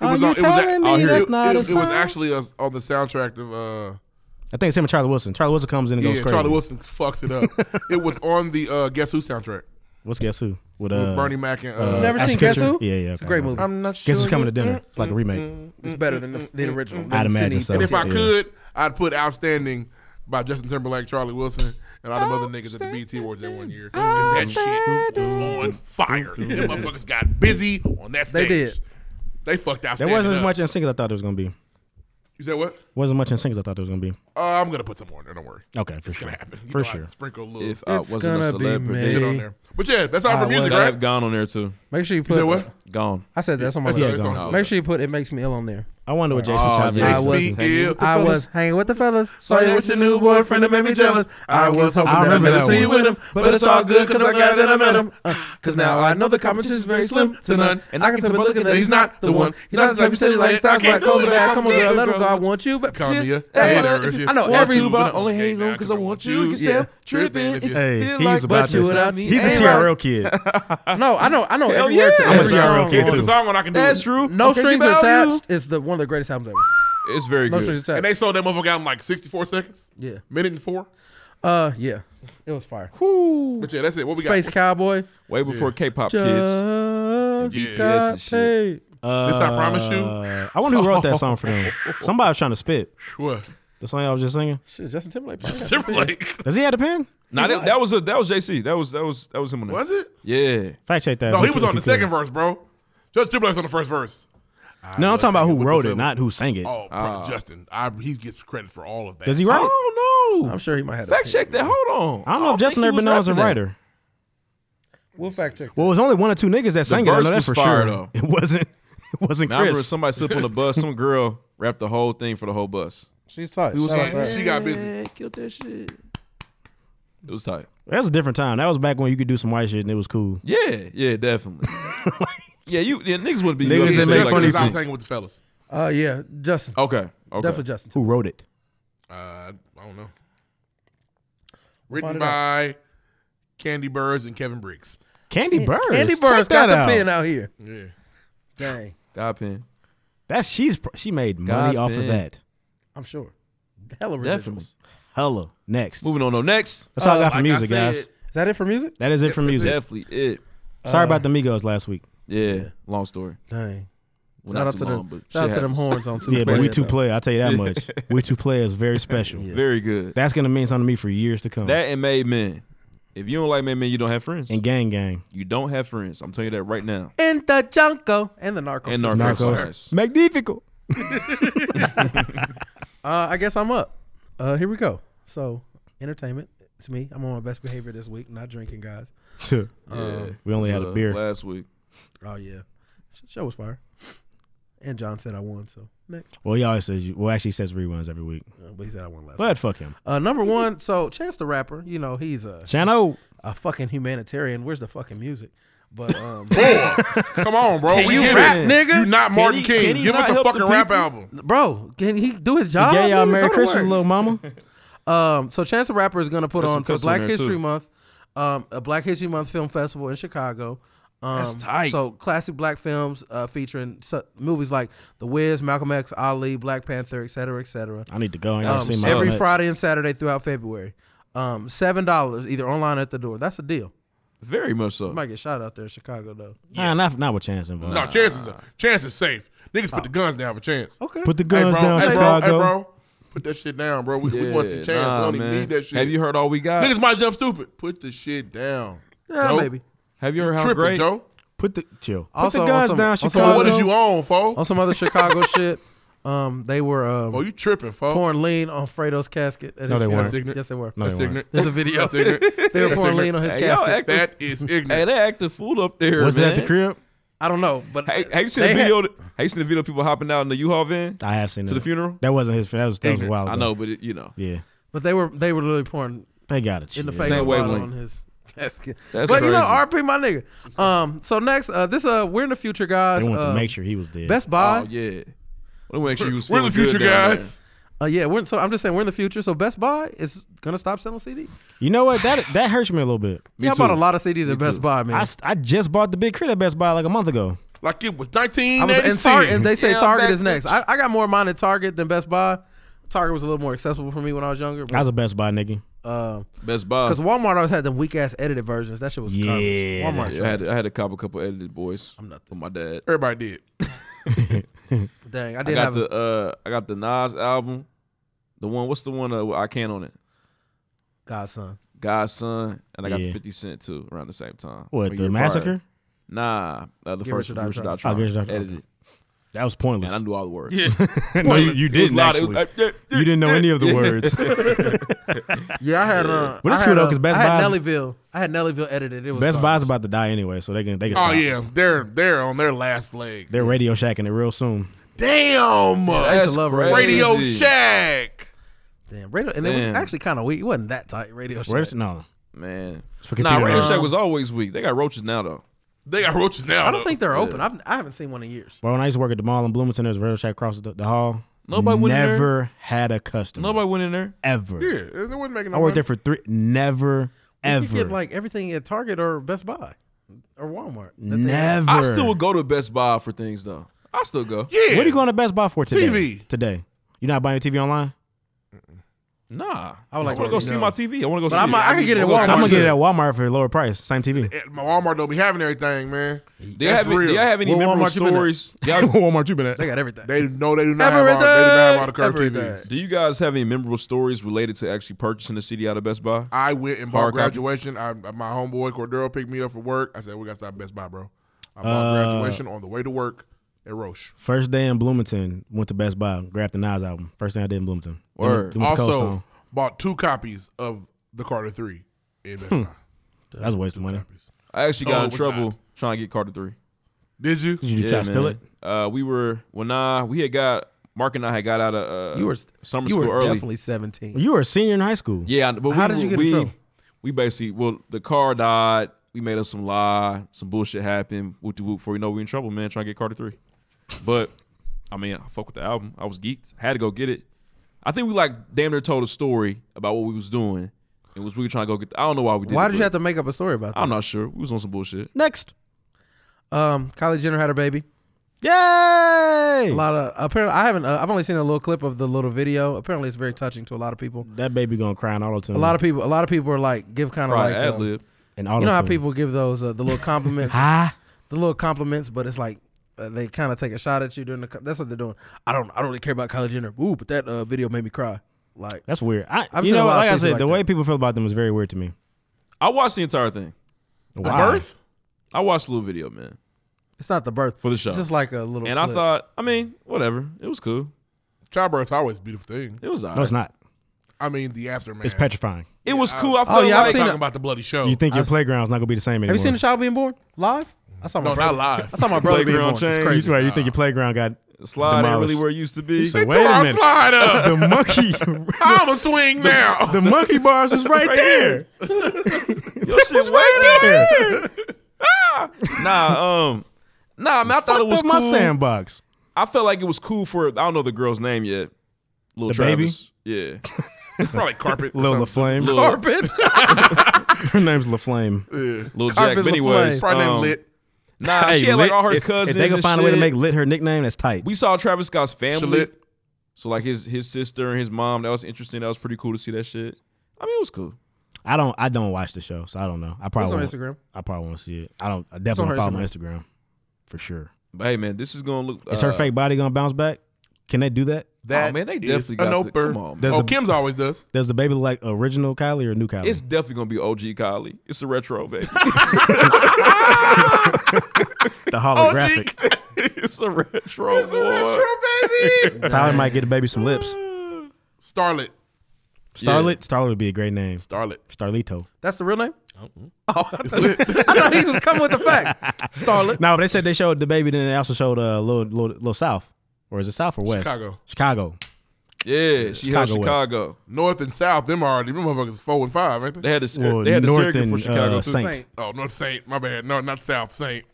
[SPEAKER 7] Are you telling me
[SPEAKER 5] I hear
[SPEAKER 7] that's
[SPEAKER 5] oh, it, it,
[SPEAKER 7] not a
[SPEAKER 5] it was
[SPEAKER 7] song?
[SPEAKER 5] actually us on the soundtrack of uh
[SPEAKER 7] I think it's him and Charlie Wilson. Charlie Wilson comes in and
[SPEAKER 5] yeah,
[SPEAKER 7] goes crazy.
[SPEAKER 5] Charlie Wilson fucks it up.
[SPEAKER 7] (laughs)
[SPEAKER 5] it was on the uh Guess Who soundtrack
[SPEAKER 7] What's guess who?
[SPEAKER 5] with
[SPEAKER 7] With, uh,
[SPEAKER 5] Bernie Mac and uh,
[SPEAKER 4] Never
[SPEAKER 7] Ashton
[SPEAKER 4] seen Guess Who?
[SPEAKER 7] Kutcher? Yeah, yeah.
[SPEAKER 4] It's a
[SPEAKER 7] okay,
[SPEAKER 4] great
[SPEAKER 7] okay.
[SPEAKER 4] movie.
[SPEAKER 5] I'm not sure. Mm-hmm.
[SPEAKER 7] Guess who's coming to
[SPEAKER 5] you-
[SPEAKER 7] dinner? It's like a remake.
[SPEAKER 4] It's better than the, the original.
[SPEAKER 7] I'd imagine
[SPEAKER 4] Cine-
[SPEAKER 7] so.
[SPEAKER 5] And if I
[SPEAKER 7] Yeah.
[SPEAKER 5] could, I'd put Outstanding by Justin Timberlake, Charlie Wilson, and all the other niggas at the BT Awards that one year. 'Cause that shit was on fire. Them motherfuckers got busy on that
[SPEAKER 4] They
[SPEAKER 5] stage.
[SPEAKER 4] did.
[SPEAKER 5] They fucked out.
[SPEAKER 7] There wasn't as much in sync as I thought there was gonna be.
[SPEAKER 5] You said what?
[SPEAKER 7] Wasn't much in sync as I thought there was gonna be.
[SPEAKER 5] Uh, I'm gonna put some more in there. Don't worry.
[SPEAKER 7] Okay, for
[SPEAKER 5] It's
[SPEAKER 7] sure.
[SPEAKER 5] gonna happen. You
[SPEAKER 7] For
[SPEAKER 5] know, I
[SPEAKER 7] sure.
[SPEAKER 5] Sprinkle a little
[SPEAKER 1] If I
[SPEAKER 4] It's
[SPEAKER 1] wasn't a
[SPEAKER 4] gonna be
[SPEAKER 1] celebrity,
[SPEAKER 4] me.
[SPEAKER 5] shit on there. But yeah, that's all for
[SPEAKER 4] Alright,
[SPEAKER 5] music,
[SPEAKER 1] I
[SPEAKER 4] well,
[SPEAKER 5] right?
[SPEAKER 1] have gone on there too.
[SPEAKER 4] Make sure you
[SPEAKER 5] You
[SPEAKER 4] put.
[SPEAKER 5] said what?
[SPEAKER 1] Gone.
[SPEAKER 4] I said that's on my
[SPEAKER 5] It's-
[SPEAKER 4] list.
[SPEAKER 5] it's on-
[SPEAKER 4] Make sure you put "It Makes Me Ill" on there.
[SPEAKER 7] I wonder what Jason
[SPEAKER 1] Oh,
[SPEAKER 7] Chavez.
[SPEAKER 1] yeah.
[SPEAKER 4] I
[SPEAKER 5] Makes
[SPEAKER 4] was-
[SPEAKER 5] me ill.
[SPEAKER 4] I was hanging with the fellas. Saw you with your new boyfriend that made me jealous. I was hoping
[SPEAKER 7] I
[SPEAKER 4] that I
[SPEAKER 7] remember
[SPEAKER 4] better
[SPEAKER 7] that
[SPEAKER 4] see you
[SPEAKER 7] one.
[SPEAKER 4] with him, but it's all good because I'm glad that I met him. Because now I know the competition's very slim to none, and I can tell by looking that he's not the one. He's not the type of city like stars like clothes back. Come on, girl, let him go. I want you, but
[SPEAKER 5] Call me a
[SPEAKER 4] Hey,
[SPEAKER 5] hater if you
[SPEAKER 4] I know
[SPEAKER 5] want
[SPEAKER 4] every-
[SPEAKER 5] to,
[SPEAKER 1] but I
[SPEAKER 5] I'm
[SPEAKER 1] only
[SPEAKER 5] okay
[SPEAKER 1] hang
[SPEAKER 5] now
[SPEAKER 1] on because I want you. You can
[SPEAKER 4] Yeah.
[SPEAKER 1] sell tripping if you
[SPEAKER 7] Hey,
[SPEAKER 1] feel
[SPEAKER 7] he
[SPEAKER 1] like.
[SPEAKER 7] was about
[SPEAKER 1] But you
[SPEAKER 7] this.
[SPEAKER 1] what I mean.
[SPEAKER 7] He's a
[SPEAKER 1] Ain't
[SPEAKER 7] TRL
[SPEAKER 1] right. (laughs)
[SPEAKER 7] kid.
[SPEAKER 4] No, I know, I know
[SPEAKER 1] Hell
[SPEAKER 4] every word to
[SPEAKER 1] yeah. I'm a TRL
[SPEAKER 4] every song.
[SPEAKER 7] kid,
[SPEAKER 5] Put
[SPEAKER 4] on-
[SPEAKER 5] the song on, I can do
[SPEAKER 1] That's
[SPEAKER 5] it.
[SPEAKER 1] true.
[SPEAKER 4] No
[SPEAKER 1] Okay,
[SPEAKER 4] strings
[SPEAKER 1] about
[SPEAKER 4] attached
[SPEAKER 1] you.
[SPEAKER 4] is the one of the greatest albums ever.
[SPEAKER 1] It's very
[SPEAKER 4] No
[SPEAKER 1] good.
[SPEAKER 4] strings
[SPEAKER 5] And they
[SPEAKER 4] attached.
[SPEAKER 5] sold that motherfucker out in like 64 seconds,
[SPEAKER 4] Yeah.
[SPEAKER 5] minute and four.
[SPEAKER 4] Uh, yeah, it was fire.
[SPEAKER 5] But yeah, that's it. What we
[SPEAKER 4] Space
[SPEAKER 5] got?
[SPEAKER 4] Cowboy.
[SPEAKER 1] Way before K-pop kids.
[SPEAKER 4] Just
[SPEAKER 5] BTS
[SPEAKER 1] and
[SPEAKER 4] got
[SPEAKER 1] shit.
[SPEAKER 4] paid.
[SPEAKER 5] This I promise you.
[SPEAKER 7] Uh, I wonder who wrote that song
[SPEAKER 1] (laughs)
[SPEAKER 7] for them. Somebody was trying to spit.
[SPEAKER 5] What?
[SPEAKER 7] The song I was just singing.
[SPEAKER 4] Shit, Justin Timberlake. (laughs)
[SPEAKER 5] Timberlake.
[SPEAKER 7] Does he have a pen?
[SPEAKER 1] Nah, that, that was a that was JC. That was that was that was him on there.
[SPEAKER 5] Was it?
[SPEAKER 1] Yeah.
[SPEAKER 7] Fact check that.
[SPEAKER 5] No,
[SPEAKER 7] if
[SPEAKER 5] he
[SPEAKER 7] you-
[SPEAKER 5] was
[SPEAKER 7] if
[SPEAKER 5] on
[SPEAKER 7] you
[SPEAKER 5] the
[SPEAKER 7] could.
[SPEAKER 5] second verse, bro. Judge Timberlake's on the first verse.
[SPEAKER 7] No, I'm talking about who
[SPEAKER 5] With the
[SPEAKER 7] wrote it,
[SPEAKER 5] film.
[SPEAKER 7] not who sang it.
[SPEAKER 5] Oh, bro, Justin, I, he gets credit for all of that.
[SPEAKER 7] Does he
[SPEAKER 1] I
[SPEAKER 7] write?
[SPEAKER 1] don't know.
[SPEAKER 4] I'm sure he might have. a
[SPEAKER 1] Fact
[SPEAKER 4] pen.
[SPEAKER 1] check that. Hold on.
[SPEAKER 7] I don't know if Justin
[SPEAKER 1] think
[SPEAKER 7] ever
[SPEAKER 1] he
[SPEAKER 7] been known as a
[SPEAKER 1] rapping that.
[SPEAKER 7] writer.
[SPEAKER 4] We'll fact check.
[SPEAKER 7] Well, it was only one or two niggas that sang it. I know
[SPEAKER 1] verse
[SPEAKER 7] that
[SPEAKER 1] was
[SPEAKER 7] for
[SPEAKER 1] fire,
[SPEAKER 7] sure.
[SPEAKER 1] though.
[SPEAKER 7] (laughs) It wasn't. It wasn't
[SPEAKER 1] Now I remember
[SPEAKER 7] Chris.
[SPEAKER 1] somebody slipped on the bus. Some girl wrapped the whole thing for the whole bus.
[SPEAKER 4] She's tight.
[SPEAKER 1] was
[SPEAKER 4] Shout out
[SPEAKER 5] And
[SPEAKER 4] to her.
[SPEAKER 5] she got busy.
[SPEAKER 1] Yeah, killed that shit. It was tight.
[SPEAKER 7] That was a different time. That was back when you could do some white shit and it was cool.
[SPEAKER 1] Yeah, yeah, definitely.
[SPEAKER 7] (laughs)
[SPEAKER 1] yeah, you yeah, niggas would be
[SPEAKER 7] Niggas
[SPEAKER 1] up to shit
[SPEAKER 5] That's
[SPEAKER 7] that make funny
[SPEAKER 5] funny.
[SPEAKER 1] this.
[SPEAKER 7] shit.
[SPEAKER 5] I'm hanging with the fellas.
[SPEAKER 4] Uh, yeah, Justin.
[SPEAKER 1] Okay, Oh, okay.
[SPEAKER 4] Definitely Justin.
[SPEAKER 7] Who wrote it?
[SPEAKER 5] Uh, I don't know. Written
[SPEAKER 4] find it
[SPEAKER 5] by Candy Birds and Kevin Briggs.
[SPEAKER 7] Candy Burrs.
[SPEAKER 4] Andy
[SPEAKER 7] Check
[SPEAKER 4] Burns got
[SPEAKER 7] that
[SPEAKER 4] the
[SPEAKER 7] out.
[SPEAKER 4] pin out here.
[SPEAKER 5] Yeah.
[SPEAKER 4] Dang,
[SPEAKER 1] God pen.
[SPEAKER 7] That's she's pr- she made money
[SPEAKER 1] God's
[SPEAKER 7] off of
[SPEAKER 1] pen.
[SPEAKER 7] that.
[SPEAKER 4] I'm sure. Hella residuals.
[SPEAKER 1] Definitely.
[SPEAKER 7] Hella. Next.
[SPEAKER 1] Moving on though. Next.
[SPEAKER 7] That's all I got
[SPEAKER 5] Like
[SPEAKER 7] for
[SPEAKER 5] I
[SPEAKER 7] music,
[SPEAKER 5] said,
[SPEAKER 7] guys.
[SPEAKER 4] Is that it for music?
[SPEAKER 7] That is it for music.
[SPEAKER 1] Definitely it.
[SPEAKER 7] Sorry about the Migos last week.
[SPEAKER 1] Yeah. Long story.
[SPEAKER 4] Dang.
[SPEAKER 1] Well,
[SPEAKER 4] shout
[SPEAKER 1] not
[SPEAKER 4] out
[SPEAKER 1] too
[SPEAKER 4] to
[SPEAKER 1] long,
[SPEAKER 4] them.
[SPEAKER 1] but
[SPEAKER 4] Shout out
[SPEAKER 1] shit
[SPEAKER 4] to them
[SPEAKER 1] happens.
[SPEAKER 4] horns on two.
[SPEAKER 7] Yeah, but we
[SPEAKER 4] Players,
[SPEAKER 7] two
[SPEAKER 4] though.
[SPEAKER 7] play. I tell you that much. we two play is very special.
[SPEAKER 1] (laughs) Very good.
[SPEAKER 7] That's gonna mean something to me for years to come.
[SPEAKER 1] That and made men. If you don't like made men, you don't have friends.
[SPEAKER 7] and gang gang.
[SPEAKER 1] you don't have friends. I'm telling you that right now.
[SPEAKER 4] And the Junko and the Narcos.
[SPEAKER 1] And Narcos.
[SPEAKER 7] Narcos. Magnifico.
[SPEAKER 4] Uh, I guess I'm up. Uh, here we go. So entertainment. It's me. I'm on my best behavior this week. Not drinking, guys.
[SPEAKER 7] we only had
[SPEAKER 1] Uh,
[SPEAKER 7] a beer.
[SPEAKER 1] last week.
[SPEAKER 4] Oh yeah, Sh- show was fire. And John said I won, so next.
[SPEAKER 7] Well, he always says, you- well, actually, he says reruns every week.
[SPEAKER 4] Uh, but he said I won last.
[SPEAKER 7] But fuck him.
[SPEAKER 4] Uh, number one, so Chance the Rapper, you know he's a
[SPEAKER 7] Chano,
[SPEAKER 4] a fucking humanitarian. Where's the fucking music? (laughs) But um,
[SPEAKER 5] Come on, bro. we
[SPEAKER 1] you
[SPEAKER 5] get
[SPEAKER 1] rap,
[SPEAKER 5] it.
[SPEAKER 4] nigga?
[SPEAKER 5] You not Martin
[SPEAKER 1] he-
[SPEAKER 5] King.
[SPEAKER 1] can he
[SPEAKER 5] Give us
[SPEAKER 1] not
[SPEAKER 5] a
[SPEAKER 1] help the
[SPEAKER 5] fucking rap
[SPEAKER 1] people?
[SPEAKER 5] album.
[SPEAKER 4] bro, can he do his job?
[SPEAKER 7] yeah,
[SPEAKER 4] nigga? Ah,
[SPEAKER 7] y'all
[SPEAKER 4] Go
[SPEAKER 7] Merry
[SPEAKER 4] to
[SPEAKER 7] Christmas,
[SPEAKER 4] work.
[SPEAKER 7] little mama.
[SPEAKER 4] Um, so Chance the Rapper is gonna put
[SPEAKER 1] There's some
[SPEAKER 4] on for
[SPEAKER 1] cuss on
[SPEAKER 4] Black
[SPEAKER 1] there,
[SPEAKER 4] History
[SPEAKER 1] too.
[SPEAKER 4] Month, um, a Black History Month film festival in Chicago. Um,
[SPEAKER 1] That's tight.
[SPEAKER 4] So classic black films uh, featuring su- movies like The Wiz, Malcolm X, Ali, Black Panther, et cetera, et cetera.
[SPEAKER 7] I need to go. I ain't
[SPEAKER 4] Um,
[SPEAKER 7] seen my
[SPEAKER 4] every
[SPEAKER 7] nuts.
[SPEAKER 4] Friday and Saturday throughout February. Um, seven dollars either online or at the door. That's a deal.
[SPEAKER 1] Very much so.
[SPEAKER 4] Might get shot out there in Chicago though.
[SPEAKER 7] Nah, not, not with Chance involved.
[SPEAKER 5] No, chances are, chance is safe. Niggas put the guns down for chance.
[SPEAKER 4] Okay.
[SPEAKER 7] Put the
[SPEAKER 5] Hey,
[SPEAKER 7] guns
[SPEAKER 5] bro.
[SPEAKER 7] down,
[SPEAKER 5] hey,
[SPEAKER 7] Chicago.
[SPEAKER 5] Bro, hey, bro. Put that shit down, bro. We, (laughs) we
[SPEAKER 1] Yeah,
[SPEAKER 5] want the chance.
[SPEAKER 1] nah,
[SPEAKER 5] we don't
[SPEAKER 1] man.
[SPEAKER 5] even need that shit.
[SPEAKER 1] Have you heard all we got?
[SPEAKER 5] (laughs) Niggas might jump stupid. Put the shit down.
[SPEAKER 4] yeah,
[SPEAKER 5] Nope.
[SPEAKER 4] maybe.
[SPEAKER 1] Have you heard how
[SPEAKER 5] Tripping,
[SPEAKER 1] great?
[SPEAKER 5] Joe.
[SPEAKER 7] Put the chill. Put
[SPEAKER 4] Also,
[SPEAKER 7] the guns
[SPEAKER 4] also-
[SPEAKER 7] down,
[SPEAKER 4] also,
[SPEAKER 7] Chicago.
[SPEAKER 5] What is
[SPEAKER 4] Joe.
[SPEAKER 5] you on, fo?
[SPEAKER 4] On some other Chicago (laughs) shit, um, they were um,
[SPEAKER 5] Oh, you tripping, fo?
[SPEAKER 4] pouring lean on Fredo's casket. at
[SPEAKER 7] No,
[SPEAKER 4] his
[SPEAKER 7] they
[SPEAKER 4] funeral.
[SPEAKER 7] weren't.
[SPEAKER 5] ignorant.
[SPEAKER 4] Yes, they were.
[SPEAKER 7] No, they
[SPEAKER 5] That's
[SPEAKER 7] weren't.
[SPEAKER 5] ignorant.
[SPEAKER 4] There's a video.
[SPEAKER 5] That's ignorant.
[SPEAKER 4] (laughs) They were pouring
[SPEAKER 5] ignorant.
[SPEAKER 4] lean on his
[SPEAKER 1] Hey, y'all
[SPEAKER 4] casket.
[SPEAKER 1] acting.
[SPEAKER 5] That is
[SPEAKER 1] hey,
[SPEAKER 5] ignorant.
[SPEAKER 1] they acting fool up there.
[SPEAKER 7] Was it
[SPEAKER 1] man.
[SPEAKER 7] at the crib?
[SPEAKER 4] I don't know, but
[SPEAKER 1] Hey, have you seen
[SPEAKER 4] They
[SPEAKER 1] the
[SPEAKER 4] had-
[SPEAKER 1] video? have you seen the video of people hopping out in the U-Haul van
[SPEAKER 7] I have seen
[SPEAKER 1] to
[SPEAKER 7] that.
[SPEAKER 1] the funeral?
[SPEAKER 7] That wasn't his. That was, that was a
[SPEAKER 5] Ignorant.
[SPEAKER 7] while ago.
[SPEAKER 1] I know, but it, you know,
[SPEAKER 7] Yeah,
[SPEAKER 4] but they were they were literally pouring
[SPEAKER 7] they got it.
[SPEAKER 4] in the
[SPEAKER 7] shit.
[SPEAKER 4] face
[SPEAKER 1] Same wavelength.
[SPEAKER 4] on his casket.
[SPEAKER 1] That's
[SPEAKER 4] but you know,
[SPEAKER 1] crazy.
[SPEAKER 4] RP my nigga. Um, so next, uh, this uh, we're in the future, guys.
[SPEAKER 7] They wanted
[SPEAKER 4] uh,
[SPEAKER 7] to make sure he was dead.
[SPEAKER 4] Best
[SPEAKER 1] oh
[SPEAKER 4] Buy.
[SPEAKER 1] yeah. Let me make sure you was
[SPEAKER 5] We're in the
[SPEAKER 1] feeling
[SPEAKER 5] future,
[SPEAKER 1] good down
[SPEAKER 5] guys.
[SPEAKER 4] Uh, yeah, we're so I'm just saying we're in the future. So Best Buy is gonna stop selling CDs.
[SPEAKER 7] You know what? That that hurts me a little bit.
[SPEAKER 4] yeah, I bought
[SPEAKER 1] too.
[SPEAKER 4] a lot of CDs at Best
[SPEAKER 1] too.
[SPEAKER 4] Buy, man.
[SPEAKER 7] I, I just bought the big crit at Best Buy like a month ago.
[SPEAKER 5] Like it was
[SPEAKER 4] I was and, Tar-
[SPEAKER 5] 1986.
[SPEAKER 4] and they say
[SPEAKER 9] Yeah, I'm
[SPEAKER 4] Target
[SPEAKER 9] back,
[SPEAKER 4] is next.
[SPEAKER 9] bitch.
[SPEAKER 4] I, I got more of mine at Target than Best Buy. Target was a little more accessible for me when I was younger.
[SPEAKER 7] I was a Best Buy nigga.
[SPEAKER 4] Because
[SPEAKER 1] Best Buy.
[SPEAKER 4] Walmart always had them weak ass edited versions. That shit was garbage.
[SPEAKER 7] Yeah,
[SPEAKER 4] Walmart.
[SPEAKER 1] Oh. Yeah, I had I had to cop a couple edited boys. I'm not with my dad.
[SPEAKER 5] Everybody did.
[SPEAKER 4] Dang, I
[SPEAKER 1] I
[SPEAKER 4] did
[SPEAKER 1] got
[SPEAKER 4] have
[SPEAKER 1] the uh I got the Nas album. The one what's the one uh, with I can on it?
[SPEAKER 4] a godson.
[SPEAKER 1] Godson and I got the
[SPEAKER 7] Yeah.
[SPEAKER 1] 50 Cent too around the same time.
[SPEAKER 7] What
[SPEAKER 1] A
[SPEAKER 7] the
[SPEAKER 1] year
[SPEAKER 7] massacre?
[SPEAKER 1] prior. Nah, uh, the
[SPEAKER 4] Get
[SPEAKER 1] first
[SPEAKER 4] Rich or
[SPEAKER 1] one, Get
[SPEAKER 4] Die
[SPEAKER 1] Rich or Die
[SPEAKER 4] Trying.
[SPEAKER 1] Trying.
[SPEAKER 7] Get Rich or Die Trying.
[SPEAKER 1] edited.
[SPEAKER 7] That was pointless.
[SPEAKER 1] And I knew all the words.
[SPEAKER 7] (laughs) no, you, you
[SPEAKER 1] It was
[SPEAKER 7] didn't
[SPEAKER 1] loud. It
[SPEAKER 7] actually.
[SPEAKER 1] was like, yeah, yeah.
[SPEAKER 7] you didn't know any of
[SPEAKER 1] (laughs)
[SPEAKER 7] the words.
[SPEAKER 4] Yeah, I had. Uh,
[SPEAKER 7] But it's
[SPEAKER 4] I
[SPEAKER 7] cool
[SPEAKER 4] had,
[SPEAKER 7] though,
[SPEAKER 4] uh,
[SPEAKER 7] 'cause Best
[SPEAKER 4] I had
[SPEAKER 7] Buy-
[SPEAKER 4] Nellyville. I had Nellyville edited. It was
[SPEAKER 7] Best
[SPEAKER 4] garbage.
[SPEAKER 7] Buy's about to die anyway, so they can they can.
[SPEAKER 5] Oh
[SPEAKER 7] stop.
[SPEAKER 5] yeah, they're they're on their last leg.
[SPEAKER 7] They're Radio Shacking it real soon.
[SPEAKER 5] Damn,
[SPEAKER 4] I used to
[SPEAKER 1] That's
[SPEAKER 4] love Radio
[SPEAKER 5] Radio
[SPEAKER 1] crazy.
[SPEAKER 5] Shack.
[SPEAKER 4] Damn, radio, and it
[SPEAKER 1] Damn.
[SPEAKER 4] was actually kind of weak. It wasn't that tight. Radio Shack.
[SPEAKER 7] Radio, no,
[SPEAKER 1] Man.
[SPEAKER 7] it's for
[SPEAKER 1] Nah,
[SPEAKER 7] computer.
[SPEAKER 1] Radio
[SPEAKER 7] games.
[SPEAKER 1] Shack was always weak. They got roaches now though.
[SPEAKER 5] They got roaches now.
[SPEAKER 4] I don't
[SPEAKER 5] though.
[SPEAKER 4] think they're open. I've, I haven't seen one in years.
[SPEAKER 7] Bro, when I used to work at the mall in Bloomington, there's a Radio Shack across the, the hall.
[SPEAKER 1] Nobody went in there?
[SPEAKER 7] never had a customer.
[SPEAKER 1] Nobody went in there.
[SPEAKER 7] ever.
[SPEAKER 5] Yeah, they wasn't making. No
[SPEAKER 7] I worked
[SPEAKER 5] money.
[SPEAKER 7] there for three. Never ever.
[SPEAKER 4] You could get like everything at Target or Best Buy or Walmart. that they have.
[SPEAKER 7] never.
[SPEAKER 1] I still would go to Best Buy for things though. I still go.
[SPEAKER 5] Yeah,
[SPEAKER 7] What are you going to Best Buy for today?
[SPEAKER 5] TV.
[SPEAKER 7] Today, you're not buying a TV online.
[SPEAKER 1] Nah.
[SPEAKER 4] would
[SPEAKER 1] I want
[SPEAKER 4] like to
[SPEAKER 1] to go
[SPEAKER 4] see
[SPEAKER 1] see
[SPEAKER 4] that.
[SPEAKER 1] my TV. I want to go
[SPEAKER 4] I
[SPEAKER 1] see
[SPEAKER 4] might- I
[SPEAKER 1] it.
[SPEAKER 4] could get it at
[SPEAKER 1] Go
[SPEAKER 4] Walmart.
[SPEAKER 1] to
[SPEAKER 7] I'm gonna
[SPEAKER 1] Target.
[SPEAKER 7] get it at Walmart for a lower price. Same
[SPEAKER 4] (laughs)
[SPEAKER 7] TV.
[SPEAKER 5] At My Walmart don't be having everything, man.
[SPEAKER 1] Do you have,
[SPEAKER 5] That's real.
[SPEAKER 1] do you have any
[SPEAKER 4] Well,
[SPEAKER 1] memorable
[SPEAKER 4] Walmart you been at?
[SPEAKER 1] stories? Do y'all-
[SPEAKER 7] Walmart, you been at?
[SPEAKER 4] They got everything.
[SPEAKER 5] They no, they do not have all, they do not have all the curved
[SPEAKER 4] Everything.
[SPEAKER 5] TVs.
[SPEAKER 1] do you guys have any memorable stories related to actually purchasing a CD out of Best Buy?
[SPEAKER 5] I went and bought
[SPEAKER 1] Hard copy.
[SPEAKER 5] graduation. I, my homeboy Cordero picked me up for work. I said, "We got to stop at Best Buy, bro." I bought
[SPEAKER 7] Uh,
[SPEAKER 5] graduation on the way to work at Roche.
[SPEAKER 7] First day in Bloomington, went to Best Buy, grabbed the Nas album. First thing I did in Bloomington.
[SPEAKER 1] Word.
[SPEAKER 7] Then went to Cold Stone.
[SPEAKER 5] Also, bought two copies of the Carter Three in Best
[SPEAKER 7] Hmm.
[SPEAKER 5] Buy.
[SPEAKER 7] that was a waste of money.
[SPEAKER 5] Copies.
[SPEAKER 1] I actually
[SPEAKER 5] Oh,
[SPEAKER 1] got
[SPEAKER 5] it
[SPEAKER 1] in
[SPEAKER 5] was
[SPEAKER 1] trouble
[SPEAKER 5] not.
[SPEAKER 1] trying to get Carter Three.
[SPEAKER 5] Did you?
[SPEAKER 7] Did you try to steal it?
[SPEAKER 1] Uh, we were well, nah. We had got Mark and I had got out of uh,
[SPEAKER 4] You were
[SPEAKER 1] summer
[SPEAKER 4] you
[SPEAKER 1] school
[SPEAKER 4] were
[SPEAKER 1] early.
[SPEAKER 4] definitely seventeen.
[SPEAKER 7] You were a senior in high school.
[SPEAKER 1] Yeah, I- but
[SPEAKER 4] How
[SPEAKER 1] we,
[SPEAKER 4] did you get in
[SPEAKER 1] we,
[SPEAKER 4] trouble?
[SPEAKER 1] We basically well, the car died. We made up some lie. Some bullshit happened. Whoop de whoop. Before you know, we in trouble, man. Trying to get Carter Three. But I mean, I fuck with the album. I was geeked. Had to go get it. I think we like damn near told a story about what we was doing. It was we were trying to go get. The, I don't know why we did.
[SPEAKER 4] Why
[SPEAKER 1] it,
[SPEAKER 4] did you
[SPEAKER 1] but
[SPEAKER 4] have to make up a story about
[SPEAKER 1] I'm not sure. We was on some bullshit.
[SPEAKER 7] Next.
[SPEAKER 4] that? Um, Kylie Jenner had her baby.
[SPEAKER 7] Yay!
[SPEAKER 4] A lot of apparently, I haven't. Uh, I've only seen a little clip of the little video. Apparently, it's very touching to a lot of people.
[SPEAKER 7] That baby gonna cry in auto tune.
[SPEAKER 4] A lot of people. A lot of people are like give kind of
[SPEAKER 1] Probably
[SPEAKER 4] like
[SPEAKER 1] ad
[SPEAKER 4] um,
[SPEAKER 1] lib.
[SPEAKER 7] and auto
[SPEAKER 4] you know how people give those uh, the little compliments, the
[SPEAKER 7] ah
[SPEAKER 4] little compliments, but it's like. Uh, they kind of take a shot at you during the. co- That's what they're doing. I don't. I don't really care about Kylie Jenner. Ooh, but that uh, video made me cry. Like
[SPEAKER 7] that's weird. I
[SPEAKER 4] I've
[SPEAKER 7] you
[SPEAKER 4] seen a
[SPEAKER 7] know
[SPEAKER 4] lot of
[SPEAKER 7] like I
[SPEAKER 4] tweets
[SPEAKER 7] said
[SPEAKER 4] like
[SPEAKER 7] the
[SPEAKER 4] that.
[SPEAKER 7] way people feel about them is very weird to me.
[SPEAKER 1] I watched the entire thing.
[SPEAKER 5] The
[SPEAKER 7] Wow.
[SPEAKER 5] birth?
[SPEAKER 1] I watched a little video, man,
[SPEAKER 4] it's not the birth
[SPEAKER 1] for the show.
[SPEAKER 4] Just like a little.
[SPEAKER 1] and I
[SPEAKER 4] clip.
[SPEAKER 1] thought, I mean, whatever. It was cool.
[SPEAKER 5] Childbirth's always a beautiful thing.
[SPEAKER 1] It was all right.
[SPEAKER 7] No, it's not.
[SPEAKER 5] I mean, the aftermath.
[SPEAKER 7] It's petrifying.
[SPEAKER 1] It was cool. I felt
[SPEAKER 7] Oh,
[SPEAKER 4] yeah, I've
[SPEAKER 1] like
[SPEAKER 4] seen
[SPEAKER 5] Talking
[SPEAKER 4] it.
[SPEAKER 5] about the bloody show.
[SPEAKER 1] Oh,
[SPEAKER 7] You think your playground's not gonna be the same anymore?
[SPEAKER 4] Have you seen a child being born live? I saw my
[SPEAKER 5] No,
[SPEAKER 4] brother.
[SPEAKER 5] Oh, not
[SPEAKER 7] (laughs)
[SPEAKER 5] live.
[SPEAKER 4] I saw my brother being
[SPEAKER 1] Playground
[SPEAKER 4] born. It's
[SPEAKER 1] change.
[SPEAKER 4] crazy.
[SPEAKER 7] You, right, you think your playground got
[SPEAKER 1] slide ain't really
[SPEAKER 7] Demolished.
[SPEAKER 1] where it used to be.
[SPEAKER 7] said,
[SPEAKER 5] Wait
[SPEAKER 7] Wait a minute.
[SPEAKER 5] slide up.
[SPEAKER 1] (laughs)
[SPEAKER 5] (laughs)
[SPEAKER 7] the monkey?
[SPEAKER 5] I'm a swing now.
[SPEAKER 7] the monkey bars is right, there.
[SPEAKER 1] Your shit
[SPEAKER 7] (laughs)
[SPEAKER 1] way down. Nah, um, nah. I, mean, I thought it was
[SPEAKER 7] That's my
[SPEAKER 1] cool.
[SPEAKER 7] sandbox.
[SPEAKER 1] I felt like it was cool for I don't know the girl's name yet. Little
[SPEAKER 7] The
[SPEAKER 1] Travis.
[SPEAKER 7] (laughs)
[SPEAKER 1] Yeah.
[SPEAKER 5] (laughs) Probably carpet. or
[SPEAKER 7] Lil
[SPEAKER 5] something.
[SPEAKER 7] LaFlame.
[SPEAKER 1] Little
[SPEAKER 4] Carpet.
[SPEAKER 7] Her name's LaFlame.
[SPEAKER 1] Little Jack. But
[SPEAKER 4] Carpet LaFleur.
[SPEAKER 1] anyways,
[SPEAKER 5] Probably
[SPEAKER 1] um,
[SPEAKER 5] named lit.
[SPEAKER 1] Nah, she had like all her cousins.
[SPEAKER 7] If they can
[SPEAKER 1] and
[SPEAKER 7] find a way to
[SPEAKER 1] shit.
[SPEAKER 7] make Lit her nickname, that's tight.
[SPEAKER 1] We saw Travis Scott's
[SPEAKER 5] She
[SPEAKER 1] family.
[SPEAKER 5] lit.
[SPEAKER 1] So like his his sister and his mom. That was interesting. That was pretty cool to see that shit. I mean, it was cool.
[SPEAKER 7] I don't. I don't watch the show, so I don't know. I probably
[SPEAKER 4] on
[SPEAKER 7] won't-
[SPEAKER 4] Instagram.
[SPEAKER 7] I probably won't see it. I don't. I
[SPEAKER 4] on
[SPEAKER 7] definitely
[SPEAKER 4] her
[SPEAKER 7] follow my Instagram for sure.
[SPEAKER 1] But hey, man, this is gonna look.
[SPEAKER 7] Is
[SPEAKER 1] uh,
[SPEAKER 7] her fake body gonna bounce back? Can they do that?
[SPEAKER 5] That
[SPEAKER 1] Oh, man, they
[SPEAKER 5] is
[SPEAKER 1] definitely
[SPEAKER 5] an
[SPEAKER 1] got the-
[SPEAKER 5] oper.
[SPEAKER 1] come on,
[SPEAKER 7] man.
[SPEAKER 5] Oh,
[SPEAKER 7] There's the-
[SPEAKER 5] Kim's always does.
[SPEAKER 7] Does the baby look like original Kylie or new Kylie?
[SPEAKER 1] It's definitely gonna be OG Kylie. It's a retro baby. (laughs)
[SPEAKER 7] the holographic.
[SPEAKER 5] (laughs)
[SPEAKER 7] (laughs)
[SPEAKER 1] it's a retro. It's (laughs)
[SPEAKER 5] Retro baby.
[SPEAKER 7] Tyler might get the baby some lips.
[SPEAKER 5] Starlet.
[SPEAKER 7] Starlet. Starlet would be a great name.
[SPEAKER 5] Starlet.
[SPEAKER 7] Starlito.
[SPEAKER 4] That's the real name. (laughs) Oh, I thought, I thought he was coming with the facts. Starlet.
[SPEAKER 7] No, but they said they showed the baby, then they also showed uh, little, little little South, or is it South or West?
[SPEAKER 5] Chicago.
[SPEAKER 7] Chicago.
[SPEAKER 1] Yeah, she held
[SPEAKER 7] Chicago West.
[SPEAKER 1] Chicago.
[SPEAKER 5] (laughs) North and South. Them already. Them motherfuckers four and five, right?
[SPEAKER 1] They
[SPEAKER 5] There.
[SPEAKER 1] had the
[SPEAKER 7] Well,
[SPEAKER 1] they had the
[SPEAKER 7] North
[SPEAKER 1] surrogate for
[SPEAKER 7] and,
[SPEAKER 1] Chicago
[SPEAKER 7] uh,
[SPEAKER 1] too.
[SPEAKER 7] Saint.
[SPEAKER 4] Saint.
[SPEAKER 5] Oh, North Saint. My bad. No, not South Saint.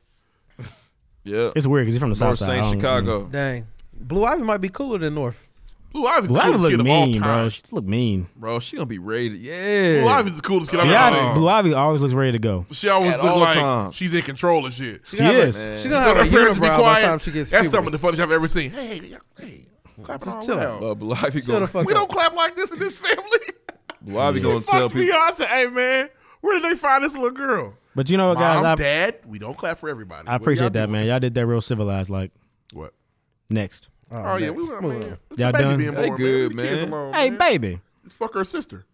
[SPEAKER 1] Yeah,
[SPEAKER 7] It's weird because he's from the
[SPEAKER 1] North
[SPEAKER 7] South side.
[SPEAKER 1] Saint
[SPEAKER 7] I don't-
[SPEAKER 1] Chicago.
[SPEAKER 4] Dang. Blue Ivy might be cooler than North.
[SPEAKER 5] Blue Ivy's the
[SPEAKER 7] Blue Ivy
[SPEAKER 5] coolest kid
[SPEAKER 7] look
[SPEAKER 5] of all
[SPEAKER 7] mean, bro.
[SPEAKER 5] time.
[SPEAKER 7] She look mean.
[SPEAKER 1] bro. She gonna be rated.
[SPEAKER 5] Blue
[SPEAKER 1] Yeah,
[SPEAKER 5] Ivy's the coolest kid I've
[SPEAKER 7] Blue
[SPEAKER 5] ever
[SPEAKER 7] Ivy,
[SPEAKER 5] seen.
[SPEAKER 7] Blue Ivy always looks ready to go.
[SPEAKER 5] She always
[SPEAKER 1] At
[SPEAKER 5] look
[SPEAKER 1] all
[SPEAKER 5] like
[SPEAKER 1] times.
[SPEAKER 5] she's in control of shit.
[SPEAKER 7] She is.
[SPEAKER 4] She's gonna have
[SPEAKER 5] Her
[SPEAKER 4] a
[SPEAKER 5] parents be
[SPEAKER 4] unibrow by the time
[SPEAKER 5] quiet.
[SPEAKER 4] she gets
[SPEAKER 5] That's
[SPEAKER 4] puberty.
[SPEAKER 5] some of the funniest I've ever seen. Hey, hey, hey, clapping all
[SPEAKER 4] chill
[SPEAKER 5] loud.
[SPEAKER 1] Uh, Blue Ivy
[SPEAKER 4] Shut the
[SPEAKER 1] gonna,
[SPEAKER 4] fuck
[SPEAKER 5] We
[SPEAKER 4] up.
[SPEAKER 5] don't clap like this in this family.
[SPEAKER 1] Blue Ivy gonna tell
[SPEAKER 5] Fuck
[SPEAKER 1] people.
[SPEAKER 5] Beyonce, hey man, where did they find this little girl?
[SPEAKER 7] But you know what, guys?
[SPEAKER 5] Mom,
[SPEAKER 7] I,
[SPEAKER 5] Dad, we don't clap for everybody.
[SPEAKER 7] I
[SPEAKER 5] What do y'all
[SPEAKER 7] appreciate that,
[SPEAKER 5] do?
[SPEAKER 7] man. Y'all did that real civilized. Like
[SPEAKER 5] What?
[SPEAKER 7] next.
[SPEAKER 5] Oh, yeah, we were. Man, it's
[SPEAKER 7] Y'all
[SPEAKER 5] a baby
[SPEAKER 7] done?
[SPEAKER 5] Being
[SPEAKER 7] They
[SPEAKER 5] born,
[SPEAKER 1] good,
[SPEAKER 5] man. Leave the kids
[SPEAKER 1] man.
[SPEAKER 5] alone,
[SPEAKER 7] Hey,
[SPEAKER 5] man.
[SPEAKER 7] baby.
[SPEAKER 5] Fuck her
[SPEAKER 7] (laughs)
[SPEAKER 5] sister.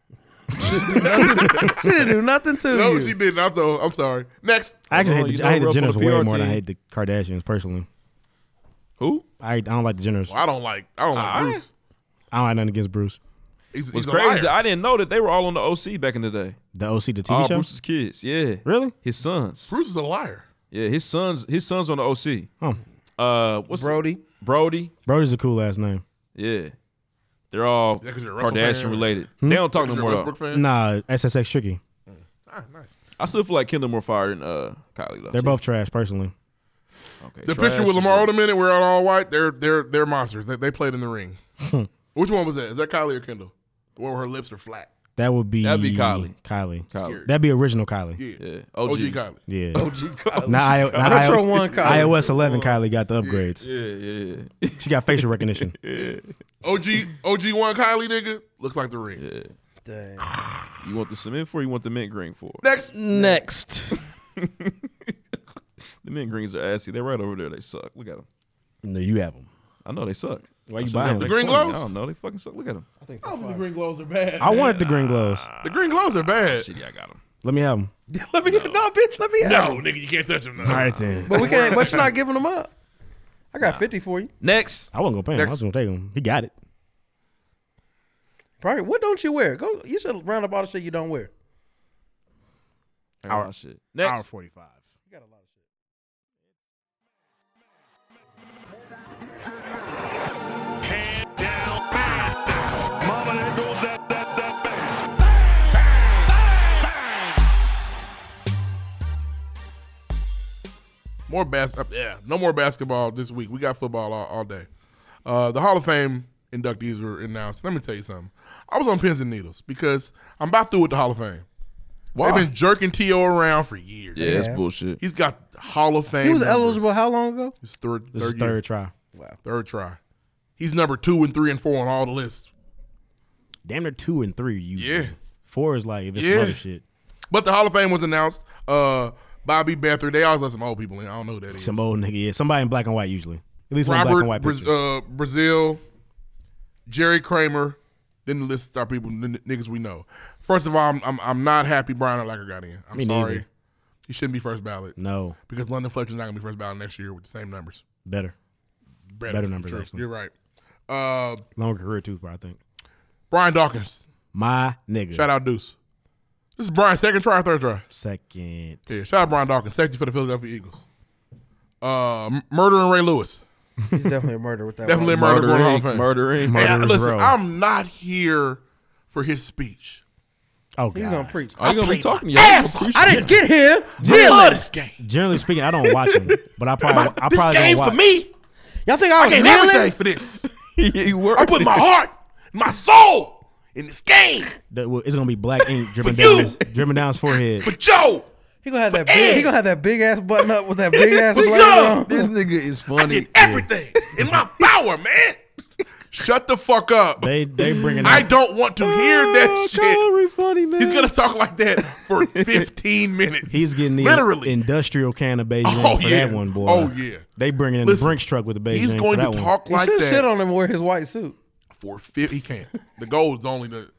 [SPEAKER 5] (laughs)
[SPEAKER 4] She didn't do nothing to
[SPEAKER 5] No,
[SPEAKER 4] you.
[SPEAKER 5] she didn't. I'm, so, I'm sorry. Next.
[SPEAKER 7] I actually
[SPEAKER 1] Hold on, Oh,
[SPEAKER 7] hate
[SPEAKER 1] you
[SPEAKER 7] the, I hate
[SPEAKER 1] know
[SPEAKER 7] the
[SPEAKER 1] Ruff on
[SPEAKER 7] Jenners
[SPEAKER 1] the
[SPEAKER 7] way
[SPEAKER 1] PR
[SPEAKER 7] more than I
[SPEAKER 1] team.
[SPEAKER 7] hate the Kardashians personally.
[SPEAKER 1] Who?
[SPEAKER 7] I I don't like the Jenners.
[SPEAKER 5] Well, I don't like. I don't like Bruce.
[SPEAKER 7] I don't like nothing against Bruce.
[SPEAKER 5] He's,
[SPEAKER 1] What's
[SPEAKER 5] he's
[SPEAKER 1] crazy?
[SPEAKER 5] A liar.
[SPEAKER 1] I didn't know that they were all on the OC back in the day.
[SPEAKER 7] The OC, the TV
[SPEAKER 1] all
[SPEAKER 7] show.
[SPEAKER 1] Bruce's kids. Yeah,
[SPEAKER 7] Really?
[SPEAKER 1] his sons.
[SPEAKER 5] Bruce is a liar.
[SPEAKER 1] Yeah, his sons. His sons on the OC.
[SPEAKER 7] Oh,
[SPEAKER 1] Uh, what's
[SPEAKER 4] Brody.
[SPEAKER 1] Brody.
[SPEAKER 7] Brody's a cool ass name.
[SPEAKER 1] Yeah, they're all
[SPEAKER 5] Yeah, 'cause you're a Russell
[SPEAKER 1] Kardashian
[SPEAKER 5] fan.
[SPEAKER 1] related.
[SPEAKER 7] Hmm?
[SPEAKER 1] They don't talk no
[SPEAKER 5] You're a
[SPEAKER 1] more. though.
[SPEAKER 5] Westbrook fan.
[SPEAKER 7] Nah, SSX tricky.
[SPEAKER 5] Ah, nice.
[SPEAKER 1] I still feel like Kendall more fire than uh Kylie though.
[SPEAKER 7] They're both trash personally.
[SPEAKER 1] Okay,
[SPEAKER 5] The
[SPEAKER 1] trash
[SPEAKER 5] picture with
[SPEAKER 1] is
[SPEAKER 5] Lamar
[SPEAKER 1] a-
[SPEAKER 5] Odom in it, we're all white. They're they're they're monsters. They, they played in the
[SPEAKER 7] (laughs)
[SPEAKER 5] ring. Which one was that? Is that Kylie or Kendall? The one where her lips are flat.
[SPEAKER 7] That would be
[SPEAKER 1] That'd be Kylie.
[SPEAKER 7] Kylie.
[SPEAKER 1] Kylie.
[SPEAKER 7] That'd be original Kylie.
[SPEAKER 5] Yeah.
[SPEAKER 1] Yeah,
[SPEAKER 5] OG.
[SPEAKER 1] OG.
[SPEAKER 5] Kylie.
[SPEAKER 7] Yeah.
[SPEAKER 1] Kylie.
[SPEAKER 7] Not, I, not
[SPEAKER 4] Retro
[SPEAKER 7] I-
[SPEAKER 4] One Kylie.
[SPEAKER 7] iOS 11 Kylie got the upgrades.
[SPEAKER 1] Yeah, yeah, yeah.
[SPEAKER 7] She got facial recognition.
[SPEAKER 5] OG OG one Kylie nigga looks like the ring.
[SPEAKER 4] Dang.
[SPEAKER 1] You want the cement for? Or you want the mint green for?
[SPEAKER 5] (laughs) Next.
[SPEAKER 6] Next.
[SPEAKER 1] The mint greens are assy. They're right over there. They suck. Look at them.
[SPEAKER 7] no, you have them.
[SPEAKER 1] I know they suck. Why
[SPEAKER 7] you buying them?
[SPEAKER 5] The green gloves?
[SPEAKER 1] I don't know. They fucking suck. Look at them.
[SPEAKER 5] I don't think the green gloves are bad.
[SPEAKER 7] I wanted the green gloves.
[SPEAKER 5] The green gloves are bad.
[SPEAKER 1] Yeah, I got them.
[SPEAKER 7] Let me have them.
[SPEAKER 4] (laughs) let me no. bitch. Let me have.
[SPEAKER 5] No, nigga, you can't touch them. No.
[SPEAKER 7] All right, then.
[SPEAKER 4] But we can't.
[SPEAKER 5] (laughs)
[SPEAKER 4] But you're not giving them up. I got fifty for you.
[SPEAKER 1] Next.
[SPEAKER 7] I wasn't going to pay him. I was going to take him. He got it.
[SPEAKER 4] Probably. What don't you wear? Go. You should round up all the shit you don't wear.
[SPEAKER 1] Our shit. Next.
[SPEAKER 7] 45.
[SPEAKER 5] More bas- uh, yeah, no more basketball this week. We got football all, all day. Uh, the Hall of Fame inductees were announced. Let me tell you something. I was on pins and needles because I'm about through with the Hall of Fame.
[SPEAKER 1] Why?
[SPEAKER 5] They've been jerking T.O. around for years.
[SPEAKER 1] yeah, that's bullshit.
[SPEAKER 5] He's got Hall of Fame.
[SPEAKER 4] He was
[SPEAKER 5] numbers.
[SPEAKER 4] eligible how
[SPEAKER 5] (laughs)
[SPEAKER 4] long ago?
[SPEAKER 5] His third,
[SPEAKER 7] This
[SPEAKER 5] third,
[SPEAKER 7] is
[SPEAKER 5] year.
[SPEAKER 7] third try.
[SPEAKER 5] third try. He's number two and three and four on all the lists.
[SPEAKER 7] Damn near two and three. You
[SPEAKER 5] Yeah.
[SPEAKER 7] Four is like, if it's
[SPEAKER 5] Yeah.
[SPEAKER 7] some other shit.
[SPEAKER 5] But the Hall of Fame was announced. Uh, Bobby Bethard. They always let some old people in. I don't know who that is.
[SPEAKER 7] Some old nigga. Yeah. Somebody in black and white usually. At least one black and
[SPEAKER 5] Robert
[SPEAKER 7] white
[SPEAKER 5] Bra-
[SPEAKER 7] picture.
[SPEAKER 5] uh, Brazil, Jerry Kramer. Then the list start people n- niggas we know. First of all, I'm I'm, I'm not happy Brian Urlacher got in. I'm
[SPEAKER 7] Me
[SPEAKER 5] sorry.
[SPEAKER 7] neither.
[SPEAKER 5] He shouldn't be first ballot
[SPEAKER 7] no.
[SPEAKER 5] because London Fletcher's not gonna be first ballot next year with the same numbers.
[SPEAKER 7] Better. Better numbers,
[SPEAKER 5] True.
[SPEAKER 7] actually.
[SPEAKER 5] You're right. Uh,
[SPEAKER 7] Longer career, too, bro, I think.
[SPEAKER 5] Brian Dawkins.
[SPEAKER 7] My nigga.
[SPEAKER 5] Shout out Deuce. This is Brian's second try or third try.
[SPEAKER 7] Second.
[SPEAKER 5] Yeah, shout out Brian Dawkins, safety for the Philadelphia Eagles. Uh, m- murdering Ray Lewis.
[SPEAKER 4] He's definitely a murder with that.
[SPEAKER 5] Definitely
[SPEAKER 4] one.
[SPEAKER 5] a murder. going to Hall of Fame.
[SPEAKER 1] Murdering.
[SPEAKER 5] Hey, I-
[SPEAKER 7] Murderer's
[SPEAKER 5] listen,
[SPEAKER 7] row.
[SPEAKER 5] I'm not here for his speech.
[SPEAKER 7] Oh, God.
[SPEAKER 4] He's gonna preach.
[SPEAKER 1] Are you gonna be
[SPEAKER 5] played
[SPEAKER 1] talking to
[SPEAKER 5] my
[SPEAKER 1] y'all? You
[SPEAKER 5] ass
[SPEAKER 1] (laughs) gonna preach
[SPEAKER 4] I
[SPEAKER 1] it?
[SPEAKER 4] didn't get here.
[SPEAKER 5] I love
[SPEAKER 4] Really?
[SPEAKER 5] this game.
[SPEAKER 7] Generally speaking, I don't watch them, but I probably I
[SPEAKER 5] This
[SPEAKER 7] probably
[SPEAKER 5] game
[SPEAKER 7] don't watch.
[SPEAKER 5] for me.
[SPEAKER 4] Y'all think I
[SPEAKER 5] I
[SPEAKER 4] was
[SPEAKER 5] gave
[SPEAKER 4] really?
[SPEAKER 5] everything for this. (laughs)
[SPEAKER 1] You were.
[SPEAKER 5] I put my heart, my soul in this game
[SPEAKER 7] That- well, It's gonna be black ink dripping
[SPEAKER 5] For
[SPEAKER 7] down
[SPEAKER 5] you.
[SPEAKER 7] his, dripping down his forehead.
[SPEAKER 5] for Joe.
[SPEAKER 4] He gonna have that.
[SPEAKER 5] Ed.
[SPEAKER 4] Big, he gonna have that big ass button up with
[SPEAKER 5] (laughs)
[SPEAKER 4] that big ass
[SPEAKER 5] What's
[SPEAKER 4] blazer
[SPEAKER 5] up?
[SPEAKER 4] on.
[SPEAKER 1] This nigga is
[SPEAKER 5] I
[SPEAKER 1] funny.
[SPEAKER 5] did everything in my power, man. Shut the fuck up.
[SPEAKER 7] They they bringing
[SPEAKER 5] I
[SPEAKER 7] out, Oh,
[SPEAKER 5] don't want to hear that shit.
[SPEAKER 1] Corey funny man.
[SPEAKER 5] He's gonna talk like that for 15 minutes.
[SPEAKER 7] he's getting the
[SPEAKER 5] literally
[SPEAKER 7] industrial can of Beijing
[SPEAKER 5] Oh,
[SPEAKER 7] for
[SPEAKER 5] yeah.
[SPEAKER 7] that one boy.
[SPEAKER 5] Oh, yeah.
[SPEAKER 7] They bringing in
[SPEAKER 5] Listen,
[SPEAKER 7] the Brinks truck with the Beijing
[SPEAKER 5] He's
[SPEAKER 7] for
[SPEAKER 5] going
[SPEAKER 7] that
[SPEAKER 5] to talk
[SPEAKER 4] He
[SPEAKER 5] like
[SPEAKER 4] should
[SPEAKER 5] that
[SPEAKER 4] shit on him and wear his white suit.
[SPEAKER 5] for 50. He can't. The goal is only the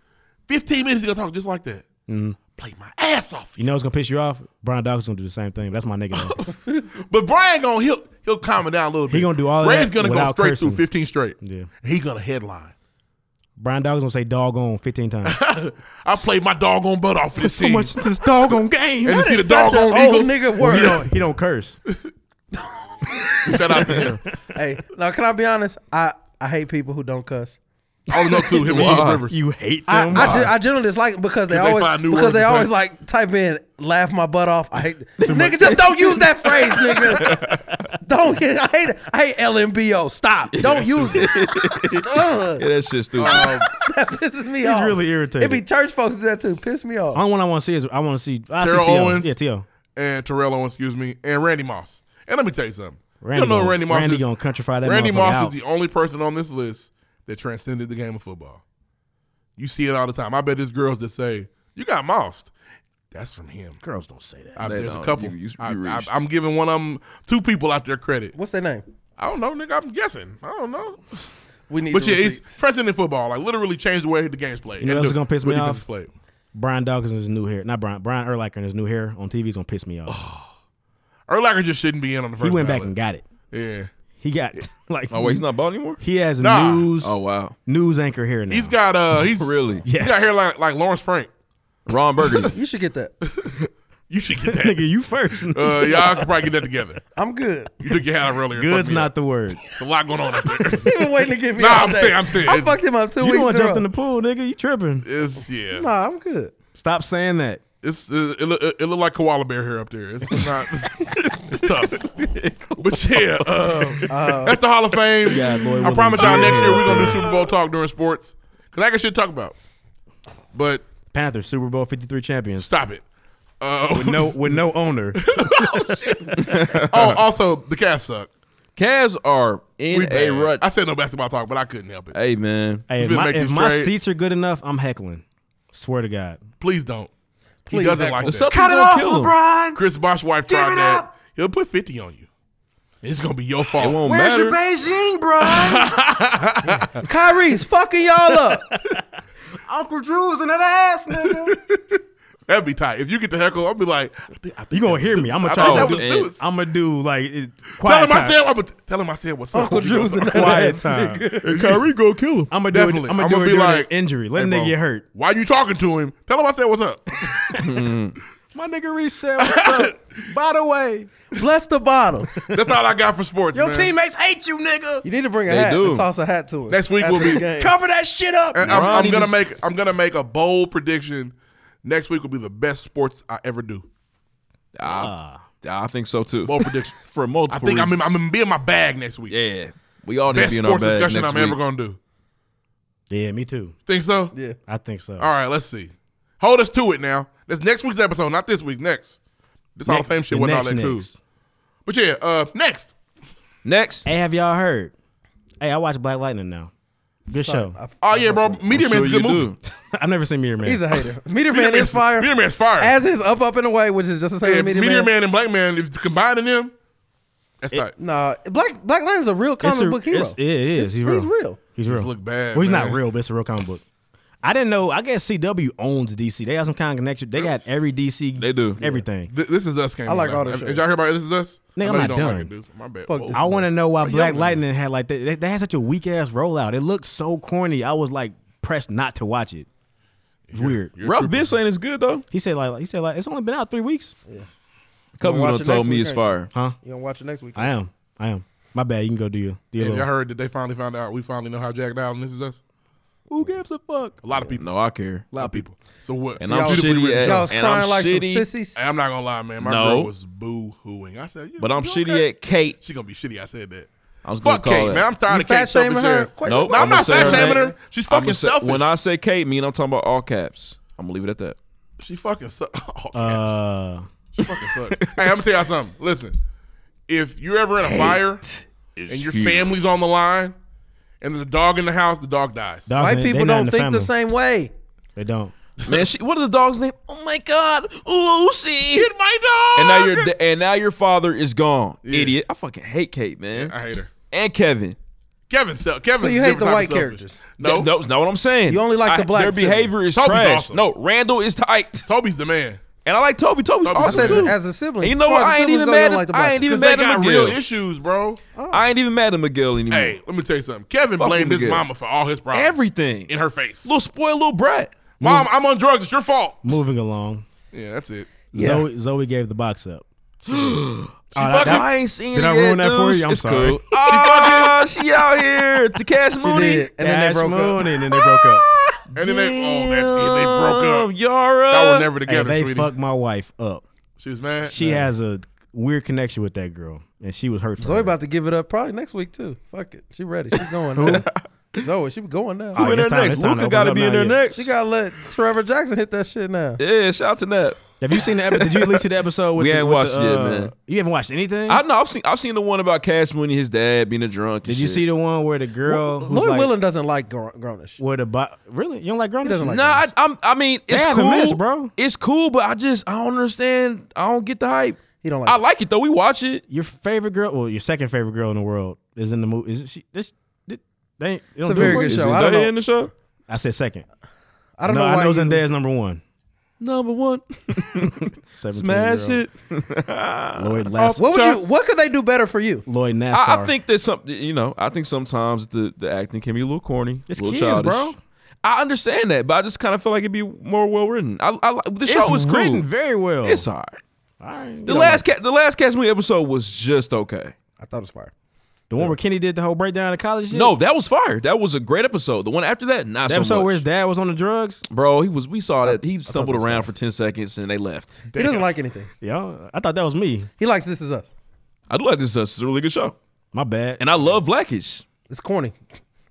[SPEAKER 5] 15 minutes. He's gonna talk just like that. Play my ass off.
[SPEAKER 7] Mm-hmm. You know what's gonna piss you off? Brian Dawkins gonna do the same thing. That's my nigga.
[SPEAKER 5] (laughs)
[SPEAKER 7] though.
[SPEAKER 5] But Brian gonna he'll he'll calm it down a little bit.
[SPEAKER 7] gonna do all of
[SPEAKER 5] Ray's
[SPEAKER 7] that
[SPEAKER 5] gonna go
[SPEAKER 7] without
[SPEAKER 5] straight
[SPEAKER 7] cursing.
[SPEAKER 5] through 15 straight.
[SPEAKER 7] Yeah.
[SPEAKER 5] He gonna headline.
[SPEAKER 7] Brian Dawkins gonna say doggone fifteen
[SPEAKER 5] (laughs)
[SPEAKER 7] times.
[SPEAKER 5] I played my doggone butt off for this
[SPEAKER 7] so
[SPEAKER 5] team.
[SPEAKER 7] much to this doggone game.
[SPEAKER 5] and to see the
[SPEAKER 4] Such an
[SPEAKER 5] doggone
[SPEAKER 4] old
[SPEAKER 5] Eagles.
[SPEAKER 4] nigga
[SPEAKER 7] he
[SPEAKER 4] word.
[SPEAKER 7] don't he don't curse.
[SPEAKER 5] Shout out to him.
[SPEAKER 4] hey, now can I be honest? I I hate people who don't cuss.
[SPEAKER 5] I don't know too. Him and Phillip Rivers.
[SPEAKER 7] You hate
[SPEAKER 6] I,
[SPEAKER 7] them?
[SPEAKER 6] I, gen- I generally dislike it because they
[SPEAKER 5] Because they
[SPEAKER 6] always
[SPEAKER 5] find new
[SPEAKER 6] because
[SPEAKER 5] words
[SPEAKER 6] they
[SPEAKER 5] to
[SPEAKER 6] always
[SPEAKER 5] say.
[SPEAKER 6] like type in laugh my butt off. I hate nigga just don't use that phrase, nigga.
[SPEAKER 7] (laughs)
[SPEAKER 6] Don't I hate it. I hate LMBO. Stop. Don't use
[SPEAKER 7] (laughs)
[SPEAKER 6] it. Ugh,
[SPEAKER 1] Yeah, that's just stupid.
[SPEAKER 6] that pisses me off.
[SPEAKER 7] really irritating.
[SPEAKER 6] It be church folks do that too. Piss me off.
[SPEAKER 7] Only one I want to see is I want to see I see
[SPEAKER 5] Terrell
[SPEAKER 7] T.O.
[SPEAKER 5] Owens.
[SPEAKER 7] Yeah, T.O.
[SPEAKER 5] and Terrell Owens, excuse me, and Randy Moss. And let me tell you something. you
[SPEAKER 7] Randy
[SPEAKER 5] don't know
[SPEAKER 7] gonna-
[SPEAKER 5] Randy Moss
[SPEAKER 7] Randy
[SPEAKER 5] is.
[SPEAKER 7] gonna countrify that
[SPEAKER 5] Randy
[SPEAKER 7] motherfucker
[SPEAKER 5] Moss
[SPEAKER 7] out.
[SPEAKER 5] is the only person on this list that transcended the game of football. You see it all the time. I bet there's girls that say, "You got mossed." That's from him.
[SPEAKER 7] Girls don't say that.
[SPEAKER 5] I,
[SPEAKER 1] They
[SPEAKER 5] there's a
[SPEAKER 1] don't.
[SPEAKER 5] couple.
[SPEAKER 1] You- you- you
[SPEAKER 5] I,
[SPEAKER 1] reached.
[SPEAKER 5] am giving one of them two people out their credit.
[SPEAKER 6] What's their name?
[SPEAKER 5] I don't know, nigga. I'm guessing. I don't know.
[SPEAKER 6] We need
[SPEAKER 5] But
[SPEAKER 6] the
[SPEAKER 5] yeah, it's
[SPEAKER 6] receipts.
[SPEAKER 5] transcending football. Like literally changed the way the game's played.
[SPEAKER 7] You know
[SPEAKER 5] And
[SPEAKER 7] what's
[SPEAKER 5] the-
[SPEAKER 7] gonna piss
[SPEAKER 5] what
[SPEAKER 7] me
[SPEAKER 5] defense
[SPEAKER 7] off?
[SPEAKER 5] is Played.
[SPEAKER 7] Brian Dawkins and his new hair. Not Brian. Brian Erlacher and his new hair on TV is gonna piss me off.
[SPEAKER 5] Erlacher just shouldn't be in on the
[SPEAKER 7] he
[SPEAKER 5] Oh, first.
[SPEAKER 7] went back
[SPEAKER 5] ballot.
[SPEAKER 7] and got it.
[SPEAKER 5] Yeah,
[SPEAKER 7] He got (laughs) like.
[SPEAKER 1] oh wait, he's not bald
[SPEAKER 5] (laughs)
[SPEAKER 1] anymore.
[SPEAKER 7] He has
[SPEAKER 5] Nah.
[SPEAKER 7] news
[SPEAKER 1] Oh wow,
[SPEAKER 7] news anchor here now.
[SPEAKER 5] he's got
[SPEAKER 7] (laughs)
[SPEAKER 5] uh, he's
[SPEAKER 1] really?
[SPEAKER 5] he's
[SPEAKER 7] Yes.
[SPEAKER 5] got
[SPEAKER 7] (laughs)
[SPEAKER 5] hair like like Lawrence Frank.
[SPEAKER 1] Ron Burgundy.
[SPEAKER 6] You
[SPEAKER 5] (laughs)
[SPEAKER 6] should get that.
[SPEAKER 5] You should get
[SPEAKER 7] (laughs)
[SPEAKER 5] that.
[SPEAKER 7] Nigga, you first.
[SPEAKER 5] Uh, y'all could probably get that together.
[SPEAKER 6] I'm good.
[SPEAKER 5] You took your hat off earlier.
[SPEAKER 7] (laughs)
[SPEAKER 5] Fuck
[SPEAKER 7] Good's
[SPEAKER 5] me
[SPEAKER 7] not
[SPEAKER 5] up. (laughs)
[SPEAKER 7] the word.
[SPEAKER 5] It's a lot going on up there.
[SPEAKER 6] He been waiting to get me.
[SPEAKER 5] Nah,
[SPEAKER 6] all
[SPEAKER 5] I'm
[SPEAKER 6] day.
[SPEAKER 5] saying- I'm saying.
[SPEAKER 6] I fucked him up two
[SPEAKER 7] You
[SPEAKER 6] weeks
[SPEAKER 7] the
[SPEAKER 6] in
[SPEAKER 7] one
[SPEAKER 6] a
[SPEAKER 7] jumped in
[SPEAKER 6] row.
[SPEAKER 7] the pool, nigga. You tripping?
[SPEAKER 5] It's yeah.
[SPEAKER 6] Nah, I'm good.
[SPEAKER 7] Stop saying that.
[SPEAKER 5] It's uh, it, look, it look like koala bear hair up there. It's not. it's tough. But yeah, um, that's the Hall of Fame.
[SPEAKER 7] got Lloyd
[SPEAKER 5] I
[SPEAKER 7] Williams.
[SPEAKER 5] promise y'all next year we're gonna do Super Bowl talk during sports because I got shit to talk about. But
[SPEAKER 7] Panthers Super Bowl Fifty Three champions.
[SPEAKER 5] stop it.
[SPEAKER 7] (laughs)
[SPEAKER 5] Uh, (laughs)
[SPEAKER 7] No, with no owner.
[SPEAKER 5] oh, also the Cavs suck.
[SPEAKER 1] Cavs are in
[SPEAKER 5] We
[SPEAKER 1] a
[SPEAKER 5] bad.
[SPEAKER 1] rut.
[SPEAKER 5] I said no basketball talk, but I couldn't help it.
[SPEAKER 1] hey man,
[SPEAKER 7] Hey, if
[SPEAKER 5] finna
[SPEAKER 7] my,
[SPEAKER 5] make
[SPEAKER 7] if
[SPEAKER 5] these
[SPEAKER 7] my
[SPEAKER 5] trades?
[SPEAKER 7] seats are good enough, I'm heckling. Swear to God.
[SPEAKER 5] Please don't. he doesn't
[SPEAKER 6] heckle.
[SPEAKER 5] like
[SPEAKER 1] the
[SPEAKER 5] that.
[SPEAKER 1] Celtics gonna kill him.
[SPEAKER 5] Chris Bosh wife tried that. He'll put 50 on you. It's gonna be your
[SPEAKER 1] It
[SPEAKER 5] fault.
[SPEAKER 1] won't
[SPEAKER 6] Where's your
[SPEAKER 1] matter.
[SPEAKER 6] Beijing, bro?
[SPEAKER 7] (laughs)
[SPEAKER 6] Kyrie's fucking y'all up.
[SPEAKER 7] Uncle Drew's in that ass, nigga.
[SPEAKER 5] That'd be tight. If you get the heckle, I'll be like, I think, I think
[SPEAKER 7] You gonna
[SPEAKER 5] that
[SPEAKER 7] hear
[SPEAKER 5] was
[SPEAKER 7] me.
[SPEAKER 5] Deuce.
[SPEAKER 7] I'ma
[SPEAKER 5] I
[SPEAKER 7] try
[SPEAKER 5] think
[SPEAKER 7] to
[SPEAKER 5] that
[SPEAKER 7] do
[SPEAKER 5] was
[SPEAKER 1] it.
[SPEAKER 5] Deuce.
[SPEAKER 7] I'm gonna do like it,
[SPEAKER 5] Tell
[SPEAKER 7] quiet
[SPEAKER 5] him I
[SPEAKER 7] time.
[SPEAKER 5] said. I'm gonna tell him I said what's up.
[SPEAKER 6] Drew's in that
[SPEAKER 7] Quiet
[SPEAKER 6] ass,
[SPEAKER 5] (laughs)
[SPEAKER 7] time.
[SPEAKER 6] nigga.
[SPEAKER 5] And Kyrie go kill him.
[SPEAKER 7] I'm gonna do it. I'm
[SPEAKER 5] Definitely.
[SPEAKER 7] gonna, do
[SPEAKER 5] I'ma
[SPEAKER 7] it
[SPEAKER 5] be
[SPEAKER 7] during an
[SPEAKER 5] like,
[SPEAKER 7] injury. Let a
[SPEAKER 5] "Hey,
[SPEAKER 7] nigga
[SPEAKER 5] bro,
[SPEAKER 7] get hurt.
[SPEAKER 5] Why you talking to him? Tell him I said what's up.
[SPEAKER 7] (laughs) My nigga reset. What's (laughs) up? By the way,
[SPEAKER 6] Bless the bottle.
[SPEAKER 5] That's all I got for sports.
[SPEAKER 7] your
[SPEAKER 5] man.
[SPEAKER 7] teammates hate you, nigga.
[SPEAKER 6] You need to bring a
[SPEAKER 1] They
[SPEAKER 6] hat
[SPEAKER 1] do.
[SPEAKER 6] and toss a hat to it.
[SPEAKER 5] Next week
[SPEAKER 6] after
[SPEAKER 5] will be-
[SPEAKER 6] the game.
[SPEAKER 7] Cover that shit up.
[SPEAKER 5] And I'm, I'm
[SPEAKER 1] Ronnie
[SPEAKER 5] gonna
[SPEAKER 1] just-
[SPEAKER 5] make. I'm gonna make a bold prediction. Next week will be the best sports I ever do.
[SPEAKER 1] I, I think so too.
[SPEAKER 5] Bold prediction.
[SPEAKER 1] (laughs) For multiple
[SPEAKER 5] I think I'm in,
[SPEAKER 1] reasons.
[SPEAKER 5] I'm gonna be in my bag next week.
[SPEAKER 1] yeah, we all need to
[SPEAKER 5] Best
[SPEAKER 1] be in our
[SPEAKER 5] sports
[SPEAKER 1] bag
[SPEAKER 5] discussion
[SPEAKER 1] next
[SPEAKER 5] I'm
[SPEAKER 1] week.
[SPEAKER 5] ever gonna do.
[SPEAKER 7] Yeah, me too.
[SPEAKER 5] Think so?
[SPEAKER 6] Yeah.
[SPEAKER 7] I think so.
[SPEAKER 5] All right, let's see. Hold us to it now. That's next week's episode, not this week. Next. This Hall of Fame shit
[SPEAKER 7] the
[SPEAKER 5] wasn't all
[SPEAKER 7] next
[SPEAKER 5] that cool.
[SPEAKER 7] next.
[SPEAKER 5] But yeah, uh, next.
[SPEAKER 1] Next,
[SPEAKER 7] Hey, have y'all heard? Hey, I watch Black Lightning now. Good show. (laughs)
[SPEAKER 5] Oh yeah, bro. Meteor
[SPEAKER 1] I'm sure
[SPEAKER 5] Man's a
[SPEAKER 1] you
[SPEAKER 5] good movie.
[SPEAKER 1] do.
[SPEAKER 7] I've never seen Mirror Man.
[SPEAKER 6] He's a hater.
[SPEAKER 5] (laughs)
[SPEAKER 6] Meteor
[SPEAKER 5] Meteor
[SPEAKER 6] Man is fire.
[SPEAKER 5] Meteor Man's fire.
[SPEAKER 6] As is up, up and away, which is just the same
[SPEAKER 5] yeah,
[SPEAKER 6] as
[SPEAKER 5] Meteor,
[SPEAKER 6] Meteor, Man.
[SPEAKER 5] Man and Black Man, if you combining them, that's not.
[SPEAKER 6] Nah, Black Black Lantern's a real comic
[SPEAKER 7] it's a,
[SPEAKER 6] book hero.
[SPEAKER 7] it's- yeah, it
[SPEAKER 6] It's-
[SPEAKER 7] is. he's real.
[SPEAKER 6] he's real.
[SPEAKER 7] He's real.
[SPEAKER 5] look bad,
[SPEAKER 7] Well, he's not
[SPEAKER 5] man.
[SPEAKER 7] real, but it's a real comic book. I didn't know. I guess CW owns DC. They have some kind of connection. They got every DC.
[SPEAKER 1] They do.
[SPEAKER 7] everything.
[SPEAKER 5] Th- this is us game.
[SPEAKER 6] I like all the shows.
[SPEAKER 5] Did y'all hear about This Is Us? I
[SPEAKER 7] Nigga, I'm
[SPEAKER 5] know you
[SPEAKER 7] not
[SPEAKER 5] don't
[SPEAKER 7] done.
[SPEAKER 5] Like it, dude. My bad.
[SPEAKER 6] Fuck
[SPEAKER 5] Whoa.
[SPEAKER 6] this
[SPEAKER 7] I want to know why
[SPEAKER 5] I'm
[SPEAKER 7] Black
[SPEAKER 5] young,
[SPEAKER 7] Lightning had like they, they, they had such a weak ass rollout. It looked so corny. I was like pressed not to watch it. It's weird.
[SPEAKER 5] You're
[SPEAKER 1] Ralph
[SPEAKER 5] tripping.
[SPEAKER 1] Biss ain't as good though.
[SPEAKER 7] He said like he said like it's only been out three weeks.
[SPEAKER 1] A couple
[SPEAKER 6] Watch
[SPEAKER 1] people
[SPEAKER 6] it
[SPEAKER 1] told
[SPEAKER 6] next
[SPEAKER 1] me
[SPEAKER 6] week,
[SPEAKER 1] it's
[SPEAKER 6] ain't you?
[SPEAKER 1] fire.
[SPEAKER 7] Huh?
[SPEAKER 6] You gonna watch it next week?
[SPEAKER 7] I am. I am. My bad. You can go do your do your.
[SPEAKER 5] Yeah, y'all
[SPEAKER 7] little-
[SPEAKER 5] heard that they finally found out. We finally know how Jack Allen. This is us.
[SPEAKER 7] Who gives a fuck?
[SPEAKER 5] A lot of people.
[SPEAKER 1] No, I care.
[SPEAKER 5] A lot of people. So what?
[SPEAKER 1] And
[SPEAKER 5] So
[SPEAKER 1] I'm
[SPEAKER 5] y'all-
[SPEAKER 1] shitty. At,
[SPEAKER 6] Y'all was
[SPEAKER 1] and
[SPEAKER 6] crying
[SPEAKER 1] I'm
[SPEAKER 6] like
[SPEAKER 1] shitty,
[SPEAKER 6] some sissies.
[SPEAKER 5] Hey, I'm not gonna lie, man. My
[SPEAKER 1] No.
[SPEAKER 5] girl was boo hooing. I said, yeah,
[SPEAKER 1] but I'm
[SPEAKER 5] you
[SPEAKER 1] shitty
[SPEAKER 5] okay?
[SPEAKER 1] at Kate.
[SPEAKER 5] She gonna be shitty. I said that.
[SPEAKER 1] I was gonna
[SPEAKER 5] Fuck
[SPEAKER 1] call
[SPEAKER 5] Kate,
[SPEAKER 1] that.
[SPEAKER 5] man. I'm tired
[SPEAKER 6] You
[SPEAKER 5] of Kate
[SPEAKER 6] fat shaming her?
[SPEAKER 5] self-insurance.
[SPEAKER 6] Quite-
[SPEAKER 1] Nope,
[SPEAKER 5] No, I'm,
[SPEAKER 1] gonna
[SPEAKER 5] not
[SPEAKER 1] say her
[SPEAKER 5] fat shaming
[SPEAKER 1] name.
[SPEAKER 5] her. She's
[SPEAKER 1] I'ma
[SPEAKER 5] fucking
[SPEAKER 1] say-
[SPEAKER 5] selfish.
[SPEAKER 1] When I say Kate, mean I'm talking about all caps. I'm gonna leave it at that.
[SPEAKER 5] she fucking (laughs) sucks. Oh, caps.
[SPEAKER 7] Uh,
[SPEAKER 5] she fucking sucks. hey, I'm gonna tell y'all something. Listen, if you're ever in a fire and your
[SPEAKER 1] here.
[SPEAKER 5] family's on the line, and there's a dog in the house, the dog dies.
[SPEAKER 7] dogs
[SPEAKER 6] White
[SPEAKER 7] ain't- they
[SPEAKER 6] people
[SPEAKER 7] not in
[SPEAKER 6] don't think
[SPEAKER 7] family.
[SPEAKER 6] the same way.
[SPEAKER 7] They don't.
[SPEAKER 1] Man, she, what are the dog's name? Oh my God, Lucy.
[SPEAKER 5] Get my dog.
[SPEAKER 1] And now your da- and now your father is gone, idiot. I fucking hate Kate, man,
[SPEAKER 5] I hate her.
[SPEAKER 1] and Kevin.
[SPEAKER 5] Kevin, sel- Kevin.
[SPEAKER 6] So you hate the white characters.
[SPEAKER 5] No,
[SPEAKER 1] Th- no, it's not what I'm saying.
[SPEAKER 6] You only like the black
[SPEAKER 1] Their
[SPEAKER 6] children.
[SPEAKER 1] behavior is
[SPEAKER 5] Toby's
[SPEAKER 1] trash.
[SPEAKER 5] awesome.
[SPEAKER 1] No, Randall is tight,
[SPEAKER 5] Toby's the man.
[SPEAKER 1] and I like Toby. Toby's
[SPEAKER 5] Toby's
[SPEAKER 1] awesome
[SPEAKER 6] I said
[SPEAKER 1] too.
[SPEAKER 6] as a sibling.
[SPEAKER 1] And you
[SPEAKER 6] as
[SPEAKER 1] know
[SPEAKER 6] far
[SPEAKER 1] what?
[SPEAKER 6] as the
[SPEAKER 1] I ain't
[SPEAKER 6] siblings
[SPEAKER 1] even
[SPEAKER 6] go, you
[SPEAKER 1] mad.
[SPEAKER 6] don't
[SPEAKER 1] At,
[SPEAKER 6] the
[SPEAKER 1] I
[SPEAKER 6] black
[SPEAKER 1] ain't
[SPEAKER 6] people.
[SPEAKER 1] even
[SPEAKER 5] Cause they
[SPEAKER 1] mad at
[SPEAKER 5] got
[SPEAKER 1] McGill.
[SPEAKER 5] real issues, bro.
[SPEAKER 6] Oh.
[SPEAKER 1] I ain't even mad at McGill anymore.
[SPEAKER 5] Hey, let me tell you something. Kevin
[SPEAKER 1] Fuck
[SPEAKER 5] blamed
[SPEAKER 1] with
[SPEAKER 5] his
[SPEAKER 1] Miguel.
[SPEAKER 5] mama for all his problems.
[SPEAKER 1] Everything.
[SPEAKER 5] in her face.
[SPEAKER 1] little spoiled little brat.
[SPEAKER 5] Mom, I'm on drugs. It's your fault.
[SPEAKER 7] Moving along.
[SPEAKER 5] Yeah, that's it.
[SPEAKER 7] Zoe, Zoe gave the box up. Oh, that- that-
[SPEAKER 1] I ain't seen
[SPEAKER 7] Did
[SPEAKER 1] it
[SPEAKER 7] I
[SPEAKER 1] yet,
[SPEAKER 7] ruin that for
[SPEAKER 1] dudes.
[SPEAKER 7] you? I'm
[SPEAKER 1] It's
[SPEAKER 7] (laughs) sorry.
[SPEAKER 1] cool. Oh, she out here to cash money.
[SPEAKER 4] did. And then they
[SPEAKER 7] Cash
[SPEAKER 4] broke up.
[SPEAKER 7] Moon, And then they broke (laughs) up.
[SPEAKER 5] And then they, oh, that, they broke up.
[SPEAKER 1] Damn, Um, Yara.
[SPEAKER 5] Y'all were never
[SPEAKER 7] Hey,
[SPEAKER 5] together,
[SPEAKER 7] they
[SPEAKER 5] sweetie.
[SPEAKER 7] fucked my wife up.
[SPEAKER 5] She was mad.
[SPEAKER 7] She has a weird connection with that girl, and she was hurtful.
[SPEAKER 4] Zoe about to give it up probably next week too. Fuck it. She ready. She's going now. Zoe, she going now.
[SPEAKER 1] (laughs) Who in there
[SPEAKER 7] It's time-
[SPEAKER 1] next?
[SPEAKER 7] it's time
[SPEAKER 1] Luca
[SPEAKER 7] to open
[SPEAKER 1] got to
[SPEAKER 7] up
[SPEAKER 1] be
[SPEAKER 7] now,
[SPEAKER 1] in there
[SPEAKER 7] yeah.
[SPEAKER 1] next.
[SPEAKER 4] She gotta let Trevor Jackson hit that shit now.
[SPEAKER 1] yeah, shout to that.
[SPEAKER 7] Have you seen the episode? Did you at least see the episode? With
[SPEAKER 1] We
[SPEAKER 7] the,
[SPEAKER 1] ain't
[SPEAKER 7] with
[SPEAKER 1] watched
[SPEAKER 7] the,
[SPEAKER 1] it yet,
[SPEAKER 7] uh,
[SPEAKER 1] man.
[SPEAKER 7] You haven't watched
[SPEAKER 1] (laughs)
[SPEAKER 7] anything.
[SPEAKER 1] I know. I've seen. I've seen the one about Cash Money, his dad being a drunk. and
[SPEAKER 7] Did you
[SPEAKER 1] shit.
[SPEAKER 7] see the one where the girl? who's
[SPEAKER 4] Lloyd
[SPEAKER 7] like,
[SPEAKER 4] Willen doesn't like gro- grownish.
[SPEAKER 7] Where the bo- really? You don't like grown?
[SPEAKER 4] doesn't like
[SPEAKER 1] Nah, I, I'm. I mean, it's
[SPEAKER 7] haven't
[SPEAKER 1] cool,
[SPEAKER 7] missed, bro.
[SPEAKER 1] It's cool, but I just I don't understand. I don't get the hype.
[SPEAKER 4] He don't like.
[SPEAKER 1] I like it though. We watch it.
[SPEAKER 7] your favorite girl, well, your second favorite girl in the world is in the movie. Is it- she? This. This they, ain't- it
[SPEAKER 4] It's
[SPEAKER 7] don't
[SPEAKER 4] a
[SPEAKER 7] do it
[SPEAKER 4] very
[SPEAKER 7] for
[SPEAKER 4] good
[SPEAKER 7] you.
[SPEAKER 1] Is
[SPEAKER 4] show. I don't
[SPEAKER 1] Zendaya
[SPEAKER 4] know.
[SPEAKER 1] in the show?
[SPEAKER 7] I said second.
[SPEAKER 4] I don't
[SPEAKER 7] no,
[SPEAKER 4] know why
[SPEAKER 7] I know
[SPEAKER 4] you-
[SPEAKER 7] Zendaya's number one.
[SPEAKER 1] Number one,
[SPEAKER 7] 17
[SPEAKER 1] smash
[SPEAKER 7] year
[SPEAKER 1] it.
[SPEAKER 7] old Lloyd Nassar.
[SPEAKER 4] What would you? What could they do better for you?
[SPEAKER 7] Lloyd Nassar.
[SPEAKER 1] I, I think that some. You know, I think sometimes the the acting can be a little corny,
[SPEAKER 7] It's
[SPEAKER 1] a little
[SPEAKER 7] kids,
[SPEAKER 1] childish.
[SPEAKER 7] bro.
[SPEAKER 1] I understand that, but I just kind of feel like it'd be more well written. I, I like- the
[SPEAKER 7] it's
[SPEAKER 1] show was cool.
[SPEAKER 7] written very well.
[SPEAKER 1] It's alright.
[SPEAKER 7] all right.
[SPEAKER 1] The last ca- the last Cash Money episode was just okay.
[SPEAKER 4] I thought it was fire.
[SPEAKER 7] the one where Kenny did the whole breakdown of college. shit?
[SPEAKER 1] No, that was fire. That was a great episode. The one after that, not
[SPEAKER 7] That
[SPEAKER 1] so
[SPEAKER 7] episode
[SPEAKER 1] much.
[SPEAKER 7] where his dad was on the drugs.
[SPEAKER 1] Bro, he was. We saw that he stumbled around for ten seconds and they left.
[SPEAKER 4] He doesn't like anything.
[SPEAKER 7] Yeah, I thought that was me.
[SPEAKER 4] He likes This Is Us.
[SPEAKER 1] I do like this. uh, This is a really good show,
[SPEAKER 7] My bad.
[SPEAKER 1] and I love Blackish.
[SPEAKER 4] It's corny.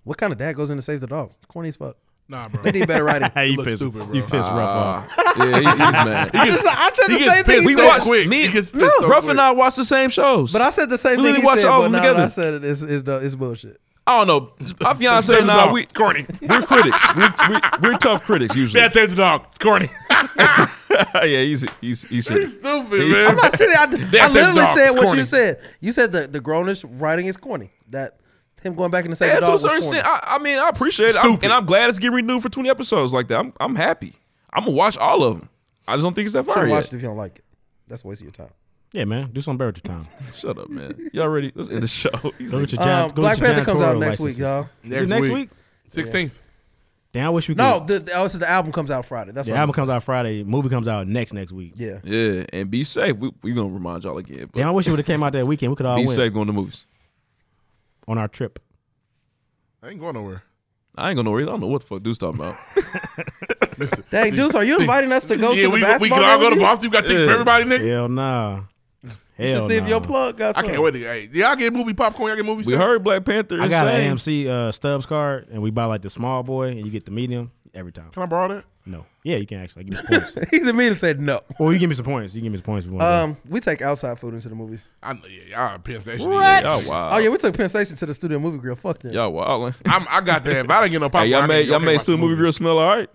[SPEAKER 4] What kind of dad goes in to save the dog? It's corny as fuck.
[SPEAKER 5] Nah, bro.
[SPEAKER 4] They need
[SPEAKER 1] (laughs)
[SPEAKER 4] better writing.
[SPEAKER 7] (laughs) Hey, you
[SPEAKER 5] look
[SPEAKER 7] pissed.
[SPEAKER 5] stupid, bro.
[SPEAKER 7] You pissed rough off.
[SPEAKER 1] Yeah, he, he's mad.
[SPEAKER 4] I, just, I said
[SPEAKER 5] he
[SPEAKER 4] the
[SPEAKER 5] gets
[SPEAKER 4] same thing.
[SPEAKER 5] pissed
[SPEAKER 4] He
[SPEAKER 1] we
[SPEAKER 5] so
[SPEAKER 4] said,
[SPEAKER 1] watched
[SPEAKER 5] quick.
[SPEAKER 1] me.
[SPEAKER 5] He gets pissed
[SPEAKER 1] no,
[SPEAKER 5] so
[SPEAKER 1] Ruff
[SPEAKER 5] quick.
[SPEAKER 1] and I watched the same shows.
[SPEAKER 4] but I said the same
[SPEAKER 1] We
[SPEAKER 4] thing.
[SPEAKER 1] literally
[SPEAKER 4] He
[SPEAKER 1] watched
[SPEAKER 4] said,
[SPEAKER 1] all
[SPEAKER 4] but
[SPEAKER 1] of them
[SPEAKER 4] now that
[SPEAKER 1] together.
[SPEAKER 4] I said it. It's, it's, the- it's
[SPEAKER 1] (laughs)
[SPEAKER 4] bullshit.
[SPEAKER 1] I don't know. My fiance
[SPEAKER 5] That's
[SPEAKER 1] and
[SPEAKER 5] the
[SPEAKER 1] I,
[SPEAKER 5] dog.
[SPEAKER 1] uh, we,
[SPEAKER 5] corny.
[SPEAKER 1] (laughs) we're critics. We, we, we're tough critics usually.
[SPEAKER 5] That's the dog. It's corny.
[SPEAKER 1] (laughs) yeah, he's he's he's
[SPEAKER 5] He's
[SPEAKER 1] shitty.
[SPEAKER 5] (laughs) stupid,
[SPEAKER 1] He's-
[SPEAKER 5] man.
[SPEAKER 4] I'm not shit. I, I
[SPEAKER 5] That's his
[SPEAKER 4] literally
[SPEAKER 5] dog.
[SPEAKER 4] said
[SPEAKER 5] It's
[SPEAKER 4] what
[SPEAKER 5] corny.
[SPEAKER 4] you said. You said the, the grownish writing is corny. That him going back in to save
[SPEAKER 1] Yeah,
[SPEAKER 4] the
[SPEAKER 1] to
[SPEAKER 4] dog
[SPEAKER 1] a
[SPEAKER 4] was
[SPEAKER 1] certain
[SPEAKER 4] corny.
[SPEAKER 1] extent, I, I mean, I appreciate it, I'm,
[SPEAKER 5] Stupid.
[SPEAKER 1] and I'm glad it's getting renewed for 20 episodes like that. I'm I'm happy. I'm gonna watch all of them. I just don't think it's that far
[SPEAKER 4] Should've
[SPEAKER 1] yet.
[SPEAKER 4] watched it if you don't like it. That's a waste of your time.
[SPEAKER 7] Yeah, man, do something better with your time.
[SPEAKER 1] Shut up, man. Y'all ready? Let's (laughs) end the show. These
[SPEAKER 7] Go
[SPEAKER 1] niggas-
[SPEAKER 7] get your
[SPEAKER 4] Um,
[SPEAKER 7] John, go
[SPEAKER 4] Black
[SPEAKER 7] get your
[SPEAKER 4] Panther
[SPEAKER 7] John
[SPEAKER 4] comes out
[SPEAKER 7] Toro
[SPEAKER 4] next week,
[SPEAKER 7] licenses.
[SPEAKER 4] y'all.
[SPEAKER 7] Is it next week?
[SPEAKER 5] Sixteenth.
[SPEAKER 7] Damn, I wish we could.
[SPEAKER 4] No, the, the, oh, so the album comes out Friday. That's
[SPEAKER 7] the
[SPEAKER 4] what
[SPEAKER 7] album
[SPEAKER 4] I'm
[SPEAKER 7] comes out Friday. Movie comes out next next week.
[SPEAKER 4] saying. Yeah.
[SPEAKER 1] Yeah, and be safe. We we gonna remind y'all again. But
[SPEAKER 7] Damn, I wish it would have came out that weekend. We could all
[SPEAKER 1] be
[SPEAKER 7] went
[SPEAKER 1] safe going to movies.
[SPEAKER 7] on our trip.
[SPEAKER 5] I ain't going nowhere.
[SPEAKER 1] I ain't gonna know. I don't know what the fuck dude's talking
[SPEAKER 4] (laughs)
[SPEAKER 1] about.
[SPEAKER 5] Mister.
[SPEAKER 4] Dang, Deuce, are you inviting us to go
[SPEAKER 5] yeah,
[SPEAKER 4] to the
[SPEAKER 5] we, we
[SPEAKER 4] basketball
[SPEAKER 5] can all
[SPEAKER 4] game
[SPEAKER 5] go to
[SPEAKER 4] with you?
[SPEAKER 5] Boston. You got tickets
[SPEAKER 1] Yeah.
[SPEAKER 5] for everybody, nigga.
[SPEAKER 7] Hell nah. Hell
[SPEAKER 4] You should see if
[SPEAKER 7] nah.
[SPEAKER 4] your plug got
[SPEAKER 5] I
[SPEAKER 4] something.
[SPEAKER 5] can't
[SPEAKER 4] (laughs)
[SPEAKER 5] wait. To, hey, y'all get movie popcorn. Y'all get movie.
[SPEAKER 1] we
[SPEAKER 5] snacks?
[SPEAKER 1] heard Black Panther.
[SPEAKER 7] I got
[SPEAKER 1] insane.
[SPEAKER 7] an AMC uh, Stubbs card, and we buy like the small boy, and you get the medium every time.
[SPEAKER 5] Can I borrow that?
[SPEAKER 7] No, yeah, you can actually give me some points.
[SPEAKER 4] He's immediately said no.
[SPEAKER 7] or you give me some points. You give me some points. If you want to.
[SPEAKER 4] Um, we take outside food into the movies.
[SPEAKER 5] I know, yeah, y'all Penn Station.
[SPEAKER 1] Y'all
[SPEAKER 5] What?
[SPEAKER 1] wild.
[SPEAKER 4] Oh yeah, we took Penn Station to the studio movie grill. Fuck them.
[SPEAKER 1] Y'all
[SPEAKER 4] (laughs)
[SPEAKER 1] wild.
[SPEAKER 5] I'm, I got that. If I didn't get no popcorn,
[SPEAKER 1] Hey, y'all
[SPEAKER 5] I
[SPEAKER 1] made
[SPEAKER 5] didn't-
[SPEAKER 1] y'all
[SPEAKER 5] okay,
[SPEAKER 1] made
[SPEAKER 5] watch
[SPEAKER 1] still
[SPEAKER 5] the
[SPEAKER 1] movie real smell all right.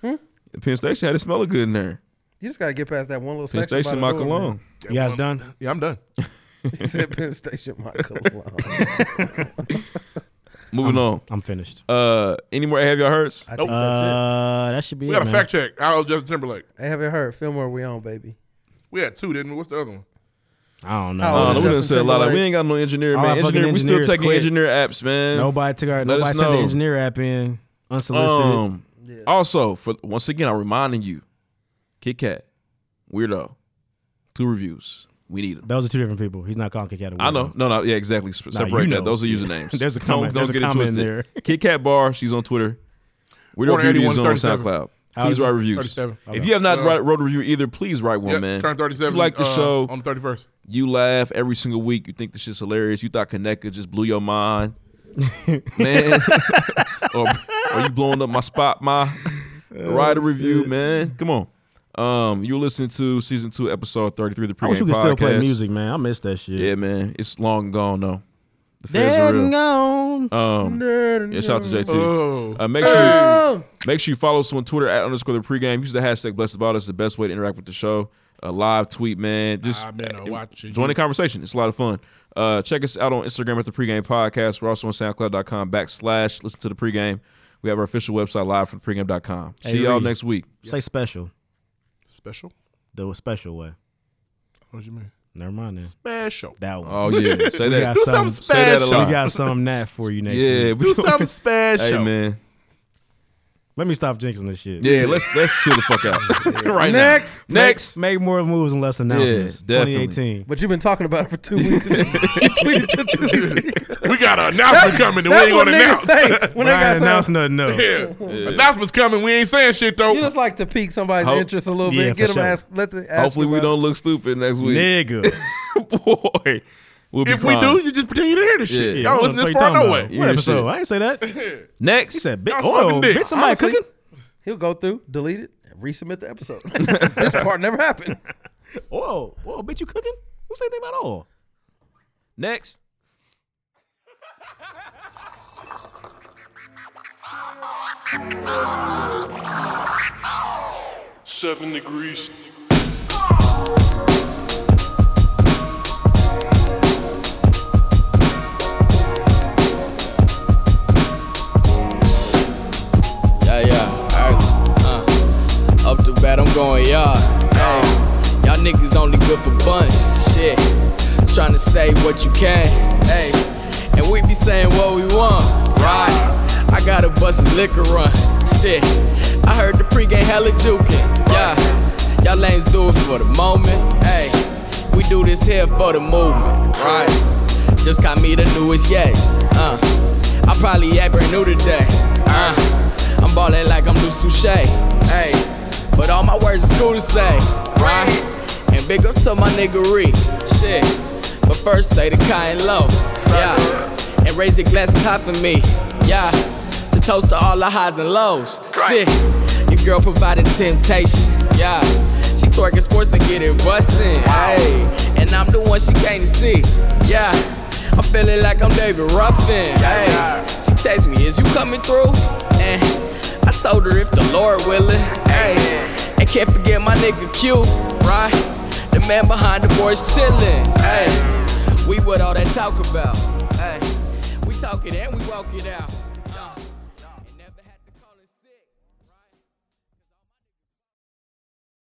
[SPEAKER 7] Hmm?
[SPEAKER 1] The Penn Station had it smelling good in there.
[SPEAKER 4] You just gotta get past that one little
[SPEAKER 1] Penn
[SPEAKER 4] section.
[SPEAKER 1] Station, my
[SPEAKER 4] by the door,
[SPEAKER 1] cologne.
[SPEAKER 7] you guys done?
[SPEAKER 5] Yeah, I'm done.
[SPEAKER 4] man. He said Penn Station, my cologne.
[SPEAKER 1] Moving on.
[SPEAKER 7] I'm finished.
[SPEAKER 1] Uh, any more have y'all hurts?
[SPEAKER 4] I
[SPEAKER 5] Nope.
[SPEAKER 4] think that's
[SPEAKER 7] Uh, that should be.
[SPEAKER 5] We
[SPEAKER 7] it,
[SPEAKER 5] got a
[SPEAKER 7] man.
[SPEAKER 5] fact check. I was Justin Timberlake.
[SPEAKER 4] it. I haven't heard. Fillmore, we on, baby.
[SPEAKER 5] We had two, didn't we? What's the other one?
[SPEAKER 7] I don't know.
[SPEAKER 4] How
[SPEAKER 1] Uh,
[SPEAKER 4] old
[SPEAKER 1] we
[SPEAKER 4] is
[SPEAKER 1] done
[SPEAKER 4] Justin
[SPEAKER 1] said a lot. Like, we
[SPEAKER 4] Timberlake?
[SPEAKER 1] ain't got no engineer,
[SPEAKER 7] All
[SPEAKER 1] man.
[SPEAKER 7] our fucking
[SPEAKER 1] Engineer, we still
[SPEAKER 7] engineers
[SPEAKER 1] taking
[SPEAKER 7] quit.
[SPEAKER 1] engineer apps, man.
[SPEAKER 7] nobody took our. Nobody
[SPEAKER 1] us
[SPEAKER 7] sent the
[SPEAKER 1] know.
[SPEAKER 7] engineer app in unsolicited.
[SPEAKER 1] Um, Also, for once again, I'm reminding you, Kit Kat, weirdo, two reviews. We need them.
[SPEAKER 7] Those are two different people. He's not calling Kit Kat a
[SPEAKER 1] I know.
[SPEAKER 7] weirdo.
[SPEAKER 1] No, no, yeah, exactly. Sep-
[SPEAKER 7] Nah, you
[SPEAKER 1] Separate that.
[SPEAKER 7] know.
[SPEAKER 1] Those are usernames.
[SPEAKER 7] (laughs) There's a
[SPEAKER 1] Don't-
[SPEAKER 7] comment-
[SPEAKER 1] Don't,
[SPEAKER 7] there's a
[SPEAKER 1] get it
[SPEAKER 7] comment in
[SPEAKER 1] twisted.
[SPEAKER 7] there.
[SPEAKER 1] Kit Kat Bar, she's on Twitter. Weirdo
[SPEAKER 5] Corner
[SPEAKER 1] Beauty is on
[SPEAKER 5] 8137.
[SPEAKER 1] SoundCloud.
[SPEAKER 7] old
[SPEAKER 1] Please
[SPEAKER 7] is it?
[SPEAKER 1] write reviews.
[SPEAKER 5] 37.
[SPEAKER 1] If you have not
[SPEAKER 5] Uh,
[SPEAKER 1] write, wrote a review either, please write one,
[SPEAKER 5] Yep,
[SPEAKER 1] man.
[SPEAKER 5] Turned 37.
[SPEAKER 1] You like the
[SPEAKER 5] uh,
[SPEAKER 1] show,
[SPEAKER 5] on the 31st.
[SPEAKER 1] you laugh every single week. You think the shit's hilarious. You thought Connecticut just blew your
[SPEAKER 7] (laughs)
[SPEAKER 1] mind, man. (laughs) or are you blowing up my spot, ma?
[SPEAKER 7] Oh,
[SPEAKER 1] Write a review, man. Come on. Um, you're listening to season two, episode thirty-three of the
[SPEAKER 7] I
[SPEAKER 1] pregame
[SPEAKER 7] wish we could
[SPEAKER 1] podcast.
[SPEAKER 7] still play music, man. I miss that shit.
[SPEAKER 1] Yeah, man. It's long gone though. The fans
[SPEAKER 7] Dead
[SPEAKER 1] are
[SPEAKER 7] and
[SPEAKER 1] real.
[SPEAKER 7] gone.
[SPEAKER 1] Um, yeah, shout out to JT.
[SPEAKER 5] Oh.
[SPEAKER 1] Uh, make sure make sure you follow us on Twitter at underscore the pregame. Use the hashtag blessed about us. The best way to interact with the show. A live tweet, man. Just
[SPEAKER 5] I've been uh, watching.
[SPEAKER 1] Join the
[SPEAKER 5] you.
[SPEAKER 1] conversation. It's a lot of fun. Uh, check us out on Instagram at the pregame podcast. We're also on soundcloud.com backslash listen to the pregame. We have our official website live from pregame.com.
[SPEAKER 7] Hey,
[SPEAKER 1] See y'all
[SPEAKER 7] Reed.
[SPEAKER 1] next week.
[SPEAKER 7] Say special.
[SPEAKER 5] Special?
[SPEAKER 7] The special way.
[SPEAKER 5] What do you mean?
[SPEAKER 7] Never mind then.
[SPEAKER 5] Special.
[SPEAKER 7] That one.
[SPEAKER 1] Oh yeah. Say
[SPEAKER 7] (laughs) we,
[SPEAKER 1] that.
[SPEAKER 7] got
[SPEAKER 5] Do
[SPEAKER 7] some,
[SPEAKER 5] something
[SPEAKER 1] Say that a
[SPEAKER 5] special.
[SPEAKER 1] lot.
[SPEAKER 7] we got some that for you
[SPEAKER 1] (laughs)
[SPEAKER 7] next
[SPEAKER 1] yeah,
[SPEAKER 7] week.
[SPEAKER 1] we
[SPEAKER 5] Do something
[SPEAKER 1] Hey
[SPEAKER 5] special.
[SPEAKER 1] man.
[SPEAKER 7] Let me stop jinxing this shit.
[SPEAKER 1] Yeah, let's let's chill the fuck out (laughs) right
[SPEAKER 4] Next.
[SPEAKER 1] now. Next,
[SPEAKER 7] Make more moves and less announcements.
[SPEAKER 1] definitely.
[SPEAKER 7] 2018.
[SPEAKER 4] But you've been talking about it for two weeks.
[SPEAKER 5] we got an announcement coming and we
[SPEAKER 4] That's
[SPEAKER 5] ain't
[SPEAKER 4] what
[SPEAKER 5] gonna
[SPEAKER 4] niggas
[SPEAKER 5] announce.
[SPEAKER 4] say when
[SPEAKER 7] When
[SPEAKER 4] they
[SPEAKER 7] I
[SPEAKER 4] got
[SPEAKER 7] ain't announced
[SPEAKER 4] something.
[SPEAKER 7] nothing, no.
[SPEAKER 5] (laughs) yeah. Announcement's coming. We ain't saying shit though.
[SPEAKER 4] You just like to pique somebody's
[SPEAKER 1] Hope-
[SPEAKER 4] interest a little
[SPEAKER 7] Yeah,
[SPEAKER 4] bit. Get
[SPEAKER 7] for
[SPEAKER 4] them
[SPEAKER 7] sure.
[SPEAKER 4] ask. Let the ask
[SPEAKER 1] hopefully
[SPEAKER 4] them
[SPEAKER 1] we
[SPEAKER 4] about it.
[SPEAKER 1] don't look stupid next week.
[SPEAKER 7] Nigga.
[SPEAKER 1] (laughs) Boy, we'll be
[SPEAKER 5] if we
[SPEAKER 1] fine.
[SPEAKER 5] do, you just pretend you didn't hear this shit.
[SPEAKER 1] Yeah.
[SPEAKER 5] Y'all
[SPEAKER 7] what
[SPEAKER 5] listen
[SPEAKER 7] the
[SPEAKER 5] this
[SPEAKER 7] fuck you
[SPEAKER 5] far
[SPEAKER 7] talking
[SPEAKER 5] no
[SPEAKER 7] about?
[SPEAKER 5] way.
[SPEAKER 7] What
[SPEAKER 1] Yeah,
[SPEAKER 7] episode?
[SPEAKER 1] shit.
[SPEAKER 7] I ain't say that.
[SPEAKER 1] next,
[SPEAKER 7] He said,
[SPEAKER 5] (laughs)
[SPEAKER 7] "Bitch,
[SPEAKER 5] Y'all
[SPEAKER 7] hold
[SPEAKER 5] smoking
[SPEAKER 7] on,
[SPEAKER 5] dick.
[SPEAKER 7] bitch, somebody
[SPEAKER 4] Honestly,
[SPEAKER 7] cooking."
[SPEAKER 4] He'll go through, delete it, and resubmit the episode. (laughs) this part never happened.
[SPEAKER 7] Whoa, whoa, bitch, you cooking? Who said anything about all?
[SPEAKER 1] next.
[SPEAKER 2] Seven degrees.
[SPEAKER 3] Yeah, yeah, alright. Uh, up to bat, I'm going yard. Hey, y'all niggas only good for bunch. Shit, trying to say what you can. Hey, and we be saying what we want. Right, I got a bus of liquor run. Shit, I heard the pregame hella jukin'. Yeah, y'all lanes do it for the moment. Hey, we do this here for the movement. Right, just got me the newest yes. Uh, I probably act brand new today. Uh, I'm ballin' like I'm loose touche. Hey, but all my words is cool to say, right? And big up to my niggery, shit. But first say the kind low, yeah. And raise your glasses high for me, yeah. To toast to all the highs and lows, shit. Your girl provided temptation, yeah. She twerking sports and get it bustin', hey. And I'm the one she came to see, yeah. I'm feeling like I'm David Ruffin. Hey, she text me, is you coming through? And I told her if the Lord willing. Hey, and can't forget my nigga Q, right? The man behind the boys chillin'. Hey, we what all that talk about. Hey, we talk it and we walk it out.